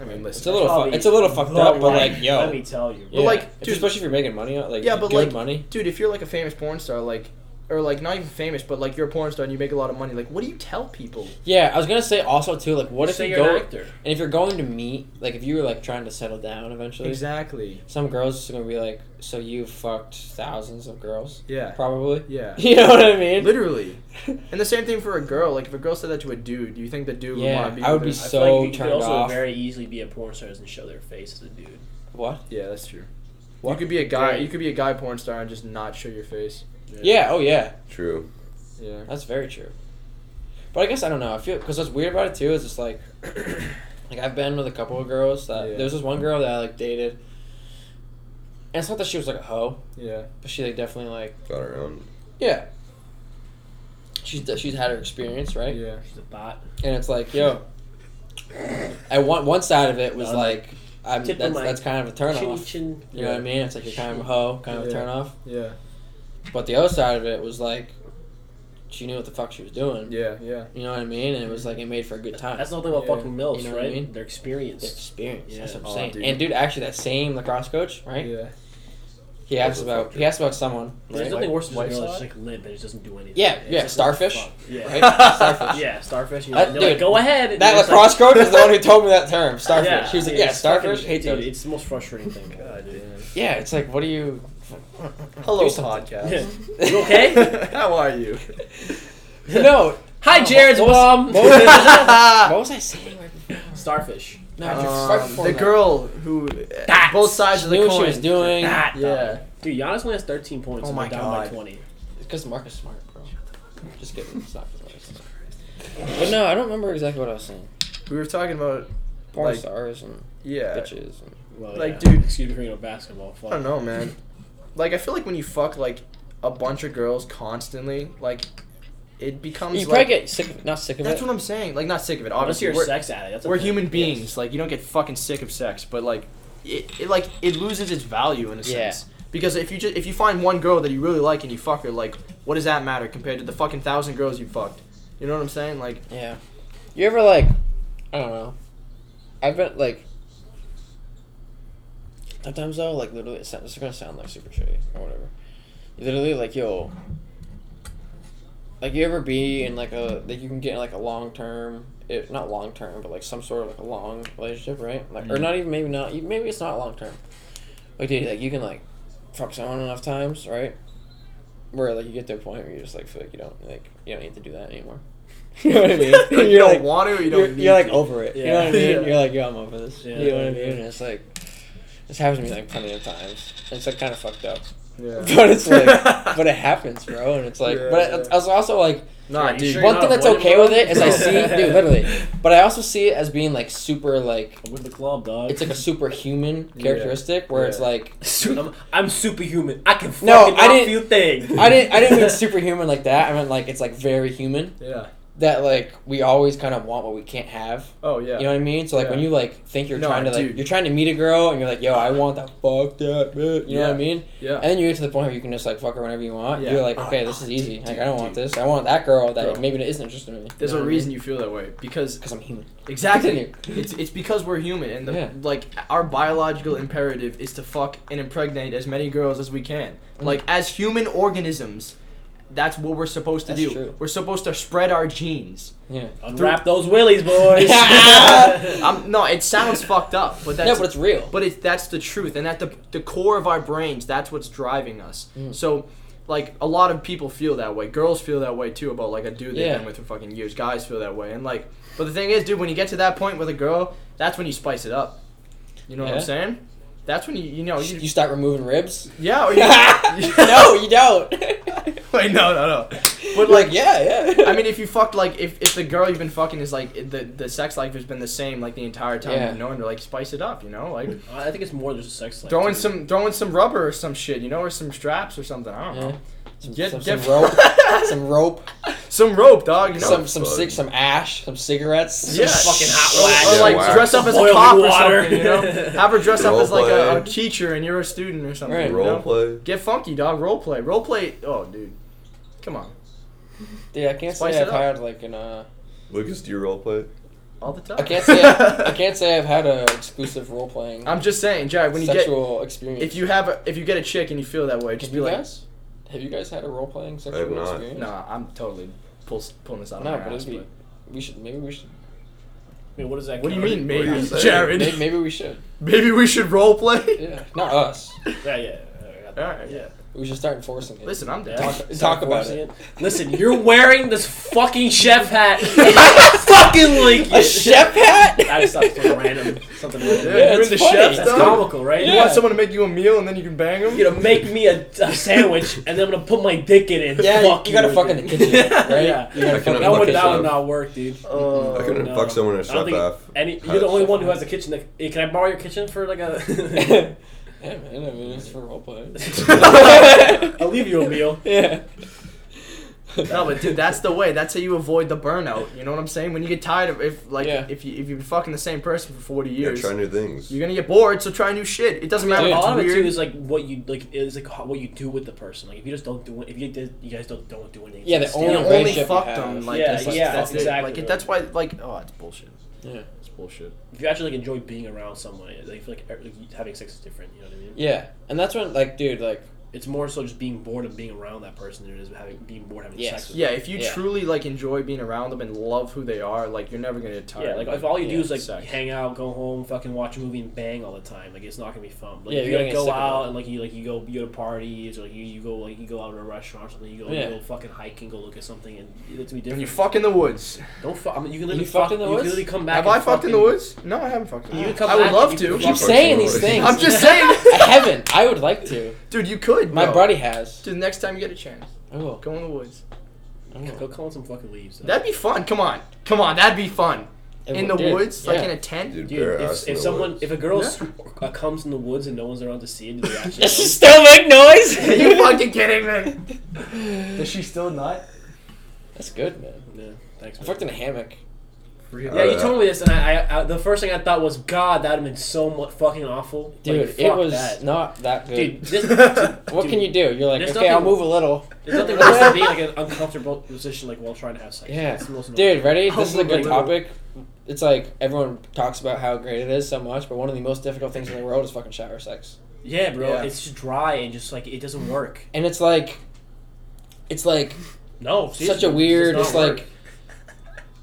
Speaker 4: I mean,
Speaker 1: It's a
Speaker 4: listen.
Speaker 1: little, fu-
Speaker 3: Probably
Speaker 1: it's a little fucked
Speaker 3: the
Speaker 1: up, but
Speaker 3: life,
Speaker 1: like, yo,
Speaker 3: let me tell you.
Speaker 1: yeah.
Speaker 3: bro.
Speaker 4: But, like,
Speaker 1: If-
Speaker 4: dude-
Speaker 1: especially if you're making money, like,
Speaker 4: Yeah, but,
Speaker 1: good
Speaker 4: like,
Speaker 1: money.
Speaker 4: Dude, if you're like a famous porn star, like or like not even famous, but like you're a porn star and you make a lot of money, like what do you tell people?
Speaker 1: Yeah, I was gonna say also too, like, what if
Speaker 3: Say
Speaker 1: you
Speaker 3: you're
Speaker 1: go
Speaker 3: an actor?
Speaker 1: and if you're going to meet, like, if you were like trying to settle down eventually,
Speaker 4: Exactly.
Speaker 1: some girls just gonna be like, so you fucked thousands of girls,
Speaker 4: Yeah.
Speaker 1: probably.
Speaker 4: Yeah.
Speaker 1: You know what I mean?
Speaker 4: Literally. And the same thing for a girl. Like if a girl said that to a dude, do you think the dude
Speaker 1: Yeah,
Speaker 4: would want to be?
Speaker 1: I would
Speaker 4: with
Speaker 1: be
Speaker 4: her?
Speaker 3: I feel
Speaker 1: so
Speaker 3: like you
Speaker 1: turned
Speaker 3: could also
Speaker 1: off.
Speaker 3: very easily be a porn star and show their face as a dude.
Speaker 1: What?
Speaker 4: Yeah, that's true.
Speaker 1: What?
Speaker 4: You could be a guy.
Speaker 3: Great.
Speaker 4: You could be a guy porn star and just not show your face.
Speaker 1: Yeah. Oh yeah.
Speaker 2: True.
Speaker 4: Yeah.
Speaker 1: That's very true. But I guess I don't know. I feel because what's weird about it too is just like, like I've been with a couple of girls that
Speaker 4: Yeah.
Speaker 1: there was this one girl that I like dated, and it's not that she was like a hoe,
Speaker 4: Yeah.
Speaker 1: but she like definitely like
Speaker 2: Got around.
Speaker 1: yeah. She's she's had her experience right,
Speaker 4: Yeah.
Speaker 3: She's a bot.
Speaker 1: and it's like yo. At one one side of it was
Speaker 3: No,
Speaker 1: like, I'm
Speaker 3: Tip of
Speaker 1: that's,
Speaker 3: my
Speaker 1: that's kind of a turn
Speaker 3: Chin,
Speaker 1: off.
Speaker 3: chin.
Speaker 1: You know what I mean? It's like you're kind of a hoe, kind of a
Speaker 4: Yeah.
Speaker 1: turn off.
Speaker 4: Yeah.
Speaker 1: But the other side of it was like, she knew what the fuck she was doing.
Speaker 4: Yeah. Yeah.
Speaker 1: You know what I mean? And it was like it made for a good time.
Speaker 3: That's the thing about
Speaker 4: Yeah.
Speaker 3: fucking milfs,
Speaker 1: Ah. You know what
Speaker 3: right?
Speaker 1: I mean?
Speaker 3: Their experience.
Speaker 1: It's experience. That's
Speaker 3: Yeah.
Speaker 1: what I'm
Speaker 4: Aw,
Speaker 1: saying.
Speaker 4: oh, dude.
Speaker 1: And dude, actually, that same lacrosse coach, right?
Speaker 4: Yeah.
Speaker 1: He asked about he asked about someone.
Speaker 3: There's
Speaker 1: Right?
Speaker 3: nothing worse than
Speaker 4: White
Speaker 3: a girl that's
Speaker 4: Sox?
Speaker 3: like limp and it doesn't do anything.
Speaker 1: Yeah,
Speaker 3: It's
Speaker 1: yeah,
Speaker 3: just like,
Speaker 1: starfish,
Speaker 3: fuck. Yeah.
Speaker 1: right? Starfish.
Speaker 3: Yeah, starfish. You
Speaker 1: Uh,
Speaker 3: know, they're like,
Speaker 1: dude,
Speaker 3: go ahead. and
Speaker 1: That
Speaker 3: it's
Speaker 1: lacrosse
Speaker 3: like-
Speaker 1: coach was the one who told me that term. Starfish. he was like,
Speaker 3: dude,
Speaker 1: yeah,
Speaker 3: it's
Speaker 1: starfish.
Speaker 3: fucking-
Speaker 1: Hate
Speaker 3: dude,
Speaker 1: those.
Speaker 3: it's the most frustrating thing. God, dude.
Speaker 1: Yeah, it's like, what do you?
Speaker 4: Hello,
Speaker 1: Do something.
Speaker 4: podcast.
Speaker 3: You okay?
Speaker 4: How are you?
Speaker 1: no.
Speaker 3: Hi, Jared's
Speaker 1: What was-
Speaker 3: mom.
Speaker 1: What was, I- what was I saying? Right before?
Speaker 3: starfish.
Speaker 1: No, just right
Speaker 4: Um,
Speaker 1: before
Speaker 4: the
Speaker 1: that.
Speaker 4: girl who
Speaker 3: That's-
Speaker 4: both sides of the
Speaker 1: knew what
Speaker 4: coin.
Speaker 1: she was doing.
Speaker 3: That
Speaker 4: Yeah.
Speaker 3: Dude, Giannis only has 13 points.
Speaker 4: Oh
Speaker 3: and
Speaker 4: my
Speaker 3: they're down by
Speaker 4: God.
Speaker 3: 20.
Speaker 1: Because Marcus Smart, bro. Just kidding. It's not because Marcus Smart. But no, I don't remember exactly what I was saying.
Speaker 4: We were talking about
Speaker 1: Porn
Speaker 4: Like-
Speaker 1: stars and
Speaker 4: yeah.
Speaker 1: bitches. And,
Speaker 3: Well,
Speaker 4: Like,
Speaker 3: yeah.
Speaker 4: dude-
Speaker 3: excuse me for you know basketball. Fuck.
Speaker 4: I don't know, man. Like I feel like when you fuck like a bunch of girls constantly, like it becomes
Speaker 1: you probably
Speaker 4: like
Speaker 1: get sick, of, not sick of
Speaker 4: that's
Speaker 1: it.
Speaker 4: what I'm saying. Like not sick of it.
Speaker 3: Unless
Speaker 4: Obviously,
Speaker 3: you're a
Speaker 4: we're,
Speaker 3: sex addict. That's a
Speaker 4: we're
Speaker 3: thing.
Speaker 4: human
Speaker 3: Yes.
Speaker 4: beings. Like you don't get fucking sick of sex, but like it, it like it loses its value in a
Speaker 1: Yeah.
Speaker 4: sense. Because if you just if you find one girl that you really like and you fuck her, like what does that matter compared to the fucking thousand girls you fucked? You know what I'm saying? Like
Speaker 1: Yeah. You ever like, I don't know. I've been like. Sometimes though, like literally, it sounds, it's gonna sound like super shitty or whatever. You literally like yo. Like you ever be in like a like you can get in like a long term, it not long term, but like some sort of like a long relationship, right? Like or
Speaker 4: Mhm.
Speaker 1: not even maybe not even- maybe it's not long term. Like dude, like you can like fuck someone enough times, right? Where like you get to a point where you just like feel like you don't like you don't need to do that anymore. you know what I mean?
Speaker 4: you
Speaker 1: You're
Speaker 4: don't
Speaker 1: like-
Speaker 4: want to, you don't
Speaker 1: you're,
Speaker 4: need
Speaker 1: you're like
Speaker 4: to.
Speaker 1: over it. You know
Speaker 3: Yeah.
Speaker 1: what I mean?
Speaker 4: Yeah.
Speaker 1: You're like, yo, I'm over this.
Speaker 3: Yeah.
Speaker 1: You know what I mean? And it's like, this happens to me like plenty of times. It's like kind of fucked up.
Speaker 4: Yeah.
Speaker 1: But it's like- but it happens, bro, and it's like.
Speaker 4: Yeah,
Speaker 1: but
Speaker 4: yeah.
Speaker 1: I, I was also like,
Speaker 4: nah,
Speaker 3: Are you
Speaker 4: dude.
Speaker 3: sure
Speaker 1: One
Speaker 3: you're
Speaker 1: thing
Speaker 3: not
Speaker 1: that's okay
Speaker 3: avoiding
Speaker 1: with it is
Speaker 4: I
Speaker 3: one?
Speaker 4: see-
Speaker 1: dude, literally. but I also see it as being like super, like
Speaker 3: I'm with the club, dog.
Speaker 1: it's like a superhuman
Speaker 4: Yeah.
Speaker 1: characteristic where it's
Speaker 4: Yeah.
Speaker 1: like
Speaker 3: I'm, I'm superhuman. I can fucking
Speaker 1: No,
Speaker 3: no,
Speaker 1: I
Speaker 3: I
Speaker 1: didn't-
Speaker 3: few things.
Speaker 1: I didn't I didn't mean superhuman like that. I meant like it's like very human
Speaker 4: yeah.
Speaker 1: that like we always kind of want what we can't have.
Speaker 4: Oh yeah.
Speaker 1: You know what I mean? So like when
Speaker 4: Yeah.
Speaker 1: you like think you're
Speaker 4: No,
Speaker 1: trying to like
Speaker 4: dude.
Speaker 1: you're trying to meet a girl and you're like, yo, I want that fuck that bitch. You know what I
Speaker 4: Yeah.
Speaker 1: mean?
Speaker 4: yeah.
Speaker 1: And then you get to the point where you can just like fuck her whenever you want.
Speaker 4: Yeah.
Speaker 1: You're like,
Speaker 4: Oh,
Speaker 1: okay, this
Speaker 4: no,
Speaker 1: is easy.
Speaker 4: dude,
Speaker 1: like
Speaker 4: dude,
Speaker 1: I don't want
Speaker 4: dude.
Speaker 1: this. I want that girl that
Speaker 4: Bro.
Speaker 1: maybe isn't interested in me.
Speaker 4: There's
Speaker 1: You know
Speaker 4: a
Speaker 1: what I
Speaker 4: reason you feel that way because
Speaker 1: Because I'm human.
Speaker 4: exactly
Speaker 1: Continue.
Speaker 4: it's it's because we're human and the,
Speaker 1: Yeah.
Speaker 4: like our biological imperative is to fuck and impregnate as many girls as we can.
Speaker 1: Mm.
Speaker 4: Like as human organisms, that's what we're supposed to
Speaker 1: That's
Speaker 4: do.
Speaker 1: true.
Speaker 4: We're supposed to spread our genes.
Speaker 1: Yeah.
Speaker 3: Unwrap those willies, boys.
Speaker 1: I'm-
Speaker 4: I'm, no, it sounds fucked up, but that's
Speaker 1: no, but it's real.
Speaker 4: But it's that's the truth, and at the the core of our brains, that's what's driving us.
Speaker 1: Mm.
Speaker 4: So, like a lot of people feel that way. Girls feel that way too about like a dude they've
Speaker 1: Yeah.
Speaker 4: been with for fucking years. Guys feel that way, and like, but the thing is, dude, when you get to that point with a girl, that's when you spice it up. You know what
Speaker 1: Yeah.
Speaker 4: I'm saying? That's when you you know you,
Speaker 1: you start removing ribs.
Speaker 4: yeah or you,
Speaker 1: no, you don't.
Speaker 4: wait no no no.
Speaker 1: but like, yeah, yeah.
Speaker 4: I mean, if you fucked like if, if the girl you've been fucking is like the the sex life has been the same like the entire time
Speaker 1: Yeah.
Speaker 4: you've known her, like spice it up, you know, like
Speaker 3: I think it's more than just a sex life.
Speaker 4: throwing
Speaker 3: too.
Speaker 4: some throwing some rubber or some shit, you know, or some straps or something. I don't
Speaker 1: Yeah.
Speaker 4: know.
Speaker 1: some,
Speaker 4: Get-
Speaker 1: some,
Speaker 4: get-
Speaker 1: some rope, some rope,
Speaker 4: Some rope, dog. You know?
Speaker 1: some some
Speaker 2: fun.
Speaker 1: cig, some ash, some cigarettes.
Speaker 4: Yeah.
Speaker 1: Some fucking
Speaker 4: Or-
Speaker 1: hot
Speaker 3: wax.
Speaker 4: Or, like
Speaker 2: Wax.
Speaker 4: dress up as a
Speaker 3: Boiling
Speaker 4: cop or
Speaker 3: water.
Speaker 4: something. You know, have her dress up as like a, a
Speaker 2: Role play.
Speaker 4: teacher and you're a student or something.
Speaker 1: Right.
Speaker 4: you
Speaker 2: Role
Speaker 4: know?
Speaker 2: play.
Speaker 4: Get funky, dog. Role play. Role play. Oh, dude. Come on.
Speaker 1: Dude, I can't
Speaker 4: Spice
Speaker 1: say
Speaker 4: it
Speaker 1: I've
Speaker 4: up.
Speaker 1: had like an. Uh,
Speaker 2: Lucas, do you role play?
Speaker 4: All the time.
Speaker 1: I can't say I, I can't say I've had a exclusive role playing
Speaker 4: I'm just saying, Jared. When you get
Speaker 1: sexual experience.
Speaker 4: if you have a, if you get a chick and you feel that way,
Speaker 1: have
Speaker 4: just
Speaker 1: you
Speaker 4: be like,
Speaker 1: guys, have you guys had a role playing sexual
Speaker 2: not.
Speaker 1: experience?
Speaker 4: Nah, I'm totally pull, pulling this out of
Speaker 1: No,
Speaker 4: my
Speaker 1: but
Speaker 4: ass.
Speaker 1: it'd be.
Speaker 4: But
Speaker 1: We should maybe we should
Speaker 3: Wait, what does that?
Speaker 4: what do you
Speaker 3: count?
Speaker 4: mean,
Speaker 2: What are
Speaker 4: maybe,
Speaker 2: you saying?
Speaker 4: Jared?
Speaker 1: maybe, maybe we should
Speaker 4: Maybe we should role play.
Speaker 1: yeah not us
Speaker 3: Yeah, yeah. I got that.
Speaker 4: All right.
Speaker 3: Yeah.
Speaker 1: we should start enforcing it.
Speaker 4: Listen, I'm down.
Speaker 1: Talk-
Speaker 3: Start
Speaker 1: talk about
Speaker 3: forcing
Speaker 1: it.
Speaker 3: Listen, you're wearing this fucking chef hat. and I fucking like
Speaker 1: a
Speaker 3: it.
Speaker 1: chef hat.
Speaker 3: I just thought it was random. Something
Speaker 4: Yeah,
Speaker 3: random.
Speaker 1: Yeah,
Speaker 4: you're
Speaker 1: it's
Speaker 4: into
Speaker 1: funny.
Speaker 4: chefs,
Speaker 3: That's
Speaker 4: dog?
Speaker 3: comical, right?
Speaker 1: Yeah.
Speaker 4: You want someone to make you a meal and then you can bang them?
Speaker 3: You're gonna make me a, a sandwich, and then I'm gonna put my dick in it.
Speaker 1: Yeah,
Speaker 3: fuck
Speaker 1: you, gotta fuck in the kitchen, right?
Speaker 3: Yeah.
Speaker 1: You gotta
Speaker 2: I can
Speaker 1: fuck in the kitchen.
Speaker 2: imagine.
Speaker 3: That would that would
Speaker 2: yourself.
Speaker 3: not work, dude.
Speaker 4: Oh,
Speaker 2: I
Speaker 4: Uh,
Speaker 2: couldn't
Speaker 3: no.
Speaker 2: fuck someone in
Speaker 3: I
Speaker 2: a
Speaker 3: don't
Speaker 2: chef
Speaker 3: think-
Speaker 2: half.
Speaker 3: Any, you're
Speaker 2: Hat,
Speaker 3: the only
Speaker 2: chef
Speaker 3: one who
Speaker 1: hat.
Speaker 3: has a kitchen. That, hey, can I borrow your kitchen for like a?
Speaker 1: yeah, man. I mean, it's for roleplay.
Speaker 3: I'll leave you a meal.
Speaker 1: yeah.
Speaker 4: No, but dude, that's the way. That's how you avoid the burnout. You know what I'm saying? When you get tired of if like
Speaker 1: Yeah.
Speaker 4: if you if you've been fucking the same person for 40
Speaker 2: Yeah,
Speaker 4: years,
Speaker 2: try new things.
Speaker 4: you're gonna get bored. So try new shit. It doesn't matter.
Speaker 1: Dude,
Speaker 4: if
Speaker 3: a
Speaker 4: it's
Speaker 3: lot of it
Speaker 4: weird.
Speaker 3: too is like what you like is like ho- what you do with the person. Like if you just don't do it, if you did, you guys don't don't do anything.
Speaker 1: Yeah, the
Speaker 3: Just
Speaker 1: only
Speaker 3: steal.
Speaker 4: you only
Speaker 1: relationship you
Speaker 4: fucked
Speaker 1: have.
Speaker 4: them. Like
Speaker 3: Yeah,
Speaker 4: that's,
Speaker 3: yeah,
Speaker 4: that's it.
Speaker 3: exactly.
Speaker 4: Like it, that's why like oh, it's bullshit.
Speaker 1: Yeah.
Speaker 4: It's bullshit.
Speaker 3: if you actually like enjoy being around someone, like, I feel like every- having sex is different. You know what I mean?
Speaker 1: Yeah. And that's when, like, dude, like,
Speaker 3: It's more so just being bored of being around that person than it is having being bored having
Speaker 1: Yes.
Speaker 3: sex. With
Speaker 4: Yeah, if you
Speaker 1: Yeah.
Speaker 4: truly like enjoy being around them and love who they are, like you're never gonna get
Speaker 3: them. Yeah,
Speaker 4: tired.
Speaker 3: like if all you do
Speaker 1: Yeah,
Speaker 3: is like
Speaker 4: sex.
Speaker 3: hang out, go home, fucking watch a movie and bang all the time, like it's not gonna be fun. Like
Speaker 1: Yeah,
Speaker 3: if you
Speaker 1: you're
Speaker 3: like,
Speaker 1: gonna get
Speaker 3: go
Speaker 1: sick of
Speaker 3: out
Speaker 1: it.
Speaker 3: and like you like you go you go to parties or like you, you go like you go out to a restaurant or something, you go
Speaker 1: Yeah.
Speaker 3: you go fucking hiking, go look at something and it's gonna be
Speaker 4: When
Speaker 3: different.
Speaker 4: you fuck in the woods.
Speaker 3: Don't fuck. I mean, you can literally
Speaker 1: You
Speaker 3: fuck
Speaker 1: fucked in the
Speaker 3: you
Speaker 1: woods?
Speaker 3: can literally come back.
Speaker 4: Have
Speaker 3: and
Speaker 4: I fucked in the
Speaker 3: fucking-
Speaker 4: woods? No, I haven't fucked. In
Speaker 3: You can
Speaker 4: the woods.
Speaker 3: come
Speaker 4: I would
Speaker 3: back-
Speaker 4: love
Speaker 3: you can-
Speaker 4: to.
Speaker 1: keep saying these things.
Speaker 4: I'm just saying.
Speaker 1: I haven't. I would like to.
Speaker 4: Dude, you could.
Speaker 1: My
Speaker 3: Oh.
Speaker 4: bro.
Speaker 1: buddy has.
Speaker 4: Dude, next time you get a chance,
Speaker 1: Oh,
Speaker 4: go in the woods.
Speaker 3: Go call some fucking leaves. though.
Speaker 4: That'd be fun. Come on, come on. That'd be fun in the woods, like in a tent.
Speaker 2: Dude,
Speaker 3: Dude,
Speaker 2: bare ass
Speaker 3: if,
Speaker 2: in
Speaker 3: if
Speaker 2: the
Speaker 3: someone,
Speaker 2: woods.
Speaker 3: if a girl
Speaker 4: Yeah.
Speaker 3: s uh, comes in the woods and no one's around to see it, do they actually?
Speaker 1: Does she
Speaker 3: come?
Speaker 1: still make noise?
Speaker 4: Are you fucking kidding me? Is she still not?
Speaker 1: That's good, man.
Speaker 3: yeah, thanks.
Speaker 1: I
Speaker 3: man.
Speaker 1: fucked in a hammock.
Speaker 4: Really?
Speaker 3: yeah, you told me this, and I, I, I, the first thing I thought was, God, that'd have been so much fucking awful. Like,
Speaker 1: Dude, it
Speaker 3: fuck
Speaker 1: was
Speaker 3: that.
Speaker 1: not that good.
Speaker 3: Dude, this, dude,
Speaker 1: what can you do? You're like,
Speaker 3: there's
Speaker 1: okay, I'll
Speaker 3: nothing-
Speaker 1: move a little.
Speaker 3: There's nothing worse than being like an uncomfortable position, like while trying to have sex.
Speaker 1: Yeah.
Speaker 3: It's the most annoying.
Speaker 1: Dude, ready?
Speaker 4: Oh,
Speaker 1: This is a good
Speaker 4: literally.
Speaker 1: topic. It's like everyone talks about how great it is so much, but one of the most difficult things in the world is fucking shower sex.
Speaker 3: Yeah, bro,
Speaker 4: Yeah.
Speaker 3: it's just dry and just like it doesn't work.
Speaker 1: And it's like, it's like
Speaker 3: No,
Speaker 1: such
Speaker 3: seriously,
Speaker 1: a
Speaker 3: it does
Speaker 1: weird.
Speaker 3: not
Speaker 1: It's
Speaker 3: work.
Speaker 1: like,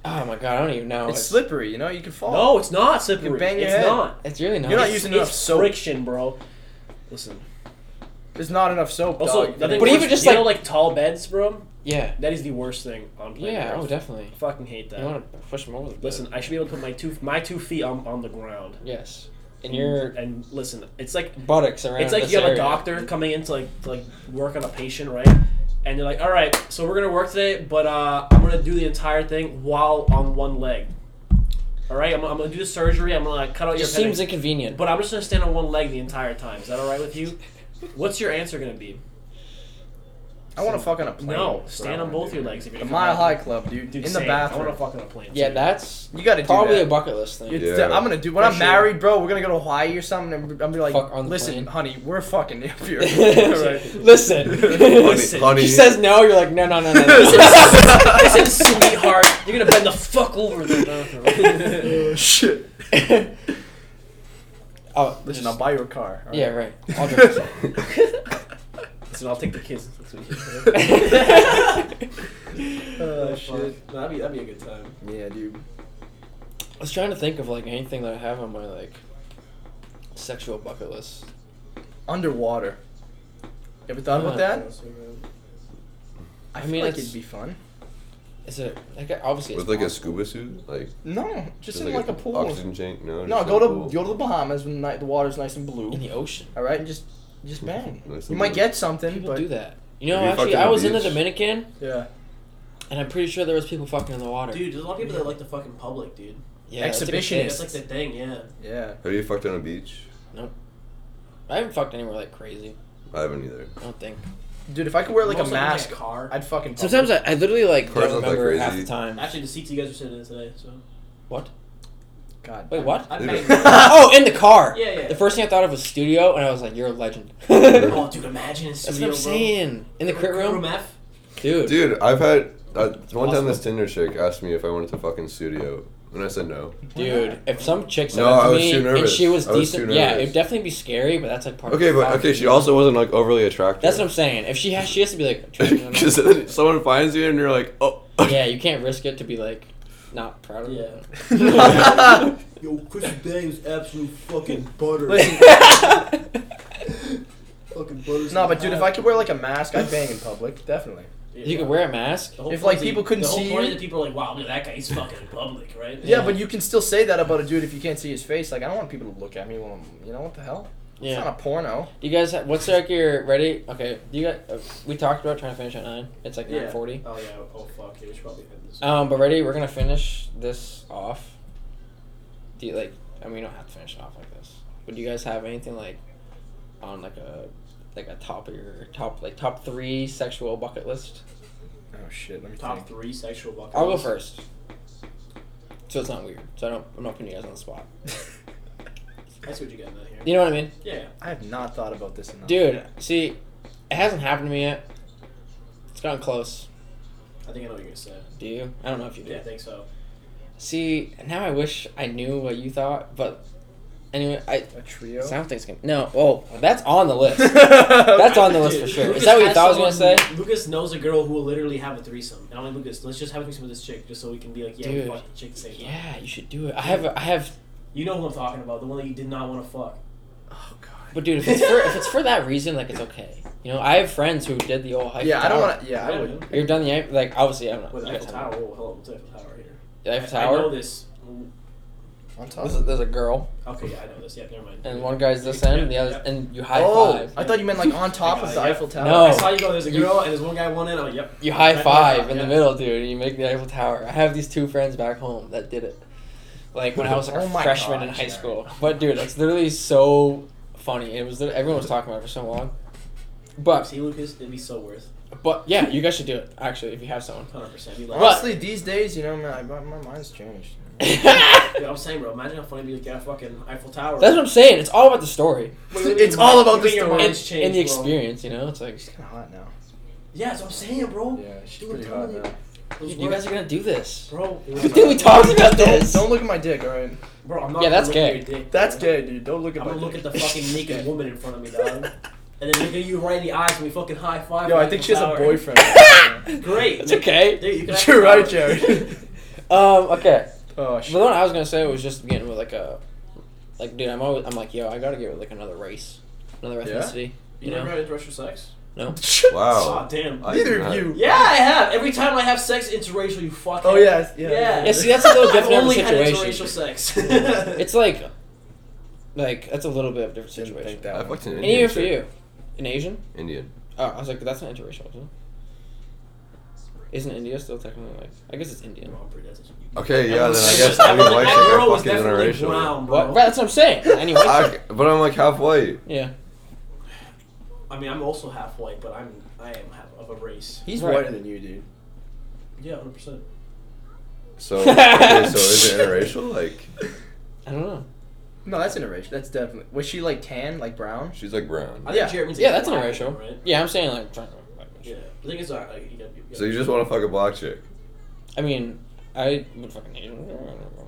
Speaker 1: oh my god, I don't even know.
Speaker 4: It's
Speaker 1: It's,
Speaker 4: slippery. You know, you can fall.
Speaker 3: no, it's not slippery.
Speaker 4: You bang your
Speaker 3: it's
Speaker 4: head.
Speaker 3: not.
Speaker 1: it's really nice.
Speaker 4: You're not
Speaker 3: It's-
Speaker 4: using
Speaker 3: it's
Speaker 4: enough soap.
Speaker 3: friction, bro. Listen.
Speaker 4: there's not enough soap.
Speaker 3: Also,
Speaker 4: dog.
Speaker 3: nothing
Speaker 1: But
Speaker 3: but
Speaker 1: even
Speaker 3: even
Speaker 1: just
Speaker 3: you
Speaker 1: like-
Speaker 3: know, like tall beds, bro.
Speaker 1: yeah,
Speaker 3: That is the worst thing on planet
Speaker 1: yeah.
Speaker 3: Earth.
Speaker 1: Oh, definitely.
Speaker 3: I fucking hate that.
Speaker 1: You want to push them over the bed.
Speaker 3: Listen, I should be able to put my two my two feet on, on the ground.
Speaker 1: Yes. in your
Speaker 3: and listen, it's like
Speaker 1: buttocks around.
Speaker 3: it's like
Speaker 1: this
Speaker 3: you have a
Speaker 1: area.
Speaker 3: doctor coming in to like to, like work on a patient, right? And they're like, "All right, so we're gonna work today, but uh, I'm gonna do the entire thing while on one leg. All right, I'm, I'm gonna do the surgery. I'm gonna like, cut out
Speaker 1: It
Speaker 3: your
Speaker 1: just seems
Speaker 3: appendix,
Speaker 1: inconvenient.
Speaker 3: but I'm just gonna stand on one leg the entire time. Is that all right with you? What's your answer gonna be?
Speaker 4: I want to fuck on a plane.
Speaker 3: No,
Speaker 4: That's what I
Speaker 3: stand on
Speaker 4: wanna
Speaker 3: both
Speaker 4: do.
Speaker 3: your legs. If you're
Speaker 4: The
Speaker 3: gonna
Speaker 4: Mile
Speaker 3: come out.
Speaker 4: High Club, dude.
Speaker 3: Dude,
Speaker 4: in
Speaker 3: same.
Speaker 4: the
Speaker 3: I want
Speaker 4: bathroom.
Speaker 3: to fuck on a plane.
Speaker 1: yeah,
Speaker 3: too.
Speaker 1: that's
Speaker 4: You gotta do
Speaker 1: probably
Speaker 4: that.
Speaker 1: a bucket list thing.
Speaker 4: It's
Speaker 2: Yeah.
Speaker 4: de- I'm gonna do when I'm
Speaker 1: For sure.
Speaker 4: married, bro. We're gonna go to Hawaii or something, and I'm gonna be like,
Speaker 1: Fuck on the
Speaker 4: "Listen,
Speaker 1: plane."
Speaker 4: honey, we're fucking if you're."
Speaker 1: Listen.
Speaker 2: Honey,
Speaker 3: Listen,
Speaker 2: honey.
Speaker 1: She says no, you're like, no, no, no, no.
Speaker 3: Listen,
Speaker 1: no.
Speaker 3: listen, sweetheart, you're gonna bend the fuck over. there.
Speaker 4: Shit.
Speaker 1: oh,
Speaker 4: Listen,
Speaker 1: just-
Speaker 4: I'll buy you a car. all
Speaker 1: Yeah,
Speaker 4: right?
Speaker 1: right. I'll drink this.
Speaker 3: Listen, I'll take the kids. That's what you-
Speaker 4: Oh, shit.
Speaker 3: No, that'd be that'd be a good time.
Speaker 4: Yeah, dude.
Speaker 1: I was trying to think of like anything that I have on my like sexual bucket list.
Speaker 4: Underwater. You ever thought about
Speaker 1: Huh.
Speaker 4: that? I,
Speaker 1: I
Speaker 4: feel
Speaker 1: mean,
Speaker 4: like
Speaker 1: it's-
Speaker 4: it'd be fun.
Speaker 1: Is it like obviously
Speaker 2: With
Speaker 1: it's
Speaker 2: like a
Speaker 1: possible.
Speaker 2: scuba suit, like
Speaker 4: No, just, in like a, pool.
Speaker 2: oxygen tank. No,
Speaker 4: No,
Speaker 2: just
Speaker 4: go
Speaker 2: in a
Speaker 4: to
Speaker 2: pool.
Speaker 4: go to the Bahamas when night, the water's nice and
Speaker 1: in
Speaker 4: blue.
Speaker 1: the ocean?
Speaker 4: All right, and just just bang.
Speaker 2: Nice
Speaker 4: you
Speaker 2: and
Speaker 4: might
Speaker 2: blue.
Speaker 4: get something,
Speaker 1: People
Speaker 4: but
Speaker 1: do that. You know,
Speaker 2: If you
Speaker 1: actually,
Speaker 2: fuck on
Speaker 1: I
Speaker 2: the
Speaker 1: was in the
Speaker 2: beach-
Speaker 1: Dominican,
Speaker 4: yeah,
Speaker 1: and I'm pretty sure there was people fucking in the water.
Speaker 3: Dude, there's a lot of people that like the fucking public, dude.
Speaker 1: yeah, that's a big thing.
Speaker 4: Exhibitionist.
Speaker 3: That's like the thing, yeah.
Speaker 4: yeah.
Speaker 2: Have you fucked on a beach?
Speaker 1: I haven't fucked anywhere like crazy.
Speaker 2: I haven't either.
Speaker 1: I don't think.
Speaker 4: Dude, if I could wear like
Speaker 3: Most of
Speaker 4: a
Speaker 3: them
Speaker 4: mask,
Speaker 3: like car.
Speaker 4: I'd fucking.
Speaker 1: Sometimes I, I literally like
Speaker 2: Cars
Speaker 1: don't
Speaker 2: look like
Speaker 1: remember half the
Speaker 2: crazy.
Speaker 1: time.
Speaker 3: Actually, the seats you guys are sitting in today, so.
Speaker 4: God.
Speaker 1: Wait, what?
Speaker 3: I'd
Speaker 2: Dude.
Speaker 3: imagine-
Speaker 1: oh, in the car.
Speaker 3: Yeah, yeah.
Speaker 1: The first thing I thought of was studio, and I was like, "You're a legend."
Speaker 3: oh, dude, imagine a
Speaker 1: That's
Speaker 3: studio,
Speaker 1: what I'm
Speaker 3: bro.
Speaker 1: saying. In the crit room,
Speaker 3: F.
Speaker 1: dude.
Speaker 2: Dude, I've had uh, one time
Speaker 1: Possible.
Speaker 2: this Tinder chick asked me if I wanted to fucking studio, and I said no.
Speaker 1: Dude, if some chick said
Speaker 2: No,
Speaker 1: that to
Speaker 2: I was
Speaker 1: me
Speaker 2: too
Speaker 1: and
Speaker 2: nervous.
Speaker 1: she was
Speaker 2: I was
Speaker 1: decent,
Speaker 2: too
Speaker 1: yeah,
Speaker 2: nervous.
Speaker 1: it'd definitely be scary, but that's like part.
Speaker 2: Okay,
Speaker 1: of the
Speaker 2: but
Speaker 1: fun.
Speaker 2: okay, she also wasn't like overly attractive.
Speaker 1: That's what I'm saying. If she has, she has to be like. attracted or not.
Speaker 2: Because then someone finds you and you're like, oh.
Speaker 1: yeah, you can't risk it to be like, not proud of.
Speaker 3: Yeah.
Speaker 4: what?
Speaker 3: Yo, Chris Bang is absolute fucking butter.
Speaker 4: Listen,
Speaker 3: fucking butter.
Speaker 4: no, but dude, if I could wear like a mask, I'd bang in public, definitely.
Speaker 1: You could wear a mask.
Speaker 4: if, like, people couldn't
Speaker 3: the whole
Speaker 4: see
Speaker 3: point
Speaker 4: you-
Speaker 3: is that people are like, wow, look at that guy, he's fucking in public, right?
Speaker 4: Yeah,
Speaker 1: Yeah.
Speaker 4: but you can still say that about a dude if you can't see his face. Like, I don't want people to look at me. Well, I'm, you know what the hell? It's
Speaker 1: Yeah.
Speaker 4: not a porno.
Speaker 1: You guys, ha- what's like your ready? Okay, you got. Uh, we talked about trying to finish at nine. It's like
Speaker 3: Yeah.
Speaker 1: nine forty.
Speaker 3: Oh yeah. Oh fuck. Yeah, we should probably end this.
Speaker 1: Um, but ready, we're gonna finish this off. Do you like? I mean, we don't have to finish it off like this. But do you guys have anything like, on like a, like a top of your top like top three sexual bucket list?
Speaker 4: Oh shit, let me
Speaker 3: Top three sexual bucket.
Speaker 1: I'll go
Speaker 3: lists.
Speaker 1: first. So it's not weird. So I don't. I'm not putting you guys on the spot.
Speaker 3: I see what you got in here.
Speaker 1: You know what I mean,
Speaker 3: Yeah.
Speaker 4: I have not thought about this enough.
Speaker 1: dude? See, it hasn't happened to me yet. It's gotten close.
Speaker 3: I think I know what you're gonna say.
Speaker 1: Do you? I don't know if you do.
Speaker 3: Yeah, I think so.
Speaker 1: See, now I wish I knew what you thought, but anyway, I.
Speaker 4: a
Speaker 1: I
Speaker 4: trio.
Speaker 1: don't think it's gonna. No. Oh, that's on the list.
Speaker 4: That's
Speaker 1: That's on the list for
Speaker 3: Dude,
Speaker 1: sure. Is
Speaker 3: Lucas
Speaker 1: that what you
Speaker 3: has
Speaker 1: thought I was gonna say?
Speaker 3: someone- Lucas knows a girl who will literally have a threesome, and I'm like, Lucas, let's just have a threesome with this chick, just so we can be like, yeah,
Speaker 1: Dude.
Speaker 3: we fucked the chick at the same time.
Speaker 1: Yeah, you should do it. I have, I have,
Speaker 3: You know who I'm talking about, the one that you did not want to fuck.
Speaker 4: Oh god.
Speaker 1: but dude, if it's for if it's for that reason, like it's okay. You know, I have friends who did the old Eiffel
Speaker 4: Yeah, I don't
Speaker 1: Tower.
Speaker 4: want to. Yeah, I would.
Speaker 1: You've done the Eiff- like obviously I don't know.
Speaker 3: With
Speaker 1: You guys
Speaker 3: Eiffel
Speaker 1: haven't.
Speaker 3: Tower. Oh, hello, it's Eiffel Tower here.
Speaker 1: The Eiffel
Speaker 3: I- I know
Speaker 1: Tower.
Speaker 3: this.
Speaker 4: On top.
Speaker 1: There's a, there's a girl
Speaker 3: Okay, yeah, I know this. Yeah, never mind.
Speaker 1: and one guy's this end, and the other,
Speaker 3: Yeah.
Speaker 1: and you high
Speaker 4: Oh,
Speaker 1: five.
Speaker 4: I thought you meant like on top of the
Speaker 3: Yeah.
Speaker 4: Eiffel Tower.
Speaker 1: No.
Speaker 3: I saw you go. There's a
Speaker 1: You-
Speaker 3: girl, and there's one guy one in. I'm like, yep.
Speaker 1: You high five in the
Speaker 3: Yeah.
Speaker 1: middle, dude, and you make the Eiffel Tower. I have these two friends back home that did it, like when I was like
Speaker 4: Oh
Speaker 1: a
Speaker 4: my
Speaker 1: freshman
Speaker 4: God,
Speaker 1: in high
Speaker 4: Jared.
Speaker 1: school. But dude, it's literally so funny. It was lit- everyone was talking about it for so long. But
Speaker 3: See, Lucas, it'd be so worth.
Speaker 1: but yeah, you guys should do it actually if you have someone.
Speaker 3: 100. percent Be like,
Speaker 4: Honestly, these days, you know, my, my, my mind's changed.
Speaker 3: Dude, I'm saying, bro. Imagine how funny it'd be like, yeah, fucking Eiffel Tower.
Speaker 1: That's what I'm saying. It's all about the story
Speaker 3: Wait, wait,
Speaker 4: It's
Speaker 3: wait,
Speaker 4: all
Speaker 3: wait,
Speaker 4: about
Speaker 3: wait,
Speaker 4: the
Speaker 3: your
Speaker 4: story.
Speaker 1: and,
Speaker 3: mind's changed,
Speaker 1: and the
Speaker 3: bro.
Speaker 1: experience. You know, it's like
Speaker 4: It's kind of hot now.
Speaker 3: Yeah, that's what I'm saying, bro.
Speaker 4: Yeah, she's
Speaker 3: Dude,
Speaker 4: pretty
Speaker 3: I'm
Speaker 4: hot
Speaker 3: telling
Speaker 4: now.
Speaker 1: dude,
Speaker 3: Those
Speaker 1: you guys
Speaker 3: words-
Speaker 1: are gonna do this.
Speaker 3: bro. it was
Speaker 1: Good thing we talked about
Speaker 4: Don't,
Speaker 1: this.
Speaker 4: don't look at my dick, alright?
Speaker 3: Bro, I'm not.
Speaker 1: Yeah,
Speaker 3: gonna
Speaker 1: that's
Speaker 3: look at
Speaker 1: gay.
Speaker 3: your dick,
Speaker 4: That's
Speaker 3: bro.
Speaker 4: gay, dude. Don't look at
Speaker 3: I'm
Speaker 4: my
Speaker 3: gonna look
Speaker 4: dick.
Speaker 3: at the fucking naked woman in front of me, dog. And then look at you right in the eyes when we fucking high five.
Speaker 4: Yo, I
Speaker 3: Eiffel
Speaker 4: think she has a
Speaker 3: Tower.
Speaker 4: boyfriend.
Speaker 3: Great.
Speaker 1: It's okay.
Speaker 3: Dude, you can
Speaker 4: You're right,
Speaker 3: actually-
Speaker 4: Jared.
Speaker 1: Um. Okay.
Speaker 4: oh
Speaker 1: The
Speaker 4: shit.
Speaker 1: one I was gonna say was just getting with like a, like dude. I'm always. I'm like yo. I gotta get with like another race, another
Speaker 4: Yeah?
Speaker 1: ethnicity. You
Speaker 3: You never
Speaker 1: know.
Speaker 3: had interrational sex?
Speaker 2: Wow.
Speaker 3: Aw, damn.
Speaker 2: I-
Speaker 4: Neither of
Speaker 2: not-
Speaker 4: you.
Speaker 3: Yeah, I have. Every time I have sex, interracial, you fucking.
Speaker 4: Oh yes. Yeah.
Speaker 3: Yeah.
Speaker 1: Yeah. See, that's a little
Speaker 3: I've
Speaker 1: different of a
Speaker 3: only had
Speaker 1: situation.
Speaker 3: interracial sex.
Speaker 1: It's like, Like that's a little bit of a different
Speaker 4: Didn't
Speaker 1: situation.
Speaker 4: think
Speaker 2: I
Speaker 4: that. One.
Speaker 2: fucked an
Speaker 1: And
Speaker 2: Indian.
Speaker 1: even for
Speaker 2: chick.
Speaker 1: you, an Asian.
Speaker 2: Indian.
Speaker 1: Oh, I was like, that's not interracial. Isn't, it? isn't India still technically like? I guess it's Indian.
Speaker 2: Okay, yeah, then I
Speaker 1: was-
Speaker 2: guess
Speaker 1: that
Speaker 2: I mean
Speaker 1: was-
Speaker 2: white
Speaker 1: that
Speaker 2: chicks are
Speaker 3: girl was
Speaker 2: fucking
Speaker 3: definitely
Speaker 2: interracial.
Speaker 3: brown, bro.
Speaker 1: What? Right, that's what I'm saying. Anyway.
Speaker 2: I, but I'm like half white.
Speaker 1: yeah.
Speaker 3: I mean, I'm also half white, but I'm I am half of a race.
Speaker 4: He's
Speaker 1: Right.
Speaker 4: whiter than you, dude.
Speaker 3: Yeah, hundred percent.
Speaker 2: So, okay, so is it interracial? Like,
Speaker 1: I don't know.
Speaker 4: No, that's interracial. That's definitely. Was she like tan, like brown?
Speaker 2: she's like brown.
Speaker 3: I
Speaker 4: Yeah.
Speaker 3: think Jared means
Speaker 1: Yeah, that's
Speaker 3: black,
Speaker 1: interracial.
Speaker 3: right?
Speaker 1: Yeah, I'm saying like. trying to-
Speaker 3: Yeah, uh, I think it's all right. You gotta be,
Speaker 2: So you just want to fuck a black chick?
Speaker 1: I mean, I would fucking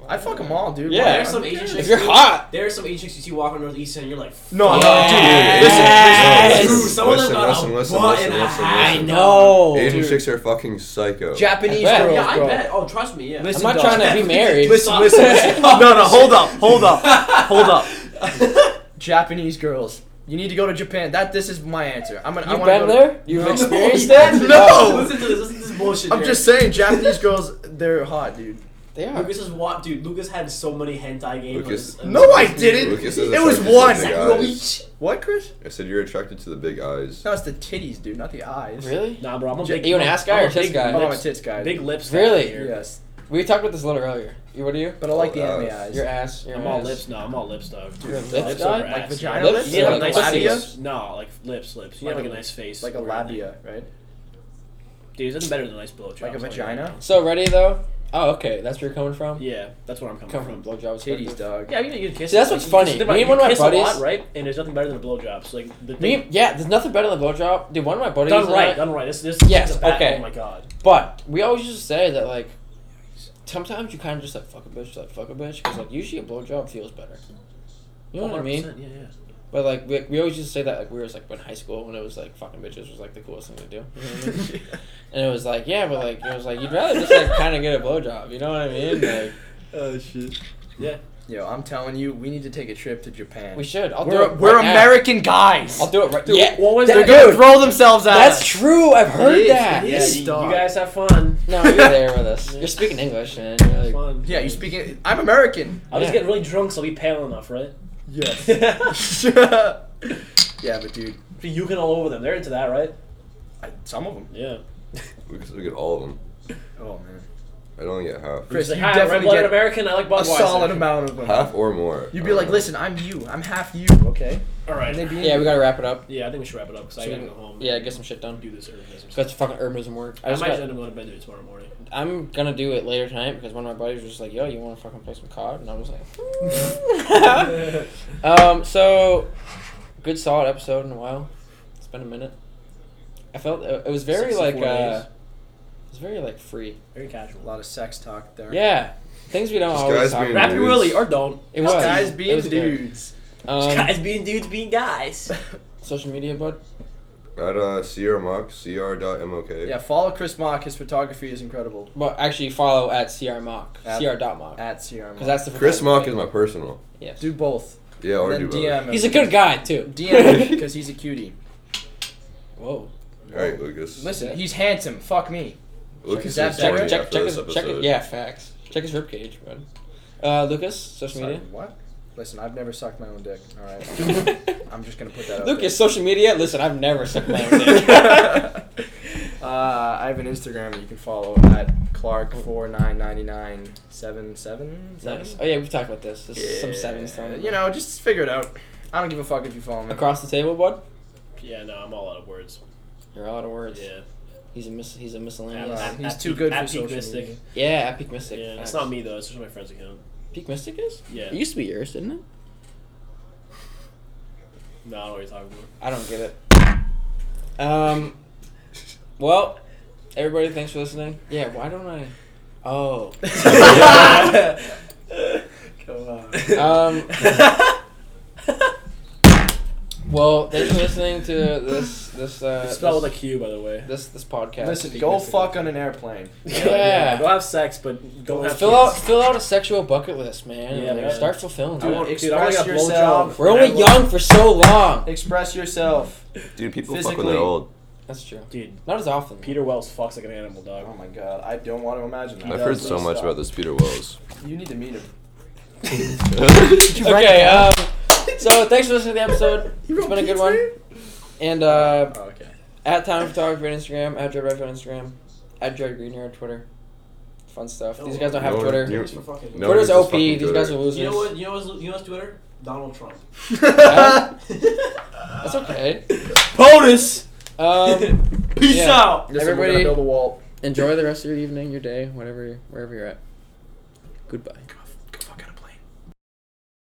Speaker 4: I'd fuck them all, dude.
Speaker 1: Yeah.
Speaker 4: Why
Speaker 3: There's
Speaker 4: not?
Speaker 3: some Asian chicks.
Speaker 1: you're
Speaker 3: you-
Speaker 1: hot.
Speaker 3: There are some Asian chicks you see walking northeast and you're like,
Speaker 4: No, no,
Speaker 3: fuck.
Speaker 1: dude, listen,
Speaker 3: Yes!
Speaker 1: listen,
Speaker 3: Dude, some of them
Speaker 2: listen,
Speaker 3: got
Speaker 2: listen,
Speaker 3: a
Speaker 2: listen,
Speaker 3: butt
Speaker 2: listen,
Speaker 3: and a
Speaker 2: listen,
Speaker 3: half.
Speaker 1: I know.
Speaker 2: Asian
Speaker 1: Oh, dude.
Speaker 2: chicks are fucking psycho.
Speaker 4: Japanese
Speaker 1: I bet.
Speaker 4: girls,
Speaker 1: Girls,
Speaker 3: Yeah, I
Speaker 4: bro.
Speaker 3: bet. Oh, trust me. Yeah.
Speaker 4: Listen,
Speaker 1: I'm not
Speaker 4: dog.
Speaker 1: trying to be married.
Speaker 4: Listen, listen, listen.
Speaker 3: Oh,
Speaker 4: No, no, hold
Speaker 3: shit.
Speaker 4: up, hold up, hold up. Japanese girls. You need to go to Japan. That this is my answer. I'm gonna. I
Speaker 1: You've
Speaker 4: wanna
Speaker 1: been
Speaker 4: go to-
Speaker 1: there? You've
Speaker 4: No.
Speaker 1: experienced that?
Speaker 4: No.
Speaker 3: Listen to this. Listen to this bullshit.
Speaker 4: I'm
Speaker 3: here.
Speaker 4: just saying, Japanese girls, they're hot, dude.
Speaker 1: They are.
Speaker 3: Lucas is what, dude. Lucas had so many hentai games.
Speaker 2: Lucas-
Speaker 3: on his-
Speaker 4: No, I didn't.
Speaker 2: Lucas is
Speaker 4: it was
Speaker 2: attracted to
Speaker 4: one.
Speaker 2: big
Speaker 3: No, we-
Speaker 2: eyes.
Speaker 4: What, Chris?
Speaker 2: I said you're attracted to the big eyes.
Speaker 4: No, it's the titties, dude, not the eyes.
Speaker 1: Really?
Speaker 3: Nah, bro. I'm a
Speaker 4: J-
Speaker 3: big.
Speaker 1: you an ass guy
Speaker 3: I'm a
Speaker 1: or tits
Speaker 3: big
Speaker 1: guy?
Speaker 4: Oh, I'm a
Speaker 3: lips-
Speaker 4: tits guy.
Speaker 3: Big lips. guy
Speaker 1: Really?
Speaker 3: here.
Speaker 4: Yes,
Speaker 1: We talked about this a little earlier. You, what are you?
Speaker 4: but I like the
Speaker 2: Oh,
Speaker 4: anime
Speaker 2: ass.
Speaker 4: eyes.
Speaker 1: Your ass. Your
Speaker 3: I'm all
Speaker 1: ass.
Speaker 3: lips. No, I'm all lips, dog.
Speaker 1: You're a
Speaker 3: Lips
Speaker 1: lips
Speaker 3: over
Speaker 1: guy?
Speaker 4: Like
Speaker 3: ass.
Speaker 4: vagina
Speaker 1: Lips?
Speaker 4: lips?
Speaker 1: Yeah,
Speaker 3: Yeah,
Speaker 1: like
Speaker 3: like
Speaker 1: pussy
Speaker 4: labia?
Speaker 1: lips.
Speaker 3: No, like lips, lips. You
Speaker 4: Like
Speaker 3: have like
Speaker 4: a-
Speaker 3: a nice face.
Speaker 4: Like a
Speaker 3: Or-
Speaker 4: labia, right?
Speaker 3: Dude, it's better than a nice blowjob.
Speaker 4: Like a
Speaker 3: I'll tell you
Speaker 4: vagina?
Speaker 3: that.
Speaker 1: So ready though? Oh, okay. That's where you're coming from.
Speaker 3: Yeah, that's where I'm coming
Speaker 1: Come
Speaker 3: from.
Speaker 1: from blowjob.
Speaker 4: Titties, dog.
Speaker 3: Yeah, I mean, you can kiss.
Speaker 1: See, that's
Speaker 3: like,
Speaker 1: what's
Speaker 3: you can-
Speaker 1: funny.
Speaker 3: think about
Speaker 1: Me
Speaker 3: it,
Speaker 1: and
Speaker 3: you
Speaker 1: one of my
Speaker 3: kiss a
Speaker 1: buddies-
Speaker 3: lot, right? And there's nothing better than a blowjob. So like the
Speaker 1: Me,
Speaker 3: thing,
Speaker 1: yeah. There's nothing better than blowjob. Dude, one of my buddies.
Speaker 3: done
Speaker 1: and
Speaker 3: right,
Speaker 1: I-
Speaker 3: done right. This this
Speaker 1: Yes,
Speaker 3: is a bad,
Speaker 1: okay.
Speaker 3: Oh my god.
Speaker 1: But we always used to say that like sometimes you kind of just like fuck a bitch, like fuck a bitch, because like usually a blowjob feels better. You know what I mean?
Speaker 3: 100%, Yeah, yeah.
Speaker 1: But like we, we always used to say that like we were like in high school when it was like fucking bitches was like the coolest thing to do. You know what I mean?
Speaker 3: Mm-hmm.
Speaker 1: and it was like yeah, but like it was like you'd rather just like kind of get a blowjob. You know what I mean? Like
Speaker 4: Oh shit.
Speaker 3: Yeah.
Speaker 4: Yo, I'm telling you, we need to take a trip to Japan.
Speaker 1: we should. I'll do
Speaker 4: We're,
Speaker 1: it.
Speaker 4: we're
Speaker 1: right now.
Speaker 4: American guys.
Speaker 1: I'll do it right.
Speaker 4: Dude,
Speaker 1: yeah.
Speaker 4: What was
Speaker 1: that-
Speaker 4: they're gonna
Speaker 1: dude,
Speaker 4: throw themselves at
Speaker 1: That's
Speaker 4: us.
Speaker 1: true. I've heard
Speaker 4: It is,
Speaker 1: that.
Speaker 4: it is.
Speaker 3: you,
Speaker 4: dog.
Speaker 3: you guys have fun.
Speaker 1: No, you're there with us. You're speaking English, man. You're
Speaker 3: Have
Speaker 1: like,
Speaker 3: fun.
Speaker 4: Yeah, you speak it. I'm American.
Speaker 3: I'll just
Speaker 1: Yeah.
Speaker 3: get really drunk, so I'll be pale enough, right?
Speaker 4: Yes.
Speaker 3: Be
Speaker 4: yeah, but dude,
Speaker 3: Yuking all over them. They're into that, right?
Speaker 4: I, some of them.
Speaker 3: Yeah.
Speaker 2: We could look at all of them.
Speaker 4: Oh man.
Speaker 2: I don't get half.
Speaker 4: Chris,
Speaker 3: Like,
Speaker 4: you
Speaker 3: hi, I'm
Speaker 4: definitely
Speaker 3: blooded
Speaker 4: get
Speaker 3: American. I like
Speaker 4: a
Speaker 3: Budweiser.
Speaker 4: solid amount of them.
Speaker 2: Half or more. Uh,
Speaker 4: You'd
Speaker 2: I
Speaker 4: be
Speaker 2: don't
Speaker 4: like,
Speaker 2: know.
Speaker 4: listen, I'm you. I'm half you, okay?
Speaker 3: All
Speaker 4: And
Speaker 3: right.
Speaker 4: they'd be
Speaker 1: yeah, we gotta wrap it up.
Speaker 3: Yeah, I think we should wrap it up because I
Speaker 1: Should
Speaker 3: gotta
Speaker 1: we-
Speaker 3: go home.
Speaker 1: Yeah, get some shit done.
Speaker 3: do this urbanism.
Speaker 1: Got some fucking urbanism work. I
Speaker 3: I
Speaker 1: just
Speaker 3: might
Speaker 1: got,
Speaker 3: end up going to bed to do it tomorrow morning.
Speaker 1: I'm gonna do it later tonight because one of my buddies was just like, "Yo, you want to fucking play some COD?" And I was like, "Um, so good, solid episode in a while. It's been a minute. I felt it, it was very
Speaker 3: 64
Speaker 1: like uh,
Speaker 3: days.
Speaker 1: it was very like free.
Speaker 3: Very casual.
Speaker 4: a lot of sex talk there.
Speaker 1: Yeah, things we don't
Speaker 2: This
Speaker 1: always
Speaker 2: guy's
Speaker 1: talk
Speaker 2: being
Speaker 1: about.
Speaker 3: Rap your
Speaker 2: Dudes.
Speaker 3: willy or don't.
Speaker 1: It was
Speaker 4: Guys
Speaker 1: it
Speaker 4: being
Speaker 1: was good.
Speaker 4: dudes.
Speaker 1: Um,
Speaker 3: being dudes being guys.
Speaker 1: social media, bud.
Speaker 2: At uh, CR Mock, CR.MOK.
Speaker 4: yeah, follow Chris Mock. His photography is incredible.
Speaker 1: Well, actually, follow at cr mock
Speaker 4: At-
Speaker 1: cr dot mock
Speaker 4: At CR
Speaker 1: because
Speaker 4: Mock.
Speaker 1: that's the
Speaker 2: Chris Mock
Speaker 1: photography.
Speaker 2: is my personal.
Speaker 1: Yes.
Speaker 4: Do both.
Speaker 2: Yeah, or
Speaker 4: and
Speaker 2: do
Speaker 4: then
Speaker 2: both.
Speaker 4: DM him.
Speaker 1: He's a good guy too.
Speaker 4: DM because he's a cutie.
Speaker 1: Whoa.
Speaker 2: All right, Lucas.
Speaker 4: Listen, he's handsome. Fuck me.
Speaker 2: Lucas
Speaker 4: check-
Speaker 2: is
Speaker 4: check-
Speaker 2: horny
Speaker 1: check,
Speaker 2: after
Speaker 1: check,
Speaker 2: this
Speaker 1: his, check
Speaker 2: episode.
Speaker 1: his, yeah, facts. Check his ribcage, man. Uh, Lucas, social
Speaker 4: Sorry,
Speaker 1: media.
Speaker 4: what? Listen, I've never sucked my own dick. All right. I'm just gonna put that. out
Speaker 1: Lucas,
Speaker 4: there.
Speaker 1: social media. Listen, I've never sucked my own dick.
Speaker 4: uh, I have an Instagram that you can follow at Clark four nine ninety nine seven seven.
Speaker 1: nice. Oh yeah, we've talked about this. This is some sevens thing.
Speaker 4: You know, just figure it out. I don't give a fuck if you follow me.
Speaker 1: across the table, bud.
Speaker 3: Yeah, no, I'm all out of words.
Speaker 1: You're out of words.
Speaker 3: Yeah.
Speaker 1: He's a mis- he's a
Speaker 4: Uh,
Speaker 1: miscellaneous.
Speaker 3: Yeah. At-
Speaker 4: he's
Speaker 3: at
Speaker 4: too
Speaker 3: peak-
Speaker 4: good for
Speaker 3: at peak
Speaker 4: social
Speaker 3: mystic.
Speaker 4: media.
Speaker 1: Yeah, at Peak Mystic.
Speaker 3: Yeah,
Speaker 1: facts.
Speaker 3: that's not me though. It's just my friend's account.
Speaker 1: Peak Mystic is.
Speaker 3: Yeah.
Speaker 1: It used to be yours, didn't it?
Speaker 3: No, I don't know what you're talking about.
Speaker 1: I don't get it. Um. Well, everybody, thanks for listening. Yeah. Why don't I? Oh.
Speaker 4: Come on.
Speaker 1: Um. Well, thanks for listening to this this uh,
Speaker 3: It's spelled with
Speaker 1: this,
Speaker 3: a Q, by the way.
Speaker 1: this this podcast.
Speaker 4: Listen,
Speaker 1: Peak
Speaker 4: go
Speaker 1: Mystic.
Speaker 4: fuck on an airplane.
Speaker 1: Yeah.
Speaker 3: Go have sex, but don't have
Speaker 1: Fill out
Speaker 3: kids.
Speaker 1: fill out a sexual bucket list, man.
Speaker 3: Yeah,
Speaker 1: Like,
Speaker 3: man.
Speaker 1: start fulfilling.
Speaker 3: Dude,
Speaker 1: it.
Speaker 3: want- dude, I wanna
Speaker 4: express
Speaker 3: get a
Speaker 4: yourself.
Speaker 3: blowjob.
Speaker 1: We're only
Speaker 3: I want-
Speaker 1: young for so long.
Speaker 4: Express yourself.
Speaker 2: Dude, people fuck when
Speaker 4: Physically.
Speaker 2: they're old.
Speaker 1: That's true.
Speaker 3: Dude,
Speaker 1: Not as often.
Speaker 3: Peter Wells fucks like an animal,
Speaker 4: Oh
Speaker 3: dog.
Speaker 4: my god, I don't want to imagine that.
Speaker 2: I've
Speaker 3: does
Speaker 2: heard
Speaker 3: those
Speaker 2: so much
Speaker 3: stuff.
Speaker 2: about this Peter Wells.
Speaker 4: You need to meet him.
Speaker 1: okay. Um, So thanks for listening to the episode. It's been a good one. And uh,
Speaker 4: oh, okay.
Speaker 1: at Town Photography on Instagram, at Jared Redfield on Instagram, at Jared Green here on Twitter. Fun stuff. These guys don't have
Speaker 2: No,
Speaker 1: Twitter.
Speaker 2: you-
Speaker 3: Thanks for fucking.
Speaker 2: No,
Speaker 1: Twitter's
Speaker 2: it's just
Speaker 1: OP.
Speaker 2: fucking
Speaker 1: These guys
Speaker 2: Twitter.
Speaker 1: are
Speaker 3: You
Speaker 1: losers.
Speaker 3: know what? You know what's, you know what's Twitter? Donald Trump.
Speaker 1: That's okay.
Speaker 3: POTUS.
Speaker 1: Um,
Speaker 3: Peace
Speaker 1: Yeah.
Speaker 3: out.
Speaker 4: Listen, we're gonna
Speaker 1: Everybody-
Speaker 4: build a wall.
Speaker 1: enjoy the rest of your evening, your day, whatever, wherever you're at. Goodbye.